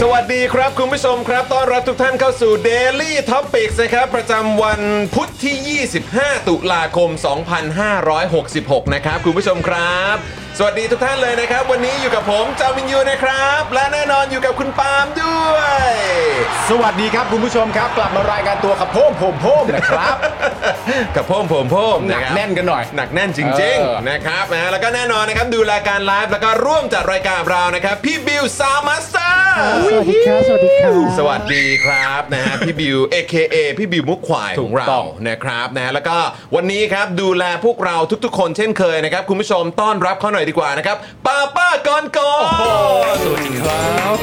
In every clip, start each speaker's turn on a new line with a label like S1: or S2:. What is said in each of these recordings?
S1: สวัสดีครับ คุณผู้ชมครับต้อนรับทุกท่านเข้าสู่ Daily Topics นะครับ ประจำวันพุทธที่ 25 ตุลาคม 2566 นะครับ คุณผู้ชมครับ สวัสดีทุกท่านเลยนะครับ วันนี้อยู่กับผมจามินยูนะครับ และแน่นอนอยู่กับคุณปาล์มด้วย
S2: สวัสดีครับคุณผู้ชมครับ กลับมารายการตัวขับโพมโพมโพมนะครับ
S1: กับพ่มผมพ่ม
S2: หนัก
S1: ะครับ
S2: แน่นกันหน่อย
S1: หนักแน่นจริง
S2: เออ
S1: ๆนะครับนะแล้วก็แน่นอนนะครับดูรายการไลฟ์แล้วก็ร่วมจัดรายการเรานะครับ พี่บิวซาวมาสเตอร์
S3: สวัสดีครับ สวัสดีครับ
S1: สวัสดีครับนะฮะพี่บิว AKA พี่บิวมุกควายของเรา
S2: ถูกต้อง
S1: นะครับนะฮะแล้วก็วันนี้ครับดูแลพวกเราทุกๆ คนเช่นเคยนะครับ คุณผู้ชมต้อนรับเขาหน่อยดีกว่านะครับป้าป้าก่อนก่อนสวัสดีครับ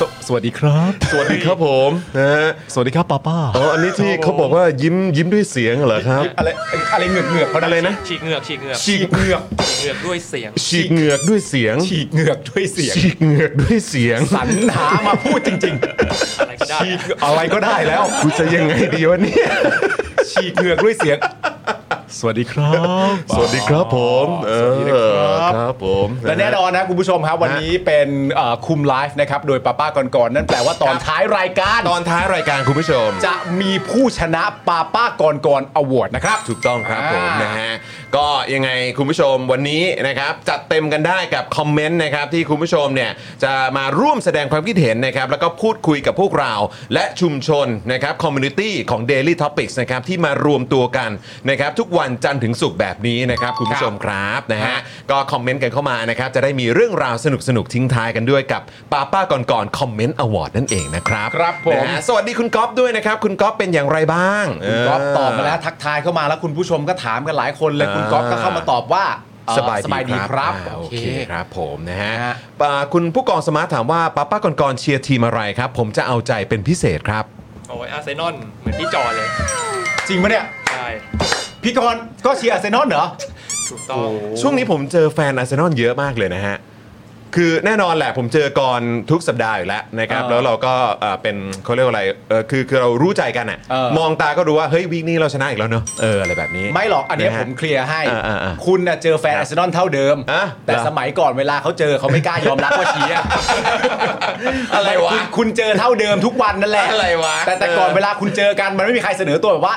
S2: สสวัสดีครับ
S1: สวัสดีครับผมนะฮะ
S2: สวัสดีครับป้าป้า
S1: อ๋ออันนี้ที่เขาบอกว่ายิ้มยิ้มด้วยเสียงเหรอครับ
S2: อะไรอะไรเหงือกเหงือกเขา
S1: อะไรนะ
S4: ฉีกเหงือกฉีกเหงือก
S1: ฉีกเหงือก
S4: ฉีกเหงือกด้วยเสียง
S1: ฉีกเหงือกด้วยเสียง
S2: ฉีกเหงือกด้วยเสียง
S1: ฉีกเหงือกด้วยเสียง
S2: สรรหามาพูดจริง
S4: อะไรก็ได้
S2: ๆฉีกอะไรก็ได้แล้ว
S1: กูจะยังไงดีวะเนี่ย
S2: ฉีกเหงือกด้วยเสียง สวัสดีครับ
S1: สวัสดีครับผมเอ
S2: สวัสดีนะครับ
S1: อครับผม
S2: และแน่นอนนะคุณผู้ชมครับวันนี้เป็นเอ่อคุมไลฟ์นะครับโดยป้าป้าก่อนๆนั่นแปลว่าตอนท้ายรายการ
S1: ตอนท้ายรายการคุณผู้ชม
S2: จะมีผู้ชนะปาป้ากรกรอวอร์ดนะครับ
S1: ถูกต้องครับ
S2: อ่า
S1: ผมนะฮะก็ยังไงคุณผู้ชมวันนี้นะครับจัดเต็มกันได้กับคอมเมนต์นะครับที่คุณผู้ชมเนี่ยจะมาร่วมแสดงความคิดเห็นนะครับแล้วก็พูดคุยกับพวกเรา และชุมชนนะครับคอมมูนิตี้ของ Daily Topics นะครับที่มารวมตัวกันนะครับทุกวันจันทร์ถึงศุกร์แบบนี้นะครับคุณผู้ชมครับนะฮะก็คอมเมนต์กันเข้ามานะครับจะได้มีเรื่องราวสนุกสนุกๆทิ้งท้ายกันด้วยกับป้าป้าก่อนก่อนคอมเมนต์อวอร์ดนั่นเองนะครับ
S2: ครับผม
S1: นะฮะสวัสดีคุณก๊อฟด้วยนะครับคุณก๊อฟเป็นอย่างไรบ้าง
S2: คุณก๊อฟตอบมาแล้วทักทายเข้ามาแล้วคุณผู้ชมก็ถามกันหลายคนเลยคุณก๊อฟก็เข้ามาตอบว่าเอ่อ
S1: สบายดี
S2: ครับ
S1: อ่า
S2: โอ
S1: โอ
S2: เค
S1: เคครับผมนะฮะ
S2: ฮะ
S1: ป่าคุณผู้กองสมาร์ทถามว่าป้าป้ากรกรเชียร์ทีมอะไรครับ ผมจะเอาใจเป็นพิเศษครับ
S4: โอ้ยอาร์เซนอลเหมือนพี่จอเลย
S2: จริงปะเนี่ย
S4: ใช่
S2: พี่กรณ์ก็เชียร์อาร์เซนอลเหรอ
S4: ถูกต้อง
S1: ช่วงนี้ผมเจอแฟนอาร์เซนอลเยอะมากเลยนะฮะ คือแน่นอนแหละผมเจอก่อนทุกสัปดาห์อยู่แล้วนะครับ
S2: เออ
S1: แล้วเราก็เอ่อเป็นเขาเรียกว่าอะไรเอ่อคือคือเรารู้ใจกันอะ
S2: เออ
S1: มองตาก็รู้ว่า เฮ้ยวีคนี้เราชนะอีกแล้วเนอะเอออะไรแบบนี้
S2: ไม่หรอกอันเนี้ย
S1: นะฮะ
S2: ผมเคลียร์ให้
S1: อ่าอ่าอ่า
S2: คุณน่ะเจอแฟนอาร์เซนอลเท่าเดิม
S1: อ่ะ
S2: แต่
S1: เหรอ
S2: สมัยก่อนเวลาเขาเจอเขาไม่กล้ายอมรับว่าเชียร์
S1: อะไรวะ
S2: คุณคุณเจอเท่าเดิมทุกวันนั่นแหละ
S1: อะไรวะ
S2: แต่แต่ก่อน
S1: เออ
S2: เวลาคุณเจอกันมันไม่มีใครเสนอตัวแบบว่า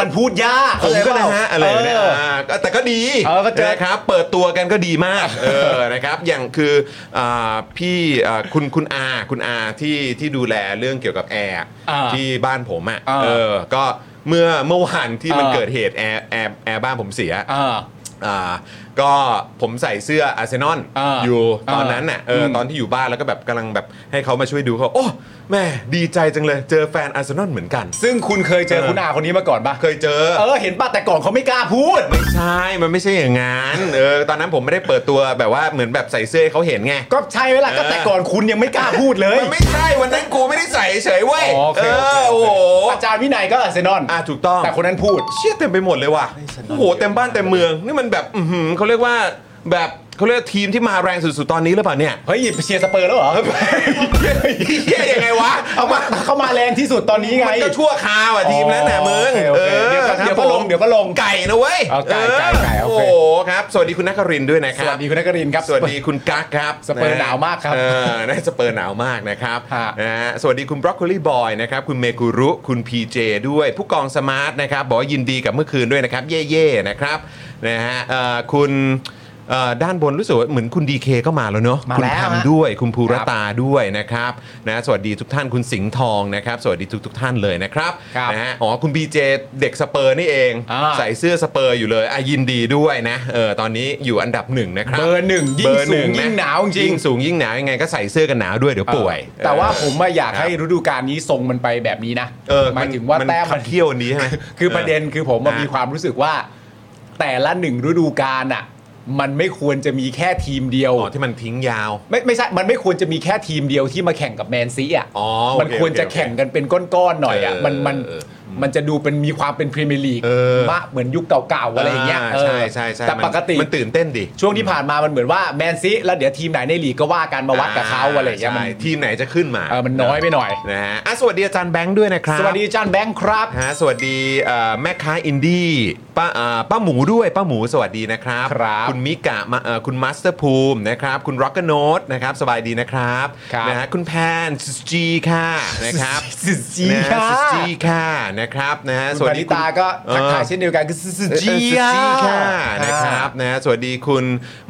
S2: มันพูดยาก
S1: ผมก็นะฮะอะไร
S2: ข้าใจ
S1: เนี่ย
S2: เปล่า
S1: อ่าก็แต่ก็ดี
S2: เออก็เจอ
S1: นะครับ เปิดตัวกันก็ดีมาก เออนะครับอย่างคืออ่าพี่อ่าคุณคุณอาคุณอาที่ที่ดูแลเรื่องเกี่ยวกับแอร์
S2: อ่า
S1: ที่บ้านผมอ่ะ
S2: อ่า
S1: เออก็เมื่อเมื่อวานที่มัน
S2: อ่า
S1: เกิดเหตุแอร์แอร์แอร์บ้านผมเสีย
S2: เออ
S1: อ่าก็ผมใส่เสื้ออาร์เซนอล
S2: อ่า
S1: อยู่ตอนนั้นน่ะเอออ
S2: ม
S1: ตอนที่อยู่บ้านแล้วก็แบบกำลังแบบให้เขามาช่วยดูเขาโอ้แม่ดีใจจังเลยเจอแฟนอาร์เซนอลเหมือนกัน
S2: ซึ่งคุณเคยเจอคุณอาคนนี้มาก่อนปะ
S1: เคยเจอ
S2: เออเห็นป่ะแต่ก่อนเขาไม่กล้าพูด
S1: ไม่ใช่ มันไม่ใช่อย่างนั้น เออ ตอนนั้นผมไม่ได้เปิดตัวแบบว่าเหมือนแบบใส่เสื้อให้เขาเห็นไง
S2: ก็ใช่เวลาก็แต่ก่อนคุณยังไม่กล้าพูดเลย
S1: มันไม่ใช่ วันนั้นกูไม่ได้ใส่เฉยเว้ย
S2: อ๋อโอเค
S1: เอ
S2: โอเค
S1: อ โอ้โห
S2: อาจารย์วินัยก็อาร์เซนอล
S1: อ่ะถูกต้อง
S2: แต่คนนั้นพูด
S1: เชี่ยเต็มไปหมดเลยว่ะ โอ้โห เต็มบ้านเต็มเมือง นี่มันแบบ อื้อหือเขาเรียกว่าแบบ เขาเรียกว่าทีมที่มาแรงสุดๆตอนนี้หรือเปล่าเนี่ย
S2: เฮ้ยไปเชียร์สเปอร์แล้วเหรอ
S1: เฮียยังไงวะ
S2: เอามาเข้ามาแรงที่สุดตอนนี้ไง
S1: มันก็ชั่วคราวอ่ะทีมนั้นน่ะมึง
S2: โอเคโอเคเดี๋ยวก็
S1: ครับ
S2: เดี๋ยวก็
S1: ผม
S2: ลงเดี๋ยวก็ลง
S1: ไก่นะเว้ย
S2: เอาไก่ไก่ไก่โอ
S1: โอ้
S2: เค
S1: โหครับ สวัสดีคุณนักรินทร์ด้วยนะค
S2: ส
S1: รับ
S2: วัสดีคุณนักรินทร์ครับ
S1: สวัสดีคุณกั๊กครับ
S2: สเปอร์
S1: ะฮะ
S2: หนาวมากครับ
S1: เออน่าสเปอร์หนาวมากนะครับ
S2: ฮะ
S1: นะฮะสวัสดีคุณบรอกโคลีบอยนะครับ คุณเมกุรุ คุณ PJ ด้วย ผู้กองสมาร์ทนะครับ บอกว่ายินดีกับเมื่อคืนด้วยนะครับ เย่ๆนะครับนะฮะเอ่อคุณเอ่อด้านบนรู้สึกว่าเหมือนคุณ DK ก็มาแล้วเนอะ
S2: มา
S1: คุณ
S2: แล้ว
S1: ทำ
S2: ฮะ
S1: ด้วย คุณภูรตาด้วยนะครับนะสวัสดีทุกท่านคุณสิงห์ทองนะครับ สวัสดีทุกทท่านเลยนะครับ
S2: ครับ
S1: นะฮะอ๋อคุณ BJ เด็กสเปอร์นี่เอง
S2: อ่า
S1: ใส่เสื้อสเปอร์อยู่เลยอ่ะยินดีด้วยนะเออตอนนี้อยู่อันดับหนึ่งนะครับ
S2: เบอร์หนึ่งยิ่ง
S1: เบอร์
S2: สู
S1: นึ่
S2: งยิ่ง
S1: ะ
S2: หนาวจริง
S1: ยิ่งสูงยิ่งหนาวยังไงก็ใส่เสื้อกันหนาวด้วยเดี๋ยวป่วย
S2: แต่ว่าผมอะอยากให้ฤดูกาลนี้ทรงมันไปแบบนี้นะ
S1: เออ
S2: หมายถึงว่านแต้ม
S1: ขั
S2: มั
S1: บ
S2: น
S1: เที่ยวอันนี้ใช่ไหม
S2: คือประเด็นคือผมอะ
S1: นะ
S2: มีความรู้สึกว่า แต่ละหนึ่งฤดูกาลอ่ะ มันไม่ควรจะมีแค่ทีมเดียว
S1: อ๋อที่มันทิ้งยาว
S2: ไม่ไม่ใช่ มันไม่ควรจะมีแค่ทีมเดียวที่มาแข่งกับแมนซีอ่ะ
S1: อ๋อโอเค
S2: มันควรจะแข่งกันเป็นก้อนๆหน่อยอ่ะ
S1: เออ
S2: มันมัน
S1: เออ
S2: มันจะดูเป็นมีความเป็นพรีเมียร์ลีก
S1: เออ
S2: มากเหมือนยุคเก่าๆอะไรอย่างเงี้ยเออ
S1: ใช่ใช่ใช่
S2: แต่
S1: มัน
S2: ปกติ
S1: มันตื่นเต้นดิ
S2: ช่วงที่ผ่านมามันเหมือนว่าแมนซีแล้วเดี๋ยวทีมไหนในลีกก็ว่ากันมาวัดกับเขาอะไรอย่างเงี้ยมัน
S1: ใช่ทีมไหนจะขึ้นมา
S2: เออมันน้อยไปหน่อย
S1: นะฮะอ่ะสวัสดีอาจารย์แบงค์ด้วยนะครับ
S2: สวัสดีอาจานแบงค์ครับ
S1: ฮะสวัสดีเอ่อแม่ค้าอินดี้ป้าเอ่อป้าหมูด้วยป้าหมูสวัสดีนะครับ
S2: ครับ
S1: ณมิกะมาเอ่อคุณมัสเตอร์ภูมินะครับคุณร็อกเกอร์โนตนะครับสบายดีนะครับ
S2: ครับ
S1: นะฮะคุณแพนจีค่ะนะครับ
S2: สุจี
S1: นะฮะ
S2: ค่ะ
S1: สุจีค่ะนะครับนะฮะ
S2: คุณ
S1: สวัส
S2: ปา
S1: ดี
S2: นิ
S1: คุณ
S2: ตาก็ทักทาย
S1: เออ
S2: เช่นเดียวกันคือสุ
S1: เออ
S2: จี
S1: สุจีค่ะนะครับ
S2: อ่า
S1: นะฮะสวัสดีคุณ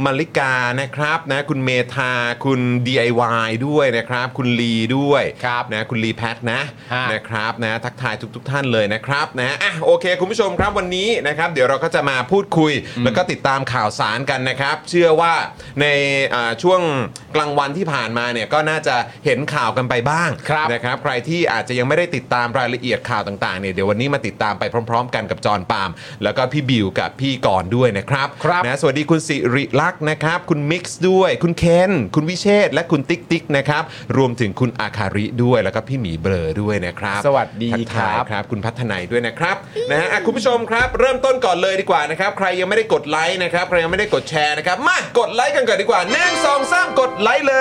S1: มาริกานะครับนะคุณเมธาคุณ DIY ด้วยนะครับ คุณลีด้วย
S2: ครับ
S1: นะคุณลีแพทนะ
S2: ฮะ
S1: นะครับนะทักทายทุก ๆ ท่านเลยนะครับนะอ่ะโอเค คุณผู้ชมครับวันนี้นะครับ เดี๋ยวเราก็จะมาพูดคุย แล้วก็ติดตามข่าวสารกันนะครับ เชื่อว่าในอ่าช่วงกลางวันที่ผ่านมาเนี่ยก็น่าจะเห็นข่าวกันไปบ้าง
S2: ครับ
S1: นะ นะครับใครที่อาจจะยังไม่ได้ติดตามรายละเอียดข่าวต่างๆเนี่ยเดี๋ยววันนี้มาติดตามไปพร้อม ๆ กันกับจอห์นปาล์มแล้วก็พี่บิวกับพี่กรณ์ด้วยนะครับ
S2: ครับ
S1: นะสวัสดีคุณสิริลักษณ์นะครับคุณมิกซ์ด้วย คุณเคนคุณวิเชษฐ์และคุณติ๊กติ๊กนะครับรวมถึงคุณอาคาริด้วยแล้วก็พี่หมีเบลอด้วยนะครับ
S2: สวัสดี
S1: ทักทาย
S2: ครับ
S1: ครับคุณพัฒนัยด้วยนะครับนะฮะอ่ะคุณผู้ชมครับเริ่มต้นก่อนเลยดีกว่านะครับใครยังไม่ได้กดไลค์นะครับใครยังไม่ได้กดแชร์นะครับมากดไลค์กันก่อนดีกว่าหนึ่งสองสามกดไลค์เล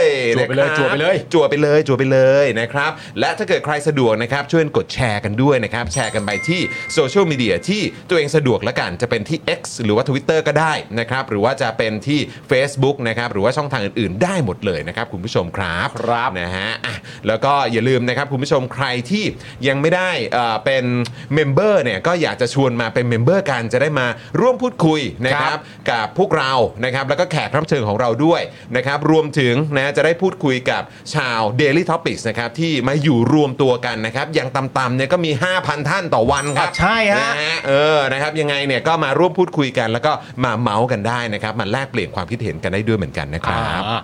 S1: ย
S2: จั่วไปเลย
S1: นะครับ
S2: จั่วไปเลย
S1: จั่วไปเลยจั่วไปเลยนะครับ และถ้าเกิดใครสะดวกนะครับ ช่วยกดแชร์กันด้วยนะครับ แชร์กันไปที่โซเชียลมีเดียที่ตัวเองสะดวกละกัน จะเป็นที่ X หรือว่า Twitter ก็ได้นะครับ หรือว่าจะเป็นที่ Facebook นะครับ หรือว่าช่องทางอื่นๆ ได้หมดเลยนะครับ คุณผู้ชมครับครับนะฮะอ่ะแล้วก็อย่าลืมนะครับ คุณผู้ชมใครที่ยังไม่ได้เอ่อเป็นเมมเบอร์เนี่ยก็อยากจะชวนมาเป็นเมมเบอร์กันจะได้มาร่วมพูดคุยนะครับ กับพวกเรานะครับ แล้วก็แขกรับเชิญของเราด้วยนะครับ รวมถึงนะจะได้พูดคุยกับชาว Daily Topics นะครับ ที่มาอยู่รวมตัวกันนะครับ อย่างต่ำๆเนี่ยก็มี 5,000 ท่านต่อวันครับ
S2: อ่ะใช่ฮะ
S1: นฮเออนะครับยังไงเนี่ยก็มาร่วมพูดคุยกัน แล้วก็มาเมาส์กันได้นะครับมาแลกเปลี่ยนความคิดเห็นกันได้ด้วยเหมือนกันนะครับ
S2: อ่า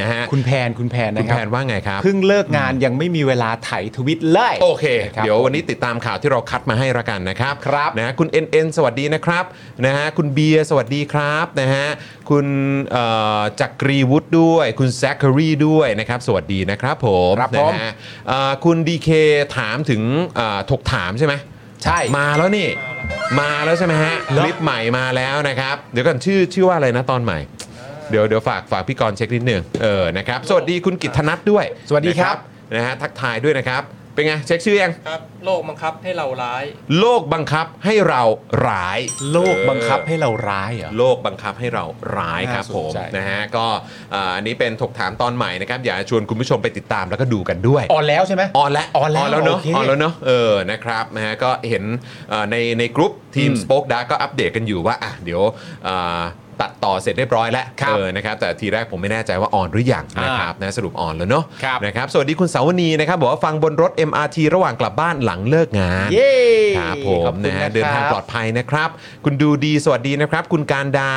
S1: นะฮะ
S2: คุณแพนคุณแพน
S1: คุ
S2: นะค
S1: ณ
S2: รั
S1: แพนว่าไงครับ
S2: เพิ่งเลิกงานยังไม่มีเวลาไถ่ายทวิตเลย
S1: โอเค
S2: นะครับ
S1: เดี๋ยววันนี้ติดตามข่าวที่เราคัดมาให้ละกันนะครับ
S2: ครับ
S1: นะฮะคุณ NN สวัสดีนะครับนะฮะคุณเบียร์สวัสดีครับนะฮะคุณเอ่อจักรีวุฒิด้วย คุณแซคคารีด้วยนะครับ สวัสดีนะครับผม
S2: ครับ
S1: นะ
S2: ผม
S1: ฮะเอ่อคุณ DK ถามถึงเอ่อถกถามใช่ไหม
S2: ใช่
S1: มาแล้วนี่ มาแล้วใช่ไหมฮะ
S2: เหรอ
S1: คลิปใหม่มาแล้วนะครับ เดี๋ยวก่อนชื่อชื่อว่าอะไรนะตอนใหม่ เดี๋ยวเดี๋ยวฝากฝากพี่กรณ์เช็คนิดหนึงเออนะครับสวัสดีคุณกิตธนัทด้วย
S2: สวัสดีครับ
S1: นะนะฮะทักทายด้วยนะครับ เป็นไงเช็คชื่อยัง
S4: ครับ โลกบังคับให้เราร้าย
S1: โลกบังคับให้เราร้าย
S2: โลกบังคับให้เราร้ายเหรอ
S1: โลกบังคับให้เราร้ายครับ
S2: น่าสน
S1: ผม
S2: ใจ
S1: นะฮะก็เอ่ออันนี้เป็นถกถามตอนใหม่นะครับ อยากจะชวนคุณผู้ชมไปติดตามแล้วก็ดูกันด้วย
S2: อ่อนแล้วใช่ไหม
S1: ออนแล้ว
S2: ออนแล้ว
S1: เนาะ
S2: โอเค
S1: ออนแล้วเนาะเออนะครับนะฮะก็เห็นเอ่อในในกรุ๊ปทีม
S2: อืม
S1: สป็อคดาก็อัปเดตกันอยู่ว่าอ่ะเดี๋ยวเอ่อตัดต่อเสร็จเรียบร้อยแล้ว
S2: ครับ
S1: เออนะครับแต่ทีแรกผมไม่แน่ใจว่าออนหรือยังนะครับนะสรุปออนแล้วเนาะ
S2: ครับ
S1: นะครับสวัสดีคุณสาวนีนะครับบอกว่าฟังบนรถ MRT ระหว่างกลับบ้านหลังเลิกงาน
S2: เย้
S1: ครับผม
S2: ขอบคุณ
S1: นะ
S2: ค
S1: ฮะ
S2: รับ
S1: เดินทางปลอดภัยนะครับ คุณดูดีสวัสดีนะครับ คุณการดา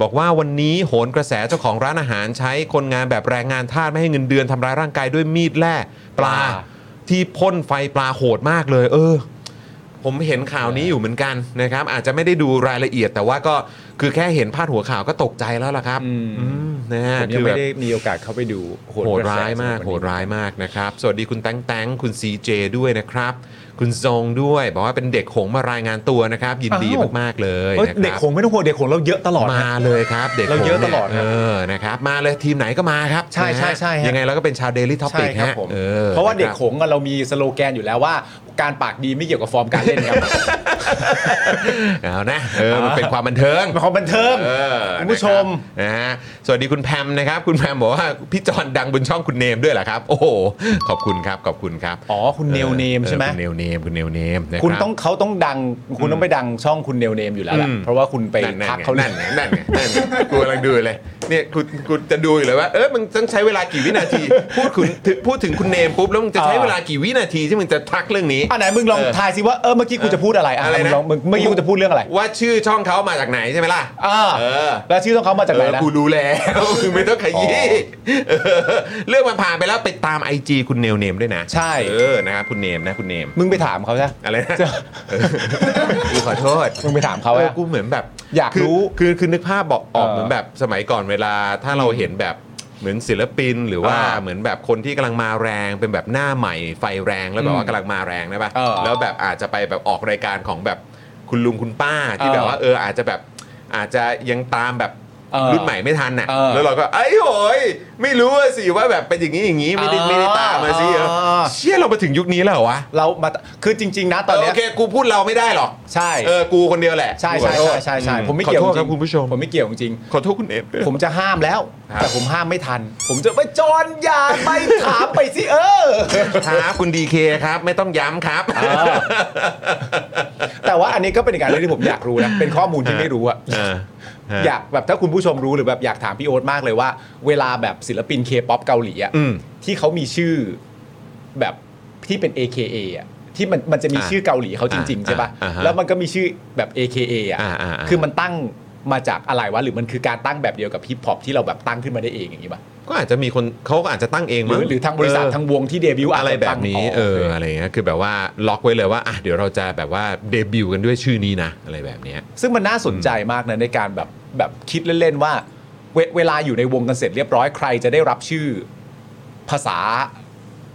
S1: บอกว่าวันนี้โหนกระแสเจ้าของร้านอาหารใช้คนงานแบบแรงงานทาสไม่ให้เงินเดือนทำร้ายร่างกายด้วยมีดแล่ป
S2: ป
S1: ลา
S2: ลา
S1: ที่พ่นไฟปลาโหดมากเลย เออ ผมเห็นข่าวนี้อยู่เหมือนกันนะครับ อาจจะไม่ได้ดูรายละเอียด แต่ว่าก็คือแค่เห็นพาดหัวข่าวก็ตกใจแล้วล่ะครับอืมนะฮะ
S2: ผมยั
S1: คื
S2: ง
S1: อแบ
S2: ไม่
S1: บ
S2: ได้มีโอกาสเข้าไปดูโห
S1: โห
S2: ด
S1: ดร้ายมาก
S2: กระแสสำหบวันนี้
S1: โหดร้ายมากนะครับ สวัสดีคุณแตงแตงคุณ CJ ด้วยนะครับ คุณทรงด้วย บอกว่าเป็นเด็กหงส์มารายงานตัวนะครับ ยินดี
S2: อ้าว
S1: มากๆเลย
S2: เอ้ย
S1: นะครับ
S2: เด็กหงไม่ต้องห่วงเด็กหงเราเยอะตลอดนะ
S1: มาเลยครับเด็ก
S2: เราเยอะ
S1: ผมนี่
S2: ตลอด
S1: เอ
S2: นะ
S1: อนะครับมาเลยทีมไหนก็มาครับ
S2: ใช่ใช่ใช่
S1: นะฮะ
S2: ฮะ
S1: ยังไงเราก็เป็นชาว Daily Topic
S2: ใช่ครับ
S1: ฮะ
S2: ผม
S1: ออ
S2: เพราะว่าเด็ก
S1: นค
S2: ห
S1: บ
S2: งส์อะเรามีสโลแกนอยู่แล้วว่า การปากดีไม่เกี่ยวกับฟอร์มการเล่นครับ
S1: เอานะเออมันเป็นความบันเทิง
S2: เป็นความบันเทิง
S1: ออ
S2: คุณผู้ชม
S1: นะครับนะฮะสวัสดีคุณแพมนะครับ คุณแพมบอกว่าพี่จอนดังบนช่องคุณเนมด้วยเหรอครับ โอ้โหขอบคุณครับขอบคุณครับ
S2: อ๋อคุณเนลเนมใช่ไหม
S1: ออคุณเนลเนมคุณเนลเนมนะรับ
S2: คุณต้องเขาต้องดังคุณต้องไปดังช่องคุณเนลเนมอยู่แล้วแหละ
S1: อืม
S2: เพราะว่าคุณไป
S1: นั่นไง
S2: ทักเขา
S1: นั่นไงนั่นไงนั่นไงกูกำลังดูอยู่เลยเนี่ยกูกูจะดูอยู่เลยว่าเออมึงต้องใช้เวลากี่วินา ทีพูดคุณถึงพูดถึงคุณเนมปุ๊บแล้วมึงจะใช้เวลากี่วินาทีที่มึงจะทักเรื่องนี้
S2: อ่ะไหนมึงลอง
S1: เออ
S2: ทายสิว่าเออเมื่อกี้กูจะพูดอะไรอ่ะ
S1: อะไร
S2: มึ
S1: นะ
S2: งลองมึงเมื่อกี้กูจะพูดเรื่องอะไร
S1: ว่าชื่อช่องเขามาจากไหนใช่ไหมล่ะ
S2: อ่า
S1: เออ
S2: แล้วชื่อต้องเขามาจากไหน
S1: เออ
S2: นะ
S1: กูรู้แล้ว มึงไม่ต้องขยี้เออเรื่องมันผ่านไปแล้วไปตาม IG คุณเนลเนมด้วยนะ
S2: ใช่
S1: เออนะครับคุณเนมนะคุณเนม
S2: มึงไปถามเขาใช่
S1: อะไรนะเออกูขอโทษ
S2: มึงไปถามเขา
S1: เออ
S2: อะ
S1: กูเหมือนแบบ
S2: อยาก
S1: คื
S2: รู้
S1: คือคือนึกภาพบอกออก
S2: เออ
S1: เหมือนแบบสมัยก่อนเวลาถ้าเราเห็นแบบเหมือนศิลปินหรือว่า
S2: อ่า
S1: เหมือนแบบคนที่กำลังมาแรงเป็นแบบหน้าใหม่ไฟแรงแล้วแบบว่า
S2: อืม
S1: กำลังมาแรงนะป่ะ
S2: เออ
S1: แล้วแบบอาจจะไปแบบออกรายการของแบบคุณลุงคุณป้าที่
S2: เออ
S1: แบบว่าเอออาจจะแบบอาจจะยังตามแบบ
S2: เออ
S1: รุ่นใหม่ไม่ทันน่ะ
S2: เออ
S1: แล้วเราก็ไอ้โหยไม่รู้อะสิว่าแบบเป็นอย่างนี้อย่างนี้ไม่ได้ไม่ได้ตามมาสิเออ
S2: เออ
S1: เชี่ยเรามาถึงยุคนี้แล้วเหรอวะ
S2: เรามาคือจริง ๆ นะตอน
S1: เออ
S2: เนี้
S1: โอย เคกูพูดเราไม่ได้หรอก
S2: ใช่
S1: เออกูคนเดียวแหละ
S2: ใช่
S1: กูขอ
S2: ใช่
S1: โทษ
S2: ใช่ใช่ใช่ผมไม่เกี่ยว
S1: ขอโทษ
S2: จริ
S1: ครับ
S2: ง
S1: คุณผู้ชม
S2: ผมไม่เกี่ยวจริง
S1: ขอโทษคุณเอฟด้วย
S2: ผมจะห้ามแล้ว
S1: ครับ
S2: แต่ผมห้ามไม่ทัน ผมจะไปจอนอย่าไปถามไปสิเออ
S1: ครับคุณดีเคครับ ไม่ต้องย้ำครับ
S2: แต่ว่าอันนี้ก็เป็นอีกการงที่ผมอยากรู้นะ เป็นข้อมูลที่ไม่รู้อะ
S1: เออฮะ
S2: อยากแบบถ้าคุณผู้ชมรู้หรือแบบอยากถามพี่โอ๊ตมากเลยว่า เวลาแบบศิลปินเคป๊อปเกาหลีอะ
S1: อืม
S2: ที่เขามีชื่อแบบที่เป็น AKA อะที่มันมันจะมี
S1: อ่า
S2: ชื่อเกาหลีเขาจริง ๆ
S1: อ่า
S2: ใช่ปะ
S1: อ่าฮะ
S2: แล้วมันก็มีชื่อแบบ AKA อะ
S1: อ่าอ่าอ่า
S2: คือมันตั้งมาจากอะไรวะหรือมันคือการตั้งแบบเดียวกับฮิปฮอปที่เราแบบตั้งขึ้นมาได้เองอย่างนี้ปะ
S1: ก็อาจจะมีคนเขาก็อาจจะตั้งเอง
S2: หรื
S1: มั้
S2: อง หรือทางบริษัท
S1: เออ
S2: ทางวงที่เดบิวต์
S1: อะไรแบบนี้
S2: อาจจะตั้ง
S1: เออ
S2: โค
S1: อะไรเงี้ยคือแบบว่าล็อกไว้เลยว่าอ่ะเดี๋ยวเราจะแบบว่าเดบิวต์กันด้วยชื่อนี้นะอะไรแบบเนี้ย
S2: ซึ่งมันน่าสนใจมากนะในการแบบแบบคิดเล่น ๆ ว่าเวเวลาอยู่ในวงกันเสร็จเรียบร้อยใครจะได้รับชื่อภาษา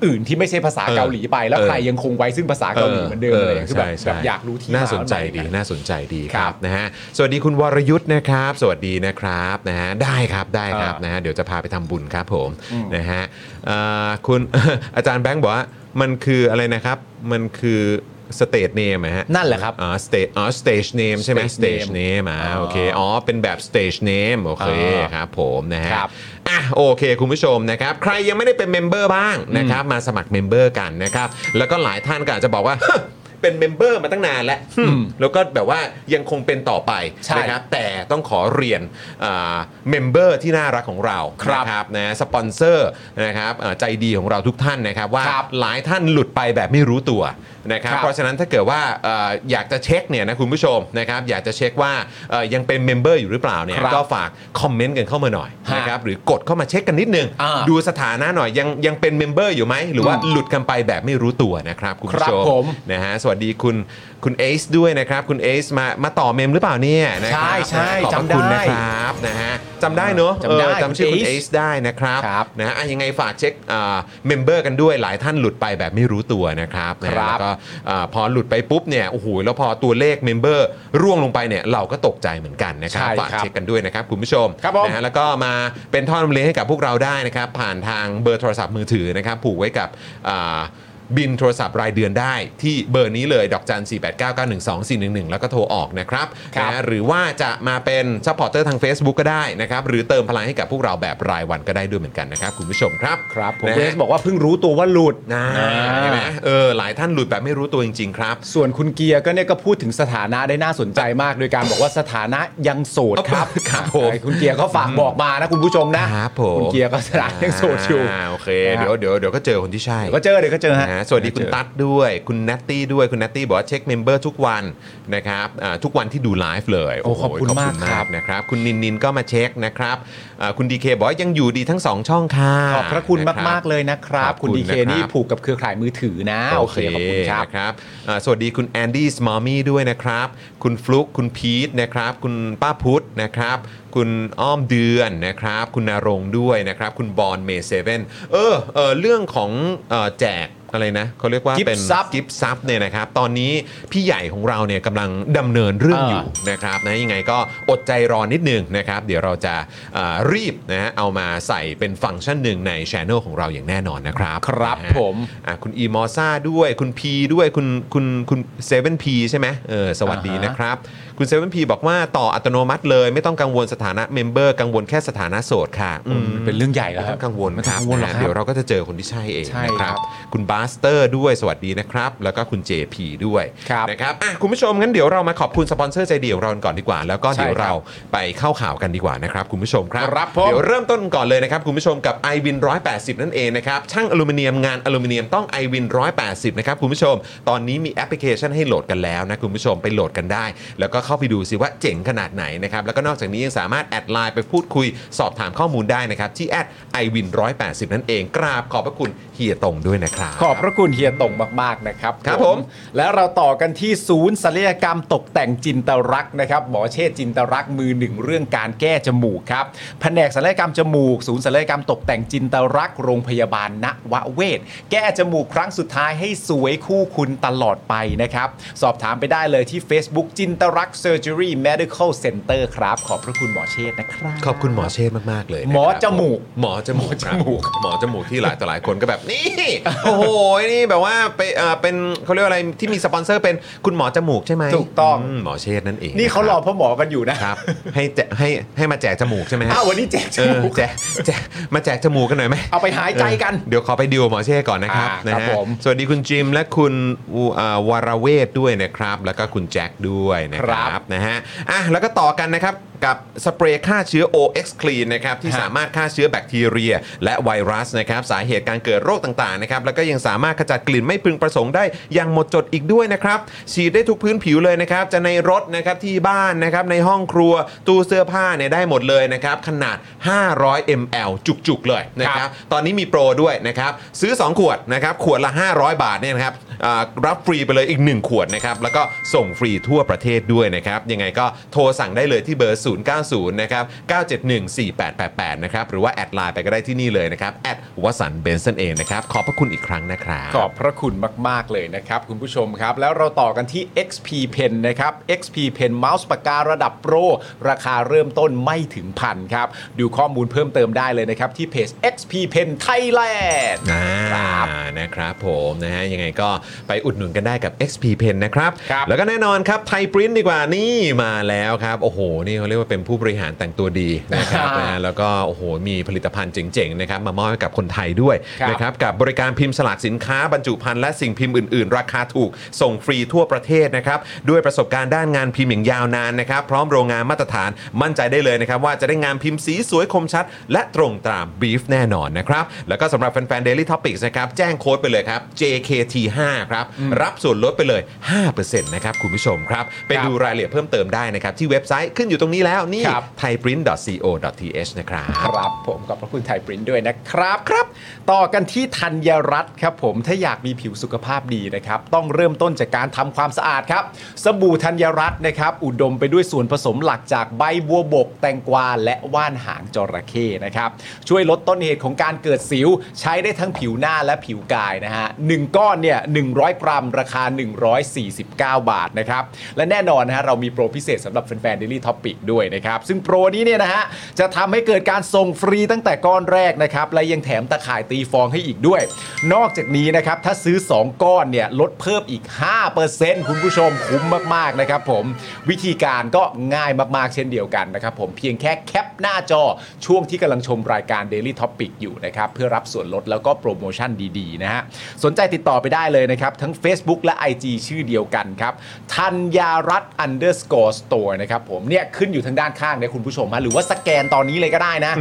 S2: อื่นที่ไม่ใช่ภาษา
S1: เออ
S2: เกาหลีไป แล้ว
S1: เออ
S2: ใครยังคงไว้ซึ่งภาษาเกาหลีเหมือนเดิมอะไรอย่างเลยคือแบบ
S1: ใช่
S2: แบบ
S1: ใช่
S2: อยากรู้ที่
S1: น่า
S2: มา
S1: สนใจ
S2: มัเป็
S1: ดี
S2: ยังไง
S1: น่าสนใจดีค
S2: ครั
S1: รับบ นะฮะสวัสดีคุณวรยุทธ์นะครับ สวัสดีนะครับนะฮะได้ครับได้ครับ
S2: อ่าน
S1: นะฮะเดี๋ยวจะพาไปทำบุญครับผมนะฮะเอ่อคุณ อาจารย์แบงค์บอกว่ามันคืออะไรนะครับ มันคือสเตทเนมฮะ
S2: นั่นแหละครับ
S1: อ๋อสเตทอ๋อสเตจเนมใช่ไหมส
S2: Stage
S1: เตจ
S2: name
S1: เนมอ่า
S2: อ๋อ
S1: โอเคอ๋อเป็นแบบสเตจเนมโอเค
S2: อ่า
S1: ครับผมนะฮะ
S2: ครับ
S1: อ่ะโอเคคุณผู้ชมนะครับใครยังไม่ได้เป็นเมมเบอร์บ้างนะครับ มาสมัครเมมเบอร์กันนะครับ แล้วก็หลายท่านก็อาจจะบอกว่า เป็นเมมเบอร์มาตั้งนานแล้วแล้วก็แบบว่ายังคงเป็นต่อไป
S2: ใช่
S1: นะครับ แต่ต้องขอเรียนเมมเบอร์ที่น่ารักของเรา
S2: ครับ
S1: นะครับนะสปอนเซอร์นะครับเอ่อใจดีของเราทุกท่านนะครับ ว่า
S2: ครับ
S1: หลายท่านหลุดไปแบบไม่รู้ตัวนะครับ
S2: ครับ
S1: เพราะฉะนั้นถ้าเกิดว่าเอ่ออยากจะเช็คเนี่ยนะคุณผู้ชมนะครับอยากจะเช็คว่าเอ่อยังเป็นเมมเบอร์อยู่หรือเปล่าเนี่ย
S2: ครับ
S1: ก็ฝากคอมเมนต์กันเข้ามาหน่อย
S2: ฮะ
S1: นะครับหรือกดเข้ามาเช็คกันนิดนึง
S2: อ่า
S1: ดูสถานะหน่อยยังยังเป็นเมมเบอร์อยู่ไหมหรือว่าหลุดกันไปแบบไม่รู้ตัวนะครับ คุณผู้ช
S2: ครับผม ม
S1: นะฮะสวัสดีคุณคุณเอซด้วยนะครับ คุณเอซมามาต่อเมมหรือเปล่าเนี่ยนะครับ
S2: ใช่
S1: ขอบพระ
S2: จำได้
S1: คุณนะครับนะฮะจำได้เนอะ
S2: จำได้
S1: เออจำชื่อ
S2: คุ
S1: คุณ
S2: ณ
S1: เอ
S2: Ace
S1: ซได้นะครับ
S2: ครับ
S1: นะฮะอ่ะยังไงฝากเช็คเมมเบอร์กันด้วยหลายท่านหลุดไปแบบไม่รู้ตัวนะครับนะฮะ
S2: ครับ
S1: แล้วก็เอ่อพอหลุดไปปุ๊บเนี่ยโอ้โหแล้วพอตัวเลขเมมเบอร์ร่วงลงไปเนี่ยเราก็ตกใจเหมือนกันนะครับ
S2: ใช่
S1: ฝาก
S2: ครับ
S1: เช็คกันด้วยนะครับคุณผู้ชม
S2: ครับผม
S1: นะฮะแล้วก็มาเป็นท่อนำเลี้ยงให้กับพวกเราได้นะครับ ผ่านทางเบอร์โทรศัพท์มือถือนะครับ ผูกไว้กับอ่าบินโทรศัพท์รายเดือนได้ที่เบอร์นี้เลยดอกจัน 4 8 9 9 1 2 4 1 1 แล้วก็โทรออกนะครับ
S2: ครับ
S1: นะฮะหรือว่าจะมาเป็นซัพพอร์เตอร์ทาง Facebook ก็ได้นะครับ หรือเติมพลังให้กับพวกเราแบบรายวันก็ได้ด้วยเหมือนกันนะครับ คุณผู้ชมครับ
S2: ครับผม
S1: นะ
S2: เว
S1: ฮะ
S2: สบอกว่าเพิ่งรู้ตัวว่าหลุด
S1: นะ
S2: อ่า
S1: เห็นไหมเออหลายท่านหลุดแบบไม่รู้ตัวจริง ๆ ครับ
S2: ส่วนคุณเกียร์ก็เนี่ยก็พูดถึงสถานะได้น่าสนใจมากโดยการบอกว่าสถานะยังโสดครับ
S1: ครับผม
S2: คุณเกียร์ก็ฝากบอกมานะคุณผู้ชมนะครับ
S1: ผม
S2: คุณเกียร์ก็สถานะยังโสดอยู่
S1: าโอเคเดี๋ยวเดี๋ยวเดี๋ยวก็เจอคนที่ใช่
S2: เดี๋ยวก็เจอเดี๋ยวก็เจอฮะ
S1: นะฮะสวัสดีคุณตั๊ดด้วยคุณนัตตี้ด้วยคุณนัตตี้บอกว่าเช็คเมมเบอร์ทุกวันนะครับอ่าทุกวันที่ดูไลฟ์เลย
S2: โอ้ขอบคุณมากครับ
S1: นะครับคุณนินนินก็มาเช็คนะครับอ่าคุณดีเคบอกว่ายังอยู่ดีทั้ง 2 ช่องค่ะ
S2: ขอบพระคุณ
S1: นรับ
S2: มากๆเลยนะครับ
S1: ขอบคุ
S2: คุณ ณดีเค
S1: นะครับ
S2: นี่ผูกกับเครือข่ายมือถือนะ โอเค ขอบคุณครับ
S1: นะครับอ่าสวัสดีคุณแอนดี้สมอมี่ด้วยนะครับ คุณฟลุกคุณพีทนะครับ คุณป้าพุทธนะครับ คุณอ้อมเดือนนะครับ คุณนรงค์ด้วยนะครับ คุณบอลเมเซเว่นเออเออเรื่องของเออแจก
S5: อะไรนะเขาเรียกว่า
S2: กิฟต์
S5: เป็น
S2: ซับ
S5: กิฟต์ซับเนี่ยนะครับ ตอนนี้พี่ใหญ่ของเราเนี่ยกำลังดำเนินเรื่อง
S2: อ่า
S5: อยู่นะครับนะยังไงก็อดใจรอนิดนึงนะครับ เดี๋ยวเราจะเอ่อรีบนะฮะเอามาใส่เป็นฟังก์ชันหนึ่งในช n e l ของเราอย่างแน่นอนนะครับ
S2: ครับ
S5: นะฮะ
S2: ผม
S5: อ่ะคุณอีมอซ่าด้วยคุณพีด้วยคุณคุณคุณเซเว่นพีใช่ไหมเออสวัสดี
S2: อ่าฮะ
S5: นะครับ คุณเซเว่นพีบอกว่าต่ออัตโนมัติเลยไม่ต้องกังวลสถานะเมมเบอร์กังวลแค่สถานะโสดค่ะอืม
S2: เป็นเรื่องใหญ่แล้ว
S5: ไม่
S2: ครั
S5: ต้อ
S2: บ
S5: งกังวล
S2: ไม่
S5: ค
S2: ต้อ
S5: รับ
S2: งกังวลหรอก
S5: นะฮะ
S2: ครับ
S5: เดี๋ยวเราก็จะเจอคนที่ใช่เอง
S2: ใช่
S5: นะค
S2: ครั
S5: รับบ คุณบาสเตอร์ด้วยสวัสดีนะครับ แล้วก็คุณ JP ด้วย
S2: ครับ
S5: นะครับอ่ะคุณผู้ชมงั้นเดี๋ยวเรามาขอบคุณสปอนเซอร์ใจเดียวเรากันก่อนดีกว่า แล้วก็เดี๋ยวเราไปเข้าข่าวกันดีกว่านะครับคุณผู้ชมครับ
S2: ครับผม
S5: เดี๋ยวเริ่มต้นก่อนเลยนะครับ คุณผู้ชมกับ i w วิน180 นั่นเองนะครับ ช่างอลูมิเนียมงานอลูมิเนียมต้อง i w วิน180 นะครับ คุณผู้ชม ตอนนี้มีแอปพลิเคชันให้โหลดกันแล้วนะ คุณผู้ชมไปโหลดกันได้ แล้วก็เข้าไปดูสิว่าเจ๋งขนาดไหนนะครับ แล้วก็นอกจากนี้ยังสามารถแอดไลน์ไปพูดคุยสอบถามข้อมูลได้นะครับ ที่แอด i w วิน180 นั่นเอง กราบขอบพระคุณเฮียตงด้วยนะครับ
S2: ขอบพระคุณเฮียตงมาก ๆ นะครับ
S5: ครับผม
S2: และเราต่อกันที่ศูนย์ศัลยกรรมตกแต่งจินตรักษณ์นะครับหมอเชษจินตรักษณ์มือหนึ่งเรื่องการแก้จมูกครับแผนกศัลยกรรมจมูก ศูนย์ศัลยกรรมตกแต่งจินตรักษณ์โรงพยาบาลณวเวศแก้จมูกครั้งสุดท้ายให้สวยคู่คุณตลอดไปนะครับ สอบถามไปได้เลยที่ Facebook จินตรักเซอร์เจอรี่เมดิคอลเซ็นเตอร์ Surgery Medical Center ครับ ขอบพระคุณหมอเชษนะครับ
S5: ขอบคุณหมอเชษฐ์มาก ๆ เลยนะครับ
S2: หมอจมูก
S5: หมอจมูก
S2: หมอจมูก
S5: ครับหมอจมูกที่หลายต่อหลายคนก็แบบนี่ โอ้โหนี่แบบว่าไปเอ่อเป็นเขาเรียกว่าอะไรที่มีสปอนเซอร์เป็นคุณหมอจมูกใช่ไหม
S2: ถูกต้อง
S5: มหมอเชษฐ์นั่นเอง
S2: นี่เขารอพ่อหมอกันอยู่นะครับ
S5: ให้แจให้ให้มาแจกจมูกใช่ไหมฮะ
S2: อ้าววันนี้แจกจ
S5: เออ
S2: มูก
S5: แจกแจกมาแจกจมูกกันหน่อยไหม
S2: เอาไปหายใจกัน
S5: เออเดี๋ยวขอไปดิวหมอเชษฐ์ก่อนนะครับ
S2: อ่า
S5: นะครับ ฮะ
S2: ผม
S5: สวัสดีคุณจิมและคุณอูอ่าวารเวทด้วยนะครับ แล้วก็คุณแจ็คด้วยนะครั
S2: ค
S5: ค
S2: รับ บ
S5: รับนะฮะ อ่ะ แล้วก็ต่อกันนะครับ กับสเปรย์ฆ่าเชื้อ OX Clean นะครับ ที่
S2: ฮะ
S5: สามารถฆ่าเชื้อแบคทีเรีย และไวรัสนะครับ สาเหตุการเกิดโรคต่างๆนะครับ แล้วก็ยังสามารถขจัดกลิ่นไม่พึงประสงค์ได้อย่างหมดจดอีกด้วยนะครับ ฉีดได้ทุกพื้นผิวเลยนะครับ จะในรถนะครับ ที่บ้านนะครับ ในห้องครัว ตู้เสื้อผ้าเนี่ยได้หมดเลยนะครับ ขนาด 500 ml จุกๆ เลยนะค
S2: ค
S5: รั
S2: รับ บ
S5: ตอนนี้มีโปรด้วยนะครับ ซื้อ 2 ขวดนะครับ ขวดละ 500 บาทเนี่ยนะครับอ่ารับฟรีไปเลยอีก 1 ขวดนะครับ แล้วก็ส่งฟรีทั่วประเทศด้วยนะครับ ยังไงก็โทรสั่งได้เลยที่เบอร์ 090 นะครับ 9714888 นะครับ หรือว่าแอดไลน์ไปก็ได้ที่นี่เลยนะครับแอดวสันเบนซ์นั่นเองนะครับ ขอบพระคุณอีกครั้งนะครับ
S2: ขอบพระคุณมาก ๆ เลยนะครับ คุณผู้ชมครับ แล้วเราต่อกันที่ XP Pen นะครับ XP Pen เมาส์ปากการะดับโปร ราคาเริ่มต้นไม่ถึงพันครับ ดูข้อมูลเพิ่มเติมได้เลยนะครับ ที่เพจ XP Pen Thailand
S5: อ่า
S2: ครับ
S5: นะครับผมนะฮะยังไงก็ไปอุดหนุนกันได้กับ XP Pen นะครับ
S2: ครับ
S5: แล้วก็แน่นอนครับไทยปริ้นดีกว่านี่มาแล้วครับ โอ้โห นี่เขาเรียกว่าเป็นผู้บริหารแต่งตัวดีนะครับ นะฮะแล้วก็โอ้โหมีผลิตภัณฑ์เจ๋งๆนะครับมามอบให้กับคนไทยด้วย
S2: ครับ
S5: นะครับ นะครับกับบริการพิมพ์สลากสินค้าบรรจุภัณฑ์และสิ่งพิมพ์อื่น ๆ ราคาถูก ส่งฟรีทั่วประเทศนะครับ ด้วยประสบการณ์ด้านงานพิมพ์อย่างยาวนานนะครับ พร้อมโรงงานมาตรฐานมั่นใจได้เลยนะครับ ว่าจะได้งานพิมพ์สีสวยคมชัด และตรงตามบีฟแน่นอนนะครับ แล้วก็สำหรับแฟน ๆ Daily Topics นะครับ แจ้งโค้ดไปเลยครับ JKT5 ครับ รับส่วนลดไปเลย 5%นะครับคุณผู้ชมครับไป
S2: ครับ
S5: ดูรายละเอียดเพิ่มเติมได้นะครับที่เว็บไซต์ขึ้นอยู่ตรงนี้แล้วนี่
S2: ครับ
S5: thaiprint.co.th นะครับ
S2: ครับผมขอบพระคุณไทยปริ้นด้วยนะครับครับ ต่อกันที่ธัญรัตน์ครับผมถ้าอยากมีผิวสุขภาพดีนะครับ ต้องเริ่มต้นจากการทำความสะอาดครับ สบู่ธัญรัตน์นะครับ อุดมไปด้วยส่วนผสมหลักจากใบบัวบก แตงกวาและว่านหางจระเข้นะครับ ช่วยลดต้นเหตุของการเกิดสิว ใช้ได้ทั้งผิวหน้าและผิวกายนะฮะหนึ่งก้อนเนี่ย100 กรัม ราคา 149 บาทนะครับ และแน่นอนนะฮะเรามีโปรพิเศษสำหรับแฟนๆ Daily Topic ด้วยนะครับ ซึ่งโปรนี้เนี่ยนะฮะจะทำให้เกิดการส่งฟรีตั้งแต่ก้อนแรกนะครับ และยังแถมตะข่ายตีฟองให้อีกด้วย นอกจากนี้นะครับ ถ้าซื้อ 2 ก้อนเนี่ยลดเพิ่มอีก 5%คุณผู้ชมคุ้มมาก ๆ นะครับผม วิธีการก็ง่ายมาก ๆ เช่นเดียวกันนะครับผมเพียงแค่แคปหน้าจอช่วงที่กำลังชมรายการ Daily Topic อยู่นะครับ เพื่อรับส่วนลดแล้วก็โปรโมชั่นดีๆ นะฮะ สนใจติดต่อไปได้เลยนะครับ ทั้ง Facebook และ IG ชื่อเดียวกันครับธัญญารัตน์ underscore store นะครับผมเนี่ยขึ้นอยู่ทางด้านข้างเนี่ยคุณผู้ชมฮะหรือว่าสแกนตอนนี้เลยก็ได้นะ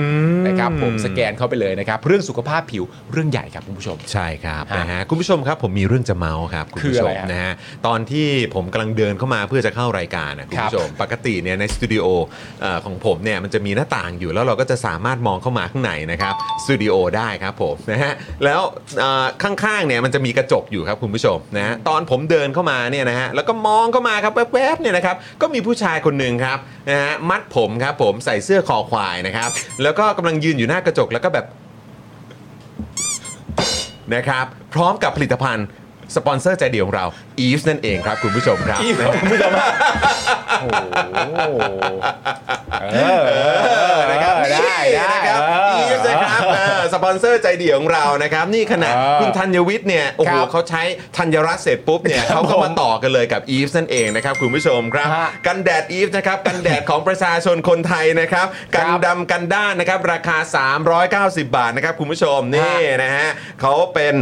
S2: นะครับผมสแกนเข้าไปเลยนะครับเรื่องสุขภาพผิวเรื่องใหญ่ครับคุณผู้ชม
S5: ใช่ครับ
S2: ฮะ
S5: นะฮะคุณผู้ชมครับผมมีเรื่องจะเมาส์ครับคุณ
S2: คือ
S5: ผู้ชม
S2: อะไรฮะ
S5: นะฮะตอนที่ผมกำลังเดินเข้ามาเพื่อจะเข้ารายการนะคุณ
S2: ครับ
S5: ผู้ชมปกติเนี่ยในสตูดิโอเอ่อของผมเนี่ยมันจะมีหน้าต่างอยู่แล้วเราก็จะสามารถมองเข้ามาข้างในนะครับสตูดิโอได้ครับผมนะฮะแล้วเอ่อข้างๆเนี่ยมันจะมีกระจกอยู่ครับคุณผู้ชมนะฮะตอนผมเดินเข้ามาเนี่ยนะฮะแล้วก็มองเข้ามาครับแวบๆเนี่ยนะครับก็มีผู้ชายคนหนึ่งครับนะฮะมัดผมครับผมใส่เสื้อคอควายนะครับแล้วก็กำลังยืนอยู่หน้ากระจกแล้วก็แบบ นะครับ พร้อมกับผลิตภัณฑ์สปอนเซอร์ใจเดียวของเรา Eves นั่นเองครับคุณผู้ชมครับ
S2: โอ้โหเออ
S5: นะครับนี่
S2: ได้ได้
S5: นะครับ
S2: เออ
S5: อีฟนะครับเออสปอนเซอร์ใจเดียวของเรานะครับ นี่ขนาด
S2: เออ
S5: คุณธัญวิทย์เนี่ยโอ้โห
S2: ครับ
S5: เขาใช้ธัญรัตน์เสร็จปุ๊บเนี่ย
S2: ครับ
S5: เขาก็
S2: ผม
S5: มาต่อกันเลยกับอีฟนั่นเองนะครับคุณผู้ชมครับ
S2: ฮะ
S5: กันแดดอีฟนะครับกันแดดของประชาชนคนไทยนะครับ กันดำกันด้านนะครับราคา 390 บาทนะครับคุณผู้ชมนี่นะฮะเขาเป็น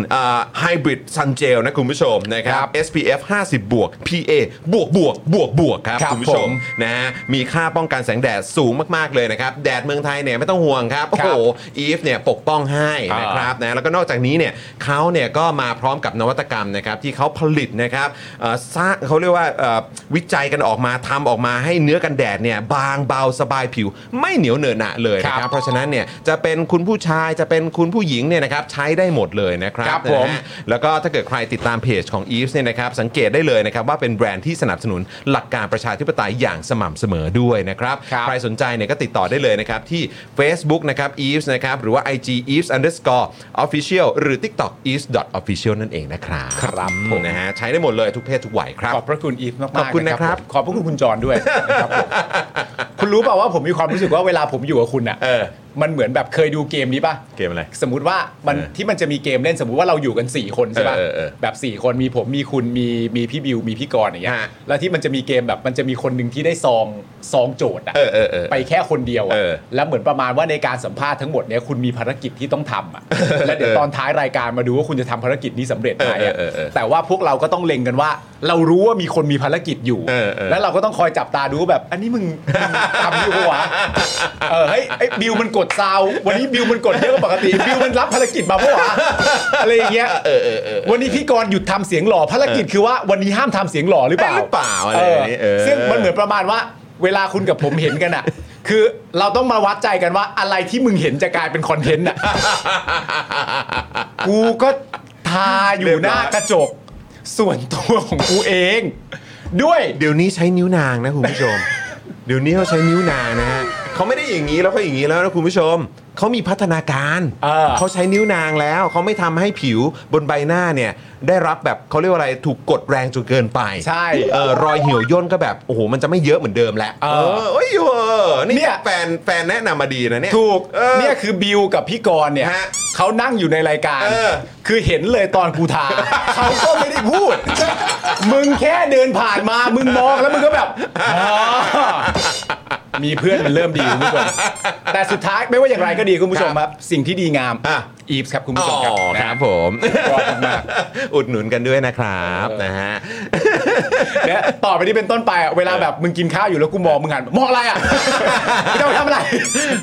S5: ไฮบริดซันเจลนะคุณผู้ชมนะครั
S2: ครับ บ
S5: SPF 50บวก PA บวกบวกบวกบวกครับ
S2: ครับ
S5: คุณผู้ช
S2: ผม ม
S5: นะฮะมีค่าป้องกันแสงแดดสูงมาก ๆ เลยนะครับ แดดเมืองไทยเนี่ยไม่ต้องห่วงครับ โอ้
S2: ครั
S5: โห
S2: บ
S5: อีฟเนี่ยปกป้องให้
S2: อ่าน
S5: นะครับนะแล้วก็นอกจากนี้เนี่ยเขาเนี่ยก็มาพร้อมกับนวัตกรรมนะครับที่เขาผลิตนะครับเอ่อสร้างเขาเรียกว่าเอ่อวิจัยกันออกมาทำออกมาให้เนื้อกันแดดเนี่ยบางเบาสบายผิว ไม่เหนียวเหนอะหนะเลยนะค
S2: ครั
S5: รับบ เพราะฉะนั้นเนี่ยจะเป็นคุณผู้ชายจะเป็นคุณผู้หญิงเนี่ยนะครับใช้ได้หมดเลยนะครับ
S2: ครับ
S5: นะฮะ
S2: ผม
S5: แล้วก็ถ้าเกิดใครติดตามเพจของ e v e s เนี่ยนะครับสังเกตได้เลยนะครับว่าเป็นแบรนด์ที่สนับสนุนหลักการประชาธิปไตยอย่างสม่ำเสมอด้วยนะครับ
S2: ครับ
S5: ใครสนใจเนี่ยก็ติดต่อได้เลยนะครับ ที่ Facebook นะครับ e v e s นะครับ หรือว่า IG e v e s underscore official หรือ TikTok e v e s official นั่นเองนะครับ
S2: ครับผม
S5: นะฮะใช้ได้หมดเลยทุกเพศทุกวัยครับ
S2: ขอบพระคุณอีฟมากๆ
S5: ขอบคุณนะครับ
S2: ผมขอบพระคุณคุณจรด้วยนะครับผม คุณรู้เปล่าว่าผมมีความรู้สึกว่าเวลาผมอยู่กับคุณอ่ะ
S5: เออ
S2: มันเหมือนแบบเคยดูเกมนี้ป่ะ
S5: เกมอะไร
S2: สมมติว่ามัน
S5: เออ
S2: ที่มันจะมีเกมเล่นสมมติว่าเราอยู่กัน 4 คนใช่ป่ะ
S5: เออเออเออ
S2: แบบ 4 คนมีผมมีคุณมีมีพี่บิวมีพี่กรณ์อย่างเงี้ย
S5: ฮะ
S2: แล้วที่มันจะมีเกมแบบมันจะมีคนหนึ่งที่ได้ซองซองโจทย์อะ
S5: เออเออเออ
S2: ไปแค่คนเดียว
S5: เออ
S2: อะแล้วเหมือนประมาณว่าในการสัมภาษณ์ทั้งหมดเนี้ยคุณมีภารกิจที่ต้องทำอะแล้วเดี๋ยว
S5: เออ
S2: ตอนท้ายรายการมาดูว่าคุณจะทำภารกิจนี้สำเร็จไหมอะ
S5: เออเออเออ
S2: แต่ว่าพวกเราก็ต้องเล็งกันว่า เรารู้ว่ามีคนมีภารกิจอยู่
S5: เออเออ
S2: แล้วเราก็ต้องคอยจับตาดูว่าแบบ อันนี้มึงมึงทำอยู่ปะ วะ เออเฮ้ยไอ้บิวมันกดซาววันนี้บิวมันกดเยอะกว่าปกติ บิวมันรับภารกิจมาเมื่อวานอะไรอย่างเงี้ยวันนี้พี่กรณ์หยุดทำเสียงหล่อภารกิจคือว่าวันนี้ห้ามทำเสียงหล่อหรือเปล่า
S5: หรือเปล่าอะไรอย่างเงี้ยเออ
S2: ซึ่งมันเหมือนประมาณว่า เวลาคุณกับผมเห็นกันอ่ะ คือเราต้องมาวัดใจกันว่าอะไรที่มึงเห็นจะกลายเป็นคอนเทนต์ อ่ะ กูก็ทาอยู่หน้ากระจก ส่วนตัวของกูเอง ด้วย
S5: เดี๋ยวนี้ใช้นิ้วนางนะคุณผู้ชม เดี๋ยวนี้เขาใช้นิ้วนางนะฮะเขาไม่ได้อย่างนี้แล้วเขาอย่างนี้แล้วนะคุณผู้ชม เขามีพัฒนาการ
S2: เออ
S5: ใช้นิ้วนางแล้ว เขาไม่ทำให้ผิวบนใบหน้าเนี่ย ได้รับแบบเขาเรียกว่าอะไรถูกกดแรงจนเกินไป
S2: ใช่
S5: เออรอยเหี่ยวย่นก็แบบโอ้โหมันจะไม่เยอะเหมือนเดิมแล้ว
S2: เออ
S5: เอ้ยเออ
S2: เนี่
S5: นี่
S2: ย
S5: แฟนแฟนแนะนำมาดีนะเนี่ย
S2: ถูก
S5: เออ
S2: เนี่ยคือบิวกับพี่กรณ์เนี่ย
S5: ฮะ
S2: เขานั่งอยู่ในรายการ
S5: เออ
S2: คือเห็นเลยตอนกูทา เขาก็ไม่ได้พูด มึงแค่เดินผ่านมา มึงมองแล้วมึงก็แบบ อ๋อมีเพื่อนมันเริ่มดีคุณผู้ชมแต่สุดท้ายไม่ว่าอย่างไรก็ดีคุณผู้ชมครับ สิ่งที่ดีงาม
S5: อ่ะ
S2: อีฟส์ครับคุณผู้ชมครับ
S5: อ๋อ
S2: นะ
S5: ครับผม
S2: ชอบมาก
S5: อุดหนุนกันด้วยนะครับ
S2: เออ
S5: นะฮะ
S2: เนี่ยต่อไปนี้เป็นต้นไปอ่ะเวลาแบบมึงกินข้าวอยู่แล้วกูมองมึงหันมองอะไรอ่ะ มึงจะมาทำอะไร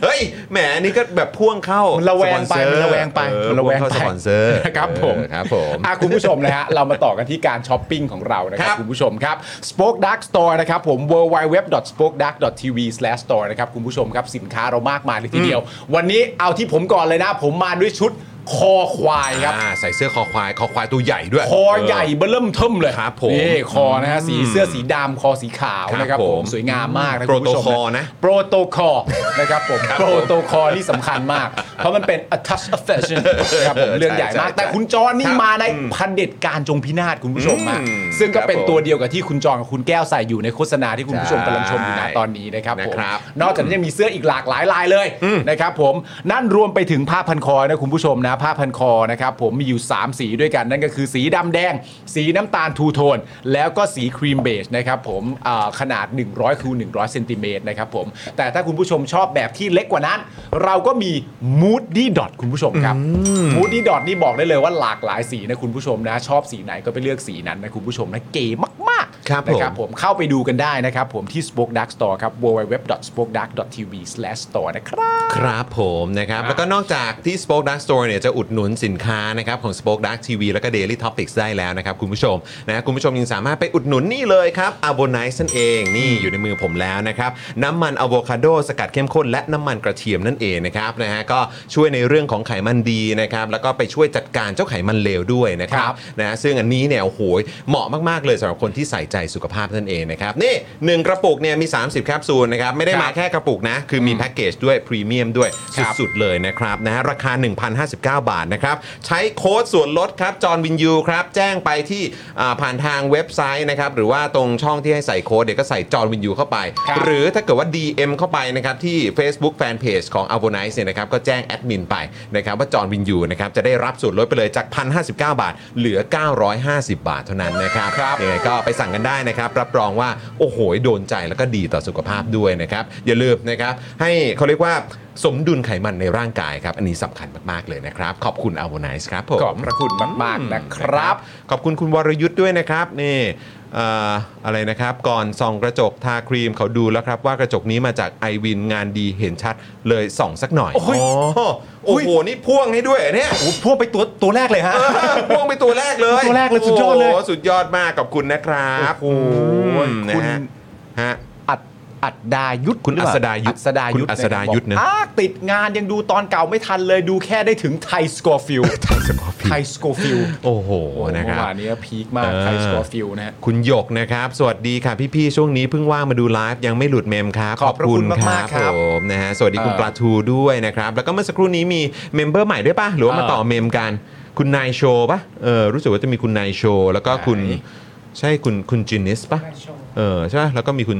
S5: เฮ้ย แหม อันนี้ก็แบบพ่วงเข้า
S2: มันระแวงไป
S5: สปอเซอ
S2: มันระแวงไป
S5: เออ
S2: มันระแวง
S5: พ่เข้า
S2: ไป
S5: สปอนเซอร์
S2: ครับผม
S5: เออครับผม
S2: อ่ะคุณผู้ชมนะฮะ เรามาต่อกันที่การช้อปปิ้งของเรานะค
S5: ค
S2: รั
S5: รั
S2: บบ คุณผู้ชมครับ Spoke Dark Store นะครับผม www.spokedark.tv/store นะครับคุณผู้ชมครับสินค้าเรามากมายเลยทีเดียว วันนี้เอาที่ผมก่อนเลยนะ ผมมาด้วยชุดคอควายครับ
S5: อ่าใส่เสื้อคอควาย คอควายตัวใหญ่ด้วย
S2: คอใหญ่เบิ่มเทิมเลย
S5: ครับผม
S2: นี่คอนะฮะสีเสื้อสีดำคอสีขาว
S5: ครับ
S2: นะครับ
S5: ผม
S2: ผมสวยงามมากนะคุณผู้ช
S5: โป
S2: ม
S5: รโตคอลนะ
S2: โปรโตคอลนะครับผม
S5: ครับ
S2: โปรโตคอลนี่สำคัญมาก เพราะมันเป็น a touch of fashion นะครับผมเรื่องใหญ่มาก
S5: ใช่ใช่
S2: แต่คุณจอนนี่
S5: ครับ
S2: มาในพันเด็จการจงพินาศคุณผู้ชมมา
S5: อืม
S2: ซึ่งก็เป็น
S5: ครับผม
S2: ตัวเดียวกับที่คุณจอนกับคุณแก้วใส่อยู่ในโฆษณาที่คุณผู้ชมกำลังชมอยู่นะตอนนี้นะครับผม
S5: นะครับ
S2: นอกจากนี้ยังมีเสื้ออีกหลากหลายลายเลยนะครับผมนั่นรวมไปถึงผ้าพันคอนะคุณผู้ชมนะผ้าพันคอนะครับผมมีอยู่ 3 สีด้วยกันนั่นก็คือสีดำแดง สีน้ำตาลทูโทน แล้วก็สีครีมเบจนะครับผมอ่าขนาด 100คูณ100เซนติเมตรนะครับผมแต่ถ้าคุณผู้ชมชอบแบบที่เล็กกว่านั้น เราก็มี Moody Dot คุณผู้ชมครับ Moody Dot นี่บอกได้เลยว่าหลากหลายสีนะคุณผู้ชมนะชอบสีไหนก็ไปเลือกสีนั้นนะคุณผู้ชมนะเก๋มากๆ
S5: ครับผม
S2: นะ ผมเข้าไปดูกันได้นะครับผมที่ Spoke Dark Store ครับ www.spokedark.tv/store นะครับ
S5: ครับผมนะครับ แล้วก็นอกจากที่ Spoke Dark Store เนี่ยจะอุดหนุนสินค้านะครับของ Spoke Dark TV แล้วก็ Daily Topics ได้แล้วนะครับคุณผู้ชมนะคุณผู้ชมยังสามารถไปอุดหนุนนี่เลยครับ a b o n i c e นั่นเองนี่อยู่ในมือผมแล้วนะครับ น้ำมันอะโวคาโดสกัดเข้มข้นและน้ำมันกระเทียมนั่นเองนะครับนะฮะก็ช่วยในเรื่องของไขมันดีนะครับแล้วก็ไปช่วยจัดการเจ้าไขมันเลวด้วยนะครับ
S2: ครับ
S5: นะซึ่งอันนี้เนี่ยโอ้โหเหมาะมาก ๆ เลยสำหรับคนที่ใส่ใจ
S1: ใจสุขภาพนั่นเองนะครับ นี่หนึ่งกระปุกเนี่ยมี 30 แคปซูลนะครับ ไม่ได้มา
S2: ครับ
S1: แค่กระปุกนะ คือมีแพ็กเกจด้วยพรีเมียมด้วย
S2: ครับ
S1: สุดๆเลยนะครับนะฮะราคา 1,059 บาทนะครับ ใช้โค้ดส่วนลดครับจอห์นวินยูครับ แจ้งไปที่อ่าผ่านทางเว็บไซต์นะครับ หรือว่าตรงช่องที่ให้ใส่โค้ดเดี๋ยวก็ใส่จอห์นวินยูเข้าไป
S2: ครับ
S1: หรือถ้าเกิดว่า DM เข้าไปนะครับที่ Facebook Fanpage ของ a v o n i c e เนี่ยนะครับก็แจ้งแอดมินไปนะครับว่าจอห์นวินยูนะครับจะได้รับส่วนลดไปเลยจาก 1,059 บาท เหลือ 950 บาทเท่านั้นนะครับ
S2: ครับ
S1: ยังไงก็ไปสั่งกันได้นะครับ รับรองว่า โอ้โห โดนใจแล้วก็ดีต่อสุขภาพด้วยนะครับ อย่าลืมนะครับ ให้เขาเรียกว่าสมดุลไขมันในร่างกายครับ อันนี้สำคัญมาก ๆ เลยนะครับ ขอบคุณ a v o n i c e ครับผม
S2: ขอบพระคุณมากๆนะครับ
S1: ขอบคุณคุณวรยุทธ์ด้วยนะครับนี่เอ่ออะไรนะครับ ก่อนส่องกระจกทาครีมเขาดูแล้วครับ ว่ากระจกนี้มาจากไอวินงานดีเห็นชัดเลยส่องสักหน่อย
S2: โอ้ย
S1: โหโอ้โหนี่พ่วงให้ด้วยเหรอเนี่ย
S2: โอ้พวกไปตัวตัวแรกเลยฮะ
S1: เออพ่วงไปตัวแรกเลย
S2: ตัวแรกเลยสุดยอดเลย
S1: โโหสุดยอดมากขอบคุณนะครับ
S2: โอ้โห
S1: อืมนะ
S2: คุณ
S1: ฮะฮะ
S2: อัดอัดดายุทธ
S1: คุณ
S2: หรืเปล่
S1: อัศดายุทธ
S2: อัศดายุทธ
S1: คุณอัศดายุทธเนอะ
S2: อ้าติดงานยังดูตอนเก่าไม่ทันเลยดูแค่ได้ถึงไทยสกอร์ฟิล
S1: ไทยสกอร์ฟิ
S2: ไท
S1: ล
S2: ยสกอร์ฟิล
S1: โอ้โหนะครั
S2: เมื่
S1: บ
S2: อวานนี้พีคมาก
S1: เออ
S2: ไทยสกอร์ฟิลนะฮะ
S1: คุณหยกนะครับ สวัสดีค่ะพี่ๆช่วงนี้เพิ่งว่างมาดูไลฟ์ยังไม่หลุดเมมครับ
S2: ขอบพระคุณมากๆครับ
S1: ผมนะฮะสวัสดีคุณ
S2: เออ
S1: ปลาทูด้วยนะครับ แล้วก็เมื่อสักครู่นี้มีเมมเบอร์ใหม่ด้วยป่ะหรือว่ามา
S2: เออ
S1: ต่อเมมกัน คุณนายโชว์ป่ะเออรู้สึกว่าจะมีคุณนายโชว์แล้วก็คุณ
S2: ไหน
S1: ใช่คุณคุณจินิสป่ะเออใช่ป่ะแล้วก็มีคุณ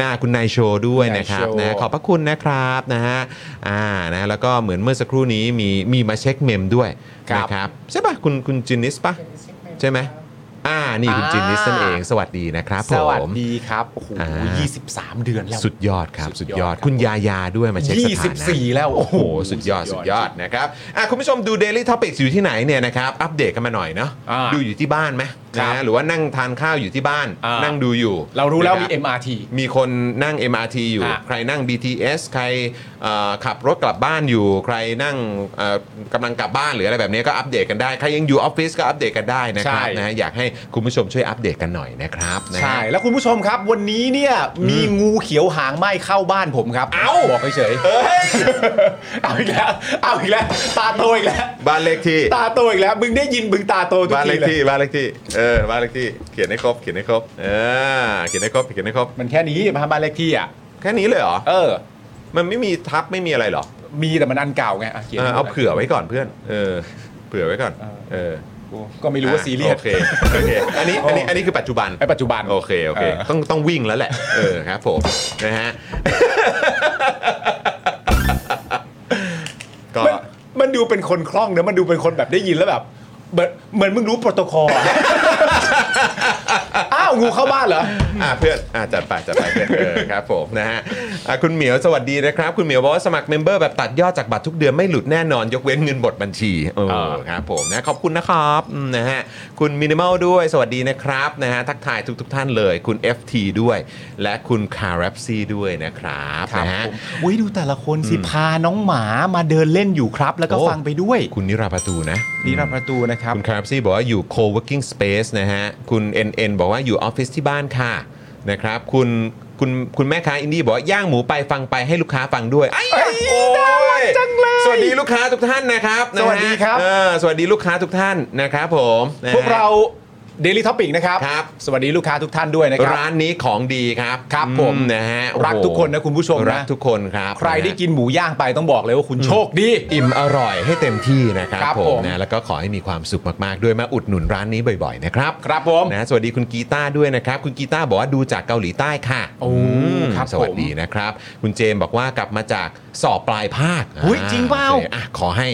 S1: อ่าคุณนายโชว์ด้วย ด้วย
S2: ได้
S1: นะครับ
S2: โชว์
S1: นะขอบพระคุณนะครับนะฮะอ่านะแล้วก็เหมือนเมื่อสักครู่นี้มีมีมาเช็คเมมด้วยนะครับใช่ป่ะคุณคุณจินนิสป่ะใช่ไหมอ่านี่คุณจินนิสนั่นเอง สวัสดีนะครับผม
S2: สวัสดีครับโอ้โห
S1: อ่า
S2: ยี่สิบสามเดือนแล้ว
S1: สุดยอดครับ
S2: สุ
S1: สุด
S2: ด
S1: ย
S2: ย
S1: อ
S2: อ
S1: ด
S2: ด
S1: คุณยายาด้วยมาเช็คสถานะ
S2: 24แล้ว
S1: โอ้โห
S2: โอ้โห
S1: สุดยอด
S2: สุ
S1: สุด
S2: ด
S1: ย
S2: ย
S1: อ
S2: อ
S1: ด
S2: ด
S1: นะครับอ่ะคุณผู้ชมดู Daily Topics อยู่ที่ไหนเนี่ยนะครับ อัปเดตกันมาหน่อยเนาะ
S2: อ่า
S1: ดูอยู่ที่บ้านไหม
S2: ครับ
S1: นะหรือว่านั่งทานข้าวอยู่ที่บ้าน
S2: อ่านั่
S1: นั่งดูอยู่
S2: เรารู้แล้ว
S1: นะค
S2: มี
S1: บ
S2: MRT
S1: มีคนนั่ง MRT อยู่
S2: อ่ะ
S1: ใครนั่ง BTS ใครเอ่อขับรถกลับบ้านอยู่ ใครนั่งเอ่อกำลังกลับบ้านหรืออะไรแบบนี้ก็อัปเดตกันได้ ใครยังอยู่ออฟฟิศก็อัปเดตกันได้นะครับ
S2: ใช่
S1: นะฮะอยากให้คุณผู้ชมช่วยอัปเดตกันหน่อยนะครับนะฮะ
S2: ใช่ แล้วคุณผู้ชมครับวันนี้เนี่ยมีงูเขียวหางไหม้เข้าบ้านผมครับ
S1: เอ้า
S2: บอกเฉยๆเอาอีกแล้วเอาอีกแล้วตาโตอีกแล้ว
S1: บ้านเลขที่
S2: ตาโตอีกแล้ว มึงได้ยินมึงตาโตทุก
S1: บ้านเล
S2: ที
S1: ข
S2: เลย
S1: ที่บ้านเลขที่เออบ้านเลขที่เขียนให้ครบเขียนให้ครบเออเขียนให้ครบเขียนให้ครบ
S2: มันแค่นี้มาบ้านเลขที่อ่ะ
S1: แค่นี้เลยเหรอ
S2: เออ
S1: มันไม่มีทับไม่มีอะไรเหรอ
S2: มีแต่มันอันเก่าไงะขียน
S1: เออ
S2: ให้
S1: เอา
S2: ดูหน่ย
S1: เผื่อไว้ก่อนเพื่อนเออเผื่อไว้ก่อน
S2: เออ
S1: เออ
S2: กูก็ไม่รู้ว่า
S1: อ่ะ
S2: ซีเรียส
S1: โอเคโอเคอั นนี้อันนี้อันนี้คือปัจจุบัน
S2: ไอ้ปัจจุบัน
S1: โอเคโอเค
S2: เออ
S1: ต้องต้องวิ่งแล้วแหละเออครับผมนะฮ ะก็
S2: มันมันดูเป็นคนคล่องเนอะมันดูเป็นคนแบบได้ยินแล้วแบบ เหมือนเหมือนมึงรู้โปรโตคอลอะ อ้าวงูเข้าบ้านเหรอ
S1: อ่ะเพื่อนอ่ะจัดไปจัดไปเพื่อนเออครับผมนะฮะอ่ะคุณเหมียวสวัสดีนะครับ คุณเหมียวบอกว่าสมัครเมมเบอร์แบบตัดยอดจากบัตรทุกเดือนไม่หลุดแน่นอน ยกเว้นเงินบดบัญชีเออ
S2: อ่า
S1: ครับผมนะขอบคุณนะครับอืมนะฮะคุณมินิม a ลด้วยสวัสดีนะครับนะฮะทักทายทุกทท่านเลย คุณ FT ด้วย และคุณคารับซีด้วยนะครับนะฮะ
S2: ผมอุ้ยดูแต่ละคนสิพาน้องหมามาเดินเล่นอยู่ครับ แล้วก็
S1: โอ้
S2: ฟังไปด้วย
S1: คุณนิราประตูนะ
S2: นี่รับประตูนะครับ
S1: คุณคารับซีบอกว่าอยู่ co-working space นะฮะ คุณ NN บอกว่าอยู่ออฟฟิศที่บ้านค่ะนะครับคุณคุณคุณแม่ค้าอินดี้บอกว่าย่างหมูไปฟังไปให้ลูกค้าฟังด้วยไอ้โอ้ยจังเลยสวัสดีลูกค้าทุกท่านนะครับนะฮะ
S2: สวัสดีครับ
S1: เออสวัสดีลูกค้าทุกท่านนะครับผมนะฮะ
S2: พวกเรา Daily Topic นะครับ
S1: ครับ
S2: สวัสดีลูกค้าทุกท่านด้วยนะครับ
S1: ร้านนี้ของดีครับ
S2: ครับ
S1: อื
S2: ผม
S1: นะฮะ
S2: รัก
S1: โอ้โห
S2: ทุกคนนะคุณผู้ชมนะ
S1: รักทุกคนครับ
S2: ใครได้
S1: นะฮะ
S2: กินหมูย่างไปต้องบอกเลยว่าคุณโชคดี
S1: อิ่มอร่อยให้เต็มที่นะครับ
S2: ครับ
S1: ผ
S2: ผม ม
S1: นะแล้วก็ขอให้มีความสุขมากๆด้วยมาอุดหนุนร้านนี้บ่อยๆนะครับ
S2: ครับผม
S1: นะสวัสดีคุณกีตาร์ด้วยนะครับ คุณกีตาร์บอกว่าดูจากเกาหลีใต้ค่ะ
S2: โอ้
S1: ม
S2: ครับ
S1: สวัสดีนะครับ คุณเจมส์บอกว่ากลับมาจากสอบปลายภาค
S2: อุ๊ยจริงเปล่า
S1: โอคอ่ะขอให้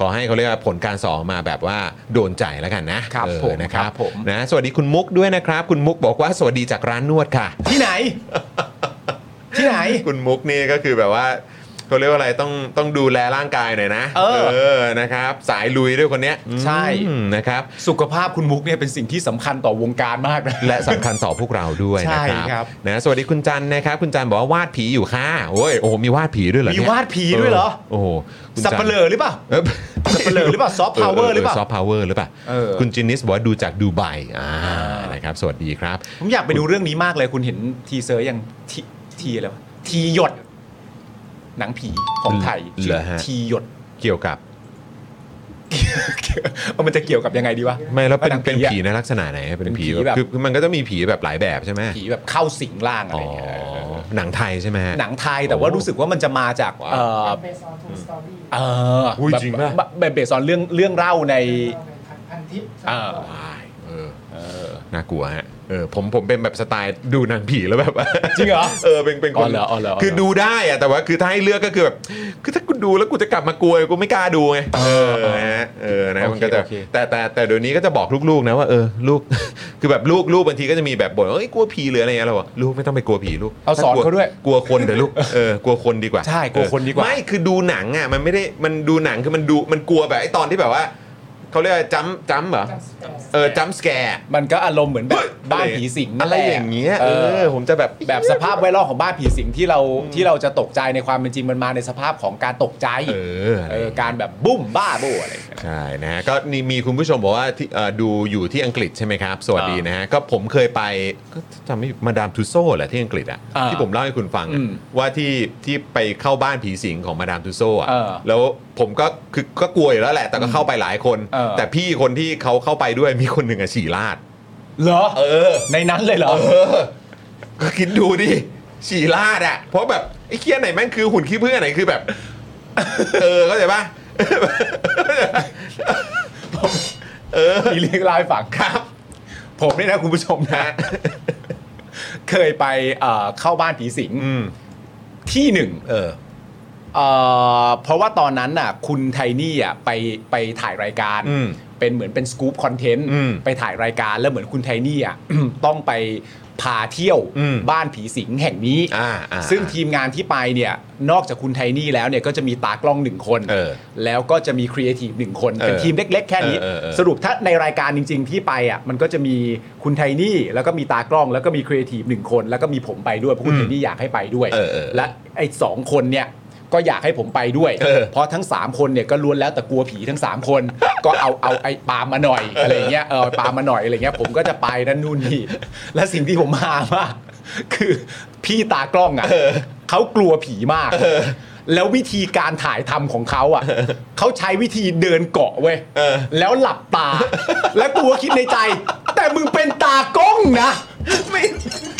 S1: ขอให้เขาเรียกว่าผลการสอบมาแบบว่าโดนใจแล้วกันนะครับ เออ
S2: ผม
S1: นะครับ
S2: ครับผม
S1: นะสวัสดีคุณมุกด้วยนะครับ คุณมุกบอกว่าสวัสดีจากร้านนวดค่ะ
S2: ที่ไหน ที่ไหน
S1: คุณมุกนี่ก็คือแบบว่าเขาเรียกว่าอะไรต้องต้องดูแลร่างกายหน่อยนะ
S2: เออ
S1: นะครับ สายลุยด้วยคนเนี้ย
S2: ใช่
S1: อืมนะครับ
S2: สุขภาพคุณมุกเนี่ยเป็นสิ่งที่สำคัญต่อวงการมากนะ
S1: และสำคัญต่อพวกเราด้วย
S2: ใช่
S1: นะครับ นะสวัสดีคุณจันนะครับ คุณจันบอกว่าวาดผีอยู่ค่ะโอ้ยโอ้โหมีวาดผีด้วยเหรอเนี่ย
S2: มีวาดผีด้วยเหรอ
S1: โอ้โหคุณ
S2: สั
S1: จั
S2: บ
S1: น
S2: เปลือหรือเปล่า
S1: เออ
S2: สับปะเหร่อหรือเป ล่า soft power หรือเปล่า
S1: ซอฟต์พาวเวอร์หรือเปล่า
S2: เออ
S1: คุณจินนิสบอกว่าดูจากดูไบอ่า
S2: อ่าน
S1: นะครับ สวัสดีครับ
S2: ผมอยากไปดูเรื่องนี้มากเลยคุณเห็นทีเซอร์ยังทีทีอะไรวะทีหยด หนังผีของไทย
S1: เหรอฮะ
S2: ทีหยด
S1: เกี่ยวกับ
S2: เอามันจะเกี่ยวกับยังไงดีวะ
S1: ไม่แล้วเป็น
S2: หง
S1: เป็น
S2: อะ
S1: ผีในลักษณะไหนเป็นผี
S2: เป็นผีแบบ
S1: คือคือมันก็จะมีผีแบบหลายแบบใช่ไหม
S2: ผีแบบเข้าสิงร่างอะ
S1: อ๋
S2: ไร
S1: อ
S2: เงี้ยเออ
S1: หนังไทยใช่ไหมฮะ
S2: หนังไทยแต่ว่ารู้สึกว่ามันจะมาจากเออ
S3: เบสออนทูสตอรี่
S2: เออ
S1: อุ้ย
S2: แบบ
S1: จริงปะ
S2: แบบแบบเบสอนเรื่องเรื่องเล่าใน
S3: พันทิป
S2: เออ
S1: เออน่ากลัวฮะเออผมผมเป็นแบบสไตล์ดูหนังผีแล้วแบบว่า
S2: จริงเหรอ
S1: เออเป็นเป็นค
S2: อ๋
S1: น
S2: อเหรออ๋อเหรออ๋อเหรอ
S1: คือดูได้อะแต่ว่าคือถ้าให้เลือกก็คือแบบคือถ้ากูดูแล้วกูจะกลับมากลัวกูไม่กล้าดูไงเออฮะเออนะ
S2: โอเค
S1: มันก็จะ
S2: โอเค
S1: แต่แต่แต่เดี๋ยวนี้ก็จะบอกลูกๆนะว่าเออลูก คือแบบลูกลูกบางทีก็จะมีแบบบ่นว่าเอ้ยกลัวผีหรืออะไรเงี้ยเราบอกลูกไม่ต้องไปกลัวผีลูก
S2: เอาสอน
S1: ถ้ลั
S2: เขาด้วย
S1: กลัวคนเถอะลูกเออกลัวคนดีกว่า
S2: ใช่กลัวคนดีกว่า
S1: ไม่คือดูหนังอ่ะมันไม่ได้มันดูหนังคือมันดูมันกลัวแบบไอ้ตอนที่แบบว่าเขาเรียกว่าจัมจัมเหรอเออจัมสแกร์
S2: มันก็อารมณ์เหมือนแบบบ้านผีสิง
S1: อะไรอย่างเงี้ยเออผมจะแบบ
S2: แบบสภาพแวดล้อมของบ้านผีสิงที่เราที่เราจะตกใจในความเป็นจริงมันมาในสภาพของการตกใจ
S1: เอออะไรอย่างเงี้ย
S2: เออการแบบบุ้มบ้าโบอะไรอย่างเงี้ย
S1: ใช่นะฮะก็นี่มีคุณผู้ชมบอกว่าที่เอ่อดูอยู่ที่อังกฤษใช่ไหมครับ สวัสดีนะฮะ ก็ผมเคยไปก็จำไม่ผิดมาดามทูโซ่แหละที่อังกฤษอ่ะ
S2: อ่า
S1: ที่ผมเล่าให้คุณฟัง
S2: อื
S1: อะ
S2: ม
S1: ว่าที่ที่ไปเข้าบ้านผีสิงของมาดามทูโซ่อ่ะ
S2: เออ
S1: แล้วผมก็คือก็กลัวอยู่แล้วแหละ แต่ก็เข้าไปหลายคน
S2: เออ
S1: แต่พี่คนที่เขาเข้าไปด้วยมีคนหนึ่งอะฉี่ราด
S2: เหรอ
S1: เออ
S2: ในนั้นเลยเหรอ
S1: เออก็คิดดูดิฉี่ลาดอ่ะ เพราะแบบไอ้เคี้ยไหนแม่งคือหุ่นขี้เพื่อนไหนคือแบบ เออเข้าใจปะเออ
S2: มีเรื่องเล่าให้ฟัง
S1: ครับ
S2: ผมเนี่ยนะคุณผู้ชมนะ เคยไปเอ่อเข้าบ้านผีสิง
S1: อืม
S2: ที่หนึ่ง
S1: เออ
S2: เอ่อเพราะว่าตอนนั้นน่ะ คุณไทนี่อ่ะไปไปถ่ายรายการ
S1: อืม
S2: เป็นเหมือนเป็นสกู๊ปคอนเทนต์
S1: อืม
S2: ไปถ่ายรายการแล้วเหมือนคุณไทนี่อ่ะ ต้องไปพาเที่ยว
S1: อืม
S2: บ้านผีสิงแห่งนี้
S1: อ่าอ่า
S2: ซึ่งทีมงานที่ไปเนี่ย นอกจากคุณไทนี่แล้วเนี่ยก็จะมีตากล้องหนึ่งคน
S1: เออ
S2: แล้วก็จะมีครีเอทีฟหนึ่งคน เป็น
S1: เออ
S2: ทีมเล็ก ๆ แค่นี้
S1: เออเออเออ
S2: สรุปถ้าในรายการจริง ๆ ที่ไปอ่ะมันก็จะมีคุณไทนี่แล้วก็มีตากล้องแล้วก็มีครีเอทีฟหนึ่งคน แล้วก็มีผมไปด้วยเพราะคุณไทนี่อยากให้ไปด้วย
S1: เออเออ
S2: และไอ้สองคนเนี่ยก็อยากให้ผมไปด้วย
S1: เออ
S2: ราะทั้ง 3 คนเนี่ยก็ล้วนแล้วแต่กลัวผีทั้ง 3 คน ก็เอาเอาไอ้ปาล์มมาหน่อยอะไรเงี้ยเออปาล์มมาหน่อยอะไรเงี้ยผมก็จะไปนั่นนู่น นี่และสิ่งที่ผมมามาก คือพี่ตากล้องอ่ะเขากลัวผีมาก แล้ววิธีการถ่ายทำของเขาอ่ะเขาใช้วิธีเดินเกาะเว้ย
S1: เออ
S2: แล้วหลับตา แล้วกลัวคิดในใจ แต่มึงเป็นตากล้องนะ
S1: ไม่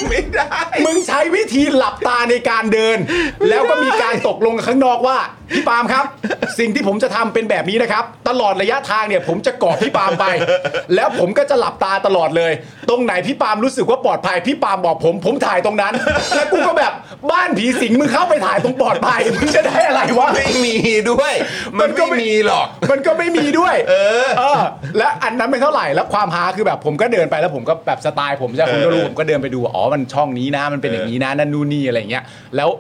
S1: ไม่ได้
S2: มึงใช้วิธีหลับตาในการเดิน แล้วก็มีการตกลงกับข้างนอกว่า พี่ปาล์มครับ สิ่งที่ผมจะทำเป็นแบบนี้นะครับ ตลอดระยะทางเนี่ย ผมจะกอดพี่ปาล์มไป แล้วผมก็จะหลับตาตลอดเลย ตรงไหนพี่ปาล์มรู้สึกว่าปลอดภัยพี่ปาล์มบอกผม ผมถ่ายตรงนั้น แล้วกูก็แบบบ้านผีสิงมึงเข้าไปถ่ายตรงปลอดภัยมึงจะได้อะไรวะ
S1: ไม่มีด้วย
S2: มั
S1: มัน
S2: นก็
S1: ไม่
S2: ไม่
S1: มีหรอก
S2: มันก็ไม่มีด้วย
S1: เออ
S2: เออและอันนั้นไม่เท่าไหร่แล้วความฮาคือแบบผมก็เดินไปแล้วผมก็แบบสไตล์ผมจะคุณก็รู้
S1: เออ
S2: ผมก็เดินไปดูอ๋อมันช่องนี้นะ มันเป็นอย่างนี้นะนั่นนู่นนี่อะไรอย่างเงี้ยแล้ว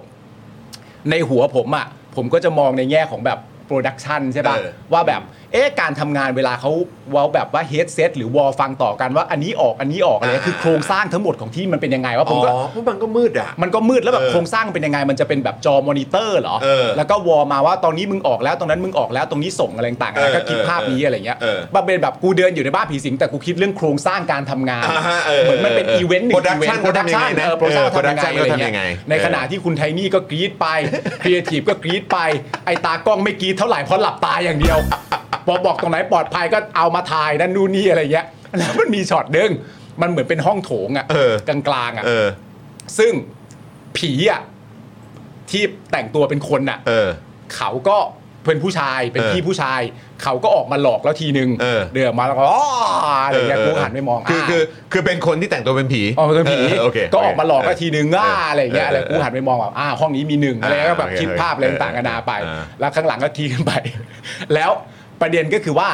S2: ในหัวผมอ่ะผมก็จะมองในแง่ของแบบโปรดักชันใช่ป่ะ
S1: เออ
S2: ว่าแบบเอ๊ะการทำงานเวลาเขาเว้าแบบว่าเฮดเซตหรือวอลฟังต่อกันว่าอันนี้ออกอันนี้ออกอะไรเงี้ยคือโครงสร้างทั้งหมดของที่มันเป็นยังไงว่าผมก็
S1: เพราะมันก็มืดอ่ะ
S2: มันก็มืดแล้วแบบ
S1: เออ
S2: โครงสร้างเป็นยังไง มันจะเป็นแบบจอมอนิเตอร์เหรอ
S1: เออ
S2: แล้วก็วอลมาว่าตอนนี้มึงออกแล้วตรงนั้นมึงออกแล้วตรงนี้ส่งอะไรต่าง
S1: เออ
S2: ๆก็คิดภาพนี้
S1: เออ
S2: อะไรเงี้ย
S1: เออ
S2: บันเป็นแบบกูเดินอยู่ในบ้านผีสิงแต่กูคิดเรื่องโครงสร้างการทำงาน
S1: อ่าฮะ
S2: เหมือนมันเป็นอีเวนต์หนึ่ง
S1: โปรดั
S2: อี
S1: ก
S2: เวน
S1: ชั่น
S2: ต์
S1: เขาทำยังไงนะ
S2: เออโปรดักชั่นเขาทำยังไง
S1: เขา
S2: อะไร
S1: ทำ
S2: เงี้
S1: ยั
S2: ย
S1: งไง
S2: ในขณะที่คุณไทนี่ก็กรี๊ดไปครีเอทีฟก็กรี๊ดไปไอตากล้องไม่กรี๊ดเท่าไหร่เพราะหลับตาอย่างเดียวบอกบอกตรงไหนปลอดภัยก็เอามาถ่ายนั่นนู่นนี่อะไรเงี้ยแล้วมันมีช็อตหนึงมันเหมือนเป็นห้องโถงอะ
S1: เออ
S2: กลางๆอะ
S1: เออ
S2: ซึ่งผีอ่ะที่แต่งตัวเป็นคนน่ะ
S1: เออ
S2: เขาก็เป็นผู้ชายเป็น
S1: เออ
S2: พี่ผู้ชาย เขาก็ออกมาหลอกแล้วทีนึง
S1: เออ
S2: เดือมาแล้วก็อ้ออะไรอย่างเงี้ยกูหันไปมอง
S1: คือคือ
S2: อ
S1: คือเป็นคนที่แต่งตัวเป็นผี
S2: ออกมาเป็นผี
S1: เออโอเค
S2: ก็ออกมาหลอกแล้วทีนึงอ่า
S1: เ
S2: อะไรอย่างเงี้ย
S1: เ
S2: อะไรกูหันไปมองแบบอ่าห้องนี้มีหนึ่งอะไรก็แบบ
S1: โอเค
S2: คิดภาพอะไรต่างกันานาไป
S1: เออ
S2: แล้วข้างหลังก็ทีขึ้นไป แล้วประเด็นก็คือว่า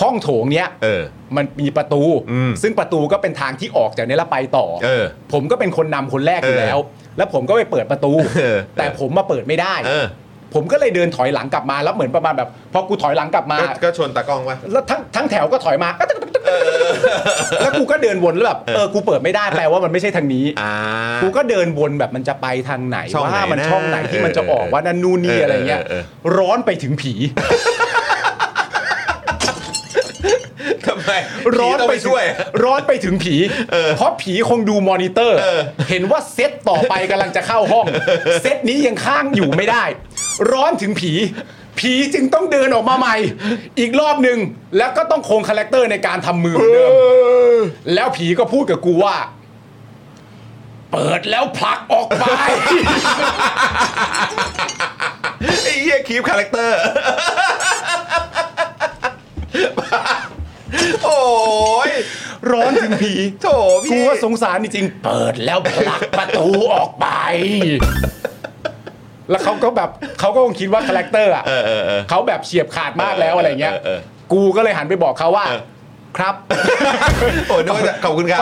S2: ห้องโถงเนี้ย
S1: เออ
S2: มันมีประตู
S1: อืม
S2: ซึ่งประตูก็เป็นทางที่ออกจากเนี้ยแล้วไปต่อ
S1: เออ
S2: ผมก็เป็นคนนำคนแรกอยู่แล้ว แล้วผมก็ไปเปิดประตู
S1: เออ
S2: แต่ผมมาเปิดไม่ได้
S1: เออ
S2: ผมก็เลยเดินถอยหลังกลับมา แล้วเหมือนประมาณแบบพอกูถอยหลังกลับมา
S1: ก็ก็ชวนตากล้องวะ
S2: แล้วทั้งทั้งแถวก็ถอยมา แล้วกูก็เดินวนแล้วแบบเออ กูเปิดไม่ได้แปลว่ามันไม่ใช่ทางนี้
S1: อ่า
S2: กูก็เดินวนแบบมันจะไปทางไหน
S1: ช่องไหน
S2: ว่ามัน
S1: นะ
S2: ช่องไหนที่มันจะออก
S1: เออ
S2: ว่านั่นนู่นนี่
S1: เออ
S2: อะไรเงี้ย
S1: เออเออ
S2: ร้อนไปถึงผี
S1: ทำไม
S2: ร้อน
S1: ผีต้ง
S2: ไป
S1: ไปช่วย
S2: ร้อนไปถึงผี เพราะผีคงดูมอนิเตอร์ เห็นว่าเซตต่อไปกำลังจะเข้าห้อง เซตนี้ยังข้างอยู่ไม่ได้ ร้อนถึงผี ผีจึงต้องเดินออกมาใหม่ อีกรอบหนึ่งแล้วก็ต้องคงคาแรคเตอร์ในการทำมือเหมือนเดิม แล้วผีก็พูดกับกูว่า เปิดแล้วผลักออก ไป
S1: ไอ้เหี้ยคีฟคาแรคเตอร์ โอ้ย
S2: ร้อนถึงผี
S1: โถ
S2: กู
S1: พี่
S2: ว่าสงสารจริงๆเปิดแล้วผลักประตูออกไป แล้วเขาก็แบบเขาก็คงคิดว่าคาแรคเตอร์อ่ะ
S1: เออเออเออ
S2: เขาแบบเฉียบขาดมากแล้วอะไรเงี้ย
S1: เออเออเออ
S2: กูก็เลยหันไปบอกเขาว่า
S1: เออ
S2: ครับ
S1: โอ้ยนึกว่าจะขอบคุณครับ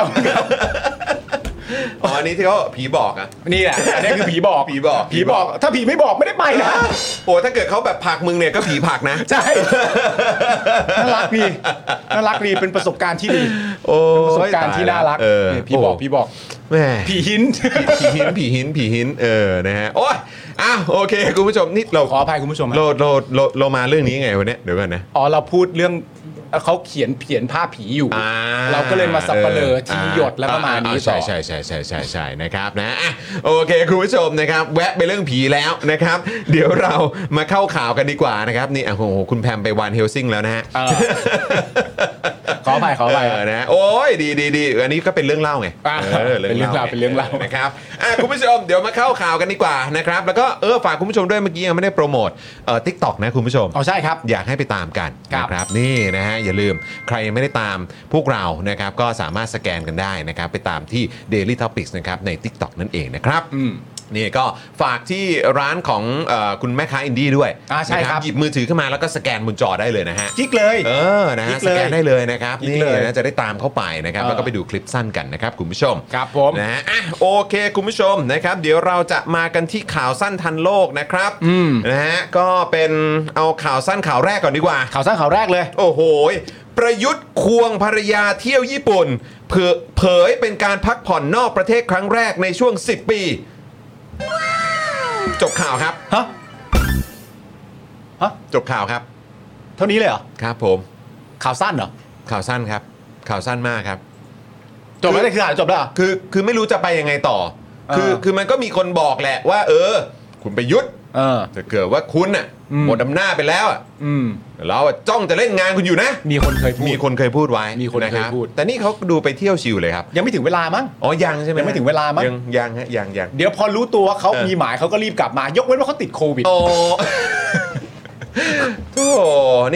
S1: อ๋ออันนี้ที่เขาผีบอกอะ
S2: นี่แหละอันนี้คือผีบอก
S1: ผีบอก
S2: ผีบอก ถ้าผีไม่บอกไม่ได้ไป นะ
S1: โอ้ถ้าเกิดเขาแบบผลักมึงเนี่ยก็ผีผลักนะ
S2: ใช่น่ารักดีน่ารักดีเป็นประสบการณ์ที่ดี
S1: โอ้
S2: เป็นประสบ
S1: ย
S2: การณ์ที่น่ารัก
S1: เออ
S2: เนี่ยผีบอก
S1: โ
S2: ผีบอก
S1: แม่
S2: ผีหิน
S1: ผีหินผีหินผีหินเออนะฮะโอ้ยอ้าวโอเคคุณผู้ชมนี่เรา
S2: ขออภัยคุณผู้ชมฮะ
S1: เราเราเราเรามาเรื่องนี้ยังไงวันเนี้ยเดี๋ยวก่อนนะ
S2: อ๋อเราพูดเรื่องเอ่อเขาเขียนเขียนภาพผีอยู่
S1: อ่า
S2: เราก็เลยมาสับเปลอทีหยดแล้วก็มาอันนี้ต่อ
S1: ใช่ใช่ใช่ใช่ใช่ใช่นะครับนะอ่ะโอเคคุณผู้ชมนะครับแวะไปเรื่องผีแล้วนะครับ เดี๋ยวเรามาเข้าข่าวกันดีกว่านะครับนี่อ่ะโอ้โหคุณแพมไปวานเฮลซิงแล้วนะฮะ
S2: เออขออภัยขออภัย
S1: เนะโอ้ยดีดีดีอันนี้ก็เป็นเรื่องเล่าไง
S2: อ่าเป็นเรื่องราวเป็นเรื่องราว
S1: นะครับอ่ะคุณผู้ชมเดี๋ยวมาเข้าข่าวกันดีกว่านะครับแล้วก็เออฝากคุณผู้ชมด้วยเมื่อกี้ยังไม่ได้โปรโมทเอ่อทิกตอกนะคุณผู้ชม
S2: เอาใช่ครับ
S1: อยากให้ไปตามกัน
S2: ครับ
S1: นะครับนี่นะฮะอย่าลืมใครยังไม่ได้ตามพวกเรานะครับก็สามารถสแกนกันได้นะครับ ไปตามที่ Daily Topics นะครับใน TikTok นั่นเองนะครับ
S2: อืม
S1: นี่ก็ฝากที่ร้านของเออคุณแม่ค้าอินดี้ด้วย
S2: อ่าใช่
S1: นะครับ หยิบมือถือขึ้นมาแล้วก็สแกนบนจอได้เลยนะฮะ
S2: จิกเลย
S1: เออ นะ
S2: คลิ
S1: ฮะ
S2: ก
S1: ส
S2: เลย
S1: แกนได้เลยนะครับ
S2: คลิก
S1: นี่
S2: เลย
S1: นะจะได้ตามเข้าไปนะครับ
S2: เออ
S1: แล้วก็ไปดูคลิปสั้นกันนะครับ คุณผู้ชม
S2: ครับผม
S1: นะฮะอ่ะโอเค คุณผู้ชมนะครับ เดี๋ยวเราจะมากันที่ข่าวสั้นทันโลกนะครับ
S2: อืม
S1: นะฮะ ก็เป็นเอาข่าวสั้นข่าวแรกก่อนดีกว่า
S2: ข่าวสร้างข่าวแรกเลย
S1: โอ้โห ประยุทธ์ควงภรรยาเที่ยวญี่ปุ่นเผยเผยเป็นการพักผ่อนนอกประเทศครั้งแรกในช่วง 10 ปี จบข่าวครับ
S2: ฮะ ฮะ
S1: จบข่าวครับ
S2: เท่านี้เลยเหรอ
S1: ครับผม
S2: ข่าวสั้นเหรอ
S1: ข่าวสั้นครับ ข่าวสั้นมากครับ
S2: จบแล้วนี่คือข่าวจบแล้วเหรอ
S1: คือคือไม่รู้จะไปยังไงต่อ คือ
S2: เออ
S1: คือมันก็มีคนบอกแหละว่า เออ คุณประยุทธ์
S2: เออ
S1: ถ้าเกิดว่าคุณน่ะ
S2: อืม
S1: หมดอำนาจไปแล้วอะ
S2: อืม
S1: เราอะจ้องจะเล่นงานคุณอยู่นะ
S2: มีคนเคยพูด
S1: มีคนเคยพูดไว้
S2: มีคนเคย
S1: ะรับ
S2: พูด
S1: แต่นี่เขาดูไปเที่ยวชิวเลยครับ
S2: ยังไม่ถึงเวลามั้ง
S1: อ๋อยังใช่ไหม
S2: ยังไม่ถึงเวลามั้ง
S1: ยังยังฮะยังยัง
S2: เดี๋ยวพอรู้ตัวว่าเขา
S1: เออ
S2: มีหมายเขาก็รีบกลับมา ยกเว้นว่าเขาติดโควิด
S1: โอ้ โอ้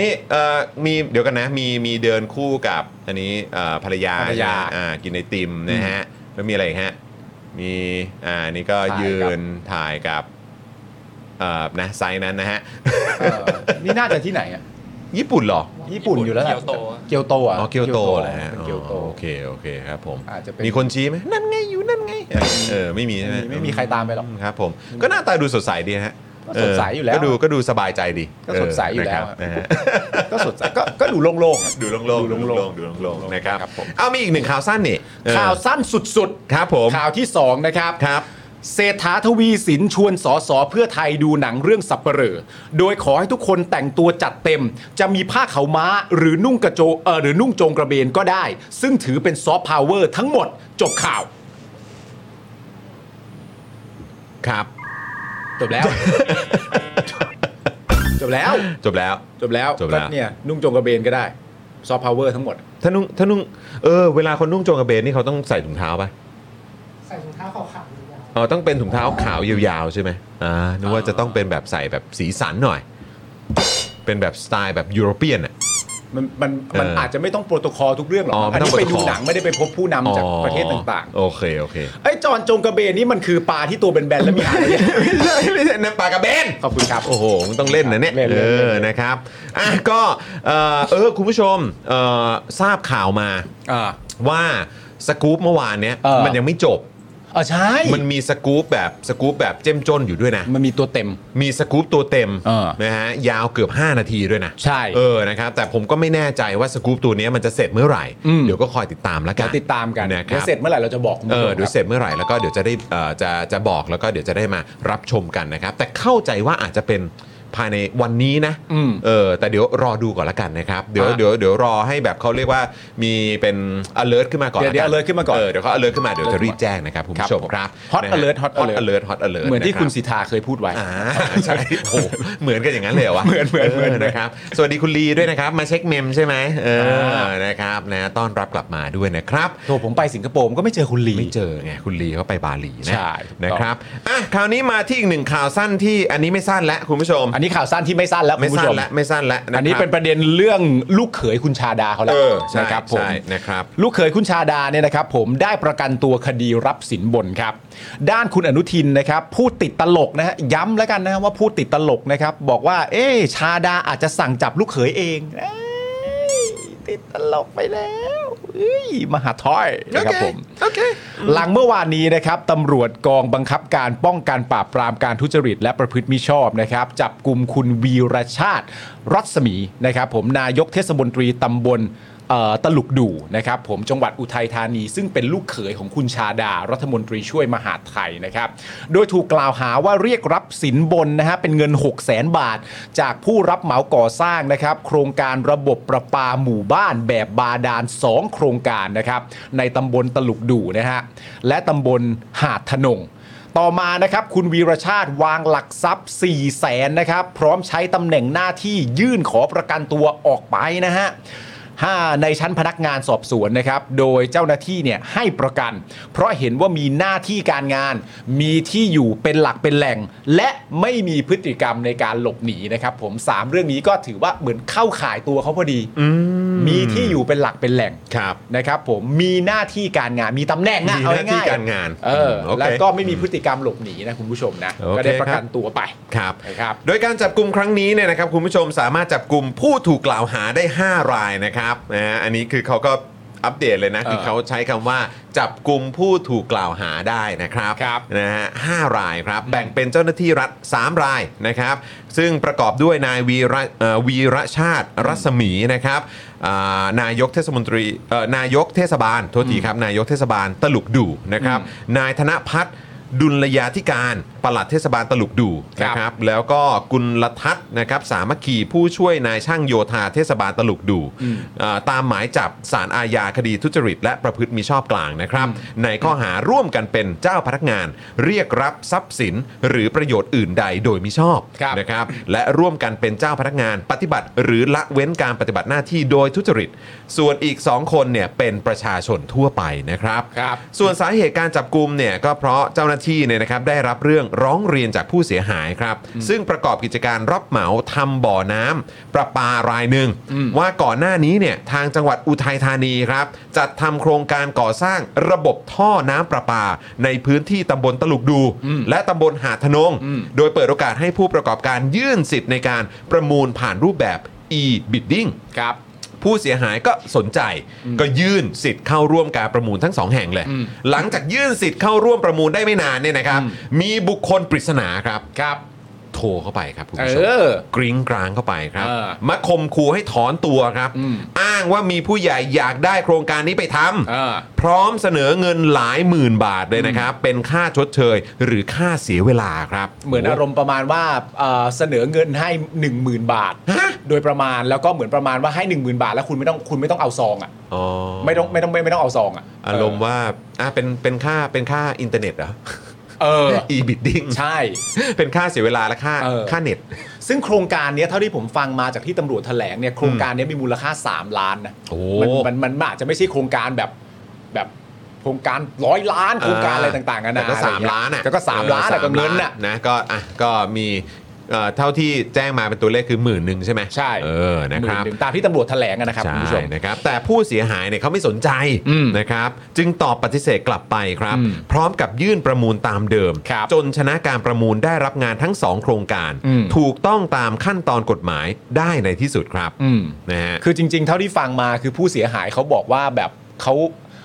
S1: นี่เอ่อมีเดี๋ยวกันนะ มีมีเดินคู่กับอันนี้เอ่อภรรยา
S2: ภรรยา
S1: อ่ากินไอติมนะฮะแล้วมีอะไรอีกฮะมีอ่านี่ก็
S2: ถ่ายกับ
S1: ยืนถ่ายกับเอ่อนะไซส์นั้นนะฮ ะ
S2: เออนี่น่าจะที่ไหนอ่ะ
S1: ญี่ปุ่นเหรอ
S2: ญี่ปุ่นอยู่แล้วแหละ
S4: เกียวโต
S2: เกียวโตอ่ะ
S1: อ๋อเกียวโตเหรอฮะ
S2: เป็นเกียวโต
S1: อ๋อโอเคโอเคครับผม
S2: อาจจะเป็น
S1: มีคนชี้ไหมนั่นไงอยู่นั่นไงเออเออไม่มีใช่ไหม
S2: ไม่มีไม่มีใครตามไปหรอก
S1: ครับ ผมก็หน้าตาดูสดใสดีนะฮะ
S2: ก็สดใสอยู่แล้ว
S1: ก็ดูก็ดูสบายใจดี
S2: ก็สดใสอยู่แล้ว
S1: เนะค รับนะฮะ
S2: ก็สดใสก็ก็ดูโล่งๆอะ
S1: ดูโล่งๆ
S2: ดู
S1: ดู
S2: โล่
S1: โล่
S2: ง
S1: งๆ
S2: ๆ
S1: ดูโล่งๆนะครับ
S2: ครับผม
S1: เอามีอีกหนึ่งข่าวสั้นนี่เออ
S2: ข่าวสั้นสุดๆ
S1: ครับผม
S2: ข่าวที่ 2 นะครับ
S1: ครับ
S2: เศรษฐาทวีสินชวนสสเพื่อไทยดูหนังเรื่องสับเปลอโดยขอให้ทุกคนแต่งตัวจัดเต็ม จะมีผ้าขาวม้าหรือนุ่งกระโจเออหรือนุ่งโจงกระเบนก็ได้ ซึ่งถือเป็นซอฟต์พาวเวอร์ทั้งหมดจบข่าว
S1: ครับ
S2: จบแล้วจ บแล้ว
S1: จบแล้ว
S2: จบแล้ว
S1: จบแล้ว
S2: ก็เนี่ยนุ่งโจงกระเบนก็ได้ซอฟต์พาวเวอร์ทั้งหมด
S1: ถ้านุ่งถ้านุ่งเออเวลาคนนุ่งโจงกระเบนนี่เขาต้องใส่ถุงเท้าป่ะ
S3: ใส่ถุงเท้าขาวๆอยู่แล้ว
S1: อ๋อต้องเป็นถุงเท้าขาวยาวๆใช่ไหมอ่านึกว่าจะต้องเป็นแบบใส่แบบสีสันหน่อย เป็นแบบสไตล์แบบยุโรเปียนอ่ะ
S2: มันมันมัน
S1: เอออ
S2: อาจจะไม่ต้องโปรโตคอลทุกเรื่องหรอก
S1: อ๋อไม่
S2: อัน
S1: ต้อง
S2: นี้ไปดู
S1: โปรโตคอล
S2: หนังไม่ได้ไปพบผู้นำจากประเทศต่าง
S1: ๆโอเคโอเค
S2: ๆไอ้จอนจงกระเบนนี่มันคือปลาที่ตัวเป็นแบนๆแล้วมีหางเลย
S1: ไม่ใช่ไม่ใช่นั่นปากกระเบน
S2: ขอบคุณครับ
S1: โอ้โหมึงต้องเล่นนะเนี่ย
S2: เล่น
S1: เอ
S2: เล่นเล่น
S1: อ นะครับ อ่ะ ก็ เอ่อ เออ คุณผู้ชม เอ่อ ทราบข่าวมา ว่าสกู๊ปเมื่อวานเนี้ย
S2: เออ
S1: มันยังไม่จบ
S2: อ๋อใช่
S1: มันมีสกู๊ปแบบสกู๊ปแบบเจ้มจนอยู่ด้วยนะ
S2: มันมีตัวเต็ม
S1: มีสกู๊ปตัวเต็ม
S2: เออ
S1: นะฮะ ยาวเกือบ 5 นาทีด้วยนะ
S2: ใช่
S1: เออ นะครับ แต่ผมก็ไม่แน่ใจว่าสกู๊ปตัวเนี้ยมันจะเสร็จเมื่อไหร่
S2: อืม
S1: เดี๋ยวก็คอยติดตามแล้วกั
S2: เดี๋ย
S1: น
S2: วติดตามกัน
S1: นะค
S2: เดี๋ย
S1: รั
S2: ว
S1: บ
S2: เสร็จเมื่อไหร่เราจะบอกคุณ
S1: เอ
S2: ผู้ชม
S1: อเดี๋ยวเสร็จเมื่อไหร่แล้วก็เดี๋ยวจะได้เอ่อจะจะบอกแล้วก็เดี๋ยวจะได้มารับชมกันนะครับ แต่เข้าใจว่าอาจจะเป็น ภายในวันนี้นะ
S2: อืม
S1: เออแต่เดี๋ยวรอดูก่อนละกันนะครับเดี๋ยว
S2: อ่ะ
S1: เดี๋ยวเดี๋ยวรอให้แบบเขาเรียกว่ามีเป็น alert ขึ้นมาก่อน
S2: เดี๋ยว
S1: ละกั
S2: เดี๋ยว alert ขึ้นมาก่อน
S1: เเดี๋ยวเขา alert ขึ้นมาเดี๋ยวจะ
S2: alert
S1: รีบแจ้งนะครับคุณผู้ชมครับ
S2: ผม hot
S1: นะฮะ
S2: alert hot
S1: hot
S2: alert
S1: alert hot alert
S2: เหมือนที่
S1: ะรับ
S2: คุณสิทธาเคยพูดไว้
S1: อ่า ใช่โอ้โหเหมือนกันอย่างนั้นเลยเหรอวะ
S2: เหมือนเหมือนเหมือน
S1: นะครับสวัสดีคุณลีด้วยนะครับ มาเช็คเมมใช่ไหมเออ
S2: อ่า
S1: นะครับนะต้อนรับกลับมาด้วยนะครับ
S2: โทรผมไปสิงคโปร์ผมก็ไม่เจอคุณลี
S1: ไม่เจอไงคุณลีเขาไปบาหลีนะ
S2: ใช่ถูกต้อง
S1: นะครับอ่ะคราวนี้มาที่อีกหนึ่งข่าวสั้นที่อันนี้ไม่สั้นแล้วคุณผู้ชม
S2: อันนี้ข่าวสั้นที่ไม่สั้นแล้วคุ
S1: ไม่
S2: ณผู้
S1: สั้
S2: ช
S1: น
S2: ม
S1: แล้วไม่สั้นแล้วะครับ
S2: อันนี้เป็นประเด็นเรื่องลูกเขยคุณชาดาเขาแล้
S1: เอ
S2: ว
S1: อใช่
S2: นะครับผม
S1: ใช่นะครับ
S2: ลูกเขยคุณชาดาเนี่ยนะครับผมได้ประกันตัวคดีรับสินบนครับ ด้านคุณอนุทินนะครับพูดติดตลกนะฮะย้ำแล้วกันนะฮะว่าพูดติดตลกนะครับ บอกว่า เอ๊ะชาดาอาจจะสั่งจับลูกเขยเองเอ้ยติดตลกไปแล้วเอ้ยมหาท้อยนะครับผม
S1: โอเค
S2: หลังเมื่อวานนี้นะครับตำรวจกองบังคับการป้องกันปราบปรามการทุจริต และประพฤติมิชอบนะครับ จับกลุ่มคุณวีรชาติรัศมีนะครับผมนายกเทศมนตรีตำบลเอ่อตลุกดูนะครับผมจังหวัดอุทัยธานี ซึ่งเป็นลูกเขยของคุณชาดา รัฐมนตรีช่วยมหาดไทยนะครับ โดยถูกกล่าวหาว่าเรียกรับสินบนนะฮะเป็นเงิน 6 0 0 0 0 0 บาท จากผู้รับเหมาก่อสร้างนะครับ โครงการระบบประปาหมู่บ้านแบบบาดาล 2 โครงการนะครับ ในตำบลตลุกดูนะฮะ และตำบลหาดทนง ต่อมานะครับ คุณวีรชาติวางหลักทรัพย์ 4 0 0แสนนะครับ พร้อมใช้ตำแหน่งหน้าที่ยื่นขอประกันตัวออกไปนะฮะห้าในชั้นพนักงานสอบสวนนะครับ โดยเจ้าหน้าที่เนี่ยให้ประกัน เพราะเห็นว่ามีหน้าที่การงาน มีที่อยู่เป็นหลักเป็นแหล่ง และไม่มีพฤติกรรมในการหลบหนีนะครับ ผมสามเรื่องนี้ก็ถือว่าเหมือนเข้าข่ายตัวเขาพอดีมีที่อยู่เป็นหลักเป็นแหล่ง
S1: ครับ
S2: นะครับ ผมมีหน้าที่การงานมีตำแหน่งอะ
S1: มี
S2: เอ
S1: หน้าที่
S2: ง่ยๆ
S1: การงาน
S2: เออ
S1: โอเค
S2: แล้วก็ ก็ไม่มีพฤติกรรมหลบหนีนะคุณผู้ชมนะ
S1: โอเค
S2: ก็ได้ประกั
S1: คน รับ
S2: ตัวไป
S1: ครับ
S2: นะครับ
S1: โดยการจับกลุ่มครั้งนี้เนี่ยนะครับคุณผู้ชมสามารถจับกลุ่มผู้ถูกกล่าวหาได้ 5 รายนะครับนะฮะอันนี้คือเขาก็อัปเดตเลยนะ
S2: เออ
S1: คือเขาใช้คำว่าจับกลุ่มผู้ถูกกล่าวหาได้นะครับ
S2: ครับ
S1: นะฮะห้ารายครับ แบ่งเป็นเจ้าหน้าที่รัฐ 3 รายนะครับ ซึ่งประกอบด้วยนายวีระเอ่อวีระชาติรัศมีนะครับอ่านายกเทศมนตรีเอ่อนายกเทศบาลโทษทีครับนายกเทศบาลตลุกดูนะครับ นายธนพัฒน์ดุลยาธิการปลัดเทศบาลตลุกดูนะค
S2: ครั
S1: รับ
S2: บ
S1: ครับแล้วก็กุลทัศน์นะครับสามัคคีผู้ช่วยนายช่างโยธาเทศบาลตลุกดูเอ่อตามหมายจับสารอาญาคดีทุจริต และประพฤติมิชอบกลางนะครับ ในข้อหาร่วมกันเป็นเจ้าพนักงาน เรียกรับทรัพย์สินหรือประโยชน์อื่นใดโดยมิชอบ
S2: ครับ
S1: นะครับและร่วมกันเป็นเจ้าพนักงานปฏิบัติ หรือละเว้นการปฏิบัติหน้าที่โดยทุจริต ส่วนอีกสองคนเนี่ยเป็นประชาชนทั่วไปนะครับ
S2: ครับ
S1: ส่วนสาเหตุการจับกลุ่มเนี่ยก็เพราะเจ้าหน้าที่เนี่ยนะครับได้รับเรื่องร้องเรียนจากผู้เสียหายครับ ซึ่งประกอบกิจการรับเหมาทำบ่อน้ำประปารายหนึ่งว่าก่อนหน้านี้เนี่ยทางจังหวัดอุทัยธานีครับ จัดทำโครงการก่อสร้างระบบท่อน้ำประปา ในพื้นที่ตำบลตลุกดู และตำบลหาดทนง โดยเปิดโอกาสให้ผู้ประกอบการยื่นสิทธิ์ในการประมูลผ่านรูปแบบ e-bidding
S2: ครับ
S1: ผู้เสียหายก็สนใจก็ยื่นสิทธิ์เข้าร่วมการประมูลทั้งสองแห่งเลย
S2: อืม
S1: หลังจากยื่นสิทธิ์เข้าร่วมประมูลได้ไม่นานเนี่ยนะครับ
S2: อืม
S1: มีบุคคลปริศนาครับ
S2: ครับ
S1: โทรเข้าไปครับคุณ
S2: เอ
S1: ผู้ชม
S2: อ
S1: กริ้งกลางเข้าไปครับ
S2: เออ
S1: มาข่มขู่ให้ถอนตัวครับ
S2: อืม
S1: อ้างว่ามีผู้ใหญ่อยากได้โครงการนี้ไปทำ
S2: เออ
S1: พร้อมเสนอเงินหลายหมื่นบาทเลยนะครับ เป็นค่าชดเชย หรือค่าเสียเวลาครับ
S2: เหมือนอารมณ์ประมาณว่าเอ่อเสนอเงินให้ 10,000 บาท โดยประมาณแล้วก็เหมือนประมาณว่าให้ 10,000 บาท แล้วคุณไม่ต้องคุณไม่ต้องเอาซองอ่ะ
S1: อ๋อ
S2: ไม่ต้องไม่ต้องไม่ไม่ต้องเอาซองอ่ะ
S1: อารมณ์ว่าอ่ะเป็นเป็นค่าเป็นค่าอินเทอร์เน็ตเหรอ
S2: เออ
S1: e-bidding
S2: ใช่
S1: เป็นค่าเสียเวลาและค่า
S2: เออ
S1: ค่าเน็ต
S2: ซึ่งโครงการเนี้ยเท่าที่ผมฟังมาจากที่ตำรวจแถลงเนี่ยโครงการเนี้ยมีมูลค่า 3 ล้านนะ
S1: โอ้
S2: มันมันมันมันอาจจะไม่ใช่โครงการแบบแบบโครงการร้อยล้านโครงการอะไรต่างๆกันา
S1: แต่
S2: นะ
S1: ก็สาม
S2: อะไรเงี้ย
S1: ล้านอ่ะ
S2: แต่ก็สาม
S1: เออ
S2: ล้านอ่ะ
S1: ส
S2: ก็เงิน
S1: ล้า
S2: อ่ะ
S1: นะก็อ่ะก็มีเอ่อเท่าที่แจ้งมาเป็นตัวเลขคือหมื่นหนึ่งใช่ไหม
S2: ใช่
S1: เออนะครั
S2: หมื่
S1: บ
S2: นหนึ่งตามที่ตำรวจแถลงอะนะครับคุณผู้ช
S1: ใช่
S2: ม
S1: นะครับ แต่ผู้เสียหายเนี่ยเขาไม่สนใจ
S2: อืม
S1: นะครับ จึงตอบปฏิเสธกลับไปครับ
S2: อืม
S1: พร้อมกับยื่นประมูลตามเดิม
S2: ครับ
S1: จนชนะการประมูลได้รับงานทั้ง 2 โครงการ
S2: อืม
S1: ถูกต้องตามขั้นตอนกฎหมายได้ในที่สุดครับ
S2: อืม
S1: นะฮะ
S2: คือจริง ๆ เท่าที่ฟังมาคือผู้เสียหายเขาบอกว่าแบบเขา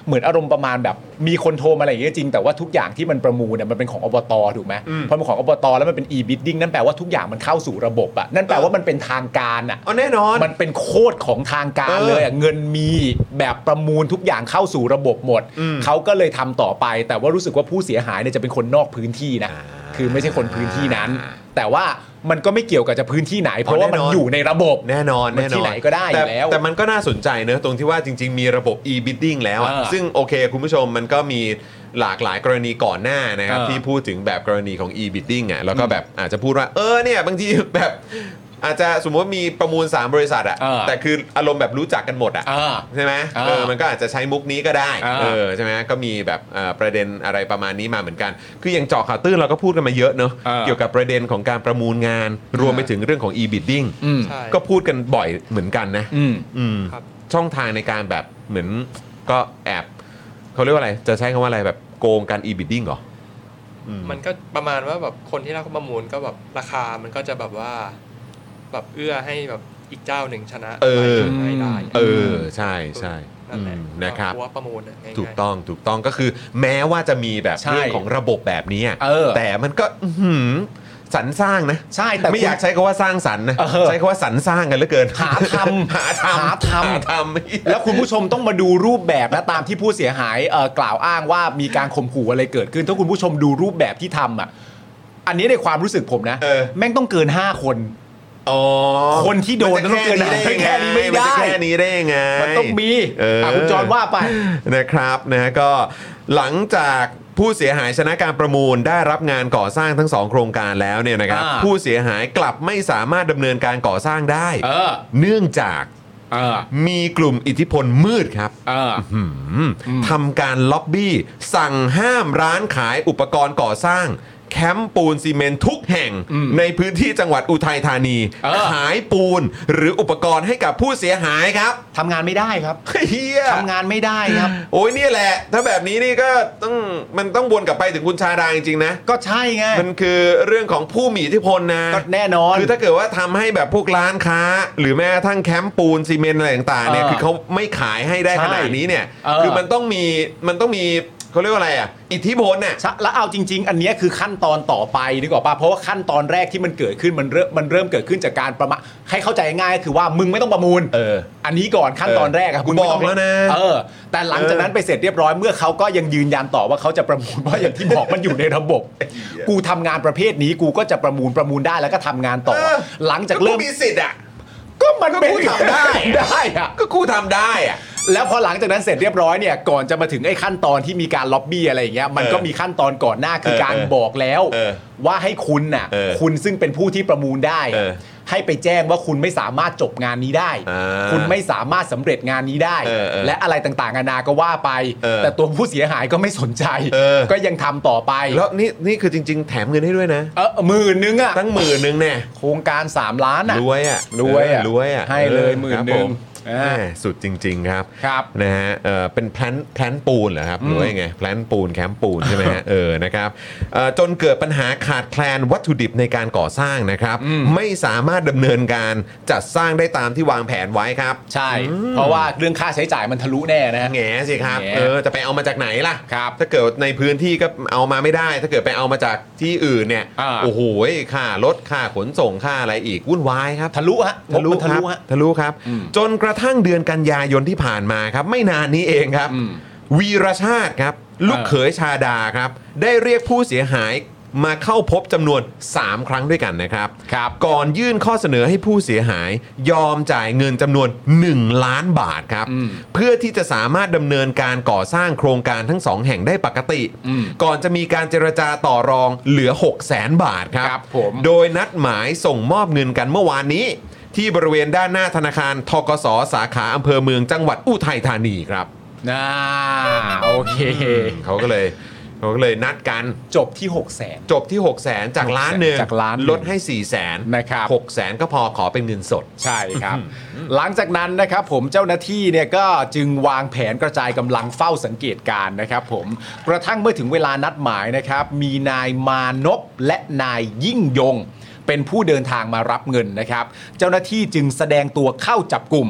S2: เหมือนอารมณ์ประมาณแบบ มีคนโทรมาอะไรอย่างเงี้ยจริง แต่ว่าทุกอย่างที่มันประมูลเนี่ยมันเป็นของอบตถูกไหม
S1: อืม
S2: เพราะมันของอบตแล้วมันเป็น e-bidding นั่นแปลว่าทุกอย่างมันเข้าสู่ระบบอะนั่นแปลว่ามันเป็นทางการอะ
S1: เอาแน่นอน
S2: มันเป็นโคตรของทางการ
S1: เออ
S2: เลยอะเงินมีแบบประมูลทุกอย่างเข้าสู่ระบบหมด
S1: อืม
S2: เขาก็เลยทำต่อไป แต่ว่ารู้สึกว่าผู้เสียหายเนี่ยจะเป็นคนนอกพื้นที่นะ
S1: อ่า
S2: คือไม่ใช่คนพื้นที่นั้น แต่ว่า มันก็ไม่เกี่ยวกับจะพื้นที่ไหน เพราะว่ามัน
S1: แน่นอน
S2: อยู่ในระบบ
S1: แน่นอน
S2: มัน
S1: แน่นอน
S2: ที่ไหนก็ได้อยู่
S1: ต่
S2: แล้ว
S1: แต่มันก็น่าสนใจเนอะตรงที่ว่าจริง ๆ มีระบบ e-bidding แล้วอะ
S2: เออ
S1: ซึ่งโอเค คุณผู้ชมมันก็มีหลากหลายกรณีก่อนหน้านะครับ
S2: เออ
S1: ที่พูดถึงแบบกรณีของ e-bidding อ่ะแล้วก็แบบอาจจะพูดว่า เออเนี่ย บางทีแบบอาจจะสมมติว่ามีประมูล 3 บริษัทอ่ะ
S2: เออ
S1: แต่คืออารมณ์แบบรู้จักกันหมดอ่ะ
S2: เออ
S1: ใช่ไหม
S2: อ่า
S1: เออมันก็อาจจะใช้มุกนี้ก็ได้
S2: อ่า
S1: เออใช่ไหมก็มีแบบเอ่อประเด็นอะไรประมาณนี้มาเหมือนกัน คืออย่างเจาะข่าวตื้นเราก็พูดกันมาเยอะเนอะ
S2: อ่า
S1: เกี่ยวกับประเด็นของการประมูลงาน รวมไปถึงเรื่องของ e-bidding
S2: อืม
S4: ใช่
S1: ก็พูดกันบ่อยเหมือนกันนะ
S2: อืม
S1: อืม
S4: ครับ
S1: ช่องทางในการแบบเหมือนก็แอบเขาเรียกว่าอะไร จะใช้คำว่าอะไรแบบโกงการ e-bidding เหรออืม
S4: มันก็ประมาณว่าแบบคนที่รับประมูลก็แบบราคามันก็จะแบบว่า แบบเอื้อให้แบบอีกเจ้าหนึ่งชนะ
S1: เออ
S4: ไปได้
S1: เออใช่ใช่
S4: นั่นแหละ
S1: อืมนะครับ
S4: เพาว่าประมูลน่ะง่ายๆ
S1: ถูกต้องถูกต้องก็คือแม้ว่าจะมีแบบ
S2: ใช่
S1: เรื่องของระบบแบบนี้อะ
S2: เออ
S1: แต่มันก็อื้อหือสรรสร้างนะ
S2: ใช่แต่
S1: ไม่
S2: คุณ
S1: อยากใช้คำว่าสร้างสรรค์นะ
S2: เออ
S1: ใช้คำว่าสรรสร้างกันเหลือเกิน
S2: หาทำ
S1: หาทำ
S2: หาทำ
S1: หาทำ
S2: แล้วคุณผู้ชมต้องมาดูรูปแบบนะตามที่ผู้เสียหายเอ่อกล่าวอ้างว่ามีการข่มขู่อะไรเกิดขึ้น ถ้าคุณผู้ชมดูรูปแบบที่ทำอ่ะ อันนี้ในความรู้สึกผมนะ
S1: เออ
S2: แม่งต้องเกิน 5 คน
S1: อ๋อ
S2: คนที่โดน
S1: มัจะแค่นี้ได้ยังไง
S2: แค่นี้ไม่ได้
S1: มันจะแค่นี้ได้ยังไง
S2: มันต้องมี
S1: เอออ่
S2: ะคุณจอนว่าไป
S1: นะครับนะก็หลังจากผู้เสียหายชนะการประมูลได้รับงานก่อสร้างทั้งสองโครงการแล้วเนี่ยนะครับ
S2: อ่า
S1: ผู้เสียหายกลับไม่สามารถดำเนินการก่อสร้างได้
S2: เออ
S1: เนื่องจาก
S2: เออ
S1: มีกลุ่มอิทธิพลมืดครับ
S2: เออ
S1: หืมทำการล็อบบี้ สั่งห้ามร้านขายอุปกรณ์ก่อสร้าง แคมป์ปูนซีเมนต์ทุกแห่ง ในพื้นที่จังหวัดอุทัยธานี
S2: เออ
S1: ขายปูนหรืออุปกรณ์ให้กับผู้เสียหายครับ
S2: ทำงานไม่ได้ครับ
S1: เฮีย
S2: ทำงานไม่ได้ครับ
S1: โอ้ยเนี่ยแหละ ถ้าแบบนี้นี่ก็ต้องมันต้องวนกลับไปถึงคุณชาดาจริงๆนะ
S2: ก็ใช่ไง
S1: มันคือเรื่องของผู้มีอิทธิพลนะ
S2: ก็แน่นอน
S1: คือถ้าเกิดว่าทำให้แบบพวกร้านค้า หรือแม้กระทั่งแคมป์ปูนซีเมนต์อะไรต่างๆเนี่ย
S2: เออ
S1: คือเขาไม่ขายให้ได้
S2: ใช่
S1: ขนาดนี้เนี่ย
S2: เออ
S1: คือมันต้องมีมันต้องมีเขาเรียกว่าอะไรอ่ะอิทธิพลน่ะ
S2: ใช่แล้วเอาจริง ๆ อันเนี้ยคือขั้นตอนต่อไปนึกออกป่ะเพราะว่าขั้นตอนแรกที่มันเกิดขึ้นมันเริ่มมันเริ่มเกิดขึ้นจากการประมาให้เข้าใจง่ายๆคือว่ามึงไม่ต้องประมูล
S1: เออ
S2: อันนี้ก่อนขั้นตอนแรกอะ
S1: กู
S2: มึงไม่ต้ง
S1: บอกแล้วนะ
S2: เออ แต่หลังจากนั้นไปเสร็จเรียบร้อยเมื่อเขาก็ยังยืนยันต่อว่าเขาจะประมูลเพราะอย่างที่บอกมันอยู่ในระบบ กูทำงานประเภทนี้กูก็จะประมูลประมูลได้แล้วก็ทำงานต่อ หลังจากเริ่ม
S1: มีสิทธิ์อ่ะ
S2: ก็มันเป็น
S1: ก็กูทำได้
S2: ได้อะ
S1: ก็กูทำได้อ่ะ
S2: แล้วพอหลังจากนั้นเสร็จเรียบร้อยเนี่ยก่อนจะมาถึงไอ้ขั้นตอนที่มีการล็อบบี้อะไรอย่างเงี้ยมันก็
S1: เออ
S2: มีขั้นตอนก่อนหน้าคือ
S1: เออ
S2: การ
S1: เออ
S2: บอกแล้ว
S1: เออ
S2: ว่าให้คุณน่ะ
S1: เออ
S2: คุณซึ่งเป็นผู้ที่ประมูลได้
S1: เออ
S2: ให้ไปแจ้งว่าคุณไม่สามารถจบงานนี้ได้
S1: อ่า
S2: คุณไม่สามารถสำเร็จงานนี้ได้
S1: เออเออ
S2: และอะไรต่างๆนานาก็ว่าไป
S1: เออ
S2: แต่ตัวผู้เสียหายก็ไม่สนใจ
S1: เออ
S2: ก็ยังทำต่อไป
S1: แล้วนี่นี่คือจริง ๆ แถมเงินให้ด้วยนะ
S2: เออหมื่นนึงอะ
S1: ตั้งหมื่นนึงเนี่ย
S2: โครงการ3ล้านอะ
S1: รวยอ่ะ
S2: รวยอะ
S1: เออรวยอ่ะ
S2: ให้เลย
S1: ออ
S2: หมื่น
S1: ครับ
S2: หนึ่ง
S1: ผ
S2: เออ
S1: แม่สุดจริง ๆ ครับ
S2: ครับ
S1: นะฮะเอ่อเป็นแพลนแพลนปูนเหรอครับหรือว่ายังไงแพลนปูนแคมป์ปูนใช่ไหมฮะ เออนะครับเอ่อจนเกิดปัญหาขาดแคลนวัตถุดิบในการก่อสร้างนะครับ ไม่สามารถดำเนินการจัดสร้างได้ตามที่วางแผนไว้ครับ
S2: ใช่ เพราะว่าเรื่องค่าใช้จ่ายมันทะลุแน่นะ
S1: แหงสิครับ
S2: แหง
S1: เออจะไปเอามาจากไหนล่ะ
S2: ครับ
S1: ถ้าเกิดในพื้นที่ก็เอามาไม่ได้ ถ้าเกิดไปเอามาจากที่อื่นเนี่ย
S2: อ่า
S1: โอ้โหค่ารถค่าขนส่งค่าอะไรอีกวุ่นวายครับ
S2: ทะลุฮะ
S1: ทะลุ
S2: มันทะ
S1: ครับ
S2: ลุฮะ
S1: ทะลุครับ
S2: อืม
S1: จนกระทั่งเดือนกันยายนที่ผ่านมาครับ ไม่นานนี้เองครับ
S2: อืม
S1: วีรชาติครับ ลูกเขยชาดาครับ ได้เรียกผู้เสียหายมาเข้าพบจำนวน 3 ครั้งด้วยกันนะครับ
S2: ครับ
S1: ก่อนยื่นข้อเสนอให้ผู้เสียหาย ยอมจ่ายเงินจำนวน 1 ล้านบาทครับ
S2: อืม
S1: เพื่อที่จะสามารถดำเนินการก่อสร้างโครงการทั้งสองแห่งได้ปกติ
S2: อืม
S1: ก่อนจะมีการเจรจาต่อรองเหลือ 6 0แสนบาทครับ
S2: ครับผม
S1: โดยนัดหมายส่งมอบเงินกันเมื่อวานนี้ ที่บริเวณด้านหน้าธนาคารทกสสาขาอำเภอเมืองจังหวัดอุทัยธานีครับ
S2: น่าโอเค
S1: เขาก็เลยเขาก็เลยนัดกัน
S2: จบที่ 6 0 0 0 0
S1: จบที่ 6 0แสนจากล้านหนึ่ง
S2: จากล้านหนึ่ง
S1: ลดให้ 4 0 0แสน
S2: นะครับ
S1: 6แสนก็พอขอเป็นเงินสด
S2: ใช่ครับ หลังจากนั้นนะครับผมเจ้าหน้าที่เนี่ยก็จึงวางแผนกระจายกำลังเฝ้าสังเกตการณ์นะครับผมกระทั่งเมื่อถึงเวลานัดหมายนะครับ มีนายมานพและนายยิ่งยง เป็นผู้เดินทางมารับเงินนะครับ เจ้าหน้าที่จึงแสดงตัวเข้าจับกลุ่ม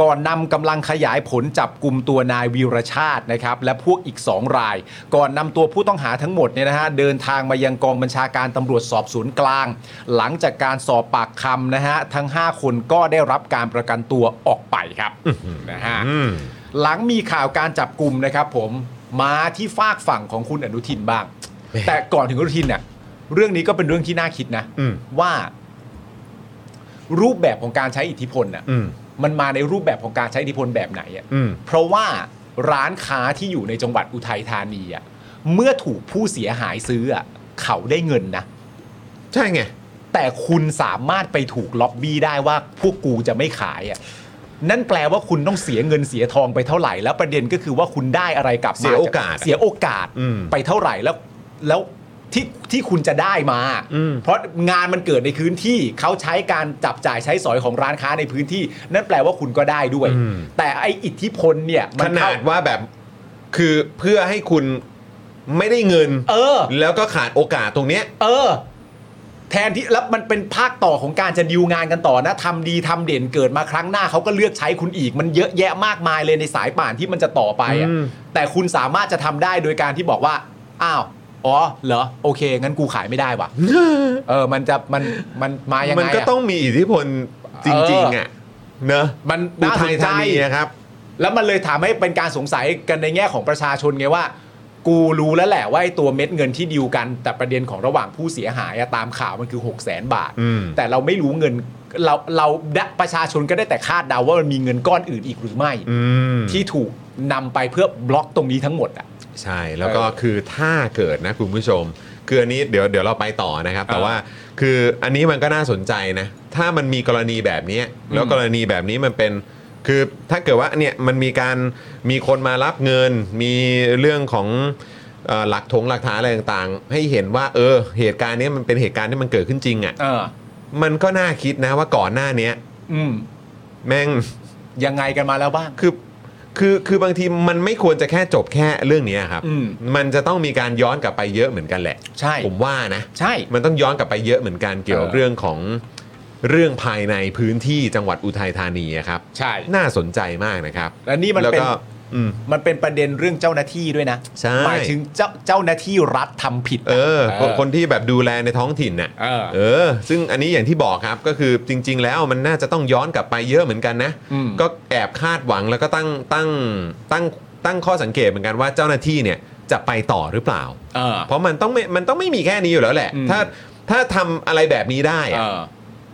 S2: ก่อนนำกำลังขยายผลจับกลุ่มตัวนายวีรชาตินะครับและพวกอีก 2 ราย ก่อนนำตัวผู้ต้องหาทั้งหมดเนี่ยนะฮะเดินทางมายังกองบัญชาการตำรวจสอบสวนกลาง หลังจากการสอบปากคำนะฮะทั้ง 5 คนก็ได้รับการประกันตัวออกไปครับนะฮะหลังมีข่าวการจับกลุ่มนะครับผมมาที่ฝากฝั่งของคุณอนุทินบ้าง แต่ก่อนถึงอนุทินเนี่ยเรื่องนี้ก็เป็นเรื่องที่น่าคิดนะ
S1: อืม
S2: ว่า รูปแบบของการใช้อิทธิพลน่ะ
S1: อืม
S2: มันมาในรูปแบบของการใช้อิทธิพลแบบไหนอ่ะ
S1: อืม
S2: เพราะว่าร้านค้าที่อยู่ในจังหวัดอุทัยธานีอ่ะเมื่อถูกผู้เสียหายซื้ออ่ะเขาได้เงินนะ
S1: ใช่ไง
S2: แต่คุณสามารถไปถูกล็อบบี้ได้ว่าพวกกูจะไม่ขายอ่ะนั่นแปลว่าคุณต้องเสียเงินเสียทองไปเท่าไหร่ แล้วประเด็นก็คือว่าคุณได้อะไรกลับมา
S1: เสียโอกาส
S2: เสียโอกาส
S1: อืม
S2: ไปเท่าไหร่แล้วแล้วที่ที่คุณจะได้มา
S1: อืม
S2: เพราะงานมันเกิดในพื้นที่เขาใช้การจับจ่ายใช้สอยของร้านค้าในพื้นที่ นั่นแปลว่าคุณก็ได้ด้วย แต่ไออิทธิพลเนี่ยมั
S1: ขนา
S2: เข้
S1: ดว่าแบบคือเพื่อให้คุณไม่ได้เงิน
S2: เออ
S1: แล้วก็ขาดโอกาสตรงเนี้ย
S2: เออ แทนที่แล้วมันเป็นภาคต่อของการจะดีลงานกันต่อนะทำดีทำเด่นเกิดมาครั้งหน้าเขาก็เลือกใช้คุณอีก มันเยอะแยะมากมายเลยในสายป่านที่มันจะต่อไปอะ
S1: อืม
S2: แต่คุณสามารถจะทำได้โดยการที่บอกว่า อ้าว อ๋อ เหรอ โอเค งั้นกูขายไม่ได้ว่ะ เออ มันจะมันมันมายังไง
S1: มันก็
S2: ะ
S1: ต้องมีอิทธิพลจริงๆอ่ะเนอะ
S2: มัน
S1: อุ
S2: น่าสนใจ
S1: ทัยธานีนะครับ
S2: แล้วมันเลยถามให้เป็นการสงสัยกันในแง่ของประชาชนไงว่า กูรู้แล้วแหละว่าไอ้ตัวเม็ดเงินที่ดีลกัน แต่ประเด็นของระหว่างผู้เสียหายอะตามข่าวมันคือ 6 0แสนบาท
S1: อืม
S2: แต่เราไม่รู้เงินเราเราประชาชนก็ได้แต่คาดเดาว่ามันมีเงินก้อนอื่นอีกหรือไม่
S1: อืม
S2: ที่ถูกนำไปเพื่อบล็อกตรงนี้ทั้งหมดอ่ะ
S1: ใช่แล้วก็
S2: เออ
S1: คือถ้าเกิดนะคุณผู้ชม คืออันนี้เดี๋ยวเดี๋ยวเราไปต่อนะครับ แต่
S2: อ่า
S1: ว่าคืออันนี้มันก็น่าสนใจนะ ถ้ามันมีกรณีแบบเนี้ยแล้ว
S2: อืม
S1: กรณีแบบนี้มันเป็น คือถ้าเกิดว่าเนี่ยมันมีการมีคนมารับเงิน มีเรื่องของเอ่อหลักถงหลักฐานอะไรต่างๆ ให้เห็นว่าเออเหตุการณ์เนี้ยมันเป็นเหตุการณ์ที่มันเกิดขึ้นจริงอะ่ะ
S2: เออ
S1: มันก็น่าคิดนะว่าก่อนหน้าเนี้ย
S2: อืม
S1: แม่ง
S2: ยังไงกันมาแล้วบ้าง
S1: คือคือคือบางทีมันไม่ควรจะแค่จบแค่เรื่องนี้ครับ
S2: อืม
S1: มันจะต้องมีการย้อนกลับไปเยอะเหมือนกันแหละ
S2: ใช่
S1: ผมว่านะ
S2: ใช่
S1: มันต้องย้อนกลับไปเยอะเหมือนกันเกี่ยวกับ
S2: เออ
S1: เรื่องของเรื่องภายในพื้นที่จังหวัดอุทัยธานีอะครับ
S2: ใช่
S1: น่าสนใจมากนะครับ
S2: และนี่มัน
S1: แล้ว
S2: เป็น
S1: ก็อืม
S2: มันเป็นประเด็นเรื่องเจ้าหน้าที่ด้วยนะ
S1: ใช่
S2: หมายถึงเจ้าเจ้าหน้าที่รัฐทำผิด
S1: เอ
S2: อะ
S1: อ
S2: เออ
S1: คนที่แบบดูแลในท้องถิ่นน่ะ
S2: เออ
S1: ซึ่งอันนี้อย่างที่บอกครับก็คือจริง ๆ แล้วมันน่าจะต้องย้อนกลับไปเยอะเหมือนกันนะ
S2: อืม
S1: ก็แอบคาดหวังแล้วก็ตั้งตั้งตั้งตั้งข้อสังเกตเหมือนกันว่าเจ้าหน้าที่เนี่ยจะไปต่อหรือเปล่า
S2: เออ
S1: เพราะมันต้องไม่มันต้องไม่มีแค่นี้อยู่แล้วแหละ
S2: อืม
S1: ถ้าถ้าทำอะไรแบบนี้ได้
S2: เอ
S1: อะ
S2: อ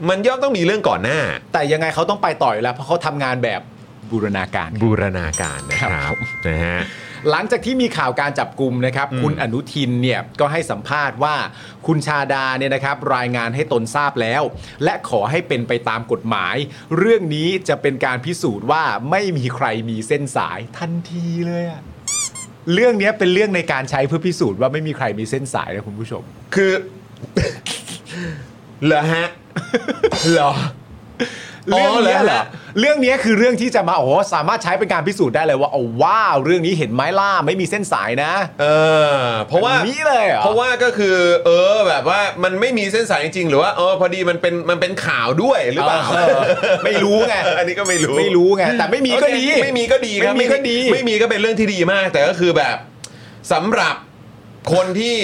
S1: มันย่อมต้องมีเรื่องก่อนหน้า
S2: แต่ยังไงเขาต้องไปต่ออยแล้ว เพราะเขาทำงานแบบบูรณาการ
S1: บูรณาการนะค
S2: ครั
S1: รับบ นะฮะ
S2: หลังจากที่มีข่าวการจับกลุ่มนะครับ
S1: อืม
S2: คุณอนุทินเนี่ยก็ให้สัมภาษณ์ว่าคุณชาดาเนี่ยนะครับ รายงานให้ตนทราบแล้ว และขอให้เป็นไปตามกฎหมาย เรื่องนี้จะเป็นการพิสูจน์ว่าไม่มีใครมีเส้นสายทันทีเลยอะเรื่องเนี้ยเป็นเรื่องในการใช้เพื่อพิสูจน์ว่าไม่มีใครมีเส้นสายนะคุณผู้ชม
S1: คือ เหรอฮะ เหรอ อ๋
S2: เรื่องเนี้ยแห
S1: อเหรอเหรอ
S2: ละเรื่องเนี้ยคือเรื่องที่จะมาโอ้โหสามารถใช้เป็นการพิสูจน์ได้เลยว่าเอาว้าวเรื่องนี้เห็นไหมล่าไม่มีเส้นสายนะ
S1: เออเพราะว่า
S2: แบบนี้เลยเหรอ
S1: เพราะว่าก็คือ เออแบบว่ามันไม่มีเส้นสายจริงๆหรือว่าเออพอดีมันเป็นมันเป็นข่าวด้วยหรือเปล่า
S2: เออไม่รู้ไง
S1: อันนี้ก็ไม่รู้
S2: ไม่รู้ไงแต่ไม่มีก็ดี
S1: โอเคไม่มีก็ดีครับ
S2: ไม่มีก็ดี
S1: ไม่มีก็เป็นเรื่องที่ดีมาก แต่ก็คือแบบสำหรับคนที่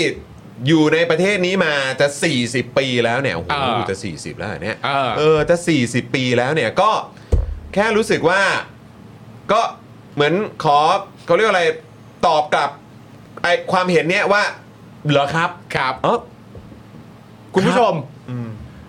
S1: อยู่ในประเทศนี้มาจะ 40 ปีแล้วเนี่ยโอ้โห
S2: เออ
S1: จะ 40 แล้วเนี่ย
S2: เออ
S1: เออจะ 40 ปีแล้วเนี่ยก็แค่รู้สึกว่า ก็เหมือนขอเขาเรียกว่าอะไรตอบกลับไอความเห็นเนี้ยว่าเหรอครับ
S2: ครับ
S1: เออ
S2: คุณผู้ชม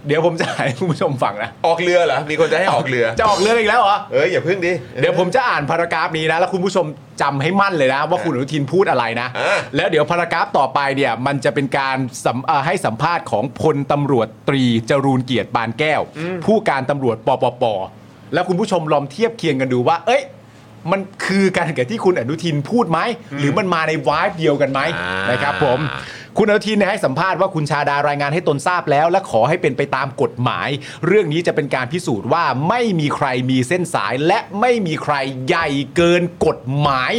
S2: เดี๋ยวผมจะให้คุณผู้ชมฟังนะ
S1: ออกเรือเหรอมีคนจะให้ออกเรือ
S2: จะออกเรืออีกแล้วเหรอ
S1: เอ้ยอย่าพึ่งดิ
S2: เดี๋ยวผมจะอ่านพารากราฟนี้นะ แล้วคุณผู้ชมจำให้มั่นเลยนะ ว่าคุณอนุทินพูดอะไรนะ
S1: อ่ะ
S2: แล้วเดี๋ยวพารากราฟต่อไปเนี่ย มันจะเป็นการสัมเอ่อให้สัมภาษณ์ของพลตำรวจตรีจรูนเกียรติปานแก้ว ผู้การตำรวจปปปแล้วคุณผู้ชมลองเทียบเคียงกันดูว่า เอ้ย มันคือกันกับที่คุณอนุทินพูดไหมหรือมันมาในวายเดียวกันไหม
S1: อ่าน
S2: นะครับผม คุณอนุทินเนี่ยให้สัมภาษณ์ว่าคุณชาดารายงานให้ตนทราบแล้ว และขอให้เป็นไปตามกฎหมาย เรื่องนี้จะเป็นการพิสูจน์ว่าไม่มีใครมีเส้นสาย และไม่มีใครใหญ่เกินกฎหมาย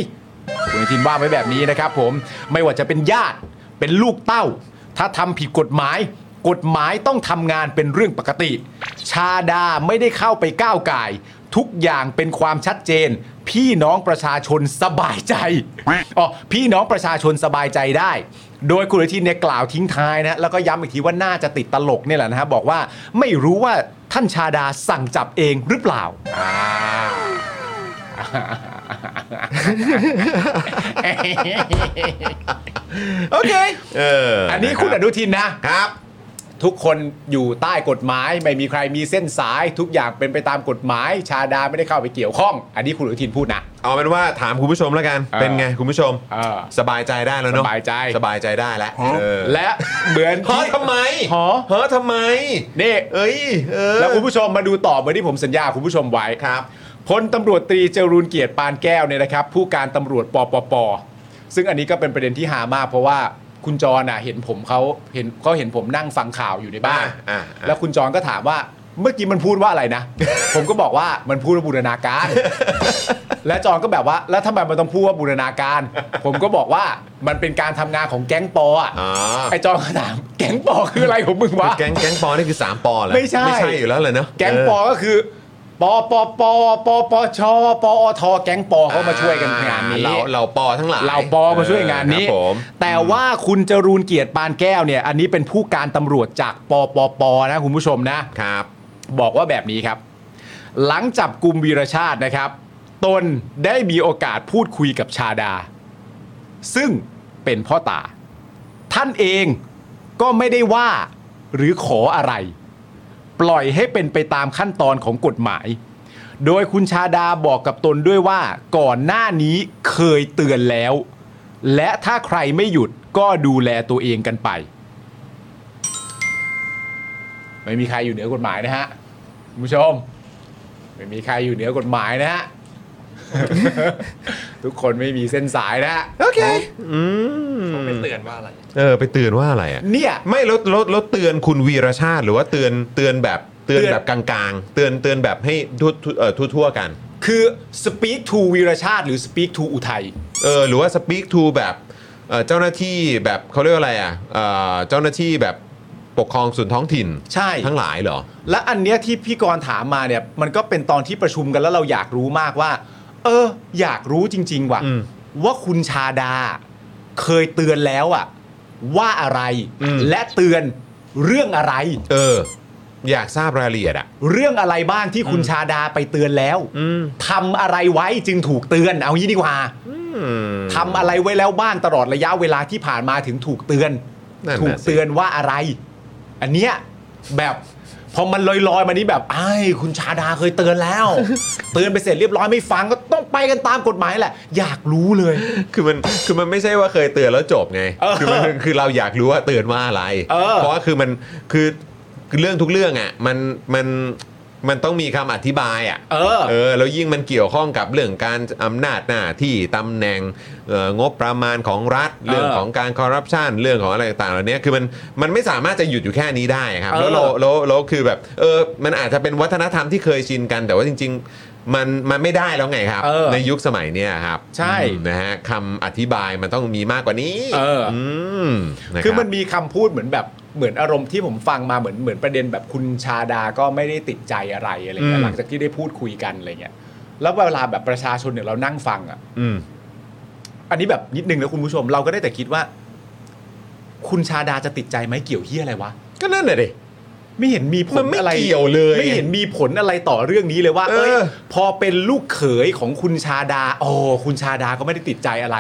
S2: คุณอนุทินว่าไว้แบบนี้นะครับผมไม่ว่าจะเป็นญาติเป็นลูกเต้า ถ้าทำผิดกฎหมาย กฎหมายต้องทำงานเป็นเรื่องปกติ ชาดาไม่ได้เข้าไปก้าวก่าย ทุกอย่างเป็นความชัดเจน พี่น้องประชาชนสบายใจอ๋อพี่น้องประชาชนสบายใจได้ โดยคุณอนุทินเนี่ยกล่าวทิ้งท้ายนะแล้วก็ย้ำอีกทีว่าน่าจะติดตลกเนี่ยแหละนะฮะบอกว่าไม่รู้ว่าท่านชาดาสั่งจับเองหรือเปล่า
S1: โอเคเออ
S2: อั
S1: อั
S2: นนี้คุณอนุทินนะ
S1: ครับ
S2: ทุกคนอยู่ใต้กฎหมาย ไม่มีใครมีเส้นสาย ทุกอย่างเป็นไปตามกฎหมาย ชาดาไม่ได้เข้าไปเกี่ยวข้อง อันนี้คุณอนุทินพูดนะ
S1: เอาเป็นว่าถามคุณผู้ชมแล้วกัน
S2: เออ
S1: เป็นไงคุณผู้ชม
S2: เออ
S1: สบายใจได้แล้วเนาะ
S2: สบายใจ
S1: สบายใจได้แล้วเออ
S2: และเหมือน
S1: เฮ้อทำไม
S2: หอ
S1: เฮ้อทำไม
S2: นี่
S1: เอ้ยเออ
S2: แล้วคุณผู้ชมมาดูต่อเหมือนที่ผมสัญญาคุณผู้ชมไว้
S1: ครับ
S2: พลตำรวจตรีจรูนเกียรติปานแก้วเนี่ยนะครับ ผู้การตำรวจปปป ซึ่งอันนี้ก็เป็นประเด็นที่หามาก เพราะว่าคุณจรน่ะเห็นผมเขาเห็นเขาเห็นผมนั่งฟังข่าวอยู่ในบ้าน
S1: อ่าอ่า
S2: แล้วคุณจรก็ถามว่าเมื่อกี้มันพูดว่าอะไร นะ ผมก็บอกว่ามันพูดว่าบูรณาการ และจอนก็แบบว่า แล้วทำไมมันต้องพูดว่าบูรณาการ ผมก็บอกว่ามันเป็นการทำงานของแก๊งปออ่ะ
S1: อ๋อ
S2: ไอจอนก็ถามแก๊งปอคืออะไรของมึงวะ
S1: แก๊งแก๊งปอนี่คือ 3 ปอเหรอ
S2: ไม่ใช่
S1: ไม่ใช่อยู่แล้วเลยเนาะ
S2: แก๊งปอ
S1: เ
S2: ก็คือปอปอปอปอปอชอปออทอแก๊งปอเขามาช่วยกันงานนี้
S1: เราเราปอทั้งหลาย
S2: เราปอมาช่วยงานนี้
S1: ครับผม
S2: แต่ว่าคุณจรูนเกียรติปานแก้วเนี่ย อันนี้เป็นผู้การตำรวจจากปปปนะคุณผู้ชมนะ
S1: ครับ
S2: บอกว่าแบบนี้ครับ หลังจับกลุ่มวีรชาตินะครับ ตนได้มีโอกาสพูดคุยกับชาดา ซึ่งเป็นพ่อตา ท่านเองก็ไม่ได้ว่าหรือขออะไร ปล่อยให้เป็นไปตามขั้นตอนของกฎหมาย โดยคุณชาดาบอกกับตนด้วยว่าก่อนหน้านี้เคยเตือนแล้ว และถ้าใครไม่หยุดก็ดูแลตัวเองกันไป ไม่มีใครอยู่เหนือกฎหมายนะฮะคุณผู้ชม ไม่มีใครอยู่เหนือกฎหมายนะฮะ ทุกคนไม่มีเส้นสายนะฮะ
S1: โอเคอืม
S4: ไม่เตือนว่าอะไร
S1: เออไปเตือนว่าอะไรอ่ะ
S2: เนี่ย
S1: ไม่แล้วแล้วแล้วเตือนคุณวีรชาติ หรือว่าเตือนเตือนแบบเตือน
S2: เตือน
S1: แบบกลางๆ เตือนเตือนแบบให้ทั่วทั่วเอ่อทั่วๆกัน
S2: คือ speak to วีรชาติ หรือ speak to อุทัย
S1: เออหรือว่าสปีกทูแบบเอ่อเจ้าหน้าที่แบบเขาเรียกว่าอะไรอ่ะเอ่อเจ้าหน้าที่แบบปกครองส่วนท้องถิ่น
S2: ใช่
S1: ทั้งหลายเหรอ
S2: และอันเนี้ยที่พี่กรณ์ถามมาเนี่ย มันก็เป็นตอนที่ประชุมกันแล้วเราอยากรู้มากว่า เออ อยากรู้จริง ๆ ว่ะ
S1: อืม
S2: ว่าคุณชาดา เคยเตือนแล้วอะว่าอะไร
S1: อืม
S2: และเตือนเรื่องอะไร
S1: เออ อยากทราบรายละเอียดอ่ะ
S2: เรื่องอะไรบ้างที่คุณชาดาไปเตือนแล้ว
S1: อืม
S2: ทำอะไรไว้จึงถูกเตือน เอางี้ดีกว่าทำอะไรไว้แล้วบ้างตลอดระยะเวลาที่ผ่านมาถึงถูกเตือน
S1: นั่นน่ะ
S2: ถูกเตือนว่าอะไร อันเนี้ยแบบพอมันลอยลอยๆมานี้แบบไอ้ายคุณชาดาเคยเตือนแล้ว เตือนไปเสร็จเรียบร้อยไม่ฟังก็ต้องไปกันตามกฎหมายแหละ อยากรู้เลย
S1: คือมันคือมันไม่ใช่ว่าเคยเตือนแล้วจบไง
S2: เออ
S1: คือมันคือเราอยากรู้ว่าเตือนว่าอะไร
S2: เออ
S1: เพราะว่าคือมันคือคือเรื่องทุกเรื่องอ่ะมันมันมันต้องมีคำอธิบายอ่ะ
S2: เออ
S1: เออแล้วยิ่งมันเกี่ยวข้องกับเรื่องการอำนาจหน้าที่ตำแหน่งเอ่องบประมาณของรัฐ เรื่องของการคอร์รัปชันเรื่องของอะไรต่างๆเหล่านี้คือมันมันไม่สามารถจะหยุดอยู่แค่นี้ได้ครับ
S2: เอ
S1: แล้
S2: อ
S1: วเราแล้วแล้วคือแบบเออมันอาจจะเป็นวัฒนธรรมที่เคยชินกันแต่ว่าจริง ๆ มันมันไม่ได้แล้วไงครับ
S2: เออ
S1: ในยุคสมัยเนี้ยครับ
S2: ใช่
S1: อืม นะฮะคำอธิบายมันต้องมีมากกว่านี้
S2: เอออื
S1: มะรับ
S2: คือมันมีคำพูดเหมือนแบบเหมือนอารมณ์ที่ผมฟังมาเหมือนเหมือนประเด็นแบบคุณชาดาก็ไม่ได้ติดใจอะไรอะไรเงี้ยหลังจากที่ได้พูดคุยกันอะไรเงี้ยแล้วเวลาแบบประชาชนเนี่ยเรานั่งฟังอ่ะ
S1: อืม
S2: อันนี้แบบนิดนึงนะคุณผู้ชมเราก็ได้แต่คิดว่า คุณชาดาจะติดใจไหมเกี่ยวเฮียอะไรวะ
S1: ก็นั่นแหละดิ
S2: ไม่เห็นมีผ
S1: มั
S2: ล
S1: นไม่
S2: อะไร
S1: เกี่ยวเลย
S2: ไม่เห็นมีผลอะไรต่อเรื่องนี้เลยว่า
S1: เออ
S2: เอ้ย พอเป็นลูกเขยของคุณชาดาอ๋อคุณชาดาก็ไม่ได้ติดใจอะไร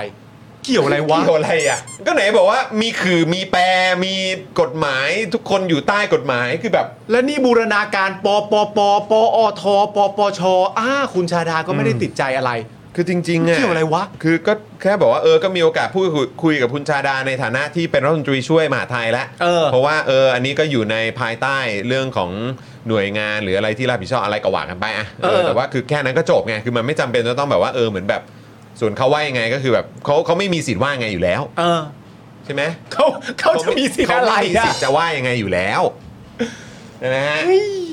S2: เกี่ยวอะไรวะ
S1: เกี่ยวอะไรอ่ะ ก็ไหนบอกว่ามีคือมีแปรมีกฎหมายทุกคนอยู่ใต้กฎหมายคือแบบ
S2: และนี่บูรณาการปปปปอทปปชอ้าคุณชาดาก็ไม่ได้ติดใจอะไร
S1: คือจริงๆอ่ะ
S2: เกี่ยวอะไรวะ
S1: คือก็แค่บอกว่าเออก็มีโอกาสพูดคุยคุยกับคุณชาดาในฐานะที่เป็นรัฐมนตรีช่วยมหาดไทยแล้ว
S2: เออ
S1: เพราะว่าเอออันนี้ก็อยู่ในภายใต้เรื่องของหน่วยงานหรืออะไรที่รับผิดชอบอะไรก็ว่ากันไปอ่ะ
S2: เออ
S1: แต่ว่าคือแค่นั้นก็จบไงคือมันไม่จำเป็นจะต้องแบบว่าเออเหมือนแบบส่วนเขาว่ายังไงก็คือแบบเขาเขาไม่มีสิทธิ์ว่าไงอยู่แล้ว
S2: เออ
S1: ใช่ไหม
S2: เขาเขาจะมีสิทธิ์อะไร
S1: เขาม่มี
S2: นะ
S1: สิทธิ์จะว่ายังไงอยู่แล้วนะฮะ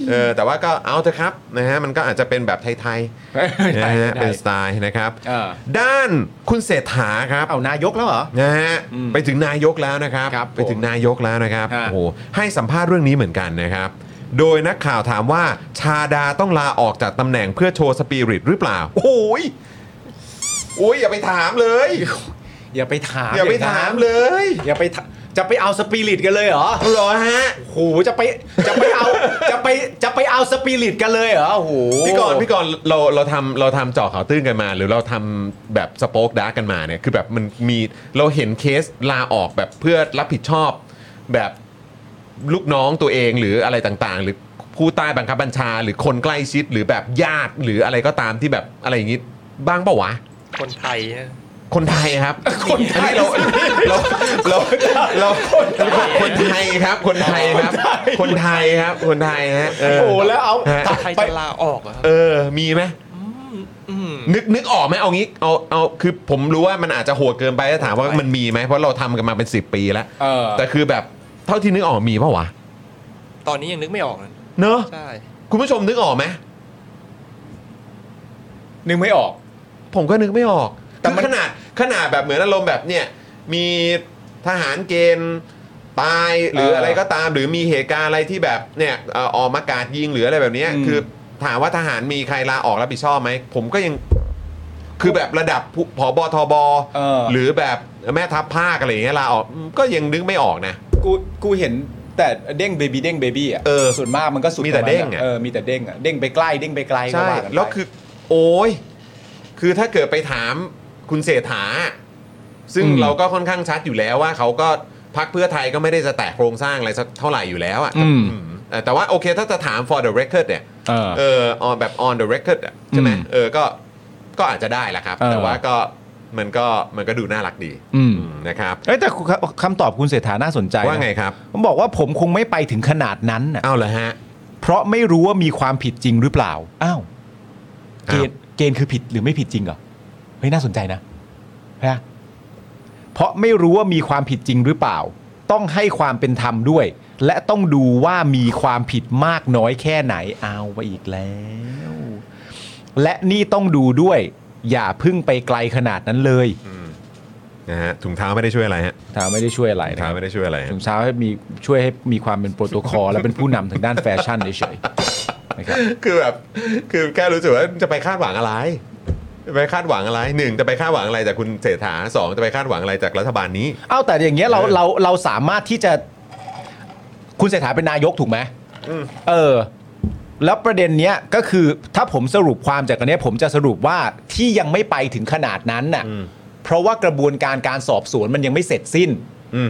S1: เออแต่ว่าก็เอาเถอะครับนะฮะมันก็อาจจะเป็นแบบไทยๆนะฮะเป็นสไตล์นะครับ
S2: เออ
S1: ด้านคุณเศรษฐาครับ
S2: เอานายกแล้วเหรอ
S1: นะฮะ
S2: อืม
S1: ไปถึงนายกแล้วนะครับ
S2: ครับผม
S1: ไปถึงนายกแล้วนะครับ
S2: ฮะ
S1: โอ้โหให้สัมภาษณ์เรื่องนี้เหมือนกันนะครับ โดยนักข่าวถามว่าชาดาต้องลาออกจากตำแหน่งเพื่อโชว์สปิริตหรือเปล่า โอ้ยโอ้ยอย่าไปถามเลย
S2: อย่าไปถาม
S1: อย่าไปถามเลย
S2: อย่าไปถามจะไปเอาสปิริตกันเลยเหรอ
S1: เหรอฮะ
S2: โหจะไปจะไปเอา จะไปจะไปเอาสปิริตกันเลยเหรอโห
S1: พี่กรณ์พี่กรณ์เราเราทำเราทำเจาะข่าวตื้นกันมา หรือเราทำแบบสป็อคดาร์กกันมาเนี่ยคือแบบมันมีเราเห็นเคสลาออกแบบเพื่อรับผิดชอบแบบ ลูกน้องตัวเองหรืออะไรต่างๆ หรือผู้ใต้บังคับบัญชา หรือคนใกล้ชิดหรือแบบญาติหรืออะไรก็ตามที่แบบอะไรอย่างงี้บ้างเปล่าวะ
S4: คนไทยนะ
S1: คนไทยครับ คนไทยเราเราเราเราคนไทยครับ คนไทยครับ คนไทยครับ คนไทยฮะเออ
S2: โอ้แล้วเอา
S1: ฮะ
S4: ไทยจะลาออกเหรอครับ
S1: เออ มีไหม
S4: อืม
S1: นึกนึกออกไหมเอางี้เอาเอาคือผมรู้ว่ามันอาจจะโหดเกินไปถ้าถามว่ามันมีไหมเพราะเราทำกันมาเป็น 10 ปีแล้ว
S2: เออ
S1: แต่คือแบบเท่าที่นึกออกมีเปล่าวะ
S4: ตอนนี้ยังนึกไม่ออกเลย
S1: เนอะ
S4: ใช่
S1: คุณผู้ชมนึกออกไหม
S2: นึกไม่ออก
S1: ผมก็นึกไม่ออก
S2: แต่
S1: แต่
S2: มัน
S1: ขนาดขนาดแบบเหมือนอารมณ์แบบเนี่ยมีทหารเกณฑ์ตายหรืออะไรก็ตามหรือมีเหตุการณ์อะไรที่แบบเนี่ยเอ่อออกมากราดยิงหรืออะไรแบบเนี้ย
S2: อืม
S1: คือถามว่าทหารมีใครลาออกรับผิดชอบไหมผมก็ยังคือแบบระดับผู้ผอบทบ
S2: เออ
S1: หรือแบบแม่ทัพภาคอะไรอย่างเงี้ยลาออกก็ยังนึกไม่ออกนะ
S2: กูกูเห็นแต่เด้งเบบี้เด้งเบบี้อ่ะ
S1: เออ
S2: ส่วนมากมันก็สุด
S1: มีแต่เด้ง
S2: ประาณนั้
S1: อะ
S2: นเออมีแต่เด้งอ่ะเด้งไปใกล้เด้งไปไกลก็
S1: ใช่
S2: ว่ากันไป
S1: แล้วคือโอ้ยคือถ้าเกิดไปถามคุณเศรษฐา ซึ่งเราก็ค่อนข้างชัดอยู่แล้วว่าเขาก็พักเพื่อไทยก็ไม่ได้จะแตะโครงสร้างอะไรสักเท่าไหร่อยู่แล้วอะ
S2: อืม
S1: อืมเออแต่ว่าโอเคถ้าจะถาม for the record เนี่ย
S2: เออ
S1: เออ on แบบ on the record อะใช่ไหม
S2: อืม
S1: เออก็ก็อาจจะได้แหละครับ
S2: เออ
S1: แต่ว่าก็มันก็มันก็ดูน่ารักดี
S2: อืม
S1: อืมนะครับ
S2: เอ้ยแต่คำตอบคุณเศรษฐาน่าสนใจนะ
S1: ว่าไงครับ
S2: ผมบอกว่าผมคงไม่ไปถึงขนาดนั้นน่ะ
S1: เอาเหรอฮะ
S2: เพราะไม่รู้ว่ามีความผิดจริงหรือเปล่า อ้าว เกณฑ์เกณฑ์คือผิดหรือไม่ผิดจริงเหรอ เฮ้ยน่าสนใจนะฮะเพราะไม่รู้ว่ามีความผิดจริงหรือเปล่า ต้องให้ความเป็นธรรมด้วย และต้องดูว่ามีความผิดมากน้อยแค่ไหน เอาไปอีกแล้ว และนี่ต้องดูด้วย อย่าเพึ่งไปไกลขนาดนั้นเลย
S1: นะฮะถุงเท้าไม่ได้ช่วยอะไรฮะ
S2: ถามไม่ได้ช่วยอะไร
S1: ถุง
S2: นะค
S1: เท้า
S2: รับ
S1: ไม่ได้ช่วยอะไรฮะ
S2: ถึงเช้าให้มีช่วยให้มีความเป็นโปรโตคอลและเป็นผู้นำทางด้านแฟชั่นเฉยๆนะครับ
S1: คือแบบคือแค่รู้สึกว่าจะไปคาดหวังอะไร จะไปคาดหวังอะไรหนึ่งจะไปคาดหวังอะไรจากคุณเศรษฐาสองจะไปคาดหวังอะไรจากรัฐบาลนี้
S2: เอาแต่อย่างเงี้ยเรา
S1: เออ
S2: เราเราสามารถที่จะคุณเศรษฐาเป็นนายกถูกไหมเออ แล้วประเด็นเนี้ยก็คือถ้าผมสรุปความจากอันเนี้ยผมจะสรุปว่าที่ยังไม่ไปถึงขนาดนั้นน่ะ เพราะว่ากระบวนการการสอบสวนมันยังไม่เสร็จสิ้น
S1: อืม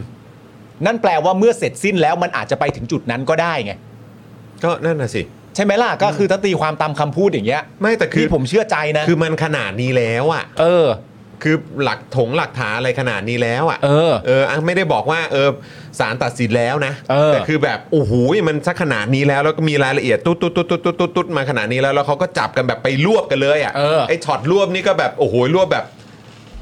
S2: นั่นแปลว่าเมื่อเสร็จสิ้นแล้วมันอาจจะไปถึงจุดนั้นก็ได้ไง
S1: ก็นั่นน่ะสิ
S2: ใช่ไหมล่ะก็คือถ้าตีความตามคำพูดอย่างเงี้ย
S1: ไม่แต่คือ
S2: นี่ผมเชื่อใจนะ
S1: คือมันขนาดนี้แล้วอ่ะ
S2: เออ
S1: คือหลักถงหลักฐานอะไรขนาดนี้แล้วอ่ะ
S2: เออ
S1: เอออ่ะไม่ได้บอกว่าเออสารตัดสินแล้วนะ
S2: เออ
S1: แต่คือแบบโอ้โหมันสักขนาดนี้แล้วแล้วก็มีรายละเอียดตุ๊ดตุ๊ดตุ๊ดตุ๊ดตุ๊ดตุ๊ดตุ๊ดมาขนาดนี้แล้วแล้วเขาก็จับกันแบบไปรวบกันเลยอ่ะ
S2: เออ
S1: ไอช็อตรวบนี่ก็แบบโอ้โหรวบแบบ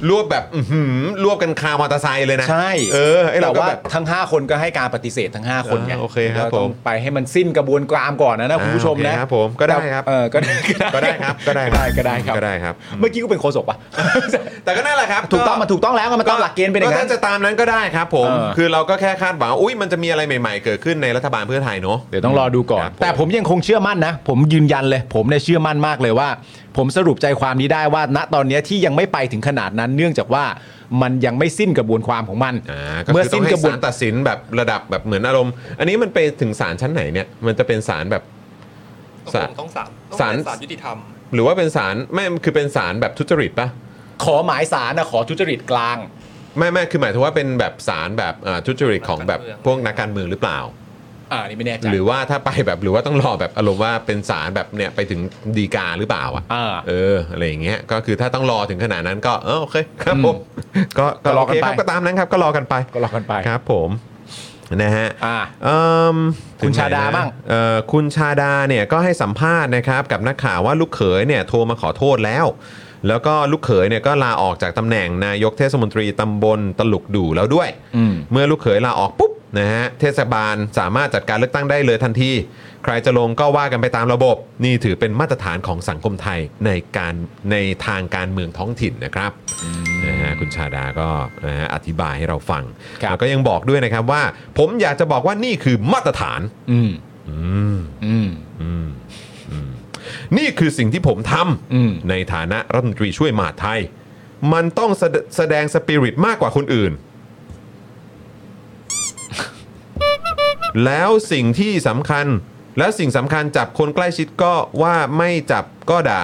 S1: รวบแบบอื้อหือรวบกันคามอเตอร์ไซค์เลยนะ
S2: ใช่
S1: เออไอเรา
S2: แต่
S1: ก็
S2: ว่า
S1: แบบ
S2: ทั้ง 5 คนก็ให้การปฏิเสธทั้ง 5 คนไง
S1: อ่าโอเคครับ
S2: าต้อง
S1: ผม
S2: ไปให้มันสิ้นกระบวนการก่อนนะนะ
S1: อ่า
S2: คุณผู้ชม
S1: โอ
S2: นะ
S1: เคครับผมก็ได้ครับ
S2: เออก็ได้
S1: ก็ได้ครับก็ได้
S2: ก็ได้ครับ
S1: ก็ได้ครับ
S2: เมื่อกี้กูเป็นโคศกปะ
S1: แต่ก็นั่นแหละครับ
S2: ถูกต้องมาถูกต้องแล้วมันตามหลักเกณฑ์เป็นอย่างนั้
S1: ถ้าน จะตามนั้นก็ได้ครับผม
S2: เออ
S1: คือเราก็แค่คาดหวังว่าอุ้ยมันจะมีอะไรใหม่ๆ เกิดขึ้นในรัฐบาลเพื่อไทยเนาะ
S2: เดี๋ยวต้องรอดูก่อน
S1: ครับ
S2: แต่ผมยังคงเชื่อมั่นนะ ผมยืนยันเลย ผมเนี่ยเชื่อมั่นมากเลยว่า ผมสรุปใจความนี้ได้ว่าณตอนเนี้ยที่ยังไม่ไปถึงขนาดนั้น เนื่องจากว่ามันยังไม่สิ้นกระบวนความของมัน
S1: อ่า
S2: เมื่
S1: เมื่
S2: อ
S1: อ
S2: สิ้
S1: สิ้
S2: น
S1: น
S2: ก
S1: ก
S2: ระ
S1: ระ
S2: บบ ว
S1: วน นตัดสินแบบระดับแบบเหมือนอารมณ์ อันนี้มันไปถึงศาลชั้นไหนเนี่ย มันจะเป็นศาลแบบ
S4: ต้
S1: สา
S4: อ
S1: รง
S4: ต้องสารต้อง
S1: สาร
S4: เป็นสารยุติธรรม
S1: หรือว่าเป็นศาลไม่คือเป็นศาลแบบทุจริตปะ
S2: ขอหมายสารนะขอทุจริตกลาง
S1: ไม่ไม่คือหมายถึงว่าเป็นแบบศาลแบบอ่าทุจริตของแบบ
S4: นักกา
S1: พวก
S4: รเมือง
S1: นักการเมืองหรือเปล่า
S2: อ่านี่ไม่แน่ใจ
S1: หรือว่าถ้าไปแบบหรือว่าต้องรอแบบอารมณ์ว่าเป็นศาลแบบเนี่ยไปถึงดีกาหรือเปล่าอ่ะ
S2: อ่า
S1: เอออะไรอย่างเงี้ยก็คือถ้าต้องรอถึงขนาดนั้นก็เออโอเคครับผมก็
S2: ก็รอกันไป
S1: โเคครับก็ตามนั้นครับก็รอกันไป
S2: ก็รอกันไป
S1: ครับผมนะฮะ
S2: อ่า
S1: เอิ่ม
S2: คุณชาดา
S1: ถึไหนนะ
S2: บ้าง
S1: เอ่อคุณชาดาเนี่ยก็ให้สัมภาษณ์นะครับกับนักข่าวว่าลูกเขยเนี่ยโทรมาขอโทษแล้ว แล้วก็ลูกเขยเนี่ยก็ลาออกจากตำแหน่งนายกเทศมนตรีตำบลตลุกดู่แล้วด้วย
S2: อืม
S1: เมื่อลูกเขยลาออกปุ๊บนะฮะเทศบาลสามารถจัดการเลือกตั้งได้เลยทันที ใครจะลงก็ว่ากันไปตามระบบ นี่ถือเป็นมาตรฐานของสังคมไทยในการในทางการเมืองท้องถิ่นนะครับนะฮะคุณชาดาก็นะฮะอธิบายให้เราฟัง
S2: ครับ
S1: แล้วก็ยังบอกด้วยนะครับว่า ผมอยากจะบอกว่านี่คือมาตรฐาน
S2: อืม
S1: อืม
S2: อืม
S1: อืมอืมนี่คือสิ่งที่ผมท
S2: อืม
S1: ำในฐานะรัฐมนตรีช่วยมหาดไทย มันต้องแสดแสดงสปิริตมากกว่าคนอื่น แล้วสิ่งที่สำคัญ แล้วสิ่งสำคัญจับคนใกล้ชิดก็ว่าไม่จับก็ด่า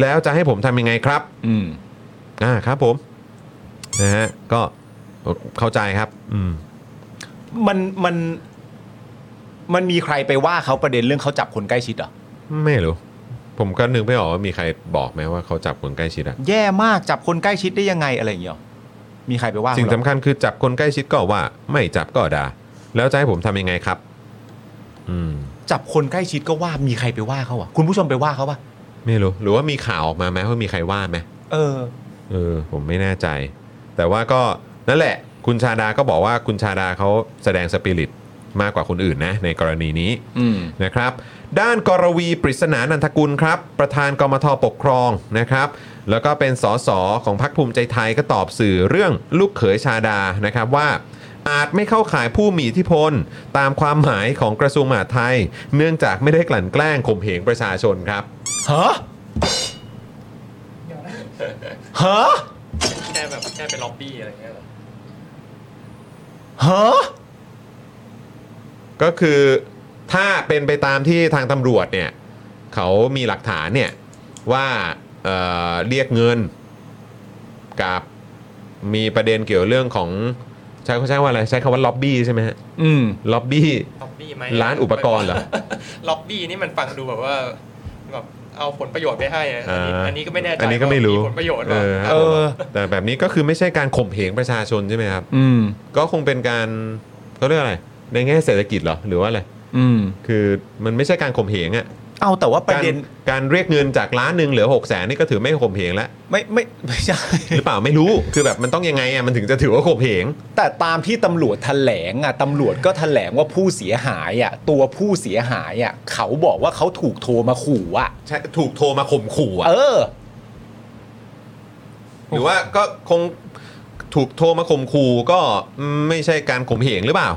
S1: แล้วจะให้ผมทำยังไงครับ
S2: อืม
S1: อ่าครับผมนะฮะก็เข้าใจครับ อืม
S2: มันมัน มันมีใครไปว่าเขาประเด็นเรื่องเขาจับคนใกล้ชิดเหรอ
S1: ไม่รู้ ผมก็นึกไม่ออกว่ามีใครบอกไหมว่าเขาจับคนใกล้ชิดอะ
S2: แย่มากจับคนใกล้ชิดได้ยังไงอะไรอย่างเงี้ยหรอมีใครไปว่าเขา
S1: สิ่ง
S2: เหรอ
S1: สำคัญคือจับคนใกล้ชิดก็ว่า ไม่จับก็ด่าแล้วจะให้ผมทำยังไงครับ อืม
S2: จับคนใกล้ชิดก็ว่ามีใครไปว่าเขาอ่ะคุณผู้ชมไปว่าเขาปะ
S1: ไม่รู้ หรือว่ามีข่าวออกมาไหมว่ามีใครว่าไหม
S2: เออ
S1: เออผมไม่แน่ใจ แต่ว่าก็นั่นแหละ คุณชาดาก็บอกว่าคุณชาดาเขาแสดงสปิริตมากกว่าคนอื่นนะ ในกรณีนี้
S2: อืม
S1: นะครับ ด้านกรวีปริศนานันทกุลครับ ประธานกมทปกครองนะครับ แล้วก็เป็นสสของพรรคภูมิใจไทยก็ตอบสื่อเรื่องลูกเขยชาดานะครับว่า อาจไม่เข้าข่ายผู้มีอิทธิพล ตามความหมายของกระทรวงมหาดไทย เนื่องจากไม่ได้กลั่นแกล้งข่มเหงประชาชนครับ
S2: ฮะ
S3: เดี๋ยวนะ
S2: ฮะ
S4: แค่แบบแค่ไปล็อบบี้อะไรเงี้ยเหรอ
S2: ฮะ
S1: ก็คือถ้าเป็นไปตามที่ทางตำรวจเนี่ยเขามีหลักฐานเนี่ยว่าเอ่อเรียกเงินกับมีประเด็นเกี่ยวเรื่องของใช้เขาใช้ว่าอะไรใช้คำว่าล็อบบี้ใช่ไหมฮะ
S2: อืม
S1: ล็อบบี้
S4: ล็อบบี้ไหม
S1: ร้านอุปกรณ์เหรอ
S4: ล็อบบี้นี่มันฟังดูแบบว่าแบบเอาผลประโยชน์ไปให้อะอันนี้
S1: า
S4: อันนี้ก็ไม่แน่ใจ
S1: อันนี้ก็ไม่รู้
S4: ว่าผลประโยชน์
S1: เอ
S4: ว่า
S1: อครับ
S2: เออ
S1: แต่แบบนี้ก็คือไม่ใช่การข่มเหงประชาชนใช่ไหมครับ
S2: อืม
S1: ก็คงเป็นการเขาเรียกอะไรในแง่เศรษฐกิจเหรอหรือว่าอะไร
S2: อืม
S1: คือมันไม่ใช่การข่มเหงอะ
S2: เอาแต่ว่าประเด็น
S1: การการเรียกเงินจากล้านหนึ่งเหลือ6กแสนนี่ก็ถือไม่ข่มเหงแล้ว
S2: ไม่ไม่ไม่ใช่
S1: หรือเปล่าไม่รู้ คือแบบมันต้องยังไงอ่ะมันถึงจะถือว่าข่มเหง
S2: แต่ตามที่ตำรวจแถลงอ่ะตำรวจก็แถลงว่าผู้เสียหายอ่ะตัวผู้เสียหายอ่ะเขาบอกว่าเขาถูกโทรมาขู่อ่ะ
S1: ใช่ถูกโทรมาข่มขู่อ่ะ
S2: เออ
S1: หรือว่าก็คงถูกโทรมาข่มขู่ก็ไม่ใช่การข่มเหงหรือเปล่า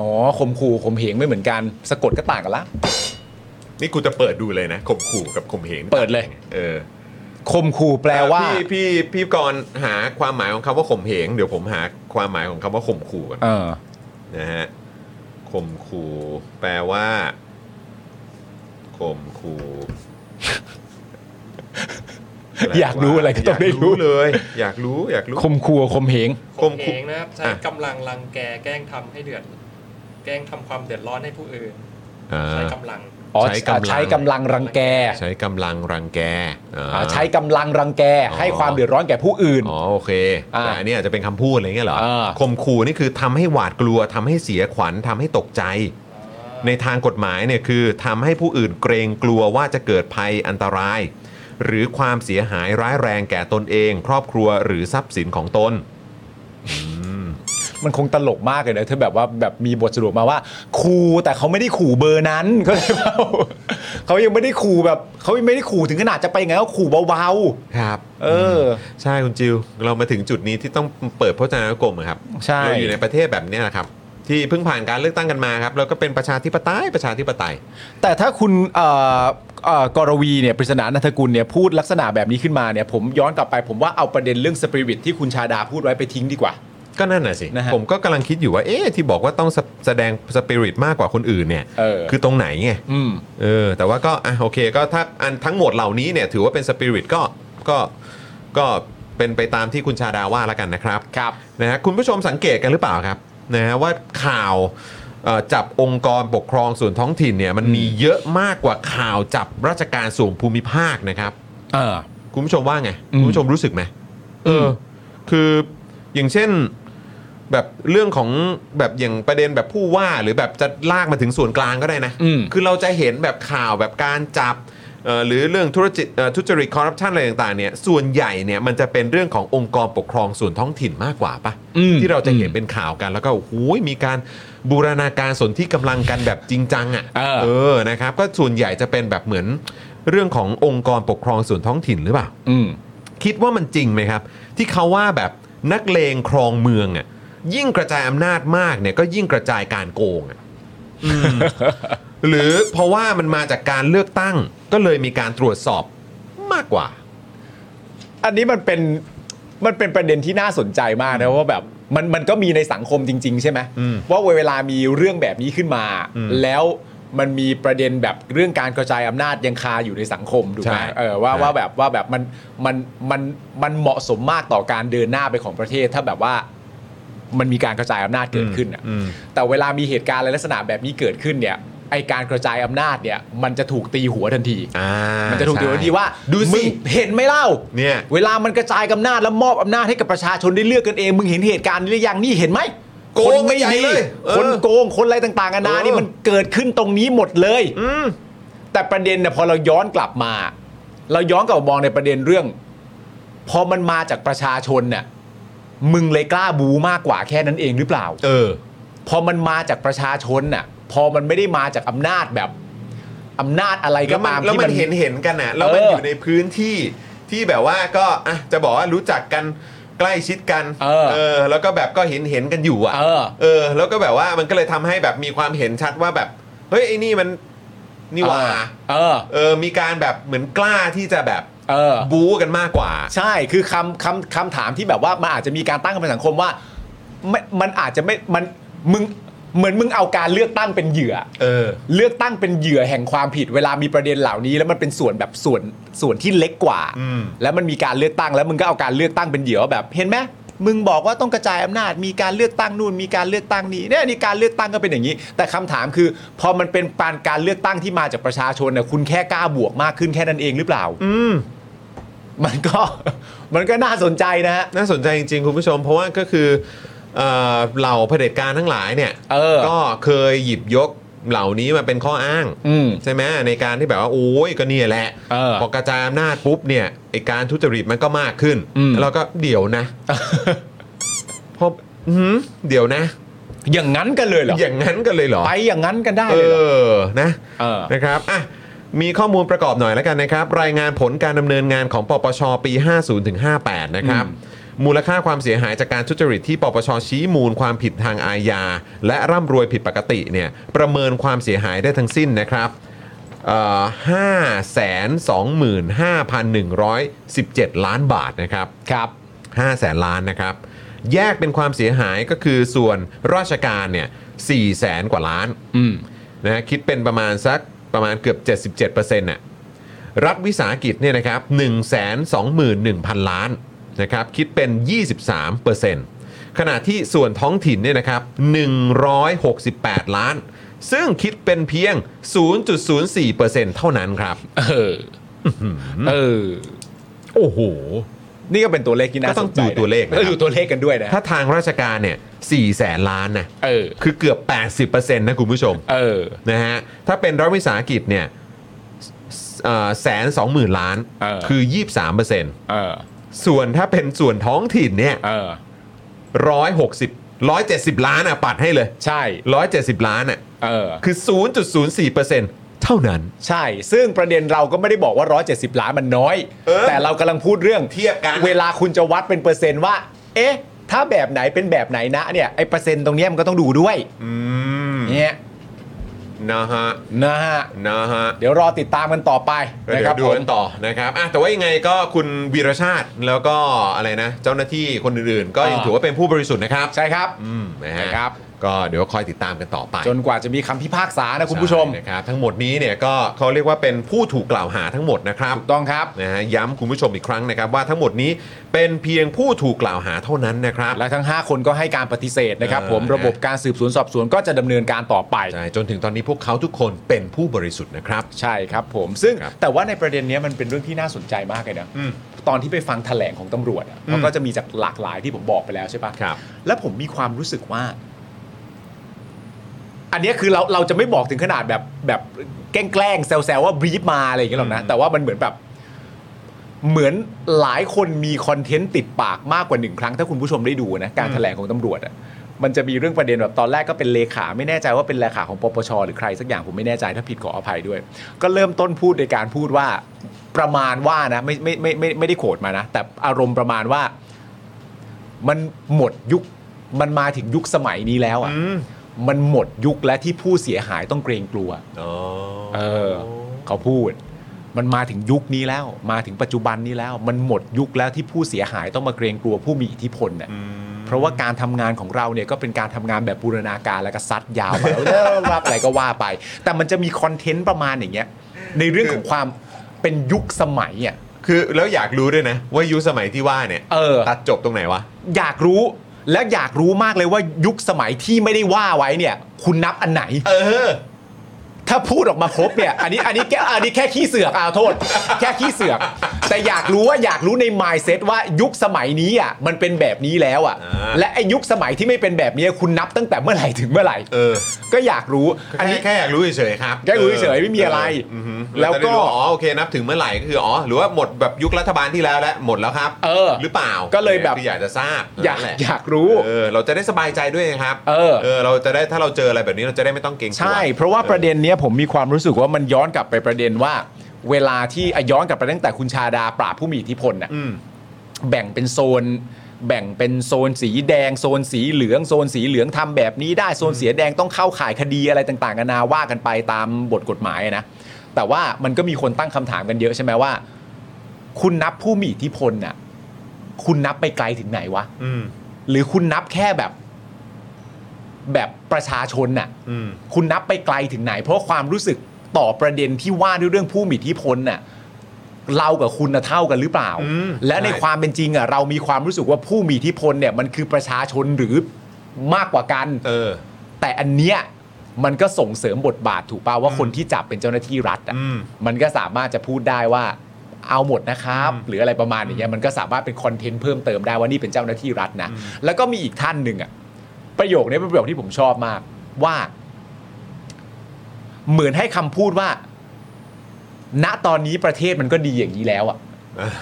S2: อ๋อข่มขู่ข่มเหงไม่เหมือนกัน สะกดก็ต่างกันละ
S1: นี่กูจะเปิดดูเลยนะข่มขู่กับข่มเหง
S2: เปิดเลย
S1: เออ
S2: ข่มขู่แปลว่า
S1: พี่พี่พี่กรณ์หาความหมายของคำว่าข่มเหงเดี๋ยวผมหาความหมายของคำว่าข่มขู่กัน
S2: เออ
S1: นะฮะข่มขู่แปลว่าข่มขู่
S2: อยากรู้อะไรก็ต้องได้รู้
S1: ยากเลย อยากรู้อยากรู้
S2: ข่มขู่กับข่มเหง
S4: ข่มเหงนะครับใช้
S1: อ่ะ
S4: กำลังรังแกแกล้งทำให้เดือด แกล้งทำความเดือดร้อนให้ผู้อื่น
S1: อ่า
S4: ใช้กำลัง
S2: อ๋อ
S1: ใช้
S2: ใช้
S1: กำ
S2: กำ
S1: ลัง
S2: ลังรังแก
S1: ใช้กำลังรังแกอ่า
S2: อ่าใช้กำลังรังแก
S1: อ๋อ
S2: ให้ความเดือดร้อนแก่ผู้อื่น
S1: อ๋อโอเค
S2: อ่า
S1: แต่อันนี้อาจจะเป็นคำพูดอะไรเงี้ยเหรอ
S2: เออ
S1: ข่มขู่นี่คือทำให้หวาดกลัวทำให้เสียขวัญทำให้ตกใจ ในทางกฎหมายเนี่ยคือทำให้ผู้อื่นเกรงกลัวว่าจะเกิดภัยอันตราย หรือความเสียหายร้ายแรงแก่ตนเอง ครอบครัวหรือทรัพย์สินของตน
S2: มันคงตลกมากเลยนะถ้าแบบว่าแบบมีบทสรุปมาว่าขู่แต่เขาไม่ได้ขู่เบอร์นั้น เขาใจเปล่าเขายังไม่ได้ขู่แบบเขายังไม่ได้ขู่ถึงขนาดจะไปไงก็ขู่เบา
S1: ครับ
S2: ๆเออ
S1: ใช่คุณจิว เรามาถึงจุดนี้ที่ต้องเปิดพจนานุกรมอะครับ
S2: ใช่
S1: เราอยู่ในประเทศแบบเนี้ยนะครับ ที่เพิ่งผ่านการเลือกตั้งกันมาครับ แล้วก็เป็นประชาธิปไตยประชาธิปไตย
S2: แต่ถ้าคุณเอ่อเอ่อกรวีเนี่ยปริศนานันทกุลเนี่ยพูดลักษณะแบบนี้ขึ้นมาเนี่ยผมย้อนกลับไปผมว่าเอาประเด็นเรื่องสปิริตที่คุณชาดาพูดไว้ไปทิ้งดีกว่า
S1: ก็นั่นน่ะสิ
S2: นะฮะ
S1: ผมก็กำลังคิดอยู่ว่า เอ๊ะที่บอกว่าต้องแสแสดงสปิริตมากกว่าคนอื่นเนี่ย
S2: เออ
S1: คือตรงไหนไง
S2: อืม
S1: เออ แต่ว่าก็ อ่ะ โอเค ก็ถ้าอันทั้งหมดเหล่านี้เนี่ย ถือว่าเป็นสปิริตก็ ก็ ก็เป็นไปตามที่คุณชาดาว่าแล้วกันนะครับ
S2: ครับ
S1: นะฮะคุณผู้ชมสังเกตกันหรือเปล่าครับนะฮะว่าข่าวเอ่อจับองค์กรปกครองส่วนท้องถิ่นเนี่ยมันมีเยอะมากกว่าข่าวจับราชการส่วนภูมิภาคนะครับ
S2: เออ
S1: คุณผู้ชมว่าไง
S2: อืม
S1: คุณผู้ชมรู้สึกไหมเออ คืออย่างเช่นแบบเรื่องของแบบอย่างประเด็นแบบผู้ว่าหรือแบบจะลากมาถึงส่วนกลางก็ได้นะ
S2: อืม
S1: คือเราจะเห็นแบบข่าวแบบการจับเอ่อหรือเรื่องธุรกิจเอ่อทุจริตคอร์รัปชันอะไรต่างๆเนี่ยส่วนใหญ่เนี่ยมันจะเป็นเรื่องขององค์กรปกครองส่วนท้องถิ่นมากกว่าปะ
S2: อืม
S1: ที่เราจะเห็นเป็นข่าวกันแล้วก็โอ้โหมีการบูรณาการสนที่กำลังกันแบบจริงจังอ่ะ
S2: เออ
S1: เออ นะครับ ก็ส่วนใหญ่จะเป็นแบบเหมือนเรื่องขององค์กรปกครองส่วนท้องถิ่นหรือเปล่า
S2: อืม
S1: คิดว่ามันจริงไหมครับ ที่เขาว่าแบบนักเลงครองเมืองอ่ะยิ่งกระจายอำนาจมากเนี่ยก็ยิ่งกระจายการโกงอ่ะอืมหรือเพราะว่ามันมาจากการเลือกตั้ง ก็เลยมีการตรวจสอบมากกว่า
S2: อันนี้มันเป็นมันเป็นประเด็นที่น่าสนใจมากนะว่าแบบมันมันก็มีในสังคมจริง ๆ ใช่ไหม
S1: อืม
S2: ว่าเวลามีเรื่องแบบนี้ขึ้นมา
S1: อืม
S2: แล้วมันมีประเด็นแบบเรื่องการกระจายอำนาจยังคาอยู่ในสังคมถูกไหม
S1: ใช่
S2: เออว่า
S1: ใช่
S2: ว่าแบบว่าแบบมันมันมันมันเหมาะสมมากต่อการเดินหน้าไปของประเทศ ถ้าแบบว่ามันมีการกระจายอำนาจเกิดขึ้นอะ
S1: อืม
S2: แต่เวลามีเหตุการณ์อะไรลักษณะแบบนี้เกิดขึ้นเนี่ย ไอการกระจายอำนาจเนี่ย มันจะถูกตีหัวทันที
S1: อ่ามั
S2: มันจะถูกตีหัวทันทีว่า
S1: ดูสิ
S2: มึงเห็นไหมเล่า
S1: เนี่ย
S2: เวลามันกระจายอำนาจแล้วมอบอำนาจให้กับประชาชนได้เลือกกันเอง มึงเห็นเหตุการณ์นี้หรือยังนี่เห็นไหม
S1: โกง
S2: คนไม่
S1: ใหญ่
S2: ดี
S1: เลยเออ
S2: คนโกงคนอะไรต่างๆนานา
S1: เออ
S2: นี่มันเกิดขึ้นตรงนี้หมดเลย
S1: อืม
S2: แต่ประเด็นเนี่ยพอเราย้อนกลับมา เราย้อนกลับมามองในประเด็นเรื่อง พอมันมาจากประชาชนเนี่ยมึงเลยกล้าบูมากกว่าแค่นั้นเองหรือเปล่า
S1: เออ
S2: พอมันมาจากประชาชนน่ะ พอมันไม่ได้มาจากอำนาจแบบอำนาจอะไร
S1: แล้
S2: ก็
S1: วมัน
S2: ตาม
S1: แล้ว
S2: ที่
S1: มั
S2: มัน น
S1: เห็นเห็นกันนะแล้วมัน
S2: เออ
S1: อ
S2: อยู่
S1: ในพื้นที่ที่แบบว่าก็อ่ะจะบอกว่ารู้จักกันใกล้ชิดกัน
S2: เออ
S1: อแล้วก็แบบก็เห็นเห็นกันอยู่อ่ะ
S2: เออ
S1: เออ แล้วก็แบบว่ามันก็เลยทำให้แบบมีความเห็นชัดว่าแบบเฮ้ยไอ้นี่มันนี่หว่า
S2: เออ
S1: เออมีการแบบเหมือนกล้าที่จะแบบ
S2: เออ
S1: บู๊กันมากกว่า
S2: ใช่ คือคำคำคำถามที่แบบว่ามันอาจจะมีการตั้งคำถามสังคมว่าไม่มันอาจจะไม่ มัน มึง เหมือนมึงเอาการเลือกตั้งเป็นเหยื่อ
S1: เออ
S2: เลือกตั้งเป็นเหยื่อแห่งความผิด เวลามีประเด็นเหล่านี้ แล้วมันเป็นส่วนแบบส่วนส่วนที่เล็กกว่า
S1: อืม
S2: แล้วมันมีการเลือกตั้งแล้วมึงก็เอาการเลือกตั้งเป็นเหยื่อว่าแบบ เห็นไหมมึงบอกว่าต้องกระจายอำนาจมีการเลือกตั้งนู่นมีการเลือกตั้งนี่เนี่ยนี่การเลือกตั้งก็เป็นอย่างนี้ แต่คำถามคือ พอมันเป็นการการเลือกตั้งที่มาจากประชาชนเนี่ยคุณแค่กล้าบวกมากขึ้นแค่นั้นเองหรือเปล่า
S1: อืม
S2: มันก็ มันก็น่าสนใจนะฮะ
S1: น่าสนใจจริงๆ คุณผู้ชม เพราะว่าก็คือเอ่อเหล่าเผด็จการทั้งหลายเนี่ย
S2: เออ
S1: ก็เคยหยิบยกเหล่านี้มาเป็นข้ออ้าง
S2: อืม
S1: ใช่ไหมในการที่แบบว่าโอ้ยก็เนี่ยแหละ
S2: เออ
S1: พอกระจายอำนาจปุ๊บเนี่ยไอการทุจริตมันก็มากขึ้น
S2: อืม
S1: แล้วก็เดี๋ยวนะ พออื้อหือเดี๋ยวนะ
S2: อย่างนั้นกันเลยเหรอ
S1: อย่างนั้นกันเลยเหรอ
S2: ไปอย่างนั้นกันได้
S1: เอ
S2: เลยเหรอ
S1: อนะ
S2: เออ
S1: นะครับอ่ะมีข้อมูลประกอบหน่อยแล้วกันนะครับ รายงานผลการดำเนินงานของปปชปี 50ถึง58 นะครับ
S2: อืม
S1: มูลค่าความเสียหายจากการทุจริตที่ปปชชี้มูลความผิดทางอาญาและร่ำรวยผิดปกติเนี่ยประเมินความเสียหายได้ทั้งสิ้นนะครับ ห้าแสนสองหมื่นห้าพันหนึ่งร้อยสิบเจ็ดล้านบาทนะครับ
S2: ครับ
S1: ห้าแสนล้านนะครับ แยกเป็นความเสียหายก็คือส่วนราชการเนี่ยสี่แสนกว่าล้าน
S2: อืม
S1: นะฮะคิดเป็นประมาณสักประมาณเกือบ 77%น่ะรัฐวิสาหกิจเนี่ยนะครับ1 2 1 0 0 0 ล้านนะครับคิดเป็น 23%ขณะที่ส่วนท้องถิ่นเนี่ยนะครับ168 ล้าน ซึ่งคิดเป็นเพียง 0.04%เท่านั้นครับ
S2: เออ เออ
S1: โอ้โห
S2: นี่ก็เป็นตัวเลขที่น่า
S1: ก็ต้
S2: ส
S1: อง
S2: นใจ
S1: ดูตัวเลขนะ
S2: ออดูตัวเลขกันด้วยนะ
S1: ถ้าทางราชการเนี่ย4แสนล้านนะ
S2: เออ
S1: คือเกือบ 80%นะคุณผู้ชม
S2: เออ
S1: นะฮะ ถ้าเป็นรัฐวิสาหกิจเนี่ยแสนสองหมื่นล้าน
S2: เออ
S1: คือ 23%
S2: เออ
S1: ส่วนถ้าเป็นส่วนท้องถิ่นเนี่ย
S2: เออ
S1: ร้อยหกสิบร้อยเจ็ดสิบล้านอ่ะปัดให้เลย
S2: ใช่
S1: ร้อยเจ็ดสิบล้านอ่ะ
S2: เออ
S1: คือ 0.04%เท่านั้น
S2: ใช่ ซึ่งประเด็นเราก็ไม่ได้บอกว่า 170 ล้านมันน้อย
S1: เออ
S2: แต่เรากำลังพูดเรื่อง
S1: เทียบกัน
S2: เวลาคุณจะวัดเป็นเปอร์เซ็นต์ว่า เอ๊ะ ถ้าแบบไหนเป็นแบบไหนนะเนี่ย ไอเปอร์เซ็นต์ตรงเนี้ยมันก็ต้องดูด้วย
S1: อืม
S2: เนี่ย
S1: นะฮะ
S2: นะฮะ
S1: นะฮะ
S2: เดี๋ยวรอติดตามกันต่อไปนะค
S1: เดี๋ย
S2: รับ
S1: วดู
S2: ผม
S1: กันต่อนะครับอ่ะแต่ว่ายังไงก็คุณวีรชาติแล้วก็อะไรนะ เจ้าหน้าที่คนอื่นๆ ก็ยัง
S2: อ่า
S1: ถือว่าเป็นผู้บริสุทธิ์นะครับ
S2: ใช่ครับ
S1: อืมนะฮะ
S2: นะครับ
S1: ก็เดี๋ยวคอยติดตามกันต่อไป
S2: จนกว่าจะมีคำพิพากษานะคุณผู้ชม
S1: ในะครับทั้งหมดนี้เนี่ยก็เขาเรียกว่าเป็นผู้ถูกกล่าวหาทั้งหมดนะครับ
S2: ถูกต้องครับ
S1: นะฮะย้ำคุณผู้ชมอีกครั้งนะครับ ว่าทั้งหมดนี้เป็นเพียงผู้ถูกกล่าวหาเท่านั้นนะครับ
S2: และทั้ง 5 คนก็ให้การปฏิเสธนะครับ ผม
S1: เออ
S2: ระบบการสืบสวนสอบสวนก็จะดำเนินการต่อไป
S1: ใช่จนถึงตอนนี้พวกเขาทุกคนเป็นผู้บริสุทธิ์นะครับ
S2: ใช่ครับผม ซึ่ง
S1: ครับ
S2: แต่ว่าในประเด็นเนี้ยมันเป็นเรื่องที่น่าสนใจมากเลยนะ
S1: อืม
S2: ตอนที่ไปฟังแถลงของตำรวจอะมันก็จะมีจากหลากหลายที่ผมบอกไปแล้วใช่ปะ
S1: ครับ
S2: แล้วผมมีความรู้สึกว่า อันเนี้ยคือเราเราจะไม่บอกถึงขนาดแบบแบบแกล้งๆแซวๆว่าบรีฟมาอะไรอย่างเงี้ยหรอกนะ แต่ว่ามันเหมือนแบบ เหมือนหลายคนมีคอนเทนต์ติดปากมากกว่าหนึ่งครั้ง ถ้าคุณผู้ชมได้ดูนะ การแถลงของตำรวจอ่ะมันจะมีเรื่องประเด็นแบบตอนแรกก็เป็นเลขา ไม่แน่ใจว่าเป็นเลขาของปปชหรือใครสักอย่างผมไม่แน่ใจถ้าผิดขออภัยด้วย ก็เริ่มต้นพูดในการพูดว่าประมาณว่านะไม่ไม่ไม่ไม่ไม่ได้โขดมานะ แต่อารมณ์ประมาณว่า มันหมดยุคมันมาถึงยุคสมัยนี้แล้วอ่ะมันหมดยุคและที่ผู้เสียหายต้องเกรงกลัว
S1: อ๋อ
S2: เออเขาพูด มันมาถึงยุคนี้แล้ว มาถึงปัจจุบันนี้แล้ว มันหมดยุคแล้วที่ผู้เสียหายต้องมาเกรงกลัวผู้มีอิทธิพลเนี่ยเพราะว่าการทำงานของเราเนี่ยก็เป็นการทำงานแบบบูรณาการแล้วก็ซัดยาว ไปแล้วรับอะไรก็ว่าไป แต่มันจะมีคอนเทนต์ประมาณอย่างเงี้ย ในเรื่องของความเป็นยุคสมัยอ่ะ
S1: คือแล้วอยากรู้ด้วยนะว่ายุคสมัยที่ว่าเนี่ย
S2: เออ
S1: ตัดจบตรงไหนวะ
S2: อยากรู้และอยากรู้มากเลยว่ายุคสมัยที่ไม่ได้ว่าไว้เนี่ย คุณนับอันไหน
S1: เออ
S2: ถ้าพูดออกมาครบเนี่ย อันนี้อันนี้แค่อันนี้แค่ขี้เสือกอาโทษ แค่ขี้เสือก แต่อยากรู้ว่าอยากรู้ใน mindset ว่ายุคสมัยนี้อ่ะมันเป็นแบบนี้แล้วอ่ะ
S1: อ่า
S2: และไอ้ยุคสมัยที่ไม่เป็นแบบนี้คุณนับตั้งแต่เมื่อไหร่ถึงเมื่อไหร่
S1: เออ
S2: ก็อยากรู้
S1: อั
S2: อั
S1: น
S2: น
S1: นี้
S2: นี้
S1: แค่อยากรู้เฉยๆครับ
S2: แค่รู้เฉยๆไม่มีอะไร
S1: เออม
S2: แล้วก็
S1: เราจะได้รู้ว่าอ๋อโอเคนับถึงเมื่อไหร่ก็คืออ๋อหรือว่าหมดแบบยุครัฐบาลที่แล้วแล้วหมดแล้วครับ
S2: เออ
S1: หรือเปล่า
S2: ก็เลยแบบ
S1: คืออยากจะทราบ
S2: อยาก
S1: นั่นแหละ
S2: อยากรู้
S1: เออเราจะได้สบายใจด้วยครับ
S2: เออ
S1: เออเราจะได้ถ้าเราเจออะไรแบบนี้เราจะได้ไม่ต้องเกรงกลัว
S2: ใช่ เพราะว่าประเด็นเนี้ยผมมีความรู้สึกว่ามันย้อนกลับไปประเด็นว่า เวลาที่อ่ะย้อนกลับไปตั้งแต่คุณชาดาปราบผู้มีอิทธิพลน่ะ
S1: อืม
S2: แบ่งเป็นโซน แบ่งเป็นโซนสีแดง โซนสีเหลือง โซนสีเหลืองทำแบบนี้ได้โซนสีแดงต้องเข้าข่ายคดีอะไรต่างๆกันานาว่ากันไปตามบทกฎหมายนะแต่ว่ามันก็มีคนตั้งคำถามกันเยอะใช่ไหมว่า คุณนับผู้มีอิทธิพลน่ะคุณนับไปไกลถึงไหนวะ
S1: อืม
S2: หรือคุณนับแค่แบบแบบประชาชนน่ะ
S1: อืม
S2: คุณนับไปไกลถึงไหน เพราะความรู้สึกต่อประเด็นที่ว่าด้วยเรื่องผู้มีอิทธิพลน่ะเรากับคุณน่ะเท่ากันหรือเปล่า
S1: อืม
S2: และใน
S1: ใช่
S2: ความเป็นจริงอ่ะเรามีความรู้สึกว่าผู้มีอิทธิพลเนี่ยมันคือประชาชนหรือมากกว่ากัน
S1: เออ
S2: แต่อันเนี้ยมันก็ส่งเสริมบทบาทถูกป่าวว่าคนที่จับเป็นเจ้าหน้าที่รัฐอ่ะ
S1: อืม
S2: มันก็สามารถจะพูดได้ว่าเอาหมดนะครับ หรืออะไรประมาณอย่างเงี้ยมันก็สามารถเป็นคอนเทนต์เพิ่มเติมได้ว่านี่เป็นเจ้าหน้าที่รัฐนะแล้วก็มีอีกท่านหนึ่งอ่ะประโยคนี้เป็นประโยคที่ผมชอบมากว่า เหมือนให้คำพูดว่า ณตอนนี้ประเทศมันก็ดีอย่างนี้แล้วอ่ะ
S1: เออ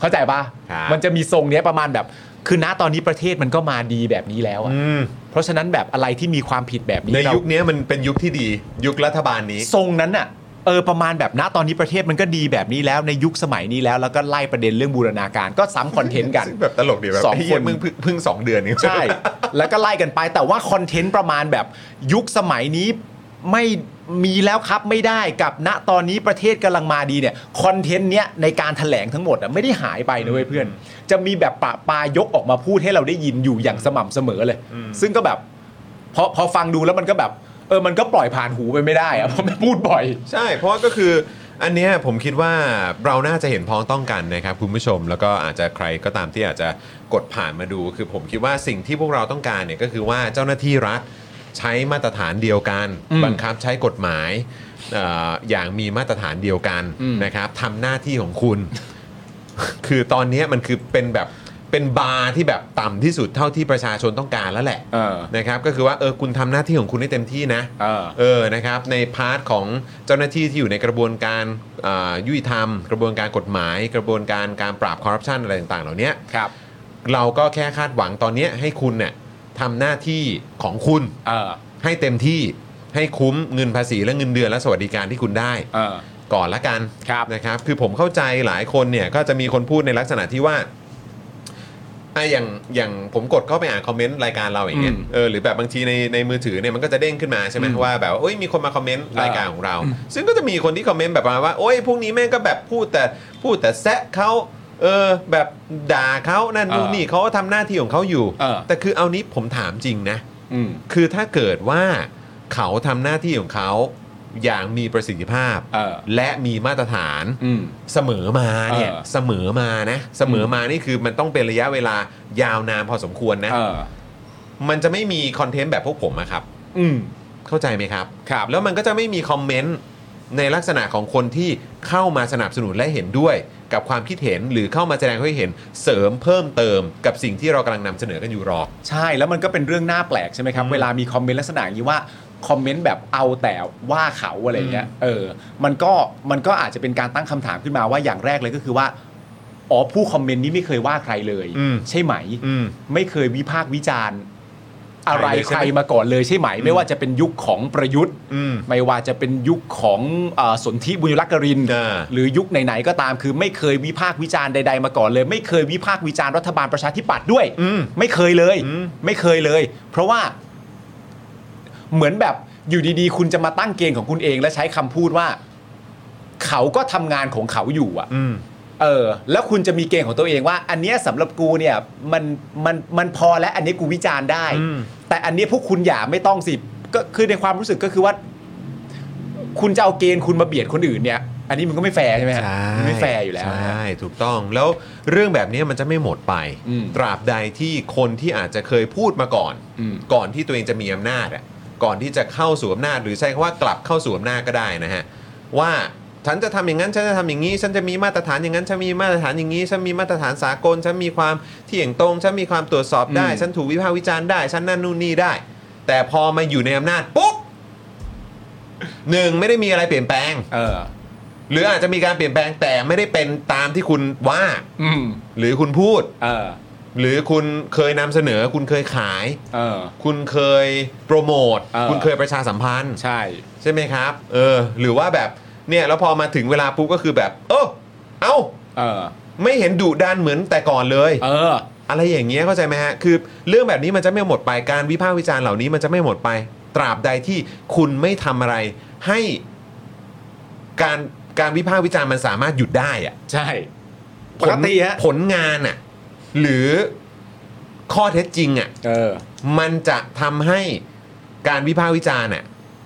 S2: เข้าใจปะ
S1: ครับ
S2: มันจะมีทรงเนี้ยประมาณแบบ คือณตอนนี้ประเทศมันก็มาดีแบบนี้แล้วอะ
S1: อืม
S2: เพราะฉะนั้นแบบอะไรที่มีความผิดแบบนี้
S1: ใน
S2: เรา
S1: ยุคนี้มันเป็นยุคที่ดี ยุครัฐบาลนี้
S2: ทรงนั้นน่ะเออประมาณแบบณตอนนี้ประเทศมันก็ดีแบบนี้แล้วในยุคสมัยนี้แล้ว แล้วก็ไล่ประเด็นเรื่องบูรณาการก็ซ้ำคอนเทนต์กัน
S1: ซึ่งแบบตลกดีแบบ
S2: สอง
S1: ไเหี้ย
S2: คน
S1: มึงเพิ่งเพิ่งสองเดือนนี้
S2: ใช่ แล้วก็ไล่กันไปแต่ว่าคอนเทนต์ประมาณแบบยุคสมัยนี้ไม่มีแล้วครับไม่ได้กับณตอนนี้ประเทศกำลังมาดีเนี่ยคอนเทนต์เนี้ยในการแถลงทั้งหมดอะไม่ได้หายไปนะเว้ยเพื่อน จะมีแบบปะปายกออกมาพูดให้เราได้ยินอยู่อย่างสม่ำเสมอเลย ซึ่งก็แบบพอพอฟังดูแล้วมันก็แบบ เออมันก็ปล่อยผ่านหูไปไม่ได้อะเพ ราะมันพูดบ่อย
S1: ใช่ เพราะก็คืออันเนี้ยผมคิดว่าเราน่าจะเห็นพ้องต้องกันนะครับคุณผู้ชม แล้วก็อาจจะใครก็ตามที่อาจจะกดผ่านมาดู คือผมคิดว่าสิ่งที่พวกเราต้องการเนี่ยก็คือว่าเจ้าหน้าที่รัฐใช้มาตรฐานเดียวกัน
S2: อืม
S1: บังคับใช้กฎหมายเอ่ออย่างมีมาตรฐานเดียวกัน
S2: อืม
S1: นะครับทำหน้าที่ของคุณ คือตอนเนี้ยมันคือเป็นแบบเป็นบาร์ที่แบบต่ำที่สุดเท่าที่ประชาชนต้องการแล้วแหละ
S2: เออ
S1: นะครับก็คือว่าเออคุณทำหน้าที่ของคุณให้เต็มที่นะ
S2: เออ
S1: นะครับในพาร์ทของเจ้าหน้าที่ที่อยู่ในกระบวนการอ่ายุติธรรม กระบวนการกฎหมาย กระบวนการการปราบคอร์รัปชันอะไรต่างๆ เหล่าเนี้ย
S2: ครับ
S1: เราก็แค่คาดหวังตอนเนี้ยให้คุณเนี่ยทำหน้าที่ของคุณ
S2: เออ
S1: ให้เต็มที่ให้คุ้มเงินภาษีและเงินเดือนและสวัสดิการที่คุณได้
S2: เออ
S1: ก่อนละกัน
S2: ครับ
S1: นะครับ คือผมเข้าใจหลายคนเนี่ยก็จะมีคนพูดในลักษณะที่ว่าอ่ะอย่างอย่างผมกดเข้าไปอ่านคอมเมนต์รายการเราอย่างเงี้ย
S2: อืม
S1: เออหรือแบบบางทีในในมือถือเนี่ยมันก็จะเด้งขึ้นมาใช่ไหม
S2: อืม
S1: ว่าแบบว่าเอ้ยมีคนมาคอมเมนต์รายการของเรา
S2: อืม
S1: ซึ่งก็จะมีคนที่คอมเมนต์แบบประมาณว่าโอ้ยพวกนี้แม่งก็แบบพูดแต่พูดแต่แซะเขาเออแบบด่าเขานั่นนู่น
S2: เออ
S1: นี่เขาก็ทำหน้าที่ของเขาอยู่
S2: เออ
S1: แต่คือเอานี้ผมถามจริงนะ
S2: อืม
S1: คือถ้าเกิดว่าเขาทำหน้าที่ของเขาอย่างมีประสิทธิภาพ
S2: เออ
S1: และมีมาตรฐาน
S2: อืม
S1: เสมอมาเนี่ย
S2: เออ
S1: เสมอมานะเสมอมานี่คือมันต้องเป็นระยะเวลายาวนานพอสมควรนะ
S2: เออ
S1: มันจะไม่มีคอนเทนต์แบบพวกผมอะครับ
S2: อืม
S1: เข้าใจไหมครับ
S2: ครับ
S1: แล้วมันก็จะไม่มีคอมเมนต์ในลักษณะของคนที่เข้ามาสนับสนุนและเห็นด้วย กับความคิดเห็นหรือเข้ามาแสดงความคิดเห็นเสริมเพิ่มเติม กับสิ่งที่เรากำลังนำเสนอกันอยู่หรอก
S2: ใช่แล้วมันก็เป็นเรื่องน่าแปลกใช่ไหมครับ เวลามีคอมเมนต์ลักษณะอย่างนี้ว่าคอมเมนต์แบบเอาแต่ว่าเขาอะไรเงี้ยเออมันก็มันก็อาจจะเป็นการตั้งคำถามขึ้นมาว่าอย่างแรกเลยก็คือว่าอ๋อผู้คอมเมนต์นี้ไม่เคยว่าใครเลย
S1: อืม
S2: ใช่ไหม
S1: อืม
S2: ไม่เคยวิพากษ์วิจารณ์ อะไร
S1: ใครเลย
S2: ใค
S1: ใช่ไหม
S2: รมาก่อนเลยใช่ไหม ไม่ว่าจะเป็นยุคของประยุทธ์
S1: อืม
S2: ไม่ว่าจะเป็นยุคของเออสนธิบุญรักกรินทร์
S1: อ่า
S2: หรือยุคไหนๆก็ตามคือไม่เคยวิพากษ์วิจารณ์ใดๆมาก่อนเลย ไม่เคยวิพากษ์วิจารณ์รัฐบาลประชาธิปัตย์ด้วย
S1: อืม
S2: ไม่เคยเลย
S1: อืม
S2: ไม่เคยเลย เพราะว่าเหมือนแบบอยู่ดีๆ คุณจะมาตั้งเกณฑ์ของคุณเองและใช้คำพูดว่า เขาก็ทำงานของเขาอยู่อะ
S1: อืม
S2: เออ แล้วคุณจะมีเกณฑ์ของตัวเองว่า อันเนี้ยสำหรับกูเนี่ย มันมันมันพอและอันนี้กูวิจารณ์ได้
S1: อืม
S2: แต่อันเนี้ยพวกคุณอย่าไม่ต้องสิก็คือในความรู้สึกก็คือว่า คุณจะเอาเกณฑ์คุณมาเบียดคนอื่นเนี่ย อันนี้มันก็ไม่แฟร์ใช่ไหมฮะ
S1: ใช่
S2: มันไม่แฟร์อยู่แล้ว
S1: ใช่ถูกต้องแล้วเรื่องแบบนี้มันจะไม่หมดไป
S2: อืม
S1: ตราบใดที่คนที่อาจจะเคยพูดมาก่อน
S2: อืม
S1: ก่อนที่ตัวเองจะมีอำนาจอะ ก่อนที่จะเข้าสู่อำนาจหรือใช้คำว่ากลับเข้าสู่อำนาจก็ได้นะฮะว่าฉันจะทำอย่างนั้นฉันจะทำอย่างนี้ ฉันจะมีมาตรฐานอย่างนั้นฉันมีมาตรฐานอย่างนี้ ฉันมีมาตรฐานสากล ฉันมีความเที่ยงตรงฉันมีความตรวจสอบได้
S2: อืม
S1: ฉันถูกวิพากษ์วิจารณ์ได้ ฉันนั่นนู่นนี่ได้ แต่พอมาอยู่ในอำนาจปุ๊บหนึ่งไม่ได้มีอะไรเปลี่ยนแปลง
S2: เออ
S1: หรืออาจจะมีการเปลี่ยนแปลงแต่ไม่ได้เป็นตามที่คุณว่า
S2: อืม
S1: หรือคุณพูด
S2: เออ
S1: หรือคุณเคยนำเสนอ คุณเคยขาย
S2: เออ
S1: คุณเคยโปรโมท
S2: เออ
S1: คุณเคยประชาสัมพันธ์
S2: ใช่
S1: ใช่ไหมครับ เออ หรือว่าแบบ เนี่ย แล้วพอมาถึงเวลาปุ๊บก็คือแบบ เออเอ้า
S2: เออ
S1: ไม่เห็นดุดันเหมือนแต่ก่อนเลย
S2: เออ
S1: อะไรอย่างเงี้ยเข้าใจไหมฮะ คือเรื่องแบบนี้มันจะไม่หมดไป การวิพากษ์วิจารณ์เหล่านี้มันจะไม่หมดไป ตราบใดที่คุณไม่ทำอะไร ให้การการวิพากษ์วิจารณ์มันสามารถหยุดได้อะ
S2: ใช่
S1: ผ
S2: ป
S1: ล
S2: กติฮะ
S1: ผลงานอ่ะหรือข้อเท็จจริงอ่ะ
S2: เออ
S1: มันจะทำให้การวิพากษ์วิจารณ์อ่ะ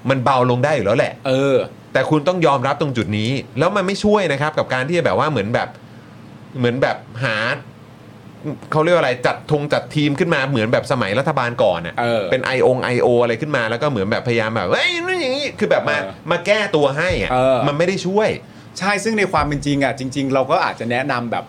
S1: มันเบาลงได้อยู่แล้วแหละ
S2: เออ
S1: แต่คุณต้องยอมรับตรงจุดนี้ แล้วมันไม่ช่วยนะครับ กับการที่จะแบบว่าเหมือนแบบเหมือนแบบหาเขาเรียกว่าอะไรจัดทงจัดทีมขึ้นมาเหมือนแบบสมัยรัฐบาลก่อน
S2: เอ
S1: อะ่ะ
S2: อ
S1: เป็น I อองไอโออะไรขึ้นมาแล้วก็เหมือนแบบพยายามแบบเฮ้ยนั่นอย่างนี้คือแบบมา
S2: เออ
S1: มาแก้ตัวให้อะ
S2: เออ
S1: มันไม่ได้ช่วย
S2: ใช่ซึ่งในความเป็นจริงอ่ะจริง ๆ เราก็อาจจะแนะนำแบบ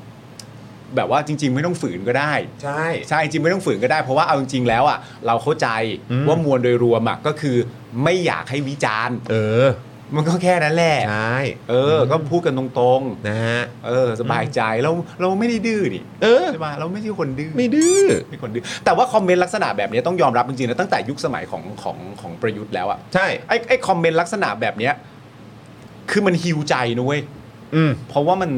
S2: แบบว่าจริง ๆ ไม่ต้องฝืนก็ได้
S1: ใช่
S2: ใช่จริงไม่ต้องฝืนก็ได้เพราะว่าเอาจริงๆแล้วอ่ะเราเข้าใจ
S1: อืม
S2: ว่ามวลโดยรวมอ่ะก็คือไม่อยากให้วิจารณ์
S1: เออ
S2: มันก็แค่นั้นแหละ
S1: ใช่
S2: เออ ก็พูดกันตรง
S1: นะฮะ
S2: ๆ เออ สบายใจเราเราไม่ได้ดื้อนี่
S1: เออ
S2: ใช่ปะเราไม่ใช่คนดื้อ
S1: ไม่ดื้อ
S2: ไม่ใช่คนดื้อแต่ว่าคอมเมนต์ลักษณะแบบนี้ต้องยอมรับจริงๆนะตั้งแต่ยุคสมัยของของของประยุทธ์แล้วอ่ะ
S1: ใช่
S2: ไอ้ไอ้คอมเมนต์ลักษณะแบบเนี้ยคือมันฮิวใจนะเว้ย
S1: อืม
S2: เพราะว่ามัน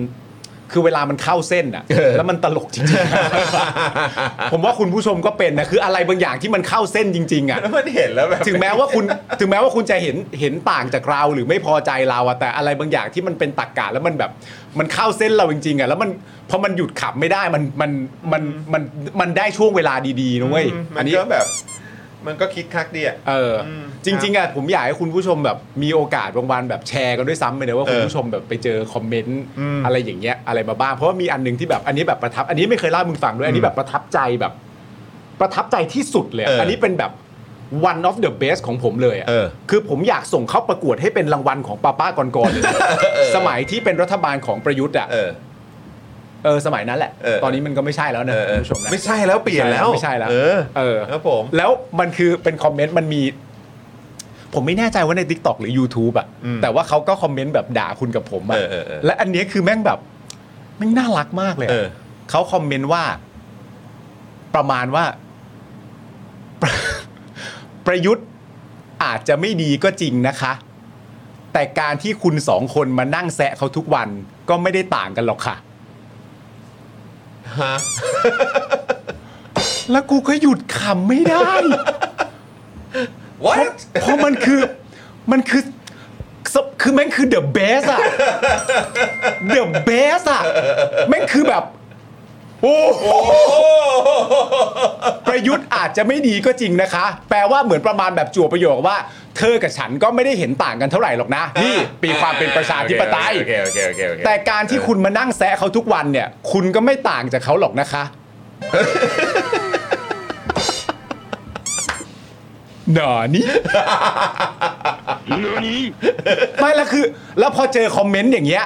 S2: คือเวลามันเข้าเส้นอ่ะ
S1: เออ
S2: แล้วมันตลกจริง ๆ ผมว่าคุณผู้ชมก็เป็นนะคืออะไรบางอย่างที่มันเข้าเส้นจริง ๆอ่ะ
S1: แล้วมันเห็นแล้วแบบ
S2: ถึงแม้ว่าคุณถึงแม้ว่าคุณจะเห็นเห็นต่างจากเราหรือไม่พอใจเราอ่ะแต่อะไรบางอย่างที่มันเป็นตรกกะแล้วมันแบบมันเข้าเส้นเราจริงๆอ่ะแล้วมันพอมันหยุดขับไม่ได้มันมันมันมันมันได้ช่วงเวลาดีๆนะเว้ย
S1: มั
S2: อัน
S1: น
S2: นี้
S1: ก็แบบ มันก็คิกคักดีอ่ะ
S2: เอออ
S1: ม
S2: จริงๆอ่ะผมอยากให้คุณผู้ชมแบบมีโอกาสบางวันแบบแชร์กันด้วยซ้ำไปเลยว่า
S1: เออ
S2: คุณผู้ชมแบบไปเจอคอมเมนต์
S1: อืม
S2: อะไรอย่างเงี้ยอะไรมาบ้างเพราะว่ามีอันหนึงที่แบบอันนี้แบบประทับ อันนี้ไม่เคยเล่าให้มึงฟังด้วยอันนี้แบบประทับใจแบบ ประทับใจที่สุดเลย
S1: เอออั
S2: อันนี้เป็นแบบ one of the best ของผมเลยอะ
S1: เออ
S2: คือผมอยากส่งเข้าประกวดให้เป็นรางวัลของป้าป้าๆก่อนๆเลยสมัยที่เป็นรัฐบาลของประยุทธ์อ่ะ
S1: เออ
S2: เออสมัยนั้นแหละ
S1: เออ
S2: ตอนนี้มันก็ไม่ใช่แล้วนะ
S1: เออเอ
S2: คุ
S1: อ
S2: ณผู้ชมนะ
S1: ไม่ใช่แล้วเปลี่ยนแล้ว
S2: ไม่ใช่แล้ว
S1: เออ
S2: เออ
S1: ครับผม
S2: แล้วมันคือเป็นคอมเมนต์มันมี ผมไม่แน่ใจว่าใน t ิ k t o k หรือ YouTube อะ
S1: อืม
S2: แต่ว่าเขาก็คอมเมนต์แบบด่าคุณกับผมอะ
S1: เออเออเออ
S2: และอันเนี้ยคือแม่งแบบแม่งน่ารักมากเลยะ
S1: เออ
S2: เขาคอมเมนต์ว่า ประมาณว่า ประประยุทธ์อาจจะไม่ดีก็จริงนะคะ แต่การที่คุณสองคนมานั่งแซะเขาทุกวันก็ไม่ได้ต่างกันหรอกค่ะ
S1: ฮะ
S2: แล้วกูก็หยุดขำไม่ได้
S1: วัด
S2: เพราะมันคือมันคือสคือแม่งคือ the best อะ the best อะแม่งคือแบบโอ้โหประยุทธ์อาจจะไม่ดีก็จริงนะคะ แปลว่าเหมือนประมาณแบบจั่วประโยคว่า เธอกับฉันก็ไม่ได้เห็นต่างกันเท่าไหร่หรอกนะ นี่ปีความเป็นประชาธิปไตย
S1: โอเคโอเคโอเคโอเค
S2: แต่การที่คุณมานั่งแซะเขาทุกวันเนี่ย คุณก็ไม่ต่างจากเขาหรอก นะคะ หนอ นี่ไม่และคือ แล้วพอเจอคอมเมนต์อย่างเงี้ย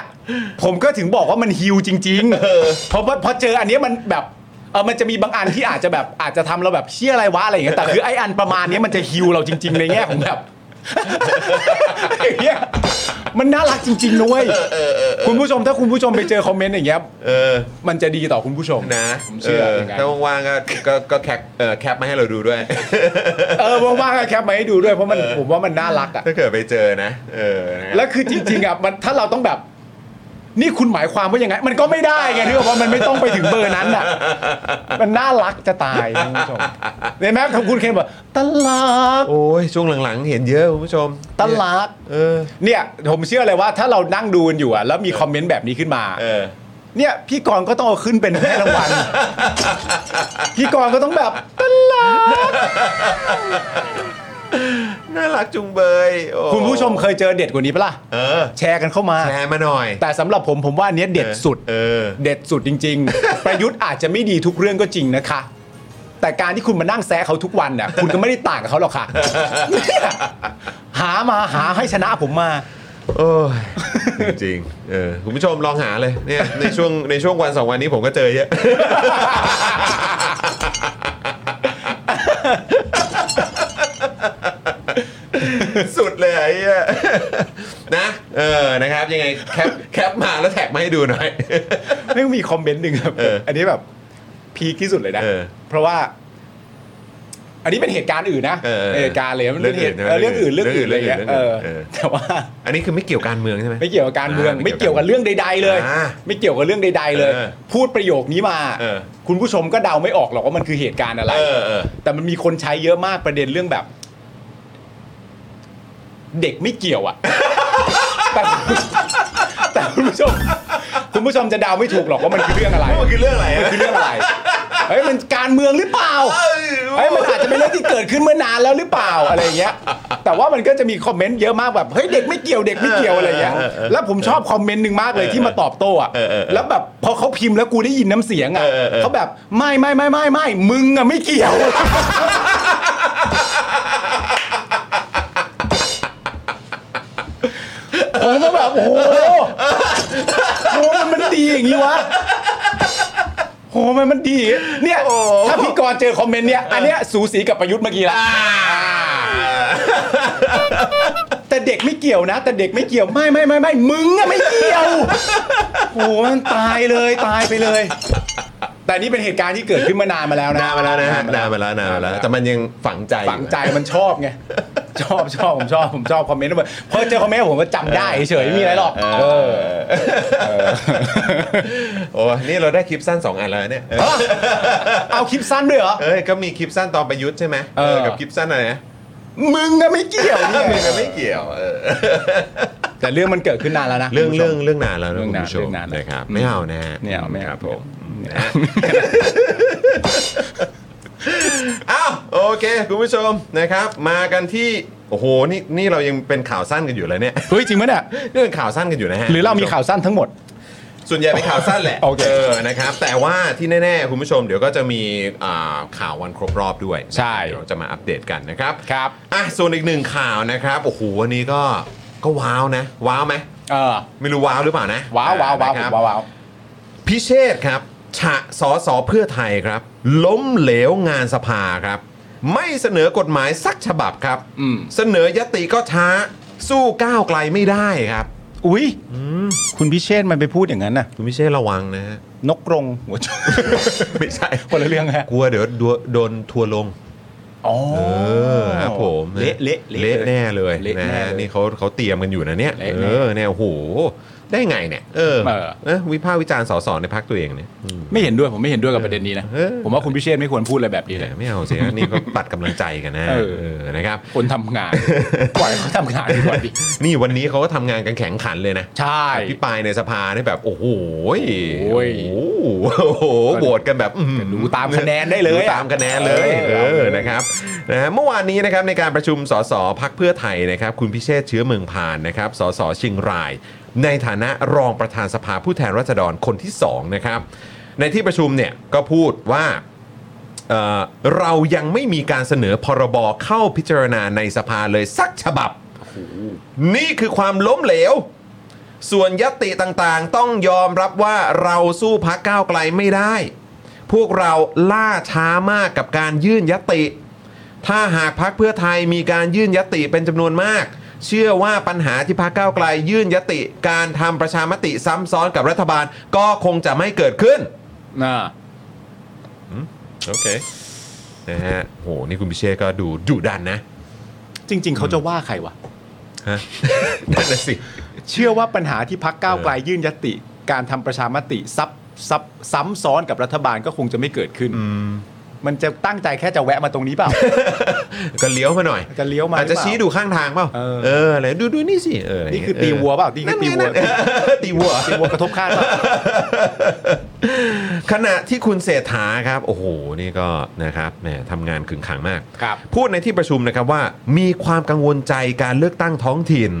S2: ผมก็ถึงบอกว่ามันฮิวจริงๆเพราะว่าพอเจออันเนี้ยมันแบบเออมันจะมีบางอันที่อาจจะแบบอาจจะทำเราแบบเชี่ยอะไรวะอะไรอย่างเงี้ยแต่คือไออันประมาณเนี้ยมันจะฮิวเราจริง ๆ ในแง่ของแบบ อย่างเงี้ยมันน่ารักจริงๆนุ้ยคุณผู้ชมถ้าคุณผู้ชมไปเจอคอมเมนต์อย่างเงี้ย
S1: เออ
S2: มันจะดีต่อคุณผู้ชม
S1: นะ
S2: ผมเชื่อ
S1: เออ
S2: ยังไง
S1: ถ้าว่างๆก็ก็ก็แคปเออแคปมาให้เราดู ด้วย
S2: เออว่างๆก็แคปมาให้ดูด้วยเพราะมันผมว่ามันน่ารักอ่ะ
S1: ถ้าเกิดไปเจอนะ เออนะครับ
S2: แล้วคือจริงๆอ่ะมันถ้าเราต้องแบบ นี่คุณหมายความว่ายังไง มันก็ไม่ได้ไงที่บอกว่ามันไม่ต้องไปถึงเบอร์นั้นอ่ะ มันน่ารักจะตายคุณผู้ชมเห็นไหมคำคุณเคนบอกตลก
S1: โอ้ยช่วงหลังๆ เห็นเยอะคุณผู้ชม
S2: ตลก
S1: เออ
S2: เนี่ยผมเชื่อเลยว่าถ้าเรานั่งดูกันอยู่อ่ะแล้วมีคอมเมนต์แบบนี้ขึ้นมา
S1: เออ
S2: เนี่ยพี่กรณ์ก็ต้องเอาขึ้นเป็นให้ราง วัล พี่กรณ์ก็ต้องแบบตลก
S1: น่ารักจุงเบยโอ้
S2: คุณผู้ชมเคยเจอเด็ดกว่านี้ปะล่ะ
S1: เออ
S2: แชร์กันเข้ามา
S1: แชร์มาหน่อย
S2: แต่สำหรับผมผมว่าอันเนี้ยเด็ดสุด
S1: เออ
S2: เด็ดสุดจริง ๆ ประยุทธ์อาจจะไม่ดีทุกเรื่องก็จริงนะคะ แต่การที่คุณมานั่งแซะเขาทุกวันน่ะ คุณก็ไม่ได้ต่างกับเขาหรอกค่ะ เนี่ยหามาหาให้ชนะผมมา
S1: โอ้ยจริงๆเออคุณผู้ชมลองหาเลยเนี่ยในช่วงในช่วงวันสองวันนี้ผมก็เจอเยอะ สุดเลยไอ้เหี้ยนะเออนะครับยังไงแคปแคปมาแล้วแท็กมาให้ดูหน่อย
S2: ไม่งมีคอมเมนต์หนึ่งครับ
S1: เอออั
S2: นนี้แบบพีคที่สุดเลยนะ
S1: เออ
S2: เพราะว่า อันนี้เป็นเหตุการณ์อื่นนะ
S1: เออเออ
S2: เหตุการณ์เลยมันเป็นเหตุ
S1: เรื่องอื่น
S2: เออเรื่องอื่นเรื่องอื่น
S1: เรื่
S2: อะไร
S1: องอื่
S2: เงี้ย
S1: นเรื่
S2: เอ
S1: อง
S2: อน
S1: อื่เออ
S2: แต่ว่า
S1: อันนี้คือไม่เกี่ยวการเมืองใช่ไหม
S2: ไม่เกี่ยวกับการเมือง
S1: อ่าไม่
S2: ไม่เกี่ยวกับเรื่องใด ๆ เลย
S1: อ่า
S2: ไม่เกี่ยวกับเรื่องใด ๆ เลย
S1: เออ
S2: พูดประโยคนี้มา
S1: เออ
S2: คุณผู้ชมก็เดาไม่ออกหรอกว่ามันคือเหตุการณ์อะไร
S1: เออเออ
S2: แต่มันมีคนใช้เยอะมากประเด็นเรื่องแบบ เด็กไม่เกี่ยว อะแต่แต่คุณผู้ชม คุณผู้ชมจะเดาไม่ถูกหรอกว่ามันคือเรื่องอะไร
S1: ว่ามันคือเรื่องอะไรอะ
S2: มันคือเรื่องอะไรเฮ้ยมันการเมืองหรือเปล่า
S1: เอ้
S2: เฮ้
S1: ย
S2: ยมันอาจจะเป็นเรื่องที่เกิดขึ้นเมื่อนานแล้วหรือเปล่าอะไรอย่างเงี้ย แต่ว่ามันก็จะมีคอมเมนต์เยอะมากแบบเฮ้ยเด็กไม่เกี่ยวเด็กไม่เกี่ยวอะไรอย่างเงี้ยแล้วผมชอบคอมเมนต์หนึ่งมากเลยที่มาตอบโต้อะแล้วแบบพอเขาพิมพ์แล้วกูได้ยินน้ำเสียงอะเขาแบบไม่ไม่ไม่ไม่ไม่มึงอะไม่เกี่ยว ผมก็แบบโอ้โหโหมันดีอย่างนี้วะโหมันมันดีอย่างงี้เนี่ยถ้าพี่กรณ์เจอคอมเมนต์เนี่ยอันเนี้ยสูสีกับประยุทธ์เมื่อกี้ละ แต่เด็กไม่เกี่ยวนะ แต่เด็กไม่เกี่ยวไม่ไม่ไม่ไม่มึงอะไม่เกี่ยว โอ้โหมันตายเลยตายไปเลย แต่นี่เป็นเหตุการณ์ที่เกิดขึ้นมานานมาแล้วนะ
S1: นานมาแล้วนะฮะนานมาแล้วนานมาแล้ว แต่มันยังฝังใจอยู่
S2: ฝังใจมันชอบไงชอบชอบผมชอบผมชอบคอมเมนต์มันพอเจอคอมเมนต์ผมก็จำได้เฉยๆไม่มีอะไรหรอกเออ
S1: โอ้ยนี่เราได้คลิปสั้น 2 อันแล้วเนี่ยเออ
S2: เอาคลิปสั้นด้วยเหรอ
S1: เอ้ยก็มีคลิปสั้นตอนประยุทธ์ใช่ไหม
S2: เออ
S1: กับคลิปสั้นอะไรนะ
S2: มึงก็ไม่เกี่ยวนี่
S1: มึงก็ไม่เกี่ยวเออ
S2: แต่เรื่องมันเกิดขึ้นนานแล้วนะ
S1: เรื่องเรื่องเรื่องนานแล้วนะ
S2: เรื่อ
S1: คุ
S2: ง
S1: ณ
S2: นาน
S1: ผู้ชม
S2: เรื่องนาน
S1: นะครับไม่เอานะฮะ
S2: ไม่เอาไม่เอา
S1: ครับผมนะฮะอ้าวโอเค คุณผู้ชมนะครับ มากันที่โอ้โหนี่นี่เรายังเป็นข่าวสั้นกันอยู่เลย เนี่ย
S2: เฮ้ยจริงไหมเนี่ย
S1: นี่เป็นข่าวสั้นกันอยู่นะฮะ
S2: หรือเรามีข่าวสั้นทั้งหมด
S1: ส่วนใหญ่เป็นข่าวสั้นแหละ
S2: โอเค
S1: อนะครับ แต่ว่าที่แน่ๆ คุณผู้ชมเดี๋ยวก็จะมีอ่าข่าววันครบรอบด้วย
S2: ใช่
S1: เดี๋ยวจะมาอัปเดตกันนะครับ
S2: ครับ
S1: อ่ะส่วนอีกหนึ่งข่าวนะครับโอ้โหวันนี้ก็ก็ว้าวนะ ว้าวไหม
S2: เออ
S1: ไม่รู้ว้าวหรือเปล่านะ
S2: ว้าวว้าวว้าว
S1: นะครับ
S2: ว้าวว้าว
S1: พิเชษครับฉะสอสอเพื่อไทยครับ ล้มเหลวงานสภาครับ ไม่เสนอกฎหมายสักฉบับครับ
S2: อืม
S1: เสนอยติก็ช้าสู้ก้าวไกลไม่ได้ครับ
S2: อุ้ยคุณพิเชษฐ์มันไปพูดอย่างนั้นน่ะ
S1: คุณพิเชษระวังนะฮะ
S2: นกกรงหัว จุก
S1: ไม่ใช่
S2: คนละเรื่องฮะ
S1: กลัวเดี๋ยวโดนโดนทัวร์ลง
S2: อ๋อ
S1: เออครับผม
S2: เละเละเละ
S1: เละแน่เลย
S2: เละ
S1: นะ
S2: แน่
S1: ฮะ
S2: เลย
S1: นี่เขาเขาเตรียมกันอยู่นะเนี่ย
S2: เละ
S1: เอ
S2: แน่
S1: อเนี่ยโอ้โหได้ไงเนี่ยเออ
S2: เออ
S1: เอ๊ะวิพากษ์วิจารณ์สสในพักตัวเองเนี่ยอืม
S2: ไม่เห็นด้วยผมไม่เห็นด้วยกับประเด็นนี้นะ
S1: เออ
S2: ผมว่าคุณพิเชษฐ์ไม่ควรพูดอะไรแบบนี้เลย
S1: ไม่เอาสิ นี่เขาตัดกำลังใจกันนะ
S2: เออ
S1: เออนะครับ
S2: คนทำงาน ปล่อยเขาทำงานดีกว่าดิ
S1: นี่วันนี้เขาก็ทำงานกันแข็งขันเลยนะ
S2: ใช่
S1: อภิปรายในสภาเนี่ยแบบโอ้โห
S2: โอ้ย
S1: โอ้โหโหวตกันแบบอื้อหือ
S2: ดูตามคะแนนได้เลย
S1: ดูตามคะแนนเลยเอ
S2: เอ
S1: อ
S2: อ
S1: นะครับนะฮะเมื่อวานนี้นะครับในการประชุมสสพักเพื่อไทยนะครับ คุณพิเชษฐ์เชื้อเมืองพานนะครับสสเชียงราย ในฐานะรองประธานสภาผู้แทนราษฎรคนที่สองนะครับ ในที่ประชุมเนี่ยก็พูดว่าเอ่อเรายังไม่มีการเสนอพรบเข้าพิจารณาในสภาเลยสักฉบับ นี่คือความล้มเหลว ส่วนยติต่างๆ ต้องยอมรับว่าเราสู้พักก้าวไกลไม่ได้ พวกเราล่าช้ามากกับการยื่นยติ ถ้าหากพักเพื่อไทยมีการยื่นยติเป็นจำนวนมาก เชื่อว่าปัญหาที่พักก้าวไกลยื่นยติ การทำประชามติซ้ำซ้อนกับรัฐบาลก็คงจะไม่เกิดขึ้น
S2: น่า
S1: โอเคนะฮะโหนี่คุณพิเชษก็ดูดุดันนะ
S2: จริง ๆ เขาจะว่าใครวะ
S1: ฮะ นั่นน่ะสิ
S2: เชื่อว่าปัญหาที่พักก้าวไกลยื่นยติ การทำประชามติซับซับซ้ำซ้อนกับรัฐบาลก็คงจะไม่เกิดขึ้น มันจะตั้งใจแค่จะแวะมาตรงนี้เปล่า
S1: ก็เลี้ยวมาหน่อย
S2: จะเลี้ยวมา
S1: อาจจะ
S2: หรืเปล่
S1: ชี้ดูข้างทางเปล่า
S2: เออ
S1: เอออะไรดูดูนี่สิเอออะไร
S2: นี่คือ
S1: เงี้ย
S2: ตีวัว
S1: เ
S2: เปล่านี่คือตีวัว
S1: นั่นไงนั่ นเออตีวัว
S2: ตีวัวกระทบข้างเปล่า
S1: ขณะที่คุณเศรษฐาครับ โอ้โห นี่ก็นะครับแหมทำงานขึงขังมาก
S2: ครับ
S1: พูดในที่ประชุมนะครับว่า มีความกังวลใจการเลือกตั้งท้องถิ่น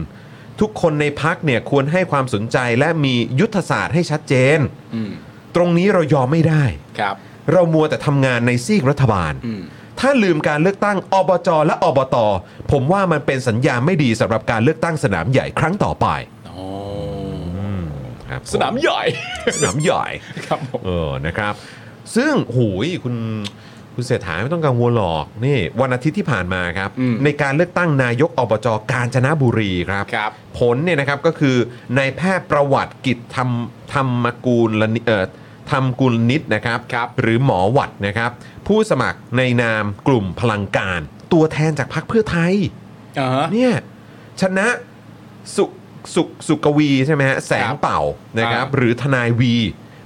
S1: ทุกคนในพักเนี่ยควรให้ความสนใจและมียุทธศาสตร์ให้ชัดเจน
S2: อืม
S1: ตรงนี้เรายอมไม่ได้
S2: ครับ
S1: เรามัวแต่ทำงานในซีกรัฐบาล ถ้าลืมการเลือกตั้งอบจและอบต ผมว่ามันเป็นสัญญาณไม่ดีสำหรับการเลือกตั้งสนามใหญ่ครั้งต่อไปครับผ
S2: สนามใหญ่
S1: สนามใหญ่
S2: ครับผม
S1: เออ นะครับ ซึ่งหูยคุณคุณเศรษฐาไม่ต้องกังวลหรอก นี่ วันอาทิตย์ที่ผ่านมาครับ
S2: อืม
S1: ในการเลือกตั้งนายกอบจการจนบุรีครับ
S2: ครับ
S1: ผลเนี่ยนะครับก็คือนายแพทย์ประวัติกิจธรรมธรรมกูลละนิเอ่อธรรมกุลนิดนะครับ หรือหมอหวัดนะครับ ผู้สมัครในนามกลุ่มพลังการ ตัวแทนจากพรรคเพื่อไทย
S2: อ่าฮะ
S1: เนี่ยชนะสุสุสุกวีใช่ไหมฮะแสงเป่านะครับ
S2: อ่า
S1: หรือทนายวี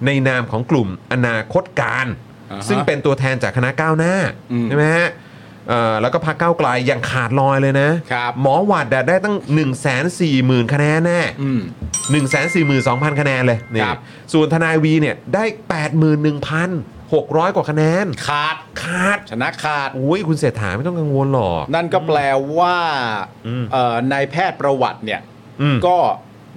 S1: ในนามของกลุ่มอนาคตการ
S2: อ่าฮะ
S1: ซึ่งเป็นตัวแทนจากคณะก้าวหน้า
S2: อืม
S1: ใช่ไหมฮะเอ่อแล้วก็พักก้าวไกลอย่างขาดลอยเลยนะ
S2: ครับ
S1: หมอหวัดอะได้ตั้ง 1 4 0 0 0 0 คะแนนแน่
S2: อืม
S1: 142,000 คะแนนเลยนี่
S2: ครับ
S1: ส่วนทนายวีเนี่ยได้ 81,600 กว่าคะแนน
S2: ขาด
S1: ขาด
S2: ชนะขาด
S1: โอ้ยคุณเศรษฐาไม่ต้องกังวลหรอก
S2: นั่นก็แปลว่า
S1: อืม
S2: เอ่อนายแพทย์ประวัติเนี่ย
S1: อืม
S2: ก็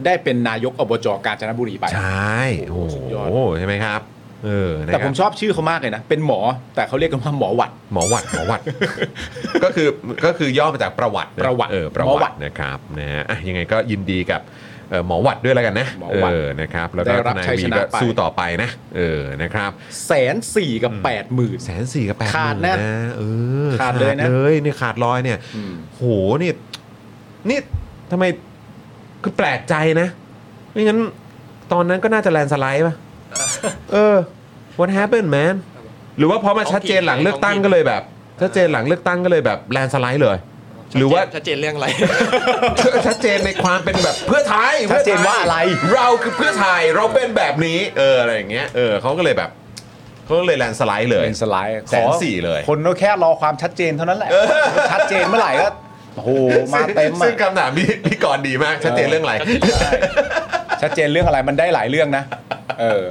S2: ได้เป็นนายกอบจกาญจนบุรีไป
S1: ใช่
S2: โอ้
S1: โอ้
S2: โหสุดยอด
S1: โหใช่ไหมครับ เออนะค
S2: แต่
S1: รับ
S2: ผมชอบชื่อเขามากเลยนะ เป็นหมอแต่เขาเรียกกันว่าหมอหวัด
S1: หมอหวัดหมอ หวัด ก็คือก็คือย่อมาจากประวัติน
S2: ประวัติ
S1: เออประ
S2: หมอหวั
S1: วั
S2: ด
S1: ตินะครับนะฮะอ่ะยังไงก็ยินดีกับเอ่อหมอหวัดด้วยแล้วกันนะ
S2: หมอ
S1: เอ
S2: หวัด
S1: อนะครับ แล้วก็
S2: ได้รับ
S1: ทนาย
S2: ชัย
S1: วี
S2: ชนะ
S1: ก็
S2: ไป
S1: สู้ต่อไปนะเออนะครับ
S2: แสนสี่กับแปดหมื่น
S1: แสนสี่กับแปด
S2: ขาดนะ
S1: เออ
S2: ขาดเลยนะ
S1: เลยเนี่ยขาดลอยเนี่ย
S2: อืม
S1: โหนี่นี่ทำไมคือแปลกใจนะไม่งั้นตอนนั้นก็น่าจะแลนสไลด์ป่ะ เออ what happened man หรือว่าเพราะมาชัดเจนหลังเลือกตั้งก็เลยแบบชัดเจนหลังเลือกตั้งก็เลยแบบแลนสไลด์เลย หรือว่า
S4: ชัดเจนเรื่องอะไร
S1: ชัดเจนในความเป็นแบบเพื่อไทย
S2: ชัดเจน
S1: พื่ไทย
S2: ว่าอะไร
S1: เราคือเพื่อไทยเราเป็นแบบนี้เอออะไรอย่างเงี้ยเออเขาก็เลยแบบเขาก็เลยแลนสไลด์เลย
S2: เป็นสไลด์
S1: แสนสี่เลย
S2: คนก็แค่รอความชัดเจนเท่านั้นแหละ ชัดเจนเมื่อไหร่ก็โอ้โหมาเต็ม
S1: ซึ่ง
S2: อะ
S1: คำถามพี่พี่กรณ์ดีมาก ชัดเจนเรื่องอะไร
S2: ชัดเจนเรื่องอะไรมันได้หลายเรื่องนะ เออ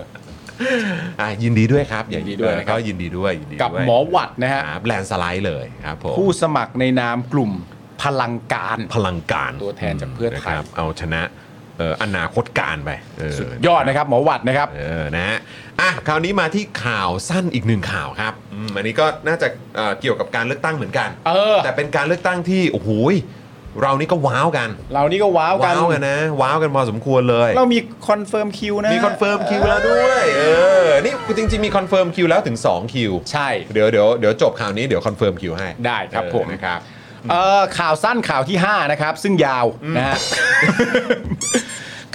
S1: อ่ะยินดีด้วยครับ
S2: ยินดีด้วย
S1: เออ
S2: นะครับ
S1: ก็ยินดีด้วยยินดี
S2: กับ
S1: ด้วย
S2: หมอหวัดนะฮะ
S1: ครับแลนด์สไลด์เลยครับผม
S2: ผู้สมัครในนามกลุ่มพลังการ
S1: พลังการ
S2: ตัวแทนจากเพื่อไทย
S1: นะครับเอาชนะเอ่ออนาคตการไปเ
S2: สุดยอดนะครับ หมอหวัดนะครับ
S1: เออนะฮะอ่ะคราวนี้มาที่ข่าวสั้นอีกหนึ่งข่าวครับอืมอันนี้ก็น่าจะเอ่อเกี่ยวกับการเลือกตั้งเหมือนกัน
S2: เออ
S1: แต่เป็นการเลือกตั้งที่โอ้โหยเรานี่ก็ว้าวกัน
S2: เรานี่ก็ว้าวกัน
S1: กันนะว้าวกันพอสมควรเลย
S2: เรามีคอนเฟิร์มคิวนะ
S1: มีคอนเฟิร์มคิวแล้วด้วย เออ นี่จริงๆ มีคอนเฟิร์มคิวแล้วถึง 2 คิว
S2: ใช่
S1: เดี๋ยวเดี๋ยวเดี๋ยวจบข่าวนี้เดี๋ยวคอนเฟิร์มคิวให้
S2: ได้ครับผม
S1: เออนะครับ
S2: เอ่อข่าวสั้นข่าวที่ 5 นะครับ ซึ่งยาวนะฮะ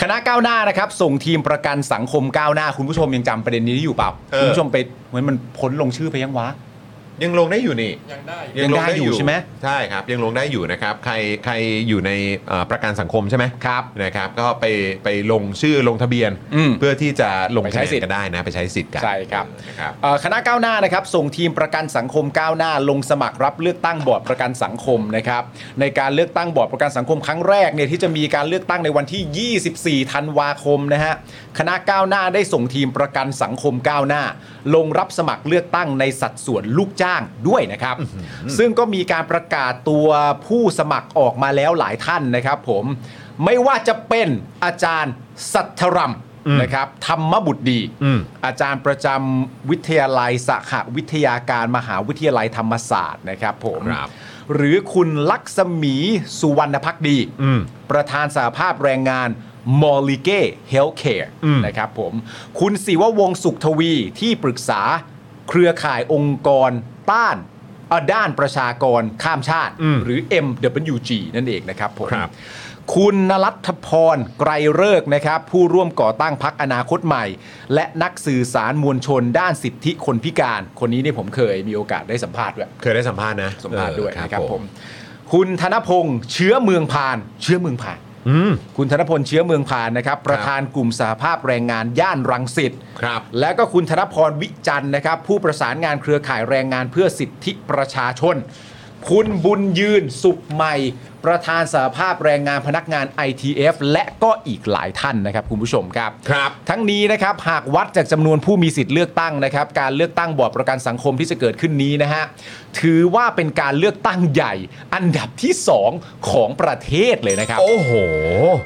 S2: คณะก้าวหน้านะครับ ส่งทีมประกันสังคมก้าวหน้า คุณผู้ชมยังจำประเด็นนี้อยู่เปล่า
S1: เออ
S2: คุณผู้ชมไปเหมือนมันพ้นลงชื่อไปยังวะ
S1: ยังลงได้อยู่นี่
S4: ยังได้อยู่
S1: ยังลง
S2: ยัง
S1: ได้
S2: ได้อยู่ใช่ไหม
S1: ใช่ครับ ยังลงได้อยู่นะครับ ใครใครอยู่ในเอ่อประกันสังคมใช่ไหม
S2: ครับ
S1: นะครับ ก็ไปไปลงชื่อลงทะเบียน
S2: อืม
S1: เพื่อที่จะลง
S2: ไป
S1: คะ
S2: ใช้
S1: แน
S2: สิท
S1: น
S2: ธิ์
S1: กันได้นะ ไปใช้สิทธิ์กัน
S2: ใช่ครับ
S1: นะครับ
S2: เอ่อคณะก้าวหน้านะครับ ส่งทีมประกันสังคมก้าวหน้า ลงสมัครรับเลือกตั้งบอร์ดประกันสังคมนะครับ ในการเลือกตั้งบอร์ดประกันสังคมครั้งแรกเนี่ยที่จะมีการเลือกตั้งในวันที่ 24 ธันวาคมนะฮะคณะก้าวหน้าได้ส่งทีมประกันสังคมก้าวหน้า ลงรับสมัครเลือกตั้งในสัดส่วนลูกจ้างด้วยนะครับ ซึ่งก็มีการประกาศตัวผู้สมัครออกมาแล้วหลายท่านนะครับ ผม ไม่ว่าจะเป็นอาจารย์สัทธรัม
S1: อืม
S2: นะครับธรรมบุตรดี
S1: อืม
S2: อาจารย์ประจำวิทยาลัยสหวิทยาการมหาวิทยาลัยธรรมศาสตร์นะครับผม
S1: ครับ
S2: หรือคุณลักษมีสุวรรณพักดี
S1: อืม
S2: ประธานสหภาพแรงงานมอลิเก้เฮลท์แคร์
S1: อืม
S2: นะครับผม คุณศิววงศ์สุขทวีที่ปรึกษาเครือข่ายองค์กรต้านเอ่อด้านประชากรข้ามชาติ
S1: อืม
S2: หรือ MWG นั่นเองนะครับผม
S1: ครับ
S2: คุณนรัฐพรไกรเลิกษ์นะครับ ผู้ร่วมก่อตั้งพักอนาคตใหม่ และนักสื่อสารมวลชนด้านสิทธิคนพิการ คนนี้เนี่ยผมเคยมีโอกาสได้สัมภาษณ์ด้วย
S1: เคยได้สัมภาษณ์นะ
S2: สัมภาษณ์ด้วย
S1: เออ
S2: นะครับผม คุณธนพงษ์เชื้อเมืองพาน เชื้อเมืองพาน
S1: อืม
S2: คุณธนพลเชื้อเมืองพานนะครับ ประธานกลุ่มสหภาพแรงงานย่านรังสิต
S1: ครับ
S2: และก็คุณธนพรวิจันทร์นะครับ ผู้ประสานงานเครือข่ายแรงงานเพื่อสิทธิประชาชน คุณบุญยืนสุขใหม่ ประธานสหภาพแรงงานพนักงาน ITF และก็อีกหลายท่านนะครับคุณผู้ชมครับ
S1: ครับ
S2: ทั้งนี้นะครับหากวัดจากจำนวนผู้มีสิทธิ์เลือกตั้งนะครับ การเลือกตั้งบอร์ดประกันสังคมที่จะเกิดขึ้นนี้นะฮะถือว่าเป็นการเลือกตั้งใหญ่ อันดับที่ 2 ของประเทศเลยนะครับ
S1: โอ้โห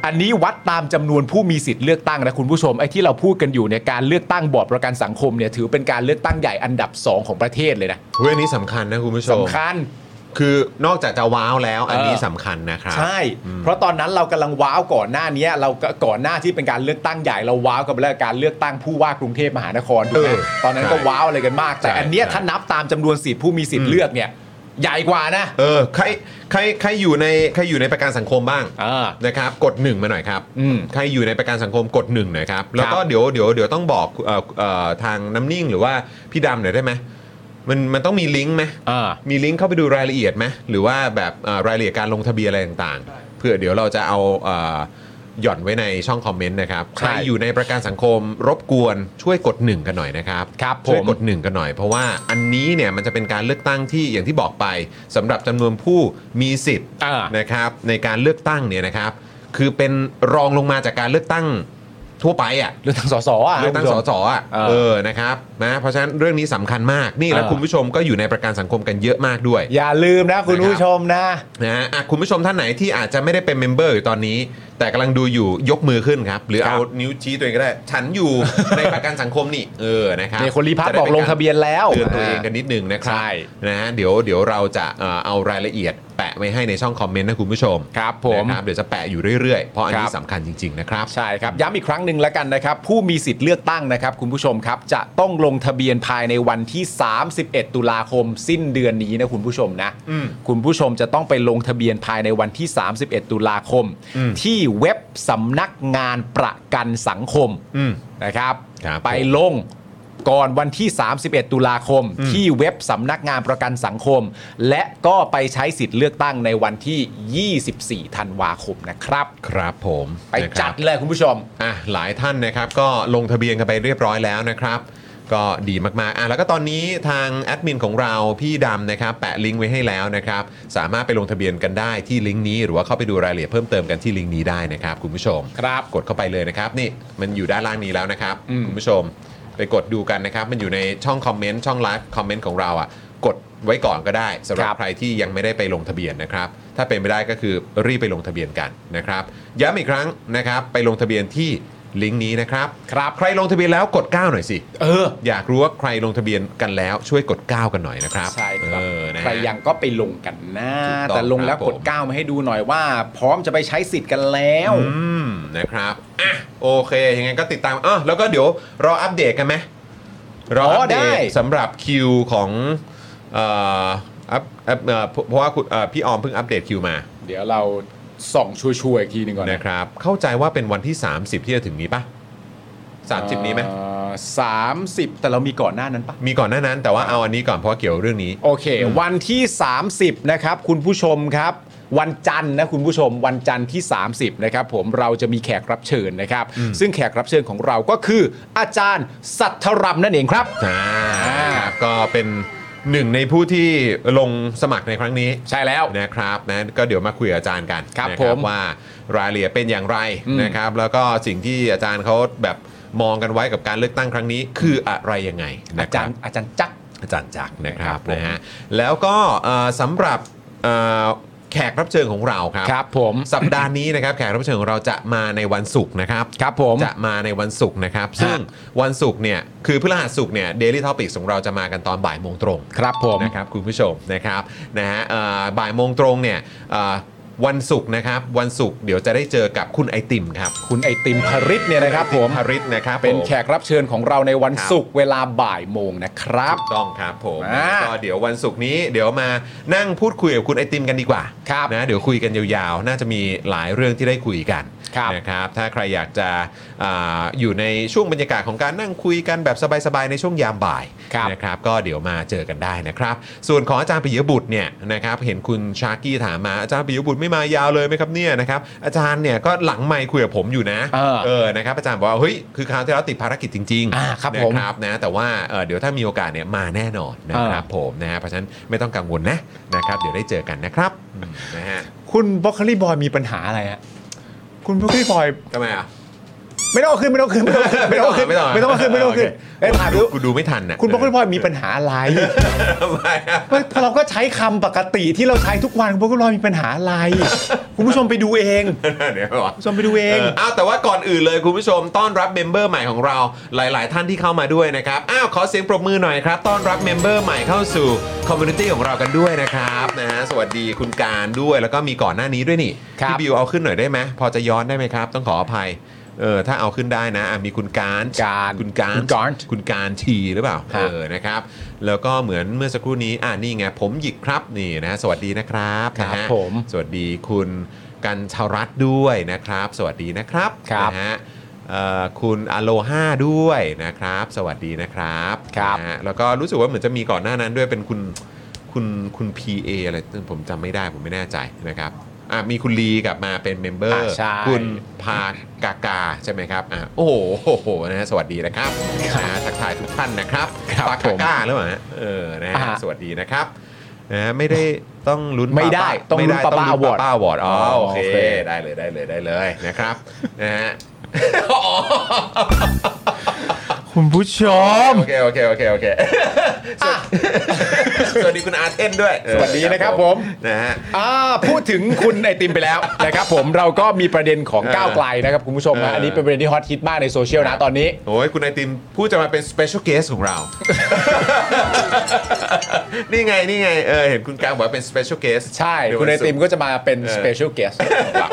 S2: อันนี้วัดตามจำนวนผู้มีสิทธิ์เลือกตั้งนะคุณผู้ชมไอ้ที่เราพูดกันอยู่เนี่ยการเลือกตั้งบอร์ดประกันสังคมเนี่ยถือเป็นการเลือกตั้งใหญ่อันดับสองของประเทศเลยนะ
S1: เรื่องนี้สำคัญนะคุณผู้ชม
S2: สำคัญ
S1: คือนอกจากจะว้าวแล้วอันนี้
S2: เออ
S1: สำคัญนะครับ
S2: ใช่ เพราะตอนนั้นเรากำลังว้าวก่อนหน้านี้เราก็ก่อนหน้าที่เป็นการเลือกตั้งใหญ่เราว้าวกันไปแล้วกับการเลือกตั้งผู้ว่ากรุงเทพมหานครถูกไหม
S1: เออ
S2: ตอนนั้นก็
S1: ใช่
S2: ว้าวอะไรกันมาก แต่
S1: ใช่
S2: อันเนี้ย
S1: ใช่
S2: ถ้านับตามจำนวนสิทธิ์ผู้มีสิทธิ์เลือกเนี่ยใหญ่กว่านะ
S1: เออใครใครใครอยู่ในใครอยู่ในประกันสังคมบ้าง
S2: อ่า
S1: นะครับกดหนึ่งมาหน่อยครับ
S2: อืม
S1: ใครอยู่ในประกันสังคมกดหนึ่งหน่อยครับ แล้วก็
S2: ครับ
S1: เดี๋ยวเดี๋ยวเดี๋ยวต้องบอกเอ่อเอ่อทางน้ำนิ่งหรือว่าพี่ดำหน่อยได้ไหมมันมันต้องมีลิงก์ไหม
S2: อ่า
S1: มีลิงก์เข้าไปดูรายละเอียดไหมหรือว่าแบบเอ่อรายละเอียดการลงทะเบียนอะไรต่าง
S4: ใช่
S1: ๆ เพื่อเดี๋ยวเราจะเอาเอ่อหย่อนไว้ในช่องคอมเมนต์นะครับ
S2: ใช่
S1: ใครอยู่ในประกันสังคมรบกวนช่วยกดหนึ่งกันหน่อยนะครับ
S2: ครับผม
S1: ช่วยกดหนึ่งกันหน่อยเพราะว่าอันนี้เนี่ยมันจะเป็นการเลือกตั้งที่อย่างที่บอกไปสำหรับจำนวนผู้มีสิทธิ์
S2: อ่า
S1: นะครับในการเลือกตั้งเนี่ยนะครับ คือเป็นรองลงมาจากการเลือกตั้งทั่วไปอ่ะ
S2: เลือกตั้งสสอ่ะ
S1: เลือกตั้ง
S2: คุณ
S1: ส
S2: ผู้ชม
S1: สอ่ะ
S2: เออ
S1: เออนะครับนะเพราะฉะนั้นเรื่องนี้สำคัญมากนี่แล้ว
S2: เออ
S1: คุณผู้ชมก็อยู่ในประกันสังคมกันเยอะมากด้วย
S2: อย่าลืมนะคุณ
S1: นะครับ
S2: ผู้ชมนะ
S1: นะฮะอ่ะคุณผู้ชมท่านไหนที่อาจจะไม่ได้เป็นเมมเบอร์อยู่ตอนนี้ แต่กำลังดูอยู่ยกมือขึ้นครับ หรือ
S2: ครับ
S1: เอานิ้วชี้ตัวเองก็ได้ ฉันอยู่ ในประกันสังคมนี่เออนะครับ
S2: เนี่ยคนรีพัฒ
S1: จะ
S2: น์
S1: ได้
S2: บอก
S1: ป็
S2: ลง
S1: การ
S2: ทะเบียนแล้ว
S1: เตือนตัวเองกันนิดนึงนะครับ
S2: ใช่
S1: นะฮะเดี๋ยวเดี๋ยวเราจะเอ่อเอารายละเอียดแปะไว้ให้ในช่องคอมเมนต์นะคุณผู้ชม
S2: ครับผม
S1: นะครับเดี๋ยวจะแปะอยู่เรื่อยๆ เพราะอัน
S2: ค
S1: นี้
S2: รับ
S1: สำคัญจริงๆนะครับ
S2: ใช่ครับ ย้ำอีกครั้งหนึ่งแล้วกันนะครับ ผู้มีสิทธิ์เลือกตั้งนะครับ คุณผู้ชมครับ จะต้องลงทะเบียนภายในวันที่ 31 ตุลาคม สิ้นเดือนนี้นะคุณผู้ชมนะ
S1: อืม
S2: คุณผู้ชมจะต้องไปลงทะเบียนภายในวันที่ 31 ตุลาคม
S1: อืม
S2: ที่เว็บสำนักงานประกันสังคม
S1: อืม
S2: นะครับ
S1: ครับ
S2: ไปลงก่อนวันที่ 31 ตุลาคม
S1: อืม
S2: ที่เว็บสำนักงานประกันสังคม และก็ไปใช้สิทธิ์เลือกตั้งในวันที่ 24 ธันวาคมนะครับ
S1: ครับผม
S2: ไป
S1: นะครับ
S2: จัดเลยคุณผู้ชม
S1: อ่ะหลายท่านนะครับก็ลงทะเบียนกันไปเรียบร้อยแล้วนะครับ ก็ดีมากๆอ่ะแล้วก็ตอนนี้ทางแอดมินของเราพี่ดำนะครับแปะลิงก์ไว้ให้แล้วนะครับ สามารถไปลงทะเบียนกันได้ที่ลิงก์นี้ หรือว่าเข้าไปดูรายละเอียดเพิ่มเติมกันที่ลิงก์นี้ได้นะครับคุณผู้ชม
S2: ครับ
S1: กดเข้าไปเลยนะครับนี่มันอยู่ด้านล่างนี้แล้วนะครับ
S2: อืม
S1: คุณผู้ชมไปกดดูกันนะครับ มันอยู่ในช่องคอมเมนต์ช่องไลฟ์คอมเมนต์ของเราอ่ะกดไว้ก่อนก็ได้สำหรับใครที่ยังไม่ได้ไปลงทะเบียนนะครับ ถ้าเป็นไม่ได้ก็คือรีบไปลงทะเบียนกันนะครับย้ำอีกครั้งนะครับ ไปลงทะเบียนที่ลิงก์นี้นะครับครับใครลงทะเบียนแล้วกด 9 หน่อยสิ
S2: เออ
S1: อยากรู้ว่าใครลงทะเบียนกันแล้วช่วยกด 9 กันหน่อยนะครับ
S2: ใช่ครับ
S1: เออนะฮะ
S2: ใครยังก็ไปลงกันนะ
S1: ถูกต้อง
S2: แต่ลงแล้ว
S1: ครับ
S2: กด
S1: ผม
S2: ก้าวมาให้ดูหน่อยว่า พร้อมจะไปใช้สิทธิ์กันแล้ว
S1: อืมนะครับอ่ะโอเคยังไงก็ติดตามอ้อแล้วก็เดี๋ยวรออัปเดตกันไหมรออัปเด
S2: อ๋อได้
S1: ตสำหรับคิวของเอ่ออัพอัพเอ่อเพราะว่าคุณเอ่อพี่ออมเพิ่งอัปเดตคิวมา
S2: เดี๋ยวเราส่องชัวร์ๆอีกทีหนึ่งก่อน
S1: นะ
S2: นะครับ
S1: เข้าใจว่าเป็นวันที่ 30 ที่จะถึงนี้ปะ30 นี้ไหม
S2: สามสิบแต่เรามีก่อนหน้านั้นปะ
S1: มีก่อนหน้านั้น แต่ว่าเอาอันนี้ก่อนเพราะว่าเกี่ยวเรื่องนี้
S2: โอเค วันที่ 30 นะครับ คุณผู้ชมครับ วันจันทร์นะคุณผู้ชมวันจันทร์ที่ 30 นะครับ ผมเราจะมีแขกรับเชิญนะครับ ซึ่งแขกรับเชิญของเราก็คือ อาจารย์สัทธรรมนั่นเองครับ
S1: อ่านะครับก็เป็นหนึ่งในผู้ที่ลงสมัครในครั้งนี้
S2: ใช่แล้ว
S1: นะครับนะก็เดี๋ยวมาคุยกับอาจารย์กัน
S2: ครับ
S1: นะ
S2: ผม
S1: ว่ารายละเอียดเป็นอย่างไร
S2: อืม
S1: นะครับ แล้วก็สิ่งที่อาจารย์เขาแบบมองกันไว้กับการเลือกตั้งครั้งนี้ คืออะไรยังไงนะ
S2: อา
S1: ค
S2: จา
S1: รั
S2: ร
S1: บ
S2: ย์อาจารย์จักร
S1: อาจารย์จักรนะครั
S2: ค
S1: บ
S2: รับผม
S1: นะฮะแล้วก็เอ่อสำหรับเอ่อแขกรับเชิญของเราครับ
S2: ครับผม
S1: สัปดาห์นี้นะครับแขกรับเชิญของเราจะมาในวันศุกร์นะครับ
S2: ครับผม
S1: จะมาในวันศุกร์นะครับ ซึ่งวันศุกร์เนี่ยคือพฤหัสศุกร์เนี่ยเดลิทอพิกของเราจะมากันตอนบ่ายโมงตรง
S2: ครับผม
S1: นะครับคุณผู้ชมนะครับนะฮะเอ่อบ่ายโมงตรงเนี่ยเอ่อวันศุกร์นะครับวันศุกร์เดี๋ยวจะได้เจอกับคุณไอติมครับ
S2: คุณไอติมพริตเนี่ยนะครับผม
S1: พาริสนะครับ
S2: เป็น
S1: ผม
S2: แขกรับเชิญของเราในวัน
S1: ครับ
S2: ศุกร์เวลาบ่ายโมงนะครับ
S1: ถูกต้องครับผม
S2: อ่า
S1: ก็เดี๋ยววันศุกร์นี้เดี๋ยวมานั่งพูดคุยกับคุณไอติมกันดีกว่า
S2: ครับ
S1: นะเดี๋ยวคุยกันยาวๆ น่าจะมีหลายเรื่องที่ได้คุยกัน
S2: ครับ
S1: นะครับถ้าใครอยากจะอาอยู่ในช่วงบรรยากาศของการนั่งคุยกันแบบสบายๆในช่วงยามบ่าย
S2: ครับ
S1: นะครับก็เดี๋ยวมาเจอกันได้นะครับ ส่วนของอาจารย์ปิยบุตรเนี่ยนะครับเห็นคุณชาร์กี้ถามมาอาจารย์ปิยบุตรไม่มายาวเลยไหมครับเนี่ยนะครับอาจารย์เนี่ยก็หลังไมค์คุยกับผมอยู่นะ
S2: เออ
S1: เออนะครับอาจารย์บอกว่าเฮ้ยคือคราวที่แล้วติดภารกิจจริง
S2: อ่าครับผม
S1: นะครับนะแต่ว่าเอ่อเดี๋ยวถ้ามีโอกาสเนี่ยมาแน่นอนนะครับผมนะฮะเพราะฉะนั้นไม่ต้องกังวลนะนะครับเดี๋ยวได้เจอกันนะครับอืมนะฮะ
S2: คุณบล็อกเกอรี่บอยมีปัญหาอะไรฮะคุณบล็อกเกอรี่บอย
S1: ทำไมอ่ะ
S2: ไม่ต้องเอาขึ้นไม่ต้องเอาขึ้นไม่ต้องเอาขึ้น
S1: ไม่ต้อง
S2: ไม่ต้องเอาขึ้นไม่ต้องเอาขึ้นไอ้ยถ่ายรูป
S1: กูดูไม่ทันนะ
S2: คุณบล็อกเกอรี่บอยมีปัญหาอะไร
S1: ทำไมอะ
S2: เฮ้ยเราก็ใช้คำปกติที่เราใช้ทุกวันคุณพวกเรามีปัญหาอะไร คุณผู้ชมไปดูเอง
S1: เดี๋ยวก่อน
S2: คุณผู้ชมไปดูเอ
S1: เอง ออ้าวแต่ว่าก่อนอื่นเลยคุณผู้ชมต้อนรับเมมเบอร์ใหม่ของเราหลาย ๆ ท่านที่เข้ามาด้วยนะครับอ้าวขอเสียงปรบมือหน่อยครับต้อนรับเมมเบอร์ใหม่เข้าสู่คอมมูนิตี้ของเรากันด้วยนะครับนะฮะสวัสดีคุณการด้วยแล้วก็มีก่อนหน้านี้ด้วยนี่
S2: ครับ
S1: พี่บิวเอาขึ้นหน่อยได้ไหมพอจะย้อนได้ไหมครับ ต้องขออภัยเออถ้าเอาขึ้นได้นะอ่ะมีคุณการ
S2: การ
S1: คุณการ
S2: คุณการ์ด
S1: คุณการทีหรือเปล่า
S2: ครั
S1: เอบ อ นะครับ แล้วก็เหมือนเมื่อสักครู่นี้ อ่านี่ไง ผมหยิกครับ นี่นะ สวัสดีนะครับ
S2: ครับ
S1: นะฮะ
S2: ผม
S1: สวัสดีคุณกันชรัตน์ด้วยนะครับ สวัสดีนะครับ
S2: ครับ
S1: นะฮะเอ่อคุณอโลฮาด้วยนะครับ สวัสดีนะครับ
S2: ครับ
S1: นะฮะแล้วก็รู้สึกว่าเหมือนจะมีก่อนหน้านั้นด้วยเป็นคุณคุณคุณ PA อะไรผมจำไม่ได้ผมไม่แน่ใจนะครับอ่ะมีคุณลีกลับมาเป็นเมมเบอร์
S2: อ่ะใช่
S1: คุณพากากาใช่ไหมครับอ่ะโอ้โหโอ้โหนะฮะสวัสดีนะครับนะฮะทักทายทุกท่านนะครับ
S2: ครับ
S1: ปาก
S2: ผ
S1: กาม ก้าหรือเปล่าฮะเออนะฮะ
S2: อ่า
S1: สวัสดีนะครับนะฮะไม่ได้ต้องลุ้น
S2: ไม่ได้
S1: ป้าป้า
S2: ต้องลุ้น
S1: ไม่ได้
S2: ป้าป้า
S1: ต้งลุ้น
S2: Award
S1: ป้าป้า Award อ๋อโอเค
S2: โอเค
S1: ได้เลยได้เลยได้เลยนะครับนะฮะ
S2: คุณผู้ชม
S1: โอเคโอเคโอเคโอเคสวัสดีสวัสดีคุณอาเทนด้วย
S2: สวัสดีนะครับผม
S1: นะฮะ
S2: อ่าพูดถึงคุณไอติมไปแล้ว นะครับผมเราก็มีประเด็นของก้าวไกลนะครับคุณผู้ชมนะ
S1: เอออั
S2: อันนี้เป็นประเด็นที่ฮอตฮิตมากในโซเชียลนะตอนนี้
S1: โอ้ยคุณไอติมผู้จะมาเป็นสเปเชียลเกสของเรา นี่ไงนี่ไงเออเห็นคุณกลางบอกว่าเป็นสเปเชียลเกส
S2: ใช่ คุณไอติมก็จะมาเป็นสเปเชียลเกสนะครับ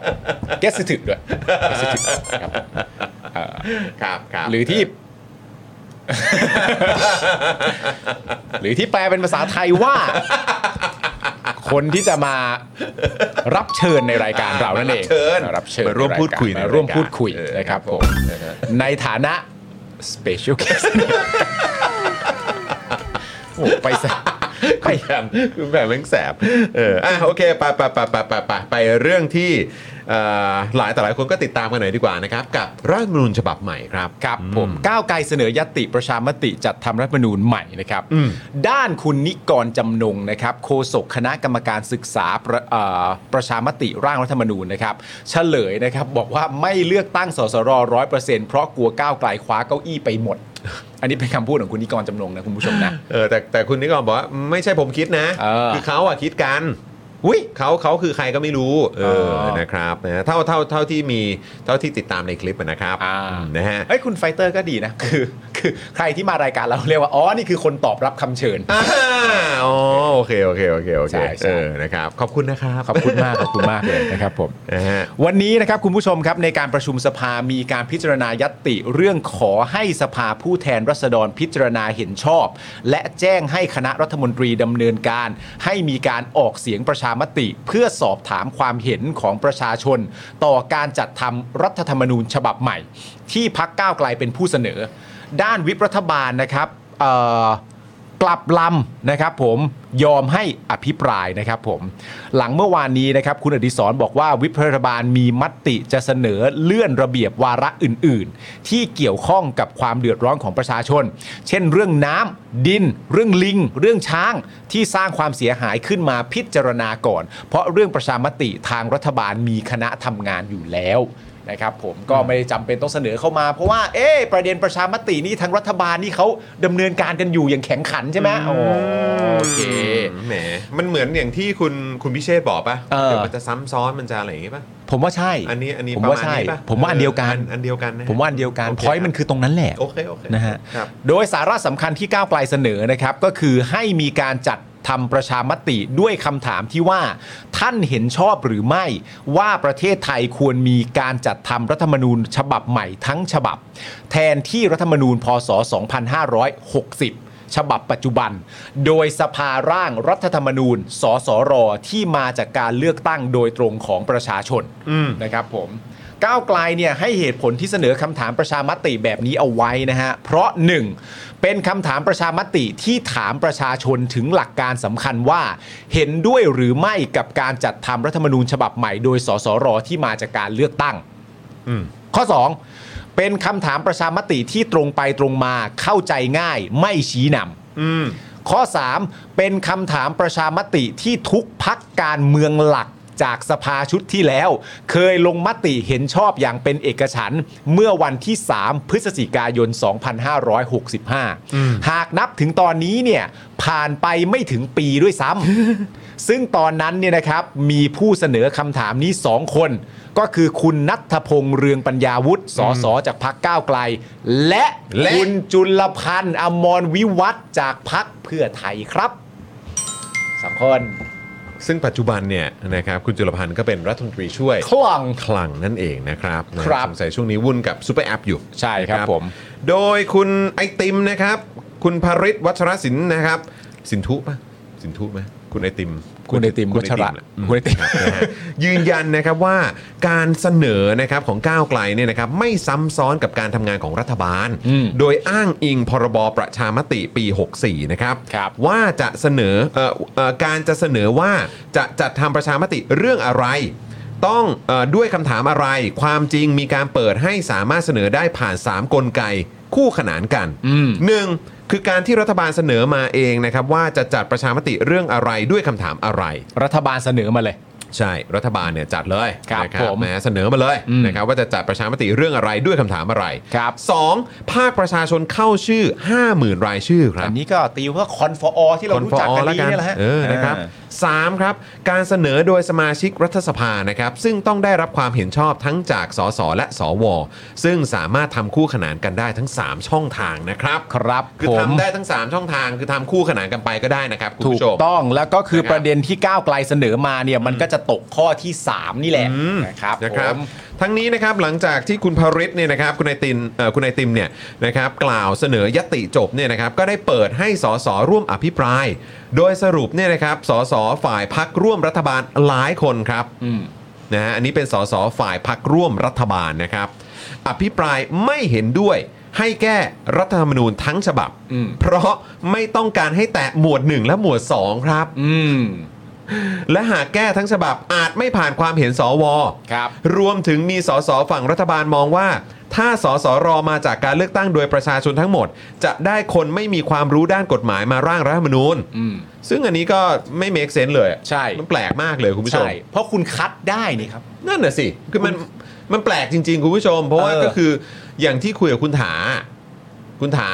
S2: ผมเกสถึกด้วย guest ถึกนะครับเอ่อ
S1: ครับครับ
S2: หรือที่ หรือที่แปลเป็นภาษาไทยว่า คนที่จะมารับเชิญในรายการเรานั่นเอง
S1: มบเชิญ
S2: มารับเชิญ
S1: มาร่วมพูดคุย
S2: มาร่วม
S1: ใก
S2: พูดคุย
S1: เออ
S2: นะครับผมในฐานะ special guest โอ้ไปซะไป
S1: คุณแบบคุณแบบแม่งแสบเอออ่ะโอเคไปไปไปไปไปไปไปเรื่องที่เอ่อหลายแต่หลายคนก็ติดตามกันหน่อยดีกว่านะครับ กับรัฐธรรมนูญฉบับใหม่ครับ
S2: ครับผมก้าวไกลเสนอยติประชามติจัดทำรัฐธรรมนูญใหม่นะครับ
S1: อืม
S2: ด้านคุณนิกรจำนงนะครับโฆษกคณะกรรมการศึกษาประเอ่อประชามติร่างรัฐธรรมนูญนะครับเฉลยนะครับบอกว่าไม่เลือกตั้งสสรร้อยเปอร์เซ็นต์เพราะกลัวก้าวไกลคว้าเก้าอี้ไปหมด อันนี้เป็นคำพูดของคุณนิกรจำนงนะคุณผู้ชม นะ
S1: เออแต่แต่คุณนิกรบอกว่าไม่ใช่ผมคิดนะ
S2: เออ
S1: คือเขาอะคิดกันอุ้ยเขาเขาคือใครก็ไม่รู้เออ
S2: อ๋อ
S1: นะครับนะเท่าเท่าเท่าที่มีเท่าที่ติดตามในคลิปอะนะครับ
S2: อ่า
S1: อืมนะฮะ
S2: เอ้ยคุณไฟเตอร์ก็ดีนะคือคือใครที่มารายการเราเรียกว่าอ๋อนี่คือคนตอบรับคำเชิญ
S1: อ่าอ๋อโอเคโอเคโอเคโอเค
S2: ใช่ใช่
S1: เออนะครับขอบคุณนะครับ
S2: ขอบคุณมากขอบคุณมากเลยนะครับผม
S1: นะฮะ
S2: วันนี้นะครับคุณผู้ชมครับในการประชุมสภามีการพิจารณายัตติเรื่องขอให้สภาผู้แทนรัษฎรพิจารณาเห็นชอบ และแจ้งให้คณะรัฐมนตรีดำเนินการ ให้มีการออกเสียงประชามติ เพื่อสอบถามความเห็นของประชาชน ต่อการจัดทำรัฐธรรมนูญฉบับใหม่ ที่พักก้าวไกลเป็นผู้เสนอ ด้านวิปรัฐบาลนะครับเอ่อ กลับลำนะครับผมยอมให้อภิปรายนะครับผมหลังเมื่อวานนี้นะครับคุณอดิศรบอกว่าวิปรัฐบาลมีมติจะเสนอเลื่อนระเบียบวาระอื่น ๆ ที่เกี่ยวข้องกับความเดือดร้อนของประชาชน เช่น เรื่องน้ำดิน เรื่องลิง เรื่องช้างที่สร้างความเสียหายขึ้นมาพิจารณาก่อน เพราะเรื่องประชามติทางรัฐบาลมีคณะทำงานอยู่แล้ว นะครับผมก็ไม่ได้จำเป็นต้องเสนอเข้ามา เพราะว่าเอ๊ะประเด็นประชามตินี่ทางรัฐบาลนี่เขาดำเนินการกันอยู่อย่างแข็งขันใช่ไหมอ๋อโอเค
S1: แหมมันเหมือนอย่างที่คุณคุณพิเชษฐ์บอกปะ
S2: เออ
S1: เดี๋ยวมันจะซ้ำซ้อนมันจะอะไรอย่างงี้ปะ
S2: ผมว่าใช่
S1: อันนี้อันนี้
S2: ผม
S1: ประ
S2: ว่า
S1: มาณ
S2: ใช่
S1: นี้ปะ
S2: ผมว่าอันเดียวกัน
S1: อันเดียวกันะฮะ
S2: ผมว่าอันเดียวกัน
S1: โ
S2: พอยต์มันคือตรงนั้นแหละ
S1: โอเคโอเค
S2: นะฮะ
S1: ครับ
S2: โดยสาระสำคัญที่ก้าวไกลเสนอนะครับ ก็คือให้มีการจัดทำประชามติด้วยคำถามที่ว่า ท่านเห็นชอบหรือไม่ ว่าประเทศไทยควรมีการจัดทำรัฐธรรมนูญฉบับใหม่ทั้งฉบับ แทนที่รัฐธรรมนูญพศ 2560 ฉบับปัจจุบัน โดยสภาร่างรัฐธรรมนูญ สสร ที่มาจากการเลือกตั้งโดยตรงของประชาชนนะครับผม ก้าวไกลเนี่ยให้เหตุผลที่เสนอคำถามประชามติแบบนี้เอาไว้นะฮะ เพราะ 1. เป็นคำถามประชามติที่ถามประชาชนถึงหลักการสำคัญว่า เห็นด้วยหรือไม่กับการจัดทำรัฐธรรมนูญฉบับใหม่โดยสสรที่มาจากการเลือกตั้ง ข้อ 2 เป็นคำถามประชามติที่ตรงไปตรงมาเข้าใจง่ายไม่ชี้นำ ข้อ 3 เป็นคำถามประชามติที่ทุกพักการเมืองหลักจากสภาชุดที่แล้ว เคยลงมติเห็นชอบอย่างเป็นเอกฉันท์เมื่อวันที่ 3 พฤศจิกายน 2565 หากนับถึงตอนนี้เนี่ยผ่านไปไม่ถึงปีด้วยซ้ำ ซึ่งตอนนั้นเนี่ยนะครับมีผู้เสนอคำถามนี้ 2 คน ก็คือคุณนัทพงษ์เรืองปัญญาวุฒิสสจากพักก้าวไกล และ
S1: และ
S2: คุณ จุลพันธ์อมรวิวัฒน์จากพักเพื่อไทยครับสามคน
S1: ซึ่งปัจจุบันเนี่ยนะครับคุณจุลพันธ์ก็เป็นรัฐมนตรีช่วย
S2: คลัง
S1: คลังนั่นเองนะครับ
S2: ครับ
S1: สงสัยช่วงนี้วุ่นกับซูเปอร์แอปอยู่
S2: ใช่ครับ
S1: นะ
S2: ผม
S1: โดยคุณไอติมนะครับ คุณภริศวัชรศิลป์นะครับ สินทุปะสินทุไหมคุณไอติม
S2: คุณไอติม
S1: คุณไอ
S2: วัชระ
S1: ติมแหละอืม
S2: คุณไอติม
S1: ครับนะฮะยืนยันนะครับว่าการเสนอนะครับของก้าวไกลเนี่ยนะครับไม่ซ้ำซ้อนกับการทำงานของรัฐบาล
S2: อืม
S1: โดยอ้างอิงพรบประชามติปี 64 นะครับ
S2: ครับ
S1: ว่าจะเสนอเออเอ่อการจะเสนอว่าจะจัดทำประชามติเรื่องอะไร ต้องเออด้วยคำถามอะไร ความจริงมีการเปิดให้สามารถเสนอได้ผ่าน 3 กลไกคู่ขนานกัน
S2: อืม
S1: หนึ่งคือการที่รัฐบาลเสนอมาเองนะครับ ว่าจะจัดประชามติเรื่องอะไรด้วยคำถามอะไร
S2: รัฐบาลเสนอมาเลย
S1: ใช่รัฐบาลเนี่ยจัดเลย
S2: ครับ
S1: นะ
S2: ผม
S1: นะเสนอมาเลย
S2: อืม
S1: นะครับว่าจะจัดประชามติเรื่องอะไรด้วยคำถามอะไร
S2: ครับ
S1: สองภาคประชาชนเข้าชื่อ 50,000 รายชื่อครับ
S2: อันนี้ก็ตีว่าคอนฟอที่เรารู้จักกันดีเนี่ยแหละฮะ
S1: เออนะครับสามครับ การเสนอโดยสมาชิกรัฐสภานะครับ ซึ่งต้องได้รับความเห็นชอบทั้งจากสสและสว ซึ่งสามารถทำคู่ขนานกันได้ทั้ง 3 ช่องทางนะครับ
S2: ครับ
S1: คือ
S2: ผม
S1: ทำได้ทั้ง 3 ช่องทาง คือทำคู่ขนานกันไปก็ได้นะครับ คุณ
S2: ถูก
S1: ผู้ชม
S2: ต้องแล้วก็คือ
S1: นะครั
S2: ป
S1: บ
S2: ระเด็นที่ก้าวไกลเสนอมาเนี่ยมันก็จะตกข้อที่ 3 นี่แหละนะครับ
S1: นะครับ
S2: ผม
S1: ทั้งนี้นะครับหลังจากที่คุณภริศเนี่ยนะครับคุณไอติมเอ่อคุณไอติมเนี่ยนะครับกล่าวเสนอยติจบเนี่ยนะครับก็ได้เปิดให้สสร่วมอภิปราย โดยสรุปเนี่ยนะครับสสฝ่ายพักร่วมรัฐบาลหลายคนครับ
S2: อืม
S1: นะฮะอันนี้เป็นสสฝ่ายพักร่วมรัฐบาลนะครับอภิปรายไม่เห็นด้วยให้แก้รัฐธรรมนูญทั้งฉบับ เพราะไม่ต้องการให้แตะหมวด 1 และหมวด 2 ครับ
S2: อืม
S1: และหากแก้ทั้งฉบับอาจไม่ผ่านความเห็นสว
S2: ครับ
S1: รวมถึงมีสสฝั่งรัฐบาลมองว่า ถ้าสสรมาจากการเลือกตั้งโดยประชาชนทั้งหมด จะได้คนไม่มีความรู้ด้านกฎหมายมาร่างรัฐธรรมนูญ
S2: อืม
S1: ซึ่งอันนี้ก็ไม่เมคเซนเลย
S2: ใช่
S1: มันแปลกมากเลยคุณผู้ชม
S2: ใช่เพราะคุณคัดได้นี่ครับ
S1: นั่นน่ะสิ คือมันมันแปลกจริง ๆ คุณผู้ชม เพราะว่า
S2: เออ
S1: ก็คืออย่างที่คุยกับคุณถา คุณถา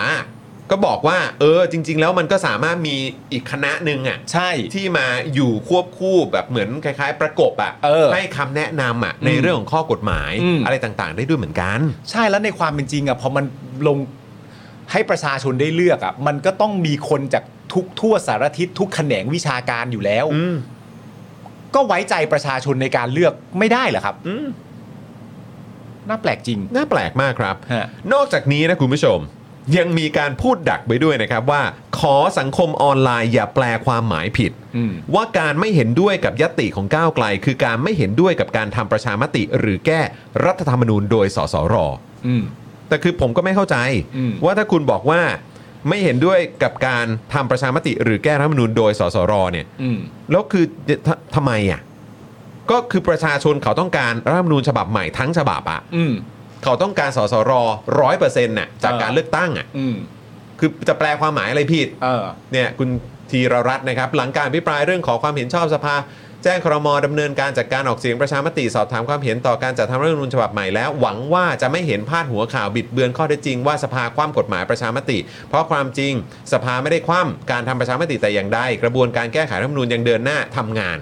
S1: ก็บอกว่า เออจริง ๆ แล้วมันก็สามารถมีอีกคณะหนึ่งอ่ะ
S2: ใช่
S1: ที่มาอยู่ควบคู่แบบเหมือนคล้าย ๆ ประกบอ่ะ
S2: เออ
S1: ให้คำแนะนำอ่ะในเรื่องของข้อกฎหมาย
S2: อืม
S1: อะไรต่างๆ ได้ด้วยเหมือนกัน
S2: ใช่แล้วในความเป็นจริงอ่ะพอมันลงให้ประชาชนได้เลือกอ่ะมันก็ต้องมีคนจากทุกทั่วสารทิศทุกแขนงวิชาการอยู่แล้ว
S1: อืม
S2: ก็ไว้ใจประชาชนในการเลือกไม่ได้เหรอครับ
S1: อืม
S2: น่าแปลกจริง
S1: น่าแปลกมากครับ
S2: ฮะ
S1: นอกจากนี้นะคุณผู้ชม ยังมีการพูดดักไปด้วยนะครับว่า ขอสังคมออนไลน์อย่าแปลความหมายผิด
S2: อืม
S1: ว่าการไม่เห็นด้วยกับยติของก้าวไกล คือการไม่เห็นด้วยกับการทำประชามติ หรือแก้รัฐธรรมนูญโดยสสร
S2: อืม
S1: แต่คือผมก็ไม่เข้าใจ
S2: อืม
S1: ว่าถ้าคุณบอกว่าไม่เห็นด้วยกับการทำประชามติ หรือแก้รัฐธรรมนูญโดยสสรเนี่ย
S2: อืม
S1: แล้วคือจะททำไมอ่ะก็คือประชาชนเขาต้องการรัฐธรรมนูญฉบับใหม่ทั้งฉบับอะ
S2: อืม
S1: เขาต้องการสสรร้อยเปอร์เซ็นต์น่ะจากการเลือกตั้งอ่ะ
S2: อืม
S1: คือจะแปลความหมายอะไรผิด
S2: เออ
S1: เนี่ยคุณธีรรัตน์นะครับ หลังการพิปรายเรื่องขอความเห็นชอบสภา แจ้งครมดำเนินการจัดการออกเสียงประชามติสอบถามความเห็นต่อการจัดทำรัฐธรรมนูญฉบับใหม่แล้ว หวังว่าจะไม่เห็นพาดหัวข่าวบิดเบือนข้อเท็จจริงว่าสภาคว่ำกฎหมายประชามติ เพราะความจริงสภาไม่ได้คว่ำการทำประชามติแต่อย่างใดกระบวนการแก้ไขรัฐธรรมนูญยังเดินหน้าทำงาน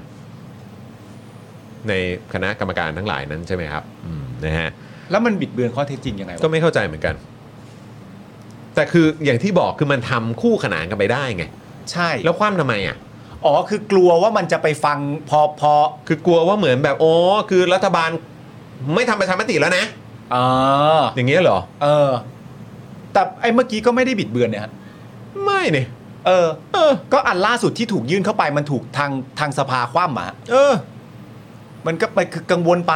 S1: ในคณะกรรมการทั้งหลายนั้นใช่ไหมครับอืมนะฮะ
S2: แล้วมันบิดเบือนข้อเท็จจริงยังไง
S1: ก็
S2: วะ
S1: ไม่เข้าใจเหมือนกัน แต่คืออย่างที่บอกคือมันทำคู่ขนานกันไปได้ไง
S2: ใช่
S1: แล้วคว่ำทำไมอ่ะ
S2: อ๋อคือกลัวว่ามันจะไปฟังพอพอ
S1: คือกลัวว่าเหมือนแบบโอ้คือรัฐบาลไม่ทำประชามติแล้วนะ
S2: เออ
S1: อย่างเงี้ยเหรอ
S2: เออ แต่ไอ้เมื่อกี้ก็ไม่ได้บิดเบือนเนี่ยฮะ
S1: ไม่เนี่ย
S2: เออ ก็อันล่าสุดที่ถูกยื่นเข้าไปมันถูกทางทางสภาคว่ำอ่ะ
S1: เออ
S2: มันก็ไปคือกังวลไป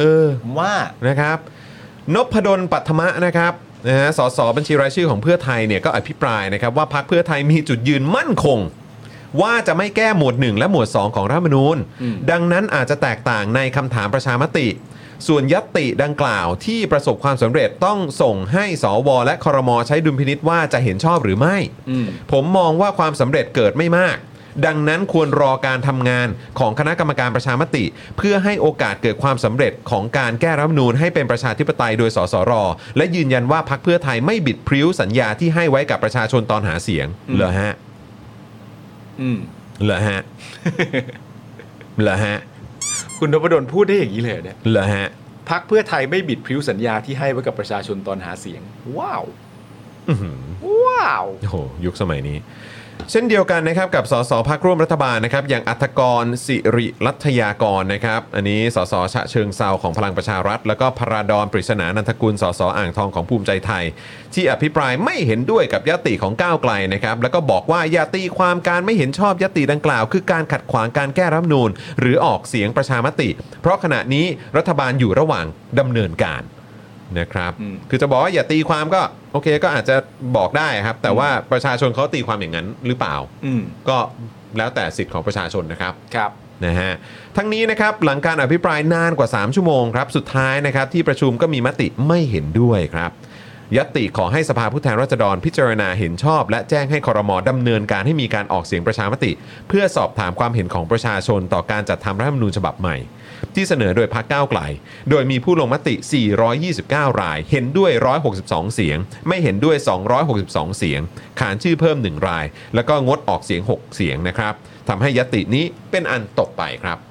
S1: เออ
S2: ผมว่า
S1: นะครับนพดลปัทมะนะครับนะฮะสสบัญชีรายชื่อของเพื่อไทยเนี่ยก็อภิปรายนะครับว่าพักเพื่อไทยมีจุดยืนมั่นคง ว่าจะไม่แก้หมวด 1 และหมวด 2 ของรัฐธรรมนูญ
S2: อืม
S1: ดังนั้นอาจจะแตกต่างในคำถามประชามติ ส่วนยัตติดังกล่าวที่ประสบความสำเร็จต้องส่งให้สวและครมใช้ดุลพินิษว่าจะเห็นชอบหรือไม่
S2: อืม
S1: ผมมองว่าความสำเร็จเกิดไม่มาก ดังนั้นควรรอการทำงานของคณะกรรมการประชามติ เพื่อให้โอกาสเกิดความสำเร็จของการแก้รัฐธรรมนูญให้เป็นประชาธิปไตยโดยสสร และยืนยันว่าพักเพื่อไทยไม่บิดพริ้วสัญญาที่ให้ไว้กับประชาชนตอนหาเสียง
S2: อืม
S1: เหรอฮะ
S2: อืม
S1: เหรอฮะ เหรอฮะ
S2: คุณนพดลพูดได้อย่างนี้เลยเหรอเนี่ย
S1: เหรอฮะ
S2: พักเพื่อไทยไม่บิดพริ้วสัญญาที่ให้ไว้กับประชาชนตอนหาเสียง ว้าว
S1: อื้อหือ
S2: ว้าว
S1: โอ้โหยุคสมัยนี้ เช่นเดียวกันนะครับกับสสพักร่วมรัฐบาลนะครับอย่างอัธกรสิริรัตยากรนะครับอันนี้สสชะเชิงเซาของพลังประชารัฐ แล้วก็พราดอนปริศนานันทกุลสสอ่างทองของภูมิใจไทย ที่อภิปรายไม่เห็นด้วยกับยติของก้าวไกลนะครับแล้วก็บอกว่าอย่าตีความการไม่เห็นชอบยติดังกล่าว คือการขัดขวางการแก้รัฐธรรมนูญ หรือออกเสียงประชามติ เพราะขณะนี้รัฐบาลอยู่ระหว่างดำเนินการ นะครับ
S2: อืม
S1: คือจะบอกว่าอย่าตีความก็โอเคก็อาจจะบอกได้ครับ แต่ว่าประชาชนเขาตีความอย่างนั้นหรือเปล่า
S2: อืม
S1: ก็แล้วแต่สิทธิ์ของประชาชนนะครับ
S2: ครับ
S1: นะฮะ ทั้งนี้นะครับหลังการอภิปรายนานกว่า 3 ชั่วโมงครับ สุดท้ายนะครับที่ประชุมก็มีมติไม่เห็นด้วยครับ ยติขอให้สภาผู้แทนราษฎรพิจารณาเห็นชอบ และแจ้งให้คอรมอดำเนินการให้มีการออกเสียงประชามติ เพื่อสอบถามความเห็นของประชาชนต่อการจัดทำรัฐธรรมนูญฉบับใหม่ ที่เสนอโดยพรรคก้าวไกล โดยมีผู้ลงมติ 429 ราย เห็นด้วย 162 เสียง ไม่เห็นด้วย 262 เสียง ขานชื่อเพิ่ม 1 ราย แล้วก็งดออกเสียง 6 เสียงนะครับทำให้ยตินี้เป็นอันตกไปครับ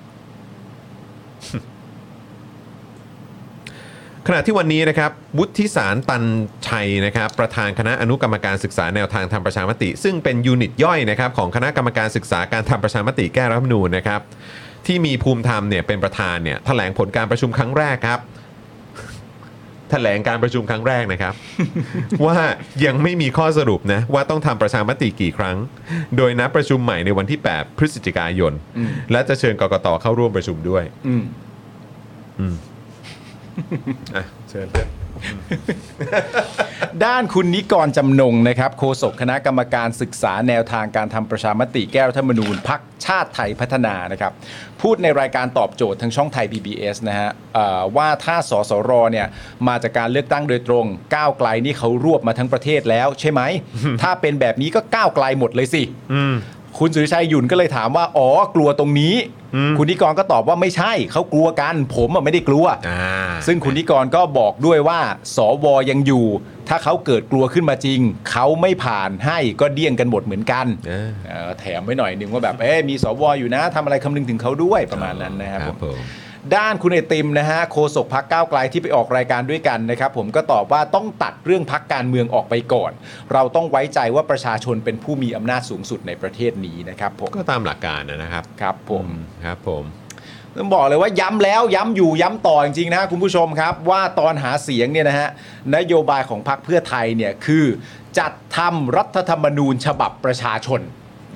S1: ขณะที่วันนี้นะครับวุฒิสารตันชัยนะครับประธานคณะอนุกรรมการศึกษาแนวทางทำประชามติ ซึ่งเป็นยูนิตย่อยนะครับของคณะกรรมการศึกษาการทำประชามติแก้รัฐธรรมนูญนะครับที่มีภูมิธรรมเนี่ยเป็นประธานเนี่ยแถลงผลการประชุมครั้งแรกครับ แถลงการประชุมครั้งแรก นะครับ ว่ายังไม่มีข้อสรุปนะว่าต้องทำประชามติกี่ครั้ง โดยนัดประชุมใหม่ในวันที่ 8 พฤศจิกายน
S2: อืม
S1: และจะเชิญกกตเข้าร่วมประชุมด้วย
S2: อืม
S1: อ่ะเชิญ
S2: ด้านคุณนิกรจำนงนะครับโฆษกคณะกรรมการศึกษาแนวทางการทำประชามติแก้รัฐธรรมนูญพักชาติไทยพัฒนานะครับพูดในรายการตอบโจทย์ทางช่องไทย PBS นะฮะเอ่อว่าถ้าสสรเนี่ยมาจากการเลือกตั้งโดยตรงก้าวไกลนี่เขารวบมาทั้งประเทศแล้วใช่ไหม ถ้าเป็นแบบนี้ก็ก้าวไกลหมดเลยสิ
S1: อืม
S2: คุณสุริชัยหยุ่นก็เลยถามว่า อ๋อกลัวตรงนี้
S1: อืม
S2: คุณนิกรก็ตอบว่าไม่ใช่ เขากลัวกัน ผมอะไม่ได้กลัว
S1: อ่า
S2: ซึ่งคุณนิกรก็บอกด้วยว่า สวยังอยู่ ถ้าเขาเกิดกลัวขึ้นมาจริง เขาไม่ผ่านให้ก็เดี่ยงกันหมดเหมือนกัน
S1: เออ
S2: เออแถมไว้หน่อยหนึ่งว่าแบบเอ๊ะมีสวอยู่นะทำอะไรคำนึงถึงเขาด้วยประมาณนั้นนะครับผม
S1: ผม
S2: ด้านคุณไอติมนะฮะโฆษกพักก้าวไกลที่ไปออกรายการด้วยกันนะครับผมก็ตอบว่าต้องตัดเรื่องพักการเมืองออกไปก่อน เราต้องไว้ใจว่าประชาชนเป็นผู้มีอำนาจสูงสุดในประเทศนี้นะครับผม
S1: ก็ตามหลักการนะครับ
S2: ครับผม
S1: ครับผม
S2: ต้องบอกเลยว่าย้ำแล้วย้ำอยู่ย้ำต่อจริงๆนะคุณผู้ชมครับ ว่าตอนหาเสียงเนี่ยนะฮะนโยบายของพักเพื่อไทยเนี่ยคือ จัดทำรัฐธรรมนูญฉบับประชาชน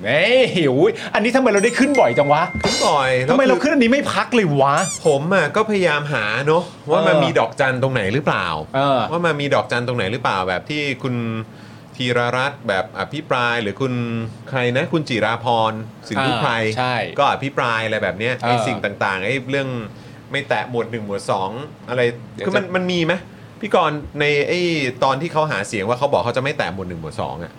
S2: นี่อุ๊ยอันนี้ทำไมเราได้ขึ้นบ่อยจังวะ
S1: ขึ้นบ่อย
S2: ทำไมเรา
S1: แล้วคือ
S2: ขึ้นอันนี้ไม่พักเลยวะ
S1: ผมอ่ะก็พยายามหาเนาะว่ามัน
S2: เออ
S1: มีดอกจันตรงไหนหรือเปล่า
S2: เออ
S1: ว่ามันมีดอกจันตรงไหนหรือเปล่าแบบที่คุณธีรรัตน์แบบอภิปรายหรือคุณใครนะคุณจิราพรสินทุพไพร
S2: อ่าใช่
S1: ก็อภิปรายอะไรแบบเนี้ย
S2: เออ
S1: ไอ้สิ่งต่างๆไอ้เรื่องไม่แตะหมวดหนึ่งหมวดสองอะไร
S2: เดี๋ยว
S1: คือมัน
S2: จะ
S1: มันมีไหมพี่กรณ์ในไอ้ตอนที่เขาหาเสียงว่าเขาบอกเขาจะไม่แตะหมวดหนึ่งหมวดสองอ่ะ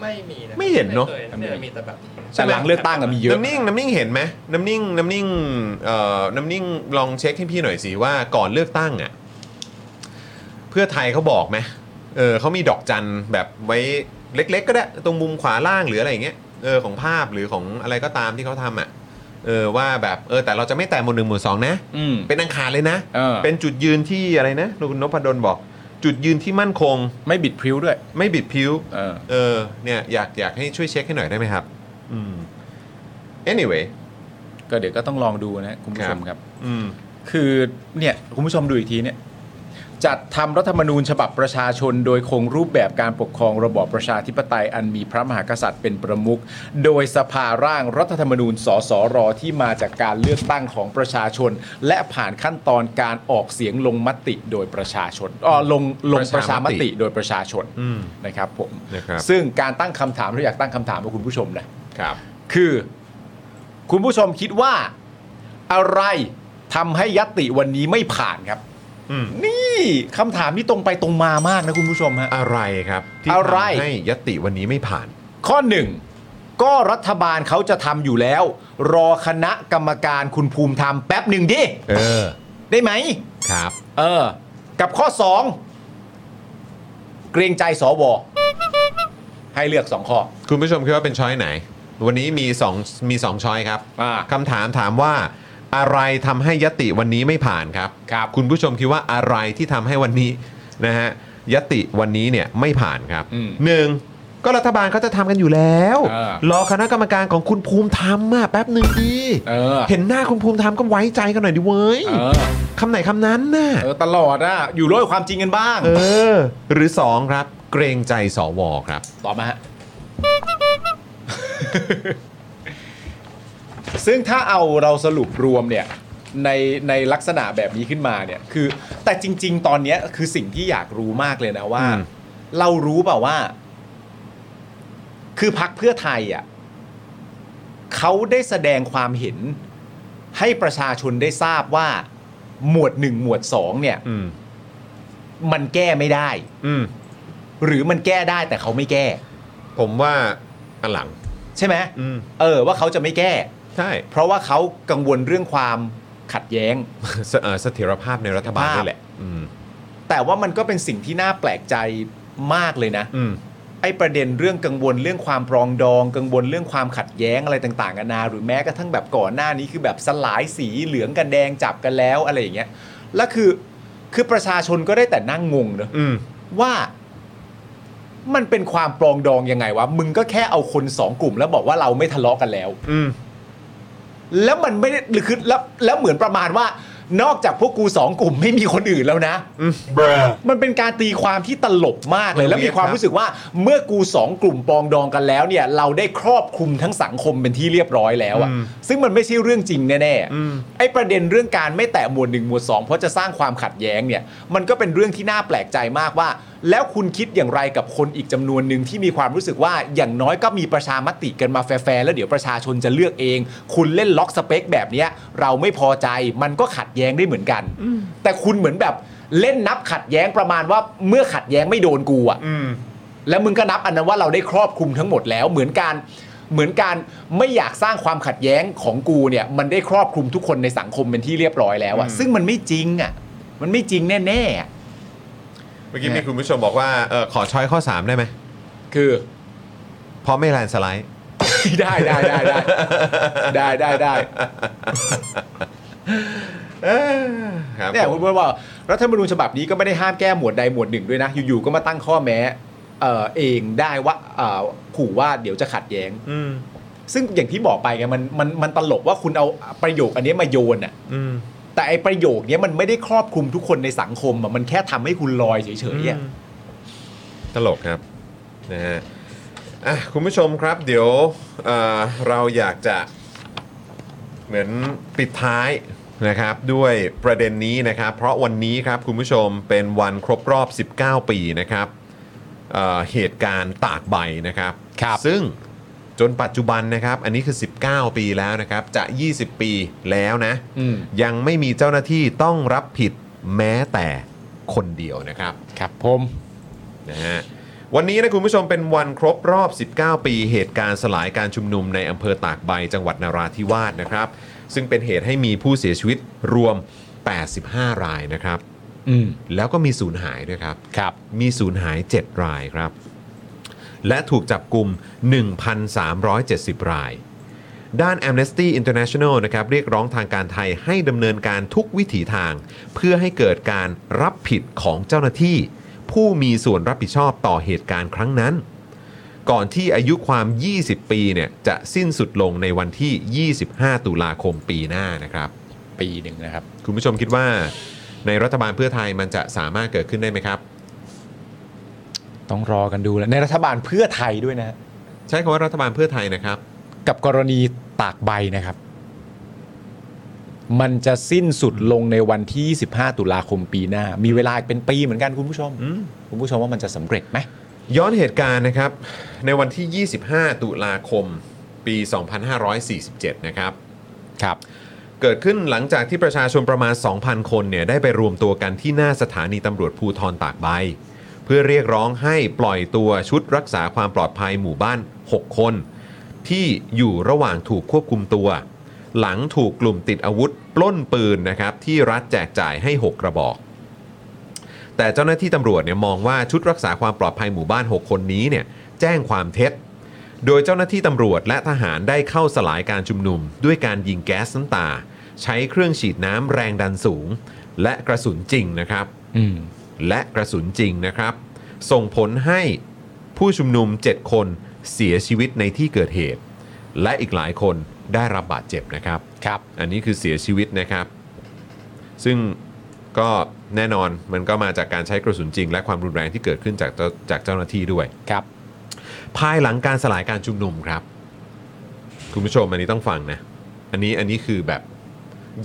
S4: ไม่มีนะ
S1: ไม่เห็นเนอะ
S4: ไม่คยไม่คยมีแต่แบบ
S2: แต่หลังเลือกตั้งอะมีเยอะ
S1: น้ำนิ่งน้ำนิ่งเห็นไหมน้ำนิ่งน้ำนิ่งเอ่อน้ำนิ่งลองเช็คให้พี่หน่อยสิว่าก่อนเลือกตั้งอ่ะเพื่อไทยเขาบอกไหมเออเขามีดอกจันแบบไว้เล็ก ๆ ก็ได้ ตรงมุมขวาล่างหรืออะไรอย่างเงี้ยเออของภาพหรือของอะไรก็ตามที่เขาทำอ่ะเออว่าแบบเออแต่เราจะไม่แตะหมวดหนึ่งหมวดสองนะ
S2: อืม
S1: เป็นอังคารเลยนะ
S2: เออ
S1: นจุดยืนที่อะไรนะคุณนพดลบอก จุดยืนที่มั่นคง
S2: ไม่บิดพริ้วด้วย
S1: ไม่บิดผิว
S2: เออ
S1: เออเนี่ยอยากอยากให้ช่วยเช็คให้หน่อยได้ไหมครับอืม anyway
S2: ก็เดี๋ยวก็ต้องลองดูนะคุณผู้ชมครับ
S1: อืม
S2: คือเนี่ยคุณผู้ชมดูอีกทีเนี่ย จัดทำรัฐธรรมนูญฉบับประชาชน โดยคงรูปแบบการปกครองระบอบประชาธิปไตยอันมีพระมหากษัตริย์เป็นประมุขโดยสภาร่างรัฐธรรมนูญสสรที่มาจากการเลือกตั้งของประชาชน และผ่านขั้นตอนการออกเสียงลงมติโดยประชาชนอ๋อลงลงป
S1: ประ ระ
S2: ชา
S1: ชาม มติ
S2: ติโดยประชาชน
S1: อืม
S2: นะครับผม
S1: นะครับ
S2: ซึ่งการตั้งคำถามเราอยากตั้งคำถามกับคุณผู้ชมนะ
S1: ครับ
S2: คือคุณผู้ชมคิดว่าอะไรทำให้ยตติวันนี้ไม่ผ่านครับ
S1: อืม
S2: นี่คำถามนี้ตรงไปตรงมามากนะคุณผู้ชมฮะ
S1: อะไรครับ ที่
S2: อะไร
S1: ทำให้ยติวันนี้ไม่ผ่าน
S2: ข้อหนึ่งก็รัฐบาลเขาจะทำอยู่แล้ว รอคณะกรรมการคุณภูมิธรรมแป๊บหนึ่งดิ
S1: เออ
S2: ได้ไหม
S1: ครับ
S2: เออ กับข้อสองเกรงใจสวให้เลือกสองข้อ
S1: คุณผู้ชมคิดว่าเป็นช้อยไหน วันนี้มี2มีสองช้อยครับ
S2: อ่า
S1: คำถามถามว่า อะไรทำให้ยติวันนี้ไม่ผ่านครับ
S2: ครับ
S1: คุณผู้ชมคิดว่าอะไรที่ทำให้วันนี้นะฮะยติวันนี้เนี่ยไม่ผ่านครับ
S2: อืม
S1: หนึ่งก็รัฐบาลเขาจะทำกันอยู่แล้ว
S2: เออ
S1: รอคณะกรรมการของคุณภูมิธรรมอะแป๊บหนึ่งดี
S2: เออ
S1: เห็นหน้าคุณภูมิธรรมก็ไว้ใจกันหน่อยดิเว้ย
S2: เออ
S1: คำไหนคำนั้นน่ะ
S2: เออตลอดอะอยู่ร่วยความจริงกันบ้าง
S1: เออ หรือสองครับ เกรงใจสวครับ
S2: ตอบมาฮะ ซึ่งถ้าเอาเราสรุปรวมเนี่ยในในลักษณะแบบนี้ขึ้นมาเนี่ยคือ แต่จริง ๆ ตอนเนี้ยคือสิ่งที่อยากรู้มากเลยนะว่า
S1: อืม
S2: เรารู้เปล่าว่า คือพักเพื่อไทยอ่ะเขาได้แสดงความเห็น ให้ประชาชนได้ทราบว่า หมวดหนึ่งหมวดสองเนี่ย
S1: อืม
S2: มันแก้ไม่ได้
S1: อืม
S2: หรือมันแก้ได้แต่เขาไม่แก้
S1: ผมว่าอันหลัง
S2: ใช่ไหม
S1: อืม
S2: เออว่าเขาจะไม่แก้
S1: ใช่
S2: เพราะว่าเขากังวลเรื่องความขัดแย้ง
S1: เสเอ่อเสถียรภาพในรัฐบาลนี่แหละ อืม
S2: แต่ว่ามันก็เป็นสิ่งที่น่าแปลกใจมากเลยนะ
S1: อืม
S2: ไอ้ประเด็นเรื่องกังวลเรื่องความปรองดอง กังวลเรื่องความขัดแย้งอะไรต่างๆนานาหรือแม้กระทั่งแบบก่อนหน้านี้คือแบบสลายสีเหลืองกันแดงจับกันแล้วอะไรอย่างเงี้ยแล้วคือคือประชาชนก็ได้แต่นั่งงงเนอะ
S1: อืม
S2: ว่า มันเป็นความปรองดองยังไงวะมึงก็แค่เอาคนสองกลุ่ม แล้วบอกว่าเราไม่ทะเลาะกันแล้ว
S1: อืม
S2: แล้วมันไม่ได้หรือคือแล้วแล้วเหมือนประมาณว่า นอกจากพวกกูสองกลุ่มไม่มีคนอื่นแล้วนะ มันเป็นการตีความที่ตลกมากเลย
S1: มัน
S2: แล้วมีความ
S1: เวียดครับ
S2: รู้สึกว่าเมื่อกูสองกลุ่มปองดองกันแล้วเนี่ย เราได้ครอบคลุมทั้งสังคมเป็นที่เรียบร้อยแล้วอะซึ่งมันไม่ใช่เรื่องจริงแน่
S1: อืม
S2: ๆไอ้ประเด็นเรื่องการไม่แตะหมวดหนึ่งหมวดสองเพราะจะสร้างความขัดแย้งเนี่ย มันก็เป็นเรื่องที่น่าแปลกใจมากว่า แล้วคุณคิดอย่างไรกับคนอีกจำนวนหนึ่งที่มีความรู้สึกว่าอย่างน้อยก็มีประชามติกันมาแฟร์ๆแล้วเดี๋ยวประชาชนจะเลือกเอง คุณเล่นล็อกสเปคแบบเนี้ยเราไม่พอใจมันก็ขัดแย้งได้เหมือนกัน แต่คุณเหมือนแบบเล่นนับขัดแย้งประมาณว่าเมื่อขัดแย้งไม่โดนกูอะ
S1: อืม
S2: แล้วมึงก็นับอันนั้นว่าเราได้ครอบคลุมทั้งหมดแล้วเหมือนการเหมือนการไม่อยากสร้างความขัดแย้งของกูเนี่ยมันได้ครอบคลุมทุกคนในสังคมเป็นที่เรียบร้อยแล้วอะ
S1: อืม
S2: ซึ่งมันไม่จริงอะมันไม่จริงแน่ๆอะ
S1: เมื่อกี้
S2: เนี่
S1: มี
S2: ย
S1: คุณผู้ชมบอกว่าเออขอช้อยข้อ 3 ได้ไหม
S2: คือ
S1: เพราะไม่แลนด์สไลด์
S2: ได้ได้ได้ได้ได้ได้ได้
S1: เออครับ
S2: เนี่ย
S1: ผ
S2: คุ
S1: ม
S2: ณพูดว่ารัฐธรรมนูญฉบับนี้ก็ไม่ได้ห้ามแก้หมวดใดหมวดหนึ่งด้วยนะ อยู่ๆก็มาตั้งข้อแม้เอ่อเองได้ว่าเอ่อขู่ว่าเดี๋ยวจะขัดแย้ง
S1: อืม
S2: ซึ่งอย่างที่บอกไปไงมันมันมันตลกว่าคุณเอาประโยคอันเนี้ยมาโยนอ่ะ
S1: อืม
S2: แต่ไอประโยคเนี้ยมันไม่ได้ครอบคลุมทุกคนในสังคมอะมันแค่ทำให้คุณลอยเฉยๆอะ
S1: ตลกครับนะฮะอ่ะคุณผู้ชมครับเดี๋ยวเอ่อเราอยากจะเหมือนปิดท้ายนะครับด้วยประเด็นนี้นะครับ เพราะวันนี้ครับคุณผู้ชมเป็นวันครบรอบ 19 ปีนะครับเอ่อเหตุการณ์ตากใบนะครับ
S2: ครับ
S1: ซึ่งจนปัจจุบันนะครับ อันนี้คือ 19 ปีแล้วนะครับ จะ 20 ปีแล้วนะ
S2: อืม
S1: ยังไม่มีเจ้าหน้าที่ต้องรับผิดแม้แต่คนเดียวนะครับ
S2: ครับผม
S1: นะฮะวันนี้นะคุณผู้ชมเป็นวันครบรอบ 19 ปีเหตุการณ์สลายการชุมนุมในอำเภอตากใบจังหวัดนราธิวาสนะครับ ซึ่งเป็นเหตุให้มีผู้เสียชีวิตรวม 85 รายนะครับ
S2: อืม
S1: แล้วก็มีสูญหายด้วยครับ
S2: ครับ
S1: มีสูญหาย 7 รายครับ และถูกจับกลุ่ม 1,370 ราย ด้าน Amnesty International นะครับเรียกร้องทางการไทยให้ดำเนินการทุกวิถีทาง เพื่อให้เกิดการรับผิดของเจ้าหน้าที่ ผู้มีส่วนรับผิดชอบต่อเหตุการณ์ครั้งนั้น ก่อนที่อายุความ 20 ปีเนี่ยจะสิ้นสุดลงในวันที่ 25 ตุลาคมปีหน้านะครับ
S2: ปีหนึ่งนะครับ
S1: คุณผู้ชมคิดว่า ในรัฐบาลเพื่อไทยมันจะสามารถเกิดขึ้นได้ไหมครับ
S2: ต้องรอกันดูแล้วในรัฐบาลเพื่อไทยด้วยนะฮะ
S1: ใช้คำว่ารัฐบาลเพื่อไทยนะครับ
S2: กับกรณีตากใบนะครับ มันจะสิ้นสุดลงในวันที่ 25 ตุลาคมปีหน้า มีเวลาอีกเป็นปีเหมือนกันคุณผู้ชม คุณผู้ชมว่ามันจะสำเร็จไหม
S1: ย้อนเหตุการณ์นะครับ ในวันที่ 25 ตุลาคม ปี 2547 นะครับ
S2: ครับ
S1: เกิดขึ้นหลังจากที่ประชาชนประมาณ 2,000 คนเนี่ยได้ไปรวมตัวกันที่หน้าสถานีตำรวจภูทรตากใบ เพื่อเรียกร้องให้ปล่อยตัวชุดรักษาความปลอดภัยหมู่บ้าน 6 คน ที่อยู่ระหว่างถูกควบคุมตัว หลังถูกกลุ่มติดอาวุธ ปล้นปืนนะครับ ที่รัฐแจกจ่ายให้ 6 กระบอก แต่เจ้าหน้าที่ตำรวจเนี่ยมองว่าชุดรักษาความปลอดภัยหมู่บ้าน 6 คนนี้เนี่ยแจ้งความเท็จ โดยเจ้าหน้าที่ตำรวจและทหารได้เข้าสลายการชุมนุม ด้วยการยิงแก๊สน้ำตา ใช้เครื่องฉีดน้ำแรงดันสูง และกระสุนจริงนะครับ
S2: อืม
S1: และกระสุนจริงนะครับ ส่งผลให้ผู้ชุมนุม 7 คนเสียชีวิตในที่เกิดเหตุ และอีกหลายคนได้รับบาดเจ็บนะครับ
S2: ครับ
S1: อันนี้คือเสียชีวิตนะครับ ซึ่งก็แน่นอนมันก็มาจากการใช้กระสุนจริง และความรุนแรงที่เกิดขึ้นจากเจ้าจากเจ้าหน้าที่ด้วย
S2: ครับ
S1: ภายหลังการสลายการชุมนุมครับ คุณผู้ชมอันนี้ต้องฟังนะ อันนี้อันนี้คือแบบ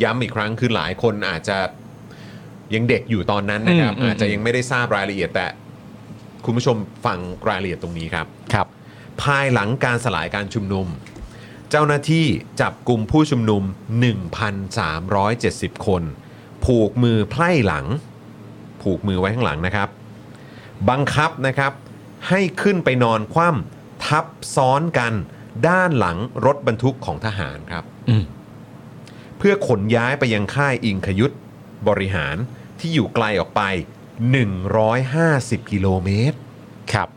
S1: ย้ำอีกครั้งคือหลายคนอาจจะยังเด็กอยู่ตอนนั้นนะครับ
S2: อืมอืม
S1: อาจจะยังไม่ได้ทราบรายละเอียดแต่ คุณผู้ชมฟังรายละเอียดตรงนี้ครับ
S2: ครับ
S1: ภายหลังการสลายการชุมนุม เจ้าหน้าที่จับกลุ่มผู้ชุมนุม 1,370 คน ผูกมือไพล่หลัง ผูกมือไว้ข้างหลังนะครับ บังคับนะครับ ให้ขึ้นไปนอนคว่ำทับซ้อนกันด้านหลังรถบรรทุกของทหารครับ
S2: อืม
S1: เพื่อขนย้ายไปยังค่ายอิงขยุทธบริหารที่อยู่ไกลออกไป 150 กิโลเมตร
S2: ครับ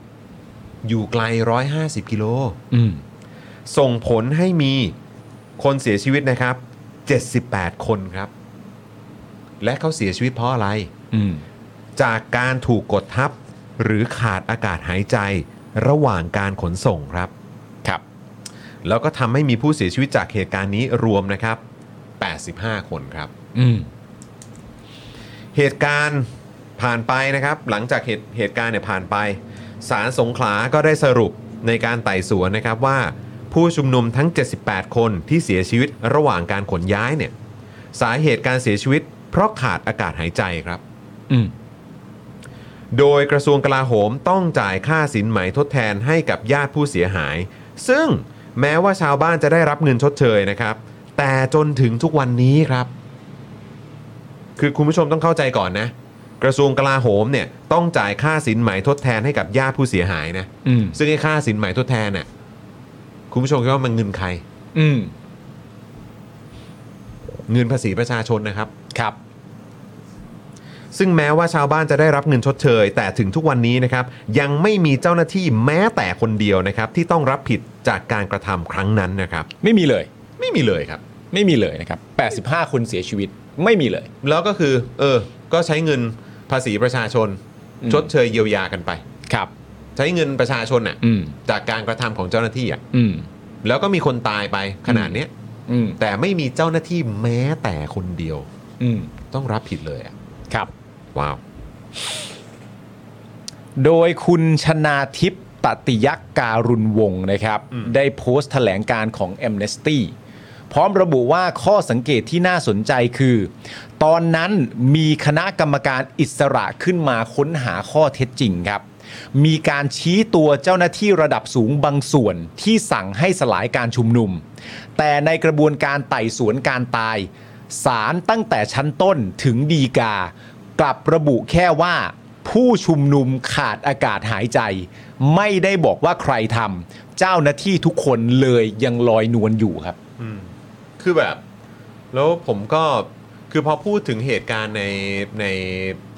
S1: อยู่ไกล 150 กิโล
S2: อืม
S1: ส่งผลให้มีคนเสียชีวิตนะครับ 78 คนครับ และเขาเสียชีวิตเพราะอะไร
S2: อืม
S1: จากการถูกกดทับ หรือขาดอากาศหายใจระหว่างการขนส่งครับ
S2: ครับ
S1: แล้วก็ทำให้มีผู้เสียชีวิตจากเหตุการณ์นี้รวมนะครับ 85 คนครับ
S2: อืม
S1: เหตุการณ์ผ่านไปนะครับ หลังจากเหตุเหตุการณ์เนี่ยผ่านไปศาลสงขลาก็ได้สรุปในการไต่สวนนะครับว่า ผู้ชุมนุมทั้ง 78 คนที่เสียชีวิตระหว่างการขนย้ายเนี่ยสาเหตุการเสียชีวิต เพราะขาดอากาศหายใจครับ
S2: อืม
S1: โดยกระทรวงกลาโหมต้องจ่ายค่าสินไหมทดแทนให้กับญาติผู้เสียหาย ซึ่งแม้ว่าชาวบ้านจะได้รับเงินชดเชยนะครับ แต่จนถึงทุกวันนี้ครับ คือคุณผู้ชมต้องเข้าใจก่อนนะ กระทรวงกลาโหมเนี่ยต้องจ่ายค่าสินไหมทดแทนให้กับญาติผู้เสียหายนะ
S2: อืม
S1: ซึ่งไอ้ค่าสินไหมทดแทนน่ะคุณผู้ชมคิดว่ามันเงินใคร
S2: อืม
S1: เงินภาษีประชาชนนะครับ
S2: ครับ
S1: ซึ่งแม้ว่าชาวบ้านจะได้รับเงินชดเชย แต่ถึงทุกวันนี้นะครับ ยังไม่มีเจ้าหน้าที่แม้แต่คนเดียวนะครับ ที่ต้องรับผิดจากการกระทำครั้งนั้นนะครับ
S2: ไม่มีเลย
S1: ไม่มีเลยครับ
S2: ไม่มีเลยนะครับ 85 คนเสียชีวิต ไม่มีเลย
S1: แล้วก็คือ เออ ก็ใช้เงินภาษีประชาชน
S2: อืม
S1: ชดเชยเยียวยากันไป
S2: ครับ
S1: ใช้เงินประชาชนน่ะ
S2: อืม
S1: จากการกระทำของเจ้าหน้าที่อ่ะ
S2: อืม
S1: แล้วก็มีคนตายไปขนาดเนี้ย
S2: อืม
S1: แต่ไม่มีเจ้าหน้าที่แม้แต่คนเดียว
S2: อืม
S1: ต้องรับผิดเลยอ่ะ
S2: ครับ
S1: ว้าว
S2: โดยคุณชนาทิพย์ตติยการุณวงศ์นะครับ ได้โพสต์แถลงการณ์ของ Amnesty พร้อมระบุว่าข้อสังเกตที่น่าสนใจคือ ตอนนั้นมีคณะกรรมการอิสระขึ้นมาค้นหาข้อเท็จจริงครับ มีการชี้ตัวเจ้าหน้าที่ระดับสูงบางส่วนที่สั่งให้สลายการชุมนุม แต่ในกระบวนการไต่สวนการตายศาลตั้งแต่ชั้นต้นถึงดีกา กลับระบุแค่ว่า ผู้ชุมนุมขาดอากาศหายใจ ไม่ได้บอกว่าใครทำเจ้าหน้าที่ทุกคนเลยยังลอยนวลอยู่ครับ
S1: คือแบบ แล้วผมก็คือพอพูดถึงเหตุการณ์ในใน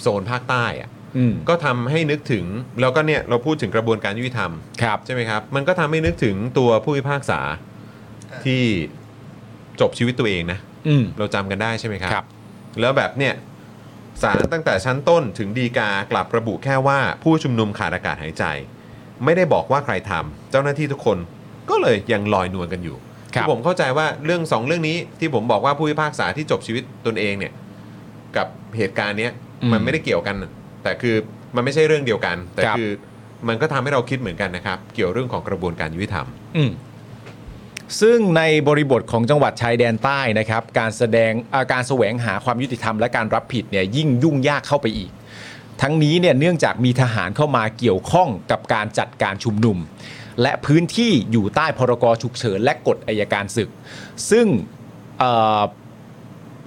S1: โซนภาคใต้อ่ะ
S2: อืม
S1: ก็ทำให้นึกถึงแล้วก็เนี่ยเราพูดถึงกระบวนการยุติธรรม
S2: ครับ
S1: ใช่ไหมครับ มันก็ทำให้นึกถึงตัวผู้พิพากษาที่จบชีวิตตัวเองนะ
S2: อืม
S1: เราจำกันได้ใช่ไหมครับ
S2: ครับ
S1: แล้วแบบเนี่ยสารตั้งแต่ชั้นต้นถึงดีกากลับระบุแค่ว่าผู้ชุมนุมขาดอากาศหายใจ ไม่ได้บอกว่าใครทำเจ้าหน้าที่ทุกคนก็เลยยังลอยนวลกันอยู่
S2: ครับ
S1: อผมเข้าใจว่าเรื่องสองเรื่องนี้ที่ผมบอกว่าผู้พิพากษาที่จบชีวิตตนเองเนี่ย กับเหตุการณ์เนี้ย
S2: อืม
S1: มันไม่ได้เกี่ยวกัน แต่คือมันไม่ใช่เรื่องเดียวกัน แต่
S2: ครับ
S1: คือมันก็ทำให้เราคิดเหมือนกันนะครับ เกี่ยวเรื่องของกระบวนการยุติธรรม
S2: อืมซึ่งในบริบทของจังหวัดชายแดนใต้นะครับ การแสดงอ่าการแสวงหาความยุติธรรมและการรับผิดเนี่ยยิ่งยุ่งยากเข้าไปอีก ทั้งนี้เนี่ยเนื่องจากมีทหารเข้ามาเกี่ยวข้องกับการจัดการชุมนุม และพื้นที่อยู่ใต้พรกฉุกเฉินและกฎอายการศึก ซึ่งเอ่อ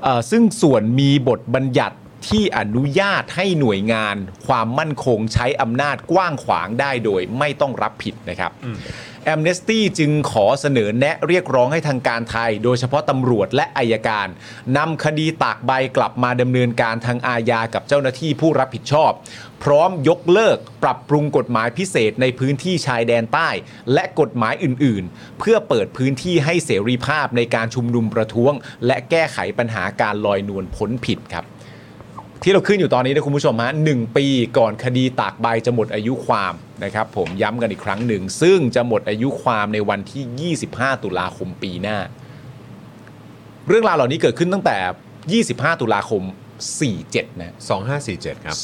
S2: เอ่อซึ่งส่วนมีบทบัญญัติที่อนุญาตให้หน่วยงาน ความมั่นคงใช้อำนาจกว้างขวางได้โดยไม่ต้องรับผิดนะครับแอมเนสตี้จึงขอเสนอแนะเรียกร้องให้ทางการไทย โดยเฉพาะตำรวจและอายการนำคดีตากใบกลับมาดำเนินการทางอาญากับเจ้าหน้าที่ผู้รับผิดชอบ พร้อมยกเลิกปรับปรุงกฎหมายพิเศษในพื้นที่ชายแดนใต้ และกฎหมายอื่น ๆ เพื่อเปิดพื้นที่ให้เสรีภาพในการชุมนุมประท้วง และแก้ไขปัญหาการลอยนวลพ้นผิดครับ ที่เราขึ้นอยู่ตอนนี้นะคุณผู้ชมฮะหนึ่งปีก่อนคดีตากใบจะหมดอายุความนะครับผมย้ำกันอีกครั้งหนึ่ง ซึ่งจะหมดอายุความในวันที่ 25 ตุลาคมปีหน้า เรื่องราวเหล่านี้เกิดขึ้นตั้งแต่ 25 ตุลาคม 47นะ
S1: 2547 ครับ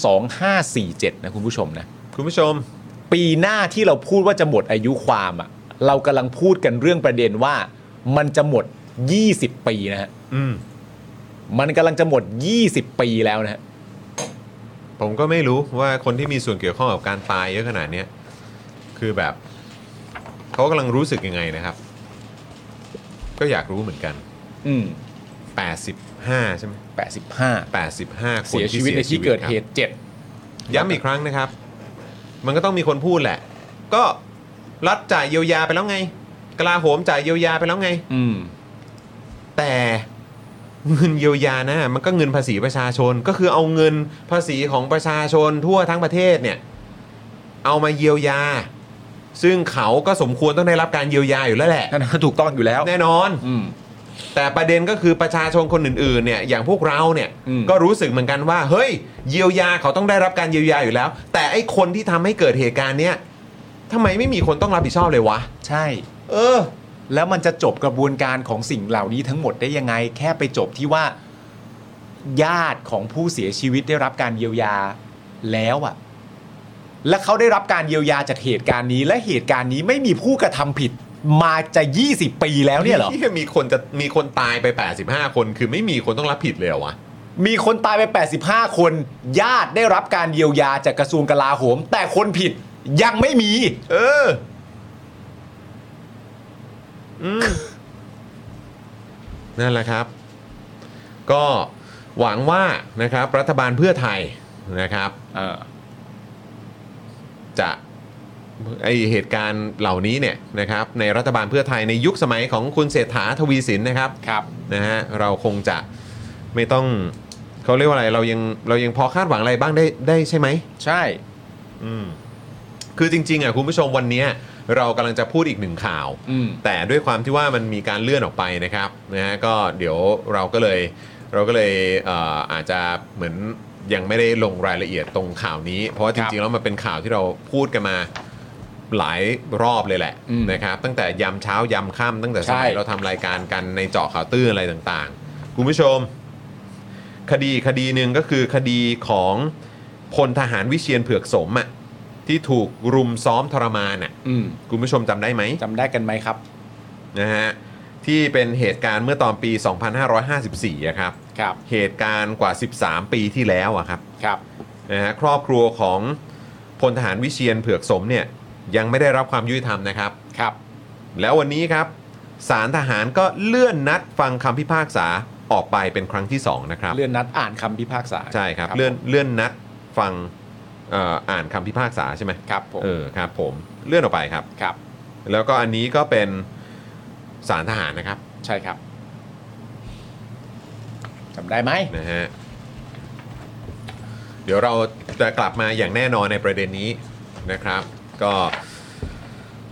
S2: 2547 นะคุณผู้ชมนะ
S1: คุณผู้ชม
S2: ปีหน้าที่เราพูดว่าจะหมดอายุความอะเรากำลังพูดกันเรื่องประเด็นว่า มันจะหมด 20 ปีนะฮะ
S1: อืม
S2: มันกำลังจะหมด 20 ปีแล้วนะฮะ
S1: ผมก็ไม่รู้ว่าคนที่มีส่วนเกี่ยวข้องกับการตายเยอะขนาดเนี้ยคือแบบเขากำลังรู้สึกยังไงนะครับ ก็อยากรู้เหมือนกัน
S2: อืม
S1: 85 ใช่ไหม
S2: 85
S1: 85 คน
S2: เสียชีวิตในที่เกิดเห
S1: ครั
S2: ตุ 7
S1: บย้ำอีกครั้งนะครับ มันก็ต้องมีคนพูดแหละ ก็รัฐจ่ายเยียวยาไปแล้วไง กลาโหมจ่ายเยียวยาไปแล้วไง
S2: อืม
S1: แต่เงินเยียวยานะมันก็เงินภาษีประชาชนก็คือเอาเงินภาษีของประชาชนทั่วทั้งประเทศเนี่ยเอามาเยียวยา ซึ่งเขาก็สมควรต้องได้รับการเยียวยาอยู่แล้วแหละ
S2: นั่นก็ถูกต้องอยู่แล้ว
S1: แน่นอน
S2: อืม
S1: แต่ประเด็นก็คือประชาชนคนอื่นๆเนี่ยอย่างพวกเราเนี่ย
S2: อืม
S1: ก็รู้สึกเหมือนกันว่า เฮ้ยเยียวยาเขาต้องได้รับการเยียวยาอยู่แล้ว แต่ไอ้คนที่ทำให้เกิดเหตุการณ์เนี้ยทำไมไม่มีคนต้องรับผิดชอบเลยวะ
S2: ใช่
S1: เออ
S2: แล้วมันจะจบกระบวนการของสิ่งเหล่านี้ทั้งหมดได้ยังไง แค่ไปจบที่ว่า ญาติของผู้เสียชีวิตได้รับการเยียวยาแล้วอะและเขาได้รับการเยียวยาจากเหตุการณ์นี้ และเหตุการณ์นี้ไม่มีผู้กระทำผิดมาจะ 20 ปีแล้วเนี่ยเหรอ
S1: ที่มีคนจะมีคนตายไป 85 คนคือไม่มีคนต้องรับผิดเลยเหรอวะ
S2: มีคนตายไป 85 คน ญาติได้รับการเยียวยาจากกระทรวงกลาโหม แต่คนผิดยังไม่มี
S1: เออ อืม นั่นแหละครับ ก็หวังว่านะครับ รัฐบาลเพื่อไทยนะครับ จะไอเหตุการณ์เหล่านี้เนี่ยนะครับ ในรัฐบาลเพื่อไทยในยุคสมัยของคุณเศรษฐาทวีสินนะครับ
S2: ครับ
S1: นะฮะเราคงจะไม่ต้องเขาเรียกว่าอะไร เรายังเรายังพอคาดหวังอะไรบ้างได้ได้ใช่ไหม
S2: ใช่
S1: อืมคือจริงๆอ่ะคุณผู้ชมวันเนี้ยเรากำลังจะพูดอีกหนึ่งข่าว
S2: อืม
S1: แต่ด้วยความที่ว่ามันมีการเลื่อนออกไปนะครับนะฮะก็เดี๋ยวเราก็เลยเราก็เลยเอ่ออาจจะเหมือนยังไม่ได้ลงรายละเอียดตรงข่าวนี้ เพราะว่าจริงๆแล้วมันเป็นข่าวที่เราพูดกันมาหลายรอบเลยแหละ
S2: อืม
S1: นะครับตั้งแต่ยามเช้ายามค่ำตั้งแต่สมั
S2: ใช่
S1: ยเราทำรายการกันในเจาะข่าวตื้นอะไรต่างๆ คุณผู้ชม คดีคดีหนึ่งก็คือคดีของพลทหารวิเชียนเผือกสมอ่ะที่ถูกรุมซ้อมทรมานอ่ะ
S2: อืม
S1: คุณผู้ชมจำได้ไหม
S2: จำได้กันไหมครับ
S1: นะฮะที่เป็นเหตุการณ์เมื่อตอนปี 2554อะครับ
S2: ครับ
S1: เหตุการณ์กว่า 13 ปีที่แล้วอะครับ
S2: ครับ
S1: นะฮะครอบครัวของพลทหารวิเชียนเผือกสมเนี่ยยังไม่ได้รับความยุติธรรมนะครับ
S2: ครับ
S1: แล้ววันนี้ครับสารทหารก็เลื่อนนัดฟังคำพิพากษาออกไปเป็นครั้งที่ 2 นะครับ
S2: เลื่อนนัดอ่านคำพิพากษา
S1: ใช่ครับเลื่อนเลื่อนนัดฟังเอ่ออ่านคำพิพากษาใช่ไหม
S2: ครับผม
S1: เออครับผมเลื่อนออกไปครับ
S2: ครับ
S1: แล้วก็อันนี้ก็เป็นสารทหารนะครับ
S2: ใช่ครับจำได้ไหม
S1: นะฮะเดี๋ยวเราจะกลับมาอย่างแน่นอนในประเด็นนี้นะครับ ก็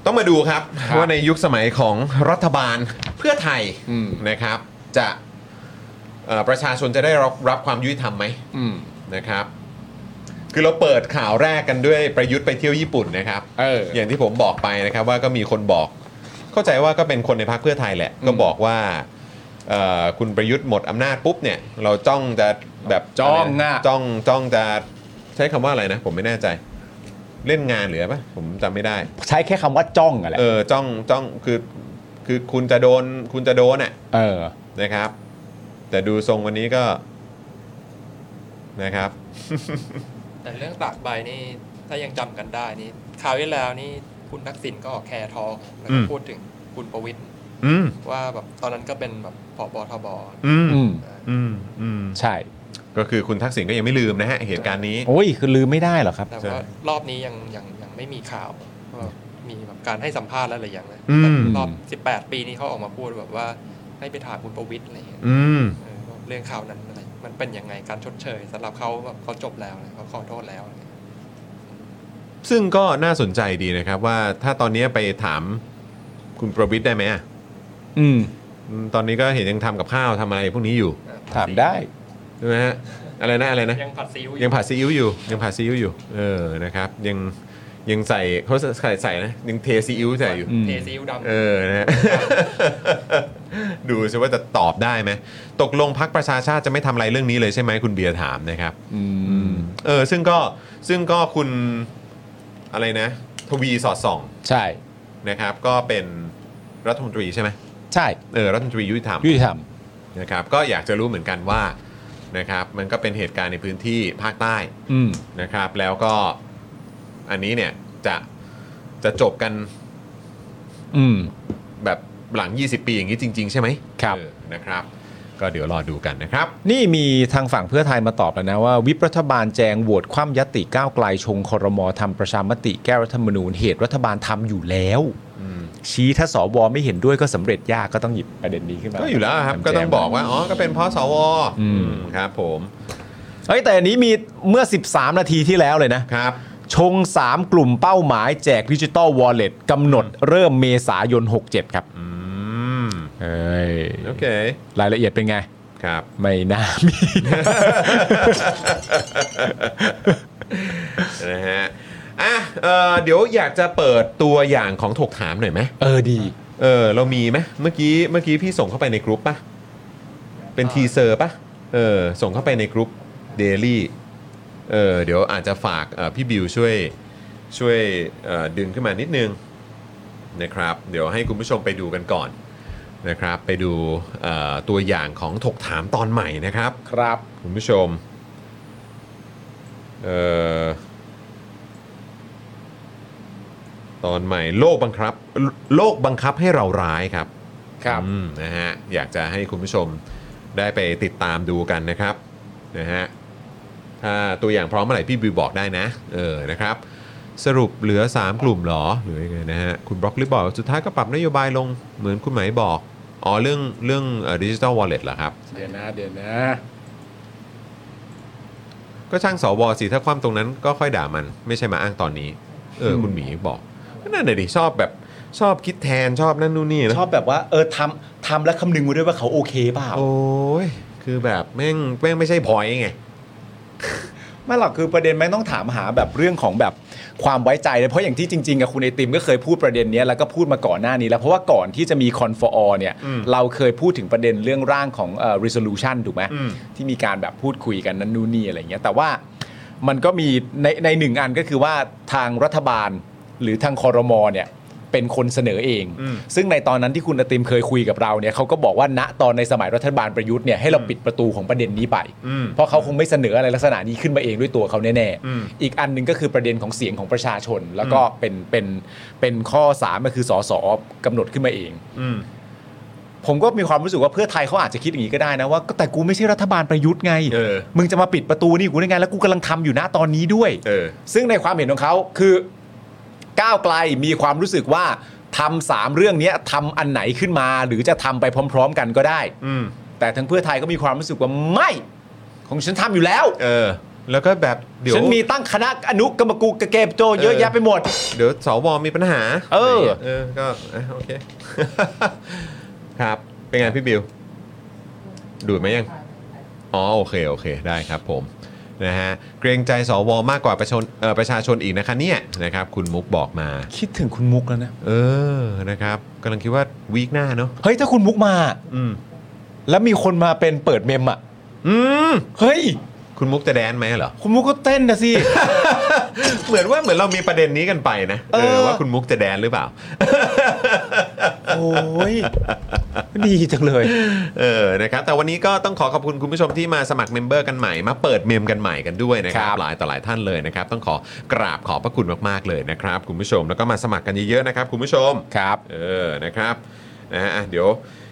S1: ต้องมาดูครับ
S2: ครับ
S1: ว่าในยุคสมัยของรัฐบาลเพื่อไทย
S2: อืม
S1: นะครับ จะเอ่อประชาชนจะได้รับรับความยุติธรรมไหม
S2: อืม
S1: นะครับ คือเราเปิดข่าวแรกกันด้วยประยุทธ์ไปเที่ยวญี่ปุ่นนะครับ
S2: เออ
S1: อย่างที่ผมบอกไปนะครับว่าก็มีคนบอก เข้าใจว่าก็เป็นคนในพรรคเพื่อไทยแหละ ก็บอกว่า เอ่อคุณประยุทธ์หมดอำนาจปุ๊บเนี่ยเราจ้องจะแบบ
S2: จ้องอะ
S1: จ้องจ้องจะใช้คำว่าอะไรนะ ผมไม่แน่ใจ เล่นงานหรืออะไรปะผมจำไม่ได้
S2: ใช้แค่คำว่าจ้องอะไร
S1: เออจ้องจ้องคือคือคุณจะโดนคุณจะโดนอ่ะ
S2: เออ
S1: นะครับ แต่ดูทรงวันนี้ก็นะครับ
S4: แต่เรื่องตากใบนี่ถ้ายังจำกันได้นี่คราวที่แล้วนี่คุณทักษิณก็ออกแคร์ทอล์กแล้ว
S1: อื
S4: ก็
S1: ม
S4: พูดถึงคุณประวิตย
S1: อืม
S4: ว่าแบบตอนนั้นก็เป็นแบบผบทบ
S1: อืม
S2: อืม
S1: อืมอืม
S2: ใช่
S1: ก็คือคุณทักษิณก็ยังไม่ลืมนะฮะเหตุการณ์นี้
S2: โอ้ยคือลืมไม่ได้หรอกครับ
S4: แต่ว่ารอบนี้ยังยังยังไม่มีข่าวว่ามีแบบการให้สัมภาษณ์อะไรอย่างเลย
S1: อืม
S4: รอบ 18 ปีนี้เขาออกมาพูดแบบว่าให้ไปถามคุณประวิตยอะไรอย่างเงี้ย
S1: อืม
S4: เออว่าเรื่องข่าวนั้นอะไร มันเป็นยังไงการชดเชยสำหรับเขาแบบเขาจบแล้วนะเขาขอโทษแล้วอะไรเงี้ย
S1: ซึ่งก็น่าสนใจดีนะครับว่าถ้าตอนนี้ไปถามคุณประวิทย์ได้ไหมอะ
S2: อืม
S1: อืมตอนนี้ก็เห็นยังทำกับข้าวทำอะไรพวกนี้อยู่
S4: เออ
S2: ถามได้
S1: ใช่ไหมฮะอะไรนะอะไรนะ
S4: ยังผัดซีอิ๊ว
S1: ยั
S4: อ
S1: ง
S4: ยู่
S1: ผัดซีอิ๊วอยู่ ยังผัดซีอิ๊วอยู่ เออนะครับ ยังยังใส่เขาใส่ใส่นะยังเทซีอิ๊วใส่อยู่
S2: อืม
S4: เทซีอิ๊วดำ
S1: เออนะ ฮะ ดูสิว่าจะตอบได้ไหมตกลงพักประชาชาติจะไม่ทำอะไรเรื่องนี้เลยใช่ไหมคุณเบียร์ถามนะครับ
S2: อืม
S1: เออซึ่งก็ซึ่งก็คุณอะไรนะ ทวีสอดส่อง
S2: ใช่
S1: นะครับก็เป็นรัฐมนตรีใช่ไหม
S2: ใช่
S1: เออรัฐมนตรียุติธรรม
S2: ยุติธรรม
S1: นะครับก็อยากจะรู้เหมือนกันว่านะครับมันก็เป็นเหตุการณ์ในพื้นที่ภาคใต้
S2: อืม
S1: นะครับ แล้วก็อันนี้เนี่ยจะจะจบกัน
S2: อืม
S1: แบบหลัง 20 ปีอย่างนี้จริง ๆ ใช่ไหม
S2: ครับ
S1: เออนะครับ ก็เดี๋ยวรอดูกันนะครับ
S2: นี่มีทางฝั่งเพื่อไทยมาตอบแล้วนะว่า วิปรัฐบาลแจงโหวตคว่ำยติก้าวไกลชงครมทำประชามติแก้รัฐธรรมนูญเหตุรัฐบาลทำอยู่แล้ว
S1: อืม
S2: ชี้ถ้าสวไม่เห็นด้วยก็สำเร็จยากก็ต้องหยิบประเด็นนี้ขึ้นมา
S1: ก็อยู่แล้วครับ ก็ต้องบอกว่าอ๋อก็เป็นเพราะสว
S2: อืม
S1: อืมครับผม
S2: เฮ้ยแต่อันนี้มีเมื่อ 13 นาทีที่แล้วเลยนะ
S1: ครับ
S2: ชง 3 กลุ่มเป้าหมายแจกดิจิตอลวอลเล็ตกำหนดเริ่มเมษายน 67 ครับ
S1: อืม
S2: เอ้ย
S1: โอเค
S2: รายละเอียดเป็นไง
S1: ครับ
S2: ไม่น่ามี
S1: นะฮะ อ่ะเอ่อเดี๋ยวอยากจะเปิดตัวอย่างของถกถามหน่อยไหม
S2: เออดี
S1: เออ เรามีไหมเมื่อกี้ เมื่อกี้พี่ส่งเข้าไปในกรุ๊ปปะเป็นทีเซอร์ปะเออ ส่งเข้าไปในกรุ๊ป Daily เออ เดี๋ยวอาจจะฝากเอ่อพี่บิวช่วย ช่วยเอ่อดึงขึ้นมานิดนึงนะครับ เดี๋ยวให้คุณผู้ชมไปดูกันก่อนนะครับ ไปดูเอ่อตัวอย่างของถกถามตอนใหม่นะครับ
S2: ครับ
S1: คุณผู้ชม เอ่อ ตอนใหม่โลกบังคับ โลกบังคับให้เราร้ายครับอืมนะฮะ อยากจะให้คุณผู้ชมได้ไปติดตามดูกันนะครับ นะฮะ ถ้าตัวอย่างพร้อมเมื่อไหร่พี่บิวบอกได้นะ เออ นะครับ สรุปเหลือ 3 กลุ่มเหรอ หรือยังไงนะฮะ คุณบล็อกลิบอกว่าสุดท้ายก็ปรับนโยบายลงเหมือนคุณไหมายบอก อ๋อ เรื่องเรื่องดิจิทัลวอลเล็ตเหรอครับ
S2: เดี๋ยวนะ เดี๋ยวนะ
S1: ก็ช่างสวสิถ้าความตรงนั้นก็ค่อยด่ามันไม่ใช่มาอ้างตอนนี้ เออ คุณหมีบอกนั่นน่ะดิชอบแบบชอบคิดแทนชอบนั่นนู่นนี่นะ
S2: ชอบแบบว่า เออทำทำแล้วคำนึงไว้ด้วยว่าเขาโอเคเปล่า
S1: โอ้ยคือแบบแม่งแม่งไม่ใช่พอยไง
S2: ไม่หรอกคือประเด็นแม่งต้องถามหาแบบเรื่องของแบบความไว้ใจเลยเพราะอย่างที่จริงๆกับคุณไอติมก็เคยพูดประเด็นเนี้ยแล้วก็พูดมาก่อนหน้านี้ แล้วเพราะว่าก่อนที่จะมีคอนฟอร์เนี่ย
S1: อืม
S2: เราเคยพูดถึงประเด็นเรื่องร่างของเอ่อ resolution ถูกไหม
S1: อืม
S2: ที่มีการแบบพูดคุยกันนั่นนู่นนี่อะไรเงี้ยแต่ว่ามันก็มีในในหนึ่งอันก็คือว่าทางรัฐบาลหรือทางคอรมอเนี่ยเป็นคนเสนอเอง
S1: อืม
S2: ซึ่งในตอนนั้นที่คุณอติมเคยคุยกับเราเนี่ยเขาก็บอกว่าณตอนในสมัยรัฐบาลประยุทธ์เนี่ยให้เราปิดประตูของประเด็นนี้ไป
S1: อืม
S2: เพราะเขาคงไม่เสนออะไรลักษณะนี้ขึ้นมาเองด้วยตัวเขาแน่
S1: อืม
S2: ๆ อีกอันหนึ่งก็คือประเด็นของเสียงของประชาชน แล้วก็เป็นเป็นเป็นข้อสามก็คือสสกำหนดขึ้นมาเอง
S1: อืม
S2: ผมก็มีความรู้สึกว่าเพื่อไทยเขาอาจจะคิดอย่างนี้ก็ได้นะว่าก็แต่กูไม่ใช่รัฐบาลประยุทธ์ไง
S1: เออ
S2: มึงจะมาปิดประตูนี่กูได้ไงแล้วกูกำลังทำอยู่นะตอนนี้ด้วย
S1: เออ
S2: ซึ่งในความเห็นของเขาคือก้าวไกลมีความรู้สึกว่าทำสามเรื่องเนี้ยทำอันไหนขึ้นมา หรือจะทำไปพร้อม ๆ กันก็ได้
S1: อืม
S2: แต่ทางเพื่อไทยก็มีความรู้สึกว่าไม่ ของฉันทำอยู่แล้ว
S1: เออ แล้วก็แบบเดี๋ยว
S2: ฉันมีตั้งคณะอนุกรรมกูกระเกมโจเยอะ
S1: เออ
S2: แยะไปหมด
S1: เดี๋ยวสวมีปัญหา
S2: เออ
S1: ะไรย่างงี้ยเออก็อ่ะโอเค ครับ เป็นไงพี่บิว ดูดไหมยัง อ๋อโอเคโอเคได้ครับผมนะฮะเกรงใจสวมากกว่าประชาชนเอ่อประชาชนอีกนะคะเนี่ยนะครับ คุณมุกบอกมา
S2: คิดถึงคุณมุกแล้วนะ
S1: เออนะครับกำลังคิดว่าวีคหน้าเนอะ
S2: เฮ้ย ถ้าคุณมุกมา
S1: อืม
S2: แล้วมีคนมาเป็นเปิดเมมอ่ะ
S1: อืม
S2: เฮ้ย
S1: คุณมุกจะแดนไหมเหรอ
S2: คุณมุกก็เต้นนะสิ
S1: เหมือนว่าเหมือนเรามีประเด็นนี้กันไปนะเอ
S2: เอ
S1: อ
S2: อ
S1: ว่าคุณมุกจะแดนหรือเปล่า
S2: โอ้ยดีจังเลย
S1: เออ นะครับ แต่วันนี้ก็ต้องขอขอบคุณคุณผู้ชมที่มาสมัครเมมเบอร์กันใหม่ มาเปิดเมมกันใหม่กันด้วยนะครั
S2: ครั
S1: บ
S2: บ
S1: หลายต่อหลายท่านเลยนะครับ ต้องขอกราบขอบพระคุณมากๆเลยนะครับ คุณผู้ชม แล้วก็มาสมัครกันเยอะๆนะครับ คุณผู้ชม
S2: ครับ
S1: เออ นะครับ นะฮะอ่ะเดี๋ยว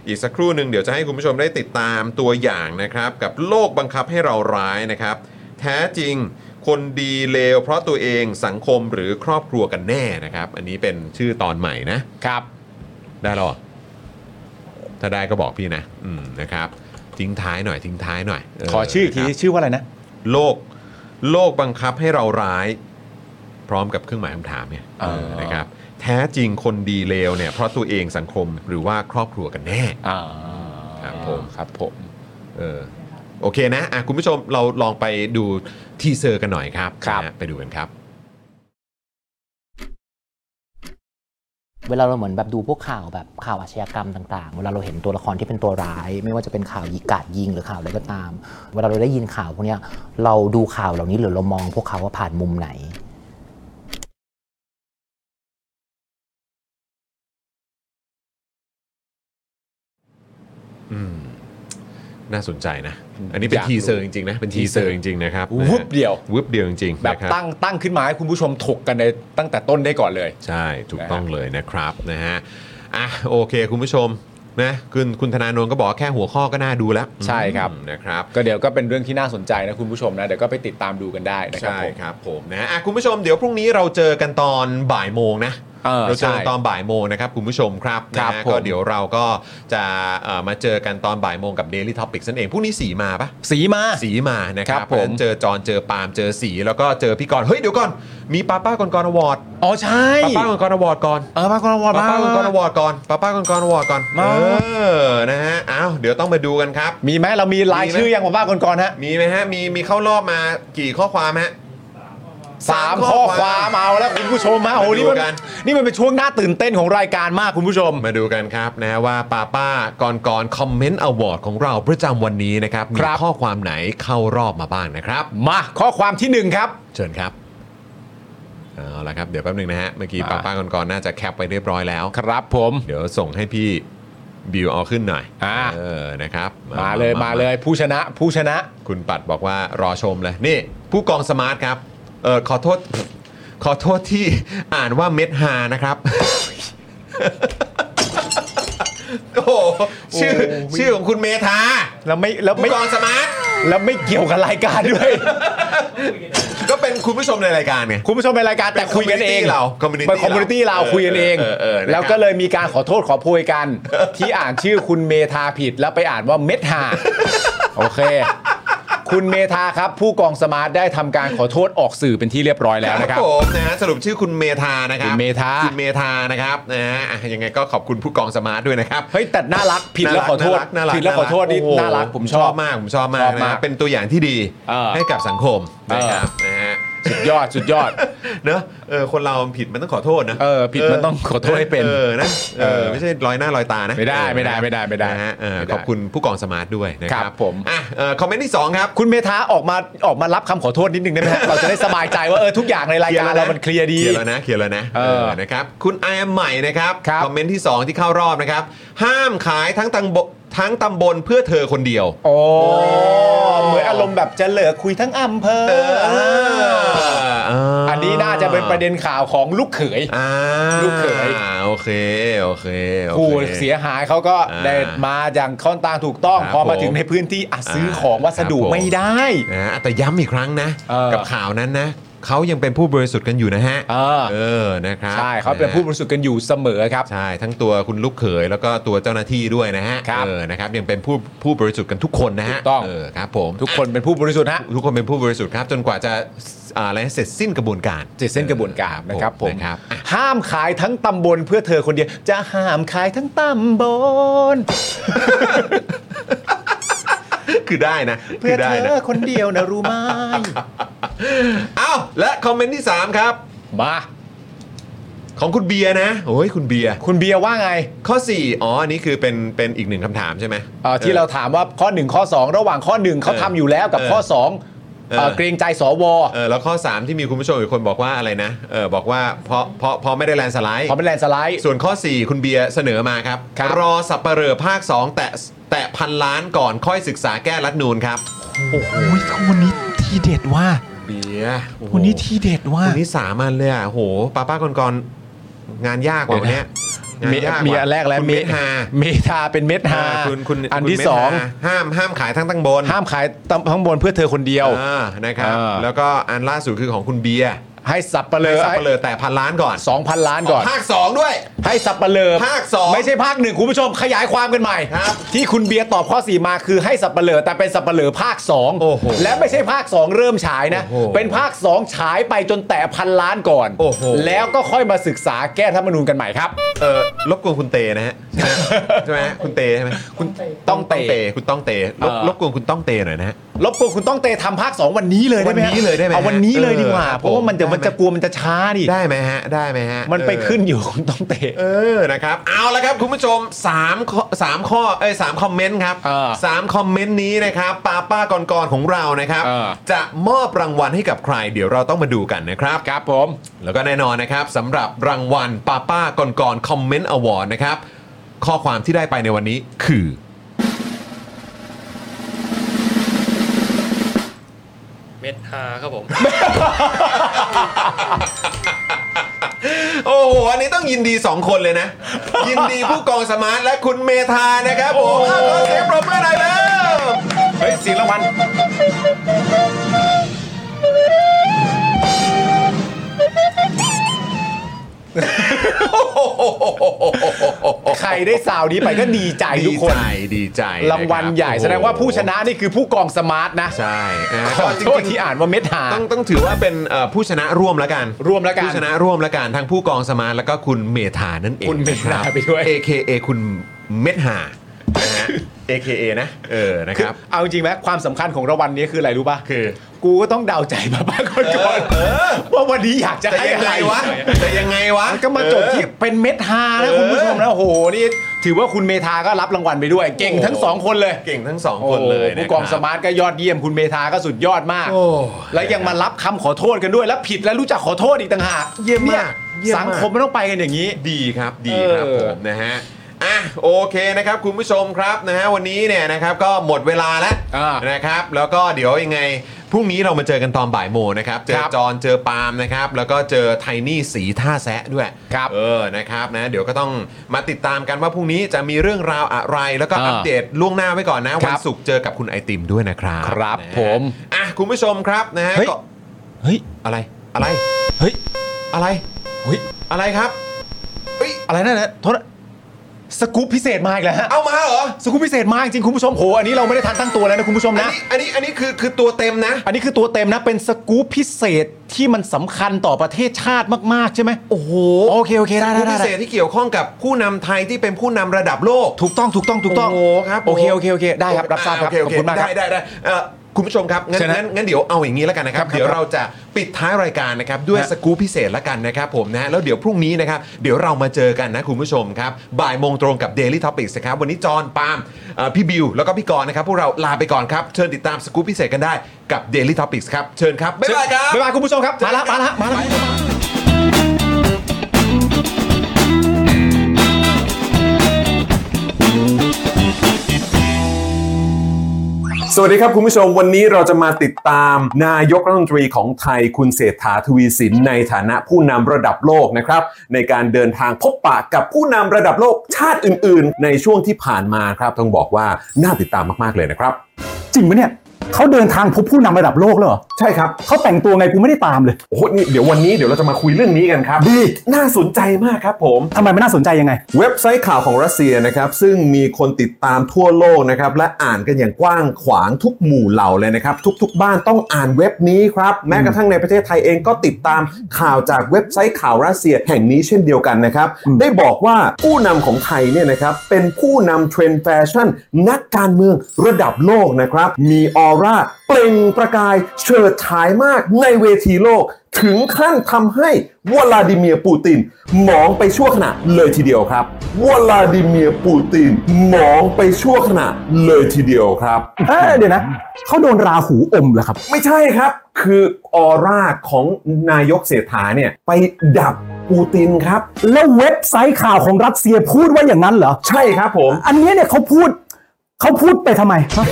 S1: อีกสักครู่หนึ่งเดี๋ยวจะให้คุณผู้ชมได้ติดตามตัวอย่างนะครับ กับโลกบังคับให้เราร้ายนะครับ แท้จริงคนดีเลว เพราะตัวเองสังคมหรือครอบครัวกันแน่นะครับ อันนี้เป็นชื่อตอนใหม่นะ
S2: ครับ
S1: ได้หรอ ถ้าได้ก็บอกพี่นะ อืม นะครับ ทิ้งท้ายหน่อย ทิ้งท้ายหน่อยเ
S2: ขอชื่ออีกที
S1: นะครับ
S2: ชื่อว่าอะไรนะ
S1: โลก โลกบังคับให้เราร้าย พร้อมกับเครื่องหมายคำถามเนี่ย
S2: อ๋อ
S1: เออนะครับ แท้จริงคนดีเลวเนี่ย เพราะตัวเองสังคมหรือว่าครอบครัวกันแน่
S2: อ่า
S1: ครับผม
S2: ครับผม
S1: เออ โอเคนะ อ่ะ คุณผู้ชมเราลองไปดูทีเซอร์กันหน่อยครับ
S2: ครับ
S1: นะฮะไปดูกันครับ
S6: เวลาเราเหมือนแบบดูพวกข่าวแบบข่าวอาชญากรรมต่างๆ เวลาเราเห็นตัวละครที่เป็นตัวร้าย ไม่ว่าจะเป็นข่าวยิงกราดยิงหรือข่าวอะไรก็ตาม เวลาเราได้ยินข่าวพวกเนี้ยเราดูข่าวเหล่านี้หรือเรามองพวกเขาว่าผ่านมุมไหน
S1: อืม น่าสนใจนะ อันนี้เป็น
S2: อยากรู้
S1: ทีเซอร์จริงๆนะ เป็นทีเซอร์จริงๆนะครับ
S2: วุบเดียว
S1: วึบเดียวจริงๆ
S2: แบบ
S1: นะครั
S2: ตั้งตั้งขึ้นมาให้คุณผู้ชมถกกันในตั้งแต่ต้นได้ก่อนเลย
S1: ใช่ ถูกต้องเลยนะครับนะฮะอ่ะโอเค คุณผู้ชมนะคุณคุณธนาโนนก็บอกว่าแค่หัวข้อก็น่าดูแล้ว
S2: ใช่ครับ
S1: อืมนะครับ
S2: ก็เดี๋ยวก็เป็นเรื่องที่น่าสนใจนะคุณผู้ชมนะ เดี๋ยวก็ไปติดตามดูกันได้นะครับผ
S1: ใช่
S2: ม
S1: ครับผมนะอ่ะคุณผู้ชมเดี๋ยวพรุ่งนี้เราเจอกันตอนบ่ายโมงนะ
S2: เออ
S1: เราเจอกัน
S2: ใช่
S1: ตอนบ่ายโมงนะครับคุณผู้ชมครับ
S2: ครั
S1: นะ
S2: บ
S1: ฮะ
S2: ผม
S1: ก็เดี๋ยวเราก็จะเอ่อมาเจอกันตอนบ่ายโมงกับ Daily Topics นั่นเองพรุ่งนี้สีมาปะ
S2: สีมา
S1: สีมานะครับ
S2: ครับ
S1: เพราะฉะนั้น
S2: ผม
S1: เจอจอนเจอปาล์มเจอสีแล้วก็เจอพี่กรณ์เฮ้ยเดี๋ยวก่อนมีป้าป้ากรกรอวอร์ด
S2: อ๋อใช่
S1: ป้าป้ากรกรอวอร์ดก่อน
S2: เออป้ากรวอด
S1: ป้าป้ากันก
S2: ก
S1: อน
S2: ร
S1: อ
S2: ว
S1: ว
S2: อด
S1: อร์ดก่อนป้าป้ากันกอนอวอร์ดก่อน
S2: มา
S1: เออนะฮะอ้าวเดี๋ยวต้องมาดูกันครับ
S2: มีไหมเรามีราย
S1: มีไหม
S2: ชื่อยังป้าป้ากรกรฮะ
S1: มีไหมฮะมีมีเข้ารอบมากี่ข้อความฮะ
S2: สามข้อความเอาแล้วคุณผู้ชมมาโอ้โหนี่มัน
S1: มาดูกัน
S2: นี่มันเป็นช่วงน่าตื่นเต้นของรายการมากคุณผู้ชม
S1: มาดูกันครับนะว่าป้าป้าก่อนก่อนคอมเมนต์อวอร์ดของเราประจำวันนี้นะครับมี
S2: ครับ
S1: ข้อความไหนเข้ารอบมาบ้างนะครับ
S2: มาข้อความที่หนึ่งครับ
S1: เชิญครับเอาละครับเดี๋ยวแป๊บหนึงนะฮะเมื่อกี้
S2: มา
S1: ป้าป้าก่อนก่อนน่าจะแคปไปเรียบร้อยแล้ว
S2: ครับผม
S1: เดี๋ยวส่งให้พี่บิวเอาขึ้นหน่อย
S2: อ่า
S1: เออนะครับ
S2: มาเลยมาเลยผู้ชนะผู้ชนะ
S1: คุณปัดบอกว่ารอชมเลยนี่ ผู้กองสมาร์ทครับเออขอโทษ ขอโทษที่อ่านว่าเม็ดฮานะครับ โอ้โหชื่อ
S2: โอ้โห
S1: ชื่อของคุณเมธา
S2: แล้วไม่แล้ว
S1: ผู้
S2: ไม่
S1: กองสมาร์ท
S2: แล้วไม่เกี่ยวกับรายการด้วย
S1: ก็เป็นคุณผู้ชมในรายการไง
S2: คุณผู้ชมเป็นรายการแต่คุยกันเอง
S1: community เรา community
S2: เป็นคอมมูนิตี้เรา
S1: เรา
S2: คุยกันเอง
S1: เออเออเออนะครับ
S2: แล้วก็เลยมีการขอโทษขอโพยกัน ที่อ่านชื่อคุณเมธาผิดแล้วไปอ่านว่าเม็ดหาโอเค คุณเมธาครับ ผู้กองสมาร์ทได้ทำการขอโทษออกสื่อเป็นที่เรียบร้อยแล้วนะครับ
S1: ผมนะฮะสรุปชื่อคุณเมธานะครับ
S2: คุณเมธา
S1: คุณเมธานะครับนะฮะอ่ะยังไงก็ขอบคุณผู้กองสมาร์ทด้วยนะครับ
S2: เฮ้ยแต่น่ารักผิดแล้วขอโทษ
S1: น่ารัก
S2: ผิดแล้วขอโทษนี่
S1: โโห
S2: น่ารักผมชอบ
S1: มากผมชอบมา
S2: ช
S1: ก
S2: อบมาก
S1: นะเป็นตัวอย่างที่ดี
S2: เออ
S1: ให้กับสังคม
S2: เออ
S1: นะครับนะฮะ
S2: สุดยอดสุดยอด
S1: เนอะเออคนเราผิดมันต้องขอโทษนะ
S2: เออผิดมันต้องขอโทษให้เป็น
S1: เออนะเออ
S2: เออ
S1: ไม่ใช่ลอยหน้าลอยตานะ
S2: ไม่ได้ไม่ได้ไม่ได้ไม่ได้
S1: นะฮะเออ
S2: ไม่ได้
S1: ขอบคุณผู้กองสมาร์ทด้วยนะค
S2: ค
S1: รั
S2: รั
S1: บบ
S2: ผม
S1: อ่ะเอ่อคอมเมนต์ที่สองครับ
S2: คุณเมธาออกมาออกมารับคำขอโทษนิดนึงได้ไหมฮะเราจะได้สบายใจว่าเออทุกอย่างในรายการเรามันเคลียร์ดี
S1: เคลียร์แล้วนะเคลียร์แล้วนะ
S2: เออ
S1: นะครับคุณไอแอมใหม่นะครับ
S2: ครับ
S1: คอมเมนต์ที่ 2 ที่เข้ารอบนะครับ ห้ามขายทั้งตังบทั้งตำบลเพื่อเธอคนเดียว
S2: โอ้เหมือนอารมณ์แบบจะเหลือคุยทั้งอำเภอ
S1: เอออั
S2: อันนี้น่าจะเป็นประเด็นข่าวของลูกเขย
S1: อ่า
S2: ลูกเขย
S1: โอเคโอเคโอ
S2: ผู้
S1: เค
S2: เสียหายเขาก็
S1: อ่า
S2: ได้มาอย่างค่อนตางถูกต้อง
S1: ครับ
S2: พอมาถึ
S1: ผ
S2: ง
S1: ม
S2: ในพื้นที่อ่ะซื้อของวัสดุ
S1: ครับผม
S2: ไม่ได้
S1: นะแต่ย้ำอีกครั้งนะ
S2: เออ
S1: กับข่าวนั้นนะเขายังเป็นผู้บริสุทธิ์กันอยู่นะฮะ
S2: เออ
S1: เออนะครับ
S2: ใช่เขาเป็นผู้บริสุทธิ์กันอยู่เสมอครับ
S1: ใช่ทั้งตัวคุณลูกเขยแล้วก็ตัวเจ้าหน้าที่ด้วยนะฮะ
S2: ครับ
S1: เออนะครับยังเป็นผู้ผู้บริสุทธิ์กันทุกคนนะฮะ
S2: ถูกต้อง
S1: เออครับผม
S2: ทุกคนเป็นผู้บริสุทธิ์ฮะ
S1: ทุกคนเป็นผู้บริสุทธิ์ครับ จนกว่าจะอ่าอะไรเสร็จสิ้นกระบวนการ
S2: เจ็ดเส้นกระบวนการนะครับผม
S1: นะครับอ่ะ
S2: ห้ามขายทั้งตำบลเพื่อเธอคนเดียวจะห้ามขายทั้งตำบล
S1: คือได้นะ
S2: เพื่
S1: คือ อได้
S2: เธ
S1: นะ
S2: อคนเดียวนะรู้ไหม
S1: เอ้าและคอมเมนต์ที่ 3 ครับ
S2: มา
S1: ของคุณเบียร์นะโอ้ยคุณเบียร์
S2: คุณเบียร์ว่าไง
S1: ข้อสี่อ๋ออันนี้คือเป็นเป็นอีกหนึ่งคำถามใช่ไหม
S2: เอ่อที่เราถามว่าข้อ 1 ข้อ 2 ระหว่างข้อ 1เขาทำอยู่แล้วกับ
S1: เออ
S2: ข้อ2อง
S1: เออ
S2: เอ่อเกรงใจสว
S1: เออแล้วข้อ 3 ที่มีคุณผู้ชมอีกคนบอกว่าอะไรนะเออบอกว่าเพราะเพราะเพราะไม่ได้แลนด์สไลด์
S2: พอเป็นแลนด์สไลด์
S1: ส่วนข้อ 4 คุณเบียร์เสนอมาครับ
S2: ครับ
S1: รอสับเปเหร่อภาค 2 แต่แต่พันล้านก่อนค่อยศึกษาแก้รัฐธรรมนูนครับ
S5: อุ้ยคนนี้ทีเด็ดว่า
S1: เบียร์โอ้โห
S5: คนนี้ทีเด็ดว่า
S1: คนนี้สามันเลยอ่ะโหป้าป้าก่อนก่อนๆงานยากกว่าวันเนี้ยงาน
S2: เม
S1: ยากว่ะ
S2: เมียแรกแล้ว
S1: คุณเมธา
S2: เมธาเป็นเมธา
S1: อ่าคุณคุณ
S2: อัน
S1: คุณ
S2: ที่
S1: เมธา
S2: สอง
S1: ห้ามห้ามขายทั้งตั้งบน
S2: ห้ามขายตำข้างบนเพื่อเธอคนเดียว
S1: อ่านะครับ
S2: อ่า
S1: แล้วก็อันล่าสุดคือของคุณเบียร์
S2: ให้สับเปลื
S1: ให้
S2: อ
S1: สับเปเหร่อแต่พันล้านก่อน
S2: สองพันล้านก่อน
S1: ภาคสองด้วย
S2: ให้สับเปลือ
S1: ภาคสอง
S2: ไม่ใช่ภาคหนึ่งคุณผู้ชมขยายความกันใหม่
S1: ครับ
S2: ที่คุณเบียร์ตอบข้อ 4 มาคือให้สับเปลือแต่เป็นสับเปลือภาค 2
S1: โอ้โห
S2: และไม่ใช่ภาค 2 เริ่มฉายนะ
S1: โอ้โห
S2: เป็นภาค 2 ฉายไปจนแต่พันล้านก่อน
S1: โอ้โห
S2: แล้วก็ค่อยมาศึกษาแก้ธรรมนูญกันใหม่ครับ
S1: เออรบกวนคุณเตนะฮะใช่ไหมใช่ไหม คุณเตใช่ไหมคุณ
S2: ต้องเต
S1: คุณต้องเตรบ
S2: เออ
S1: รบกวนคุณต้องเตหน่อยนะฮะ
S2: รบกวนคุณต้องเตะทำภาค 2 วันนี้เลยได้ไหม
S1: วันนี้เลยได้ไหม
S2: อาวันนี้เลยดีกว่า
S1: เออ
S2: เพราะว่ามันจะ
S1: ได้ไหม
S2: มันจะกลัวมันจะช้าดิ
S1: ได้ไหมฮะ ได้ไหมฮะ
S2: มันไป
S1: เออ
S2: ขึ้นอยู่คุณต้องเตะ
S1: เออนะครับ เอาละครับ คุณผู้ชม3ข้อสามข้อเอ้ยสามคอมเมนต์ครับ
S2: เออ
S1: สามคอมเมนต์นี้นะครับป้าป้าก่อนก่อนๆของเรานะครับ
S2: เออ
S1: จะมอบรางวัลให้กับใคร เดี๋ยวเราต้องมาดูกันนะครับ
S2: ครับผม
S1: แล้วก็แน่นอนนะครับสำหรับรางวัลป้าป้าก่อนก่อนคอมเมนต์อวอร์ดนะครับ ข้อความที่ได้ไปในวันนี้คือ
S4: เม็ดฮาครับผม
S1: โอ้โห อันนี้ต้องยินดี 2 คนเลยนะ ยินดีผู้กองสมาร์ทและคุณเมธานะครับผมอ่ะขอเสียงปรบมือหน่อยเร็ว
S2: เฮ้ยเสียงรางวัลใครได้ซาวนี้ไปก็ดีใจทุกคน
S1: ดีใจดีใจ
S2: รางวัลใหญ่
S1: นะครับ
S2: แสดงว่าผู้ชนะนี่คือผู้กองสมาร์ทนะ
S1: ใช่นะ
S2: ขอโทษที่อ่านว่าเม็ดหา
S1: ต้องต้องถือว่าเป็นเอ่อผู้ชนะร่วมแล้วกัน
S2: ร่วมแล้วกัน
S1: ผู้ชนะร่วมแล้วกันทั้งผู้กองสมาร์ทแล้วก็คุณเมธานั่นเอง
S2: คุณเมธา
S1: ครับ
S2: ไปด้วย
S1: AKA คุณเมธานะฮะ AKA นะ เออนะ
S2: คื
S1: ค
S2: อ
S1: รับ
S2: เอาจริงไหมความสำคัญของรางวัลนี้คืออะไรรู้ป่ะ
S1: คือ
S2: กูก็ต้องเดาใจมาบ้างก่อนๆว่าวันนี้อยากจะ
S1: จะ
S2: ให้
S1: ยัง
S2: อะไร
S1: ไงวะจะยังไงวะ
S2: ก็มาจบที่เป็นเม็ดฮานะคุณผู้ชมนะโอ้โหนี่ถือว่าคุณเมธาก็รับรางวัลไปด้วย เก่งทั้งสองคนเลย
S1: เก่งทั้งสองคนเลย
S2: โอ้โห
S1: นะ
S2: ผู้กอง
S1: ครับ
S2: สมาร์ทก็ยอดเยี่ยมคุณเมธาก็สุดยอดมาก
S1: โอ้
S2: และยังมารับคำขอโทษกันด้วย แล้วผิดแล้วรู้จักขอโทษอีกต่างหาก
S1: เยี่ยมมากเยี่
S2: เนี่ย ย
S1: มมาก
S2: สังคมมันต้องไปกันอย่างนี้
S1: ดีครับดีครับ
S2: เออ
S1: ผมนะฮะอ่ะโอเคนะครับคุณผู้ชมครับนะฮะวันนี้เนี่ยนะครับก็หมดเวลาแล้ว
S2: อ่าน
S1: นะครับ แล้วก็เดี๋ยวยังไงพรุ่งนี้เรามาเจอกันตอนบ่ายโมงนะครับเจอจอนเจอปาล์มนะครับแล้วก็เจอไทนี่สีท่าแซะด้วยเออนะครับนะเดี๋ยวก็ต้องมาติดตามกันว่าพรุ่งนี้จะมีเรื่องราวอะไร แล้วก็อัปเดตล่วงหน้าไว้ก่อนนะวันศุกร์เจอกับคุณไอติมด้วยนะครับ
S2: ครับ
S1: นะฮะ
S2: ผม
S1: อ่ะคุณผู้ชมครับนะฮะ
S5: เฮ้ย
S1: ก็
S5: เฮ้ย
S1: อะไรอะไร
S5: เฮ้ย
S1: อะไร
S5: เฮ้ย
S1: อะไรครับ
S2: อะไรนั่นนะโทษนะสกู๊ปพิเศษมาอีกแล้วฮะ
S1: เอามาเหรอ
S2: สกู๊ปพิเศษมาจริงๆคุณผู้ชมโหอันนี้เราไม่ได้ทันตั้งตัวแล้วนะคุณผู้ชมนะ
S1: อันนี้อันนี้อันนี้คือคือตัวเต็มนะ
S2: อันนี้คือตัวเต็มนะเป็นสกู๊ปพิเศษที่มันสำคัญต่อประเทศชาติมากๆใช่ไหม
S1: โอ้โห
S2: โอเคโอเคได้ได้
S1: ผู้
S2: ได้
S1: พิ
S2: ได้
S1: เศษที่เกี่ยวข้องกับผู้นำไทยที่เป็นผู้นำระดับโลก
S2: ถูกต้องถูกต้องถูกต้อง
S1: โอ้โหครับ
S2: โอเคโอเคโอเคได้ครับรับทราบครับ
S1: โอเโอ
S2: ขอบ
S1: เ
S2: คุณมากครับ
S1: ได้ได้ได้เอ่อคุณผู้ชมครับงั้น
S2: เชิญนะ
S1: งั้นงั้นเดี๋ยวเอาอย่างนี้แล้วกันนะครั
S2: ค
S1: บ
S2: รับ
S1: เดี๋ยวเราจะปิดท้ายรายการนะครับด้วย
S2: ฮะ
S1: สกู๊ปพิเศษแล้วกันนะครับผมนะแล้วเดี๋ยวพรุ่งนี้นะครับเดี๋ยวเรามาเจอกันนะคุณผู้ชมครับบ่ายโมงตรงกับ Daily Topics นะครับวันนี้จอห์นปาล์มเอ่อพี่บิวแล้วก็พี่กรณ์นะครับพวกเราลาไปก่อนครับเชิญติดตามสกู๊ปพิเศษกันได้กับ Daily Topics ครับเชิญครับบ๊ายบายครับ
S2: ๊ายบายคุณผู้ชมครับมาละมาละมาละ
S1: สวัสดีครับ คุณผู้ชมวันนี้เราจะมาติดตามนายกรัฐมนตรีของไทยคุณเศรษฐาทวีสินในฐานะผู้นำระดับโลกนะครับ ในการเดินทางพบปะกับผู้นำระดับโลกชาติอื่น ๆ ในช่วงที่ผ่านมาครับ ต้องบอกว่าน่าติดตามมาก ๆ เลยนะครับ
S5: จริงปะเนี่ยเขาเดินทางพบผู้นำระดับโลกแล้วเหรอ
S1: ใช่ครับ
S5: เขาแต่งตัวไงกูไม่ได้ตามเลย
S1: โอ้โหนี่เดี๋ยววันนี้เดี๋ยวเราจะมาคุยเรื่องนี้กันครับ
S5: ดี
S1: น่าสนใจมากครับผม
S5: ทำไมไม่น่าสนใจยังไง
S1: เว็บไซต์ข่าวของรัสเซียนะครับซึ่งมีคนติดตามทั่วโลกนะครับและอ่านกันอย่างกว้างขวางทุกหมู่เหล่าเลยนะครับ ทุกๆ บ้านต้องอ่านเว็บนี้ครับ แม้กระทั่งในประเทศไทยเองก็ติดตามข่าวจากเว็บไซต์ข่าวรัสเซียแห่งนี้เช่นเดียวกันนะครับ
S5: อืม
S1: ได้บอกว่าผู้นำของไทยเนี่ยนะครับเป็นผู้นำเทรนด์แฟชั่นนักการเมืองระดับโลกนะครับมีออ
S7: ร่า เปล่งประกายเฉิดฉายมากในเวทีโลก ถึงขั้นทำให้วลาดิเมียร์ปูตินหมองไปชั่วขณะเลยทีเดียวครับวลาดิเมียร์ปูตินหมองไปชั่วขณะเลยทีเดียวครับ
S5: เอ้ยเดี๋ยวนะเขาโดนราหูอมเหรอครับ
S7: ไม่ใช่ครับ คือออร่าของนายกเศรษฐาเนี่ยไปดับปูตินครับ
S5: แล้วเว็บไซต์ข่าวของรัสเซียพูดว่าอย่างนั้นเหรอ
S7: ใช่ครับผม
S5: อันเนี้ยเนี่ยเขาพูดเขาพูดไปทำไมฮะ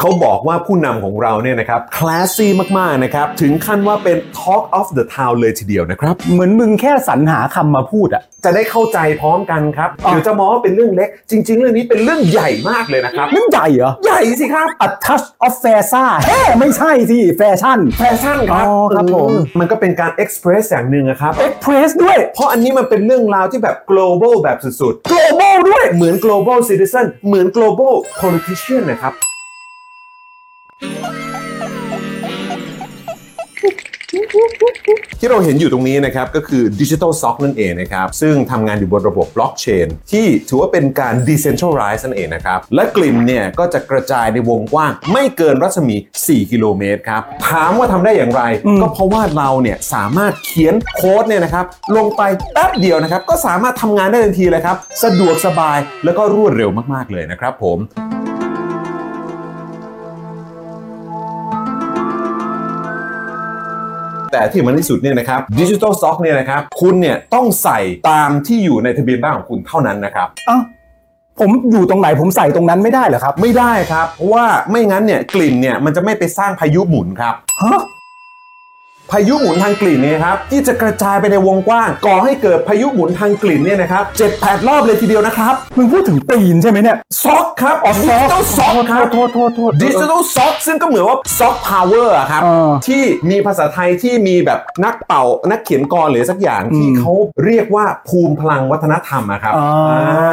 S7: เขาบอกว่าผู้นำของเราเนี่ยนะครับคลาสซี่มาก ๆ นะครับ ถึงขั้นว่าเป็น Talk of the Town เลยทีเดียวนะครับ
S5: เหมือนมึงแค่สรรหาคำมาพูดอะ
S7: จะได้เข้าใจพร้อมกันครับ
S5: อ๋อ
S7: เดี๋ยวจะมองว่าเป็นเรื่องเล็ก จริง ๆ เรื่องนี้เป็นเรื่องใหญ่มากเลยนะครับ
S5: เรื่องใหญ่เหรอ
S7: ใหญ่สิครับ
S5: A touch of f a s a เฮ้ไม่ใช่สิแฟชั่น
S7: แฟชั่นครับ
S5: อ๋อครับผม
S7: อืมันก็เป็นการเอ็กซ์เพรสอย่างหนึ่งนะครับ
S5: Express ด้วย
S7: เพราะอันนี้มันเป็นเรื่องราวที่แบบ global แบบสุด ๆ
S5: Global ด้วย
S7: เหมือน global citizen เหมือน global politician นะครับ ที่เราเห็นอยู่ตรงนี้นะครับ ก็คือ Digital s o c นั่นเองนะครับ ซึ่งทำงานอยู่บนระบบบล็อกเชนที่ถือว่าเป็นการ decentralize นั่นเองนะครับ และกลิ่นเนี่ย ก็จะกระจายในวงกว้าง ไม่เกินรัศมี 4 กิโลเมตรครับ ถามว่าทำได้อย่างไร
S5: อืม
S7: ก็เพราะว่าเราเนี่ย สามารถเขียนโค้ดเนี่ยนะครับ ลงไปแป๊บเดียวนะครับ ก็สามารถทำงานได้ทันทีเลยครับ สะดวกสบายแล้วก็รวดเร็วมากๆเลยนะครับผม แต่ที่มันที่สุดเนี่ยนะครับดิจิทัลซ็อกเนี่ยนะครับคุณเนี่ยต้องใส่ตามที่อยู่ในทะเบียนบ้านของคุณเท่านั้นนะครับ
S5: เอ้าผมอยู่ตรงไหนผมใส่ตรงนั้นไม่ได้เหรอครับ
S7: ไม่ได้ครับ เพราะว่าไม่งั้นเนี่ยกลิ่นเนี่ยมันจะไม่ไปสร้างพายุหมุนครับ
S5: ฮะ
S7: พายุหมุนทางกลิ่นเนี่ยครับที่จะกระจายไปในวงกว้าง ก่อให้เกิดพายุหมุนทางกลิ่นเนี่ยนะครับเจ็ดแปดรอบเลยทีเดียวนะครับ
S5: มึงพูดถึงตีนใช่ไหมเนี่ย
S7: ซ็อกครับ
S5: อ๋อ
S7: ดิจิทัลซ็อกครับ
S5: โทษโทษโทษ
S7: ดิจิทัลซ็อกซึ่งก็เหมือนว่าซ็อกพาวเวอร์ครับ
S5: เออ
S7: ที่มีภาษาไทยที่มีแบบนักเป่านักเขียนกรหรือสักอย่างที่
S5: อืม
S7: เขาเรียกว่าภูมิพลังวัฒนธรรมอะครับ
S5: อ่า
S7: อ่า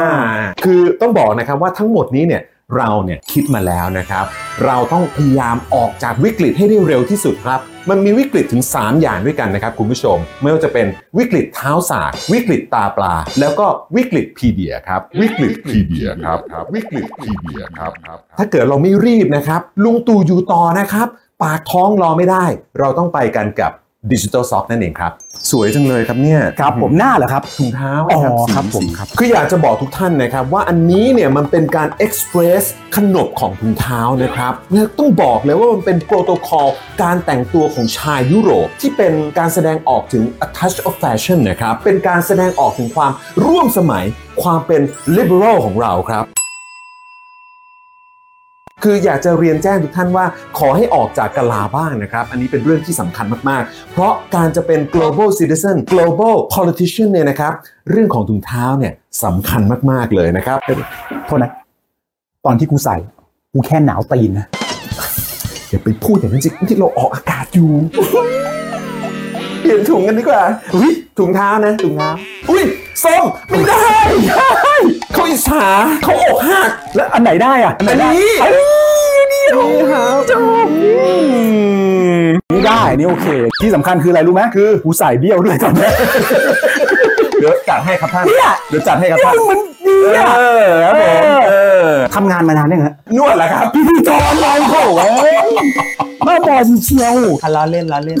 S7: คือต้องบอกนะครับว่าทั้งหมดนี้เนี่ยเราเนี่ยคิดมาแล้วนะครับ เราต้องพยายามออกจากวิกฤตให้ได้เร็วที่สุดครับ มันมีวิกฤตถึง 3 อย่างด้วยกันนะครับคุณผู้ชม ไม่ว่าจะเป็นวิกฤตเท้าสากวิกฤตตาปลา แล้วก็วิกฤตพีเดียครับ วิกฤตพีเดียครับวิกฤตพีเดียครับ ถ้าเกิดเราไม่รีบนะครับ ลุงตู่อยู่ต่อนะครับ ปากท้องรอไม่ได้ เราต้องไปกันกับดิจิ t a ลซอฟนั่นเองครับ สวยจังเลยครับเนี่ย
S5: ครับผมหน้าเหรอครับ
S7: ถุงเท้า
S5: อ๋อ
S7: ค
S5: ค
S7: รับสี
S5: รับผม
S7: สี
S5: ครับ
S7: คืออยากจะบอกทุกท่านนะครับ ว่าอันนี้เนี่ยมันเป็นการเอ็กซ์เพรสขนบของถุงเท้านะครับและต้องบอกเลยว่ามันเป็นโปรโตคอลการแต่งตัวของชายยุโรป ที่เป็นการแสดงออกถึง a touch of fashion นะครับเป็นการแสดงออกถึงความร่วมสมัยความเป็น liberal ของเราครับ คืออยากจะเรียนแจ้งทุกท่านว่าขอให้ออกจากกะลาบ้างนะครับ อันนี้เป็นเรื่องที่สำคัญมากๆ เพราะการจะเป็น global citizen global politician เนี่ยนะครับ เรื่องของถุงเท้าเนี่ยสำคัญมากๆเลยนะครับ
S5: โทษนะ ตอนที่กูใส่ กูแค่หนาวตีนนะ
S7: อย่าไปพูดอย่างนั้นสิที่เราออกอากาศอยู่ เปลี่ยนถุงกันดีกว่าอุ้ยถุงเท้านะถุงเท้าอุ้ยส้มไม่ได้ไม่ได้เขาอิจฉาเขาอกหัก
S5: แล้วอันไหนได้อะ
S7: อันนี้
S5: อันนี้
S7: นี่ครับจบ
S5: ไม่ได้อันนี่โอเค ที่สำคัญคืออะไรรู้ไหมคือกูใส่เบี้ยวด้วยตอนเนี้ย
S7: เดี๋ยวจัดให้ครับท่าน
S5: เนี่ย
S7: เดี๋ยวจัดให้ครับท่าน
S5: มึงมันดีอะ
S7: เออครับผมเออ
S5: ทำงานมานานยังฮะ
S7: นวดเหรอครับ
S5: พี่พี่จอนเราโอ้โหมาบอลเชียวล้อเล่นล้อเล่น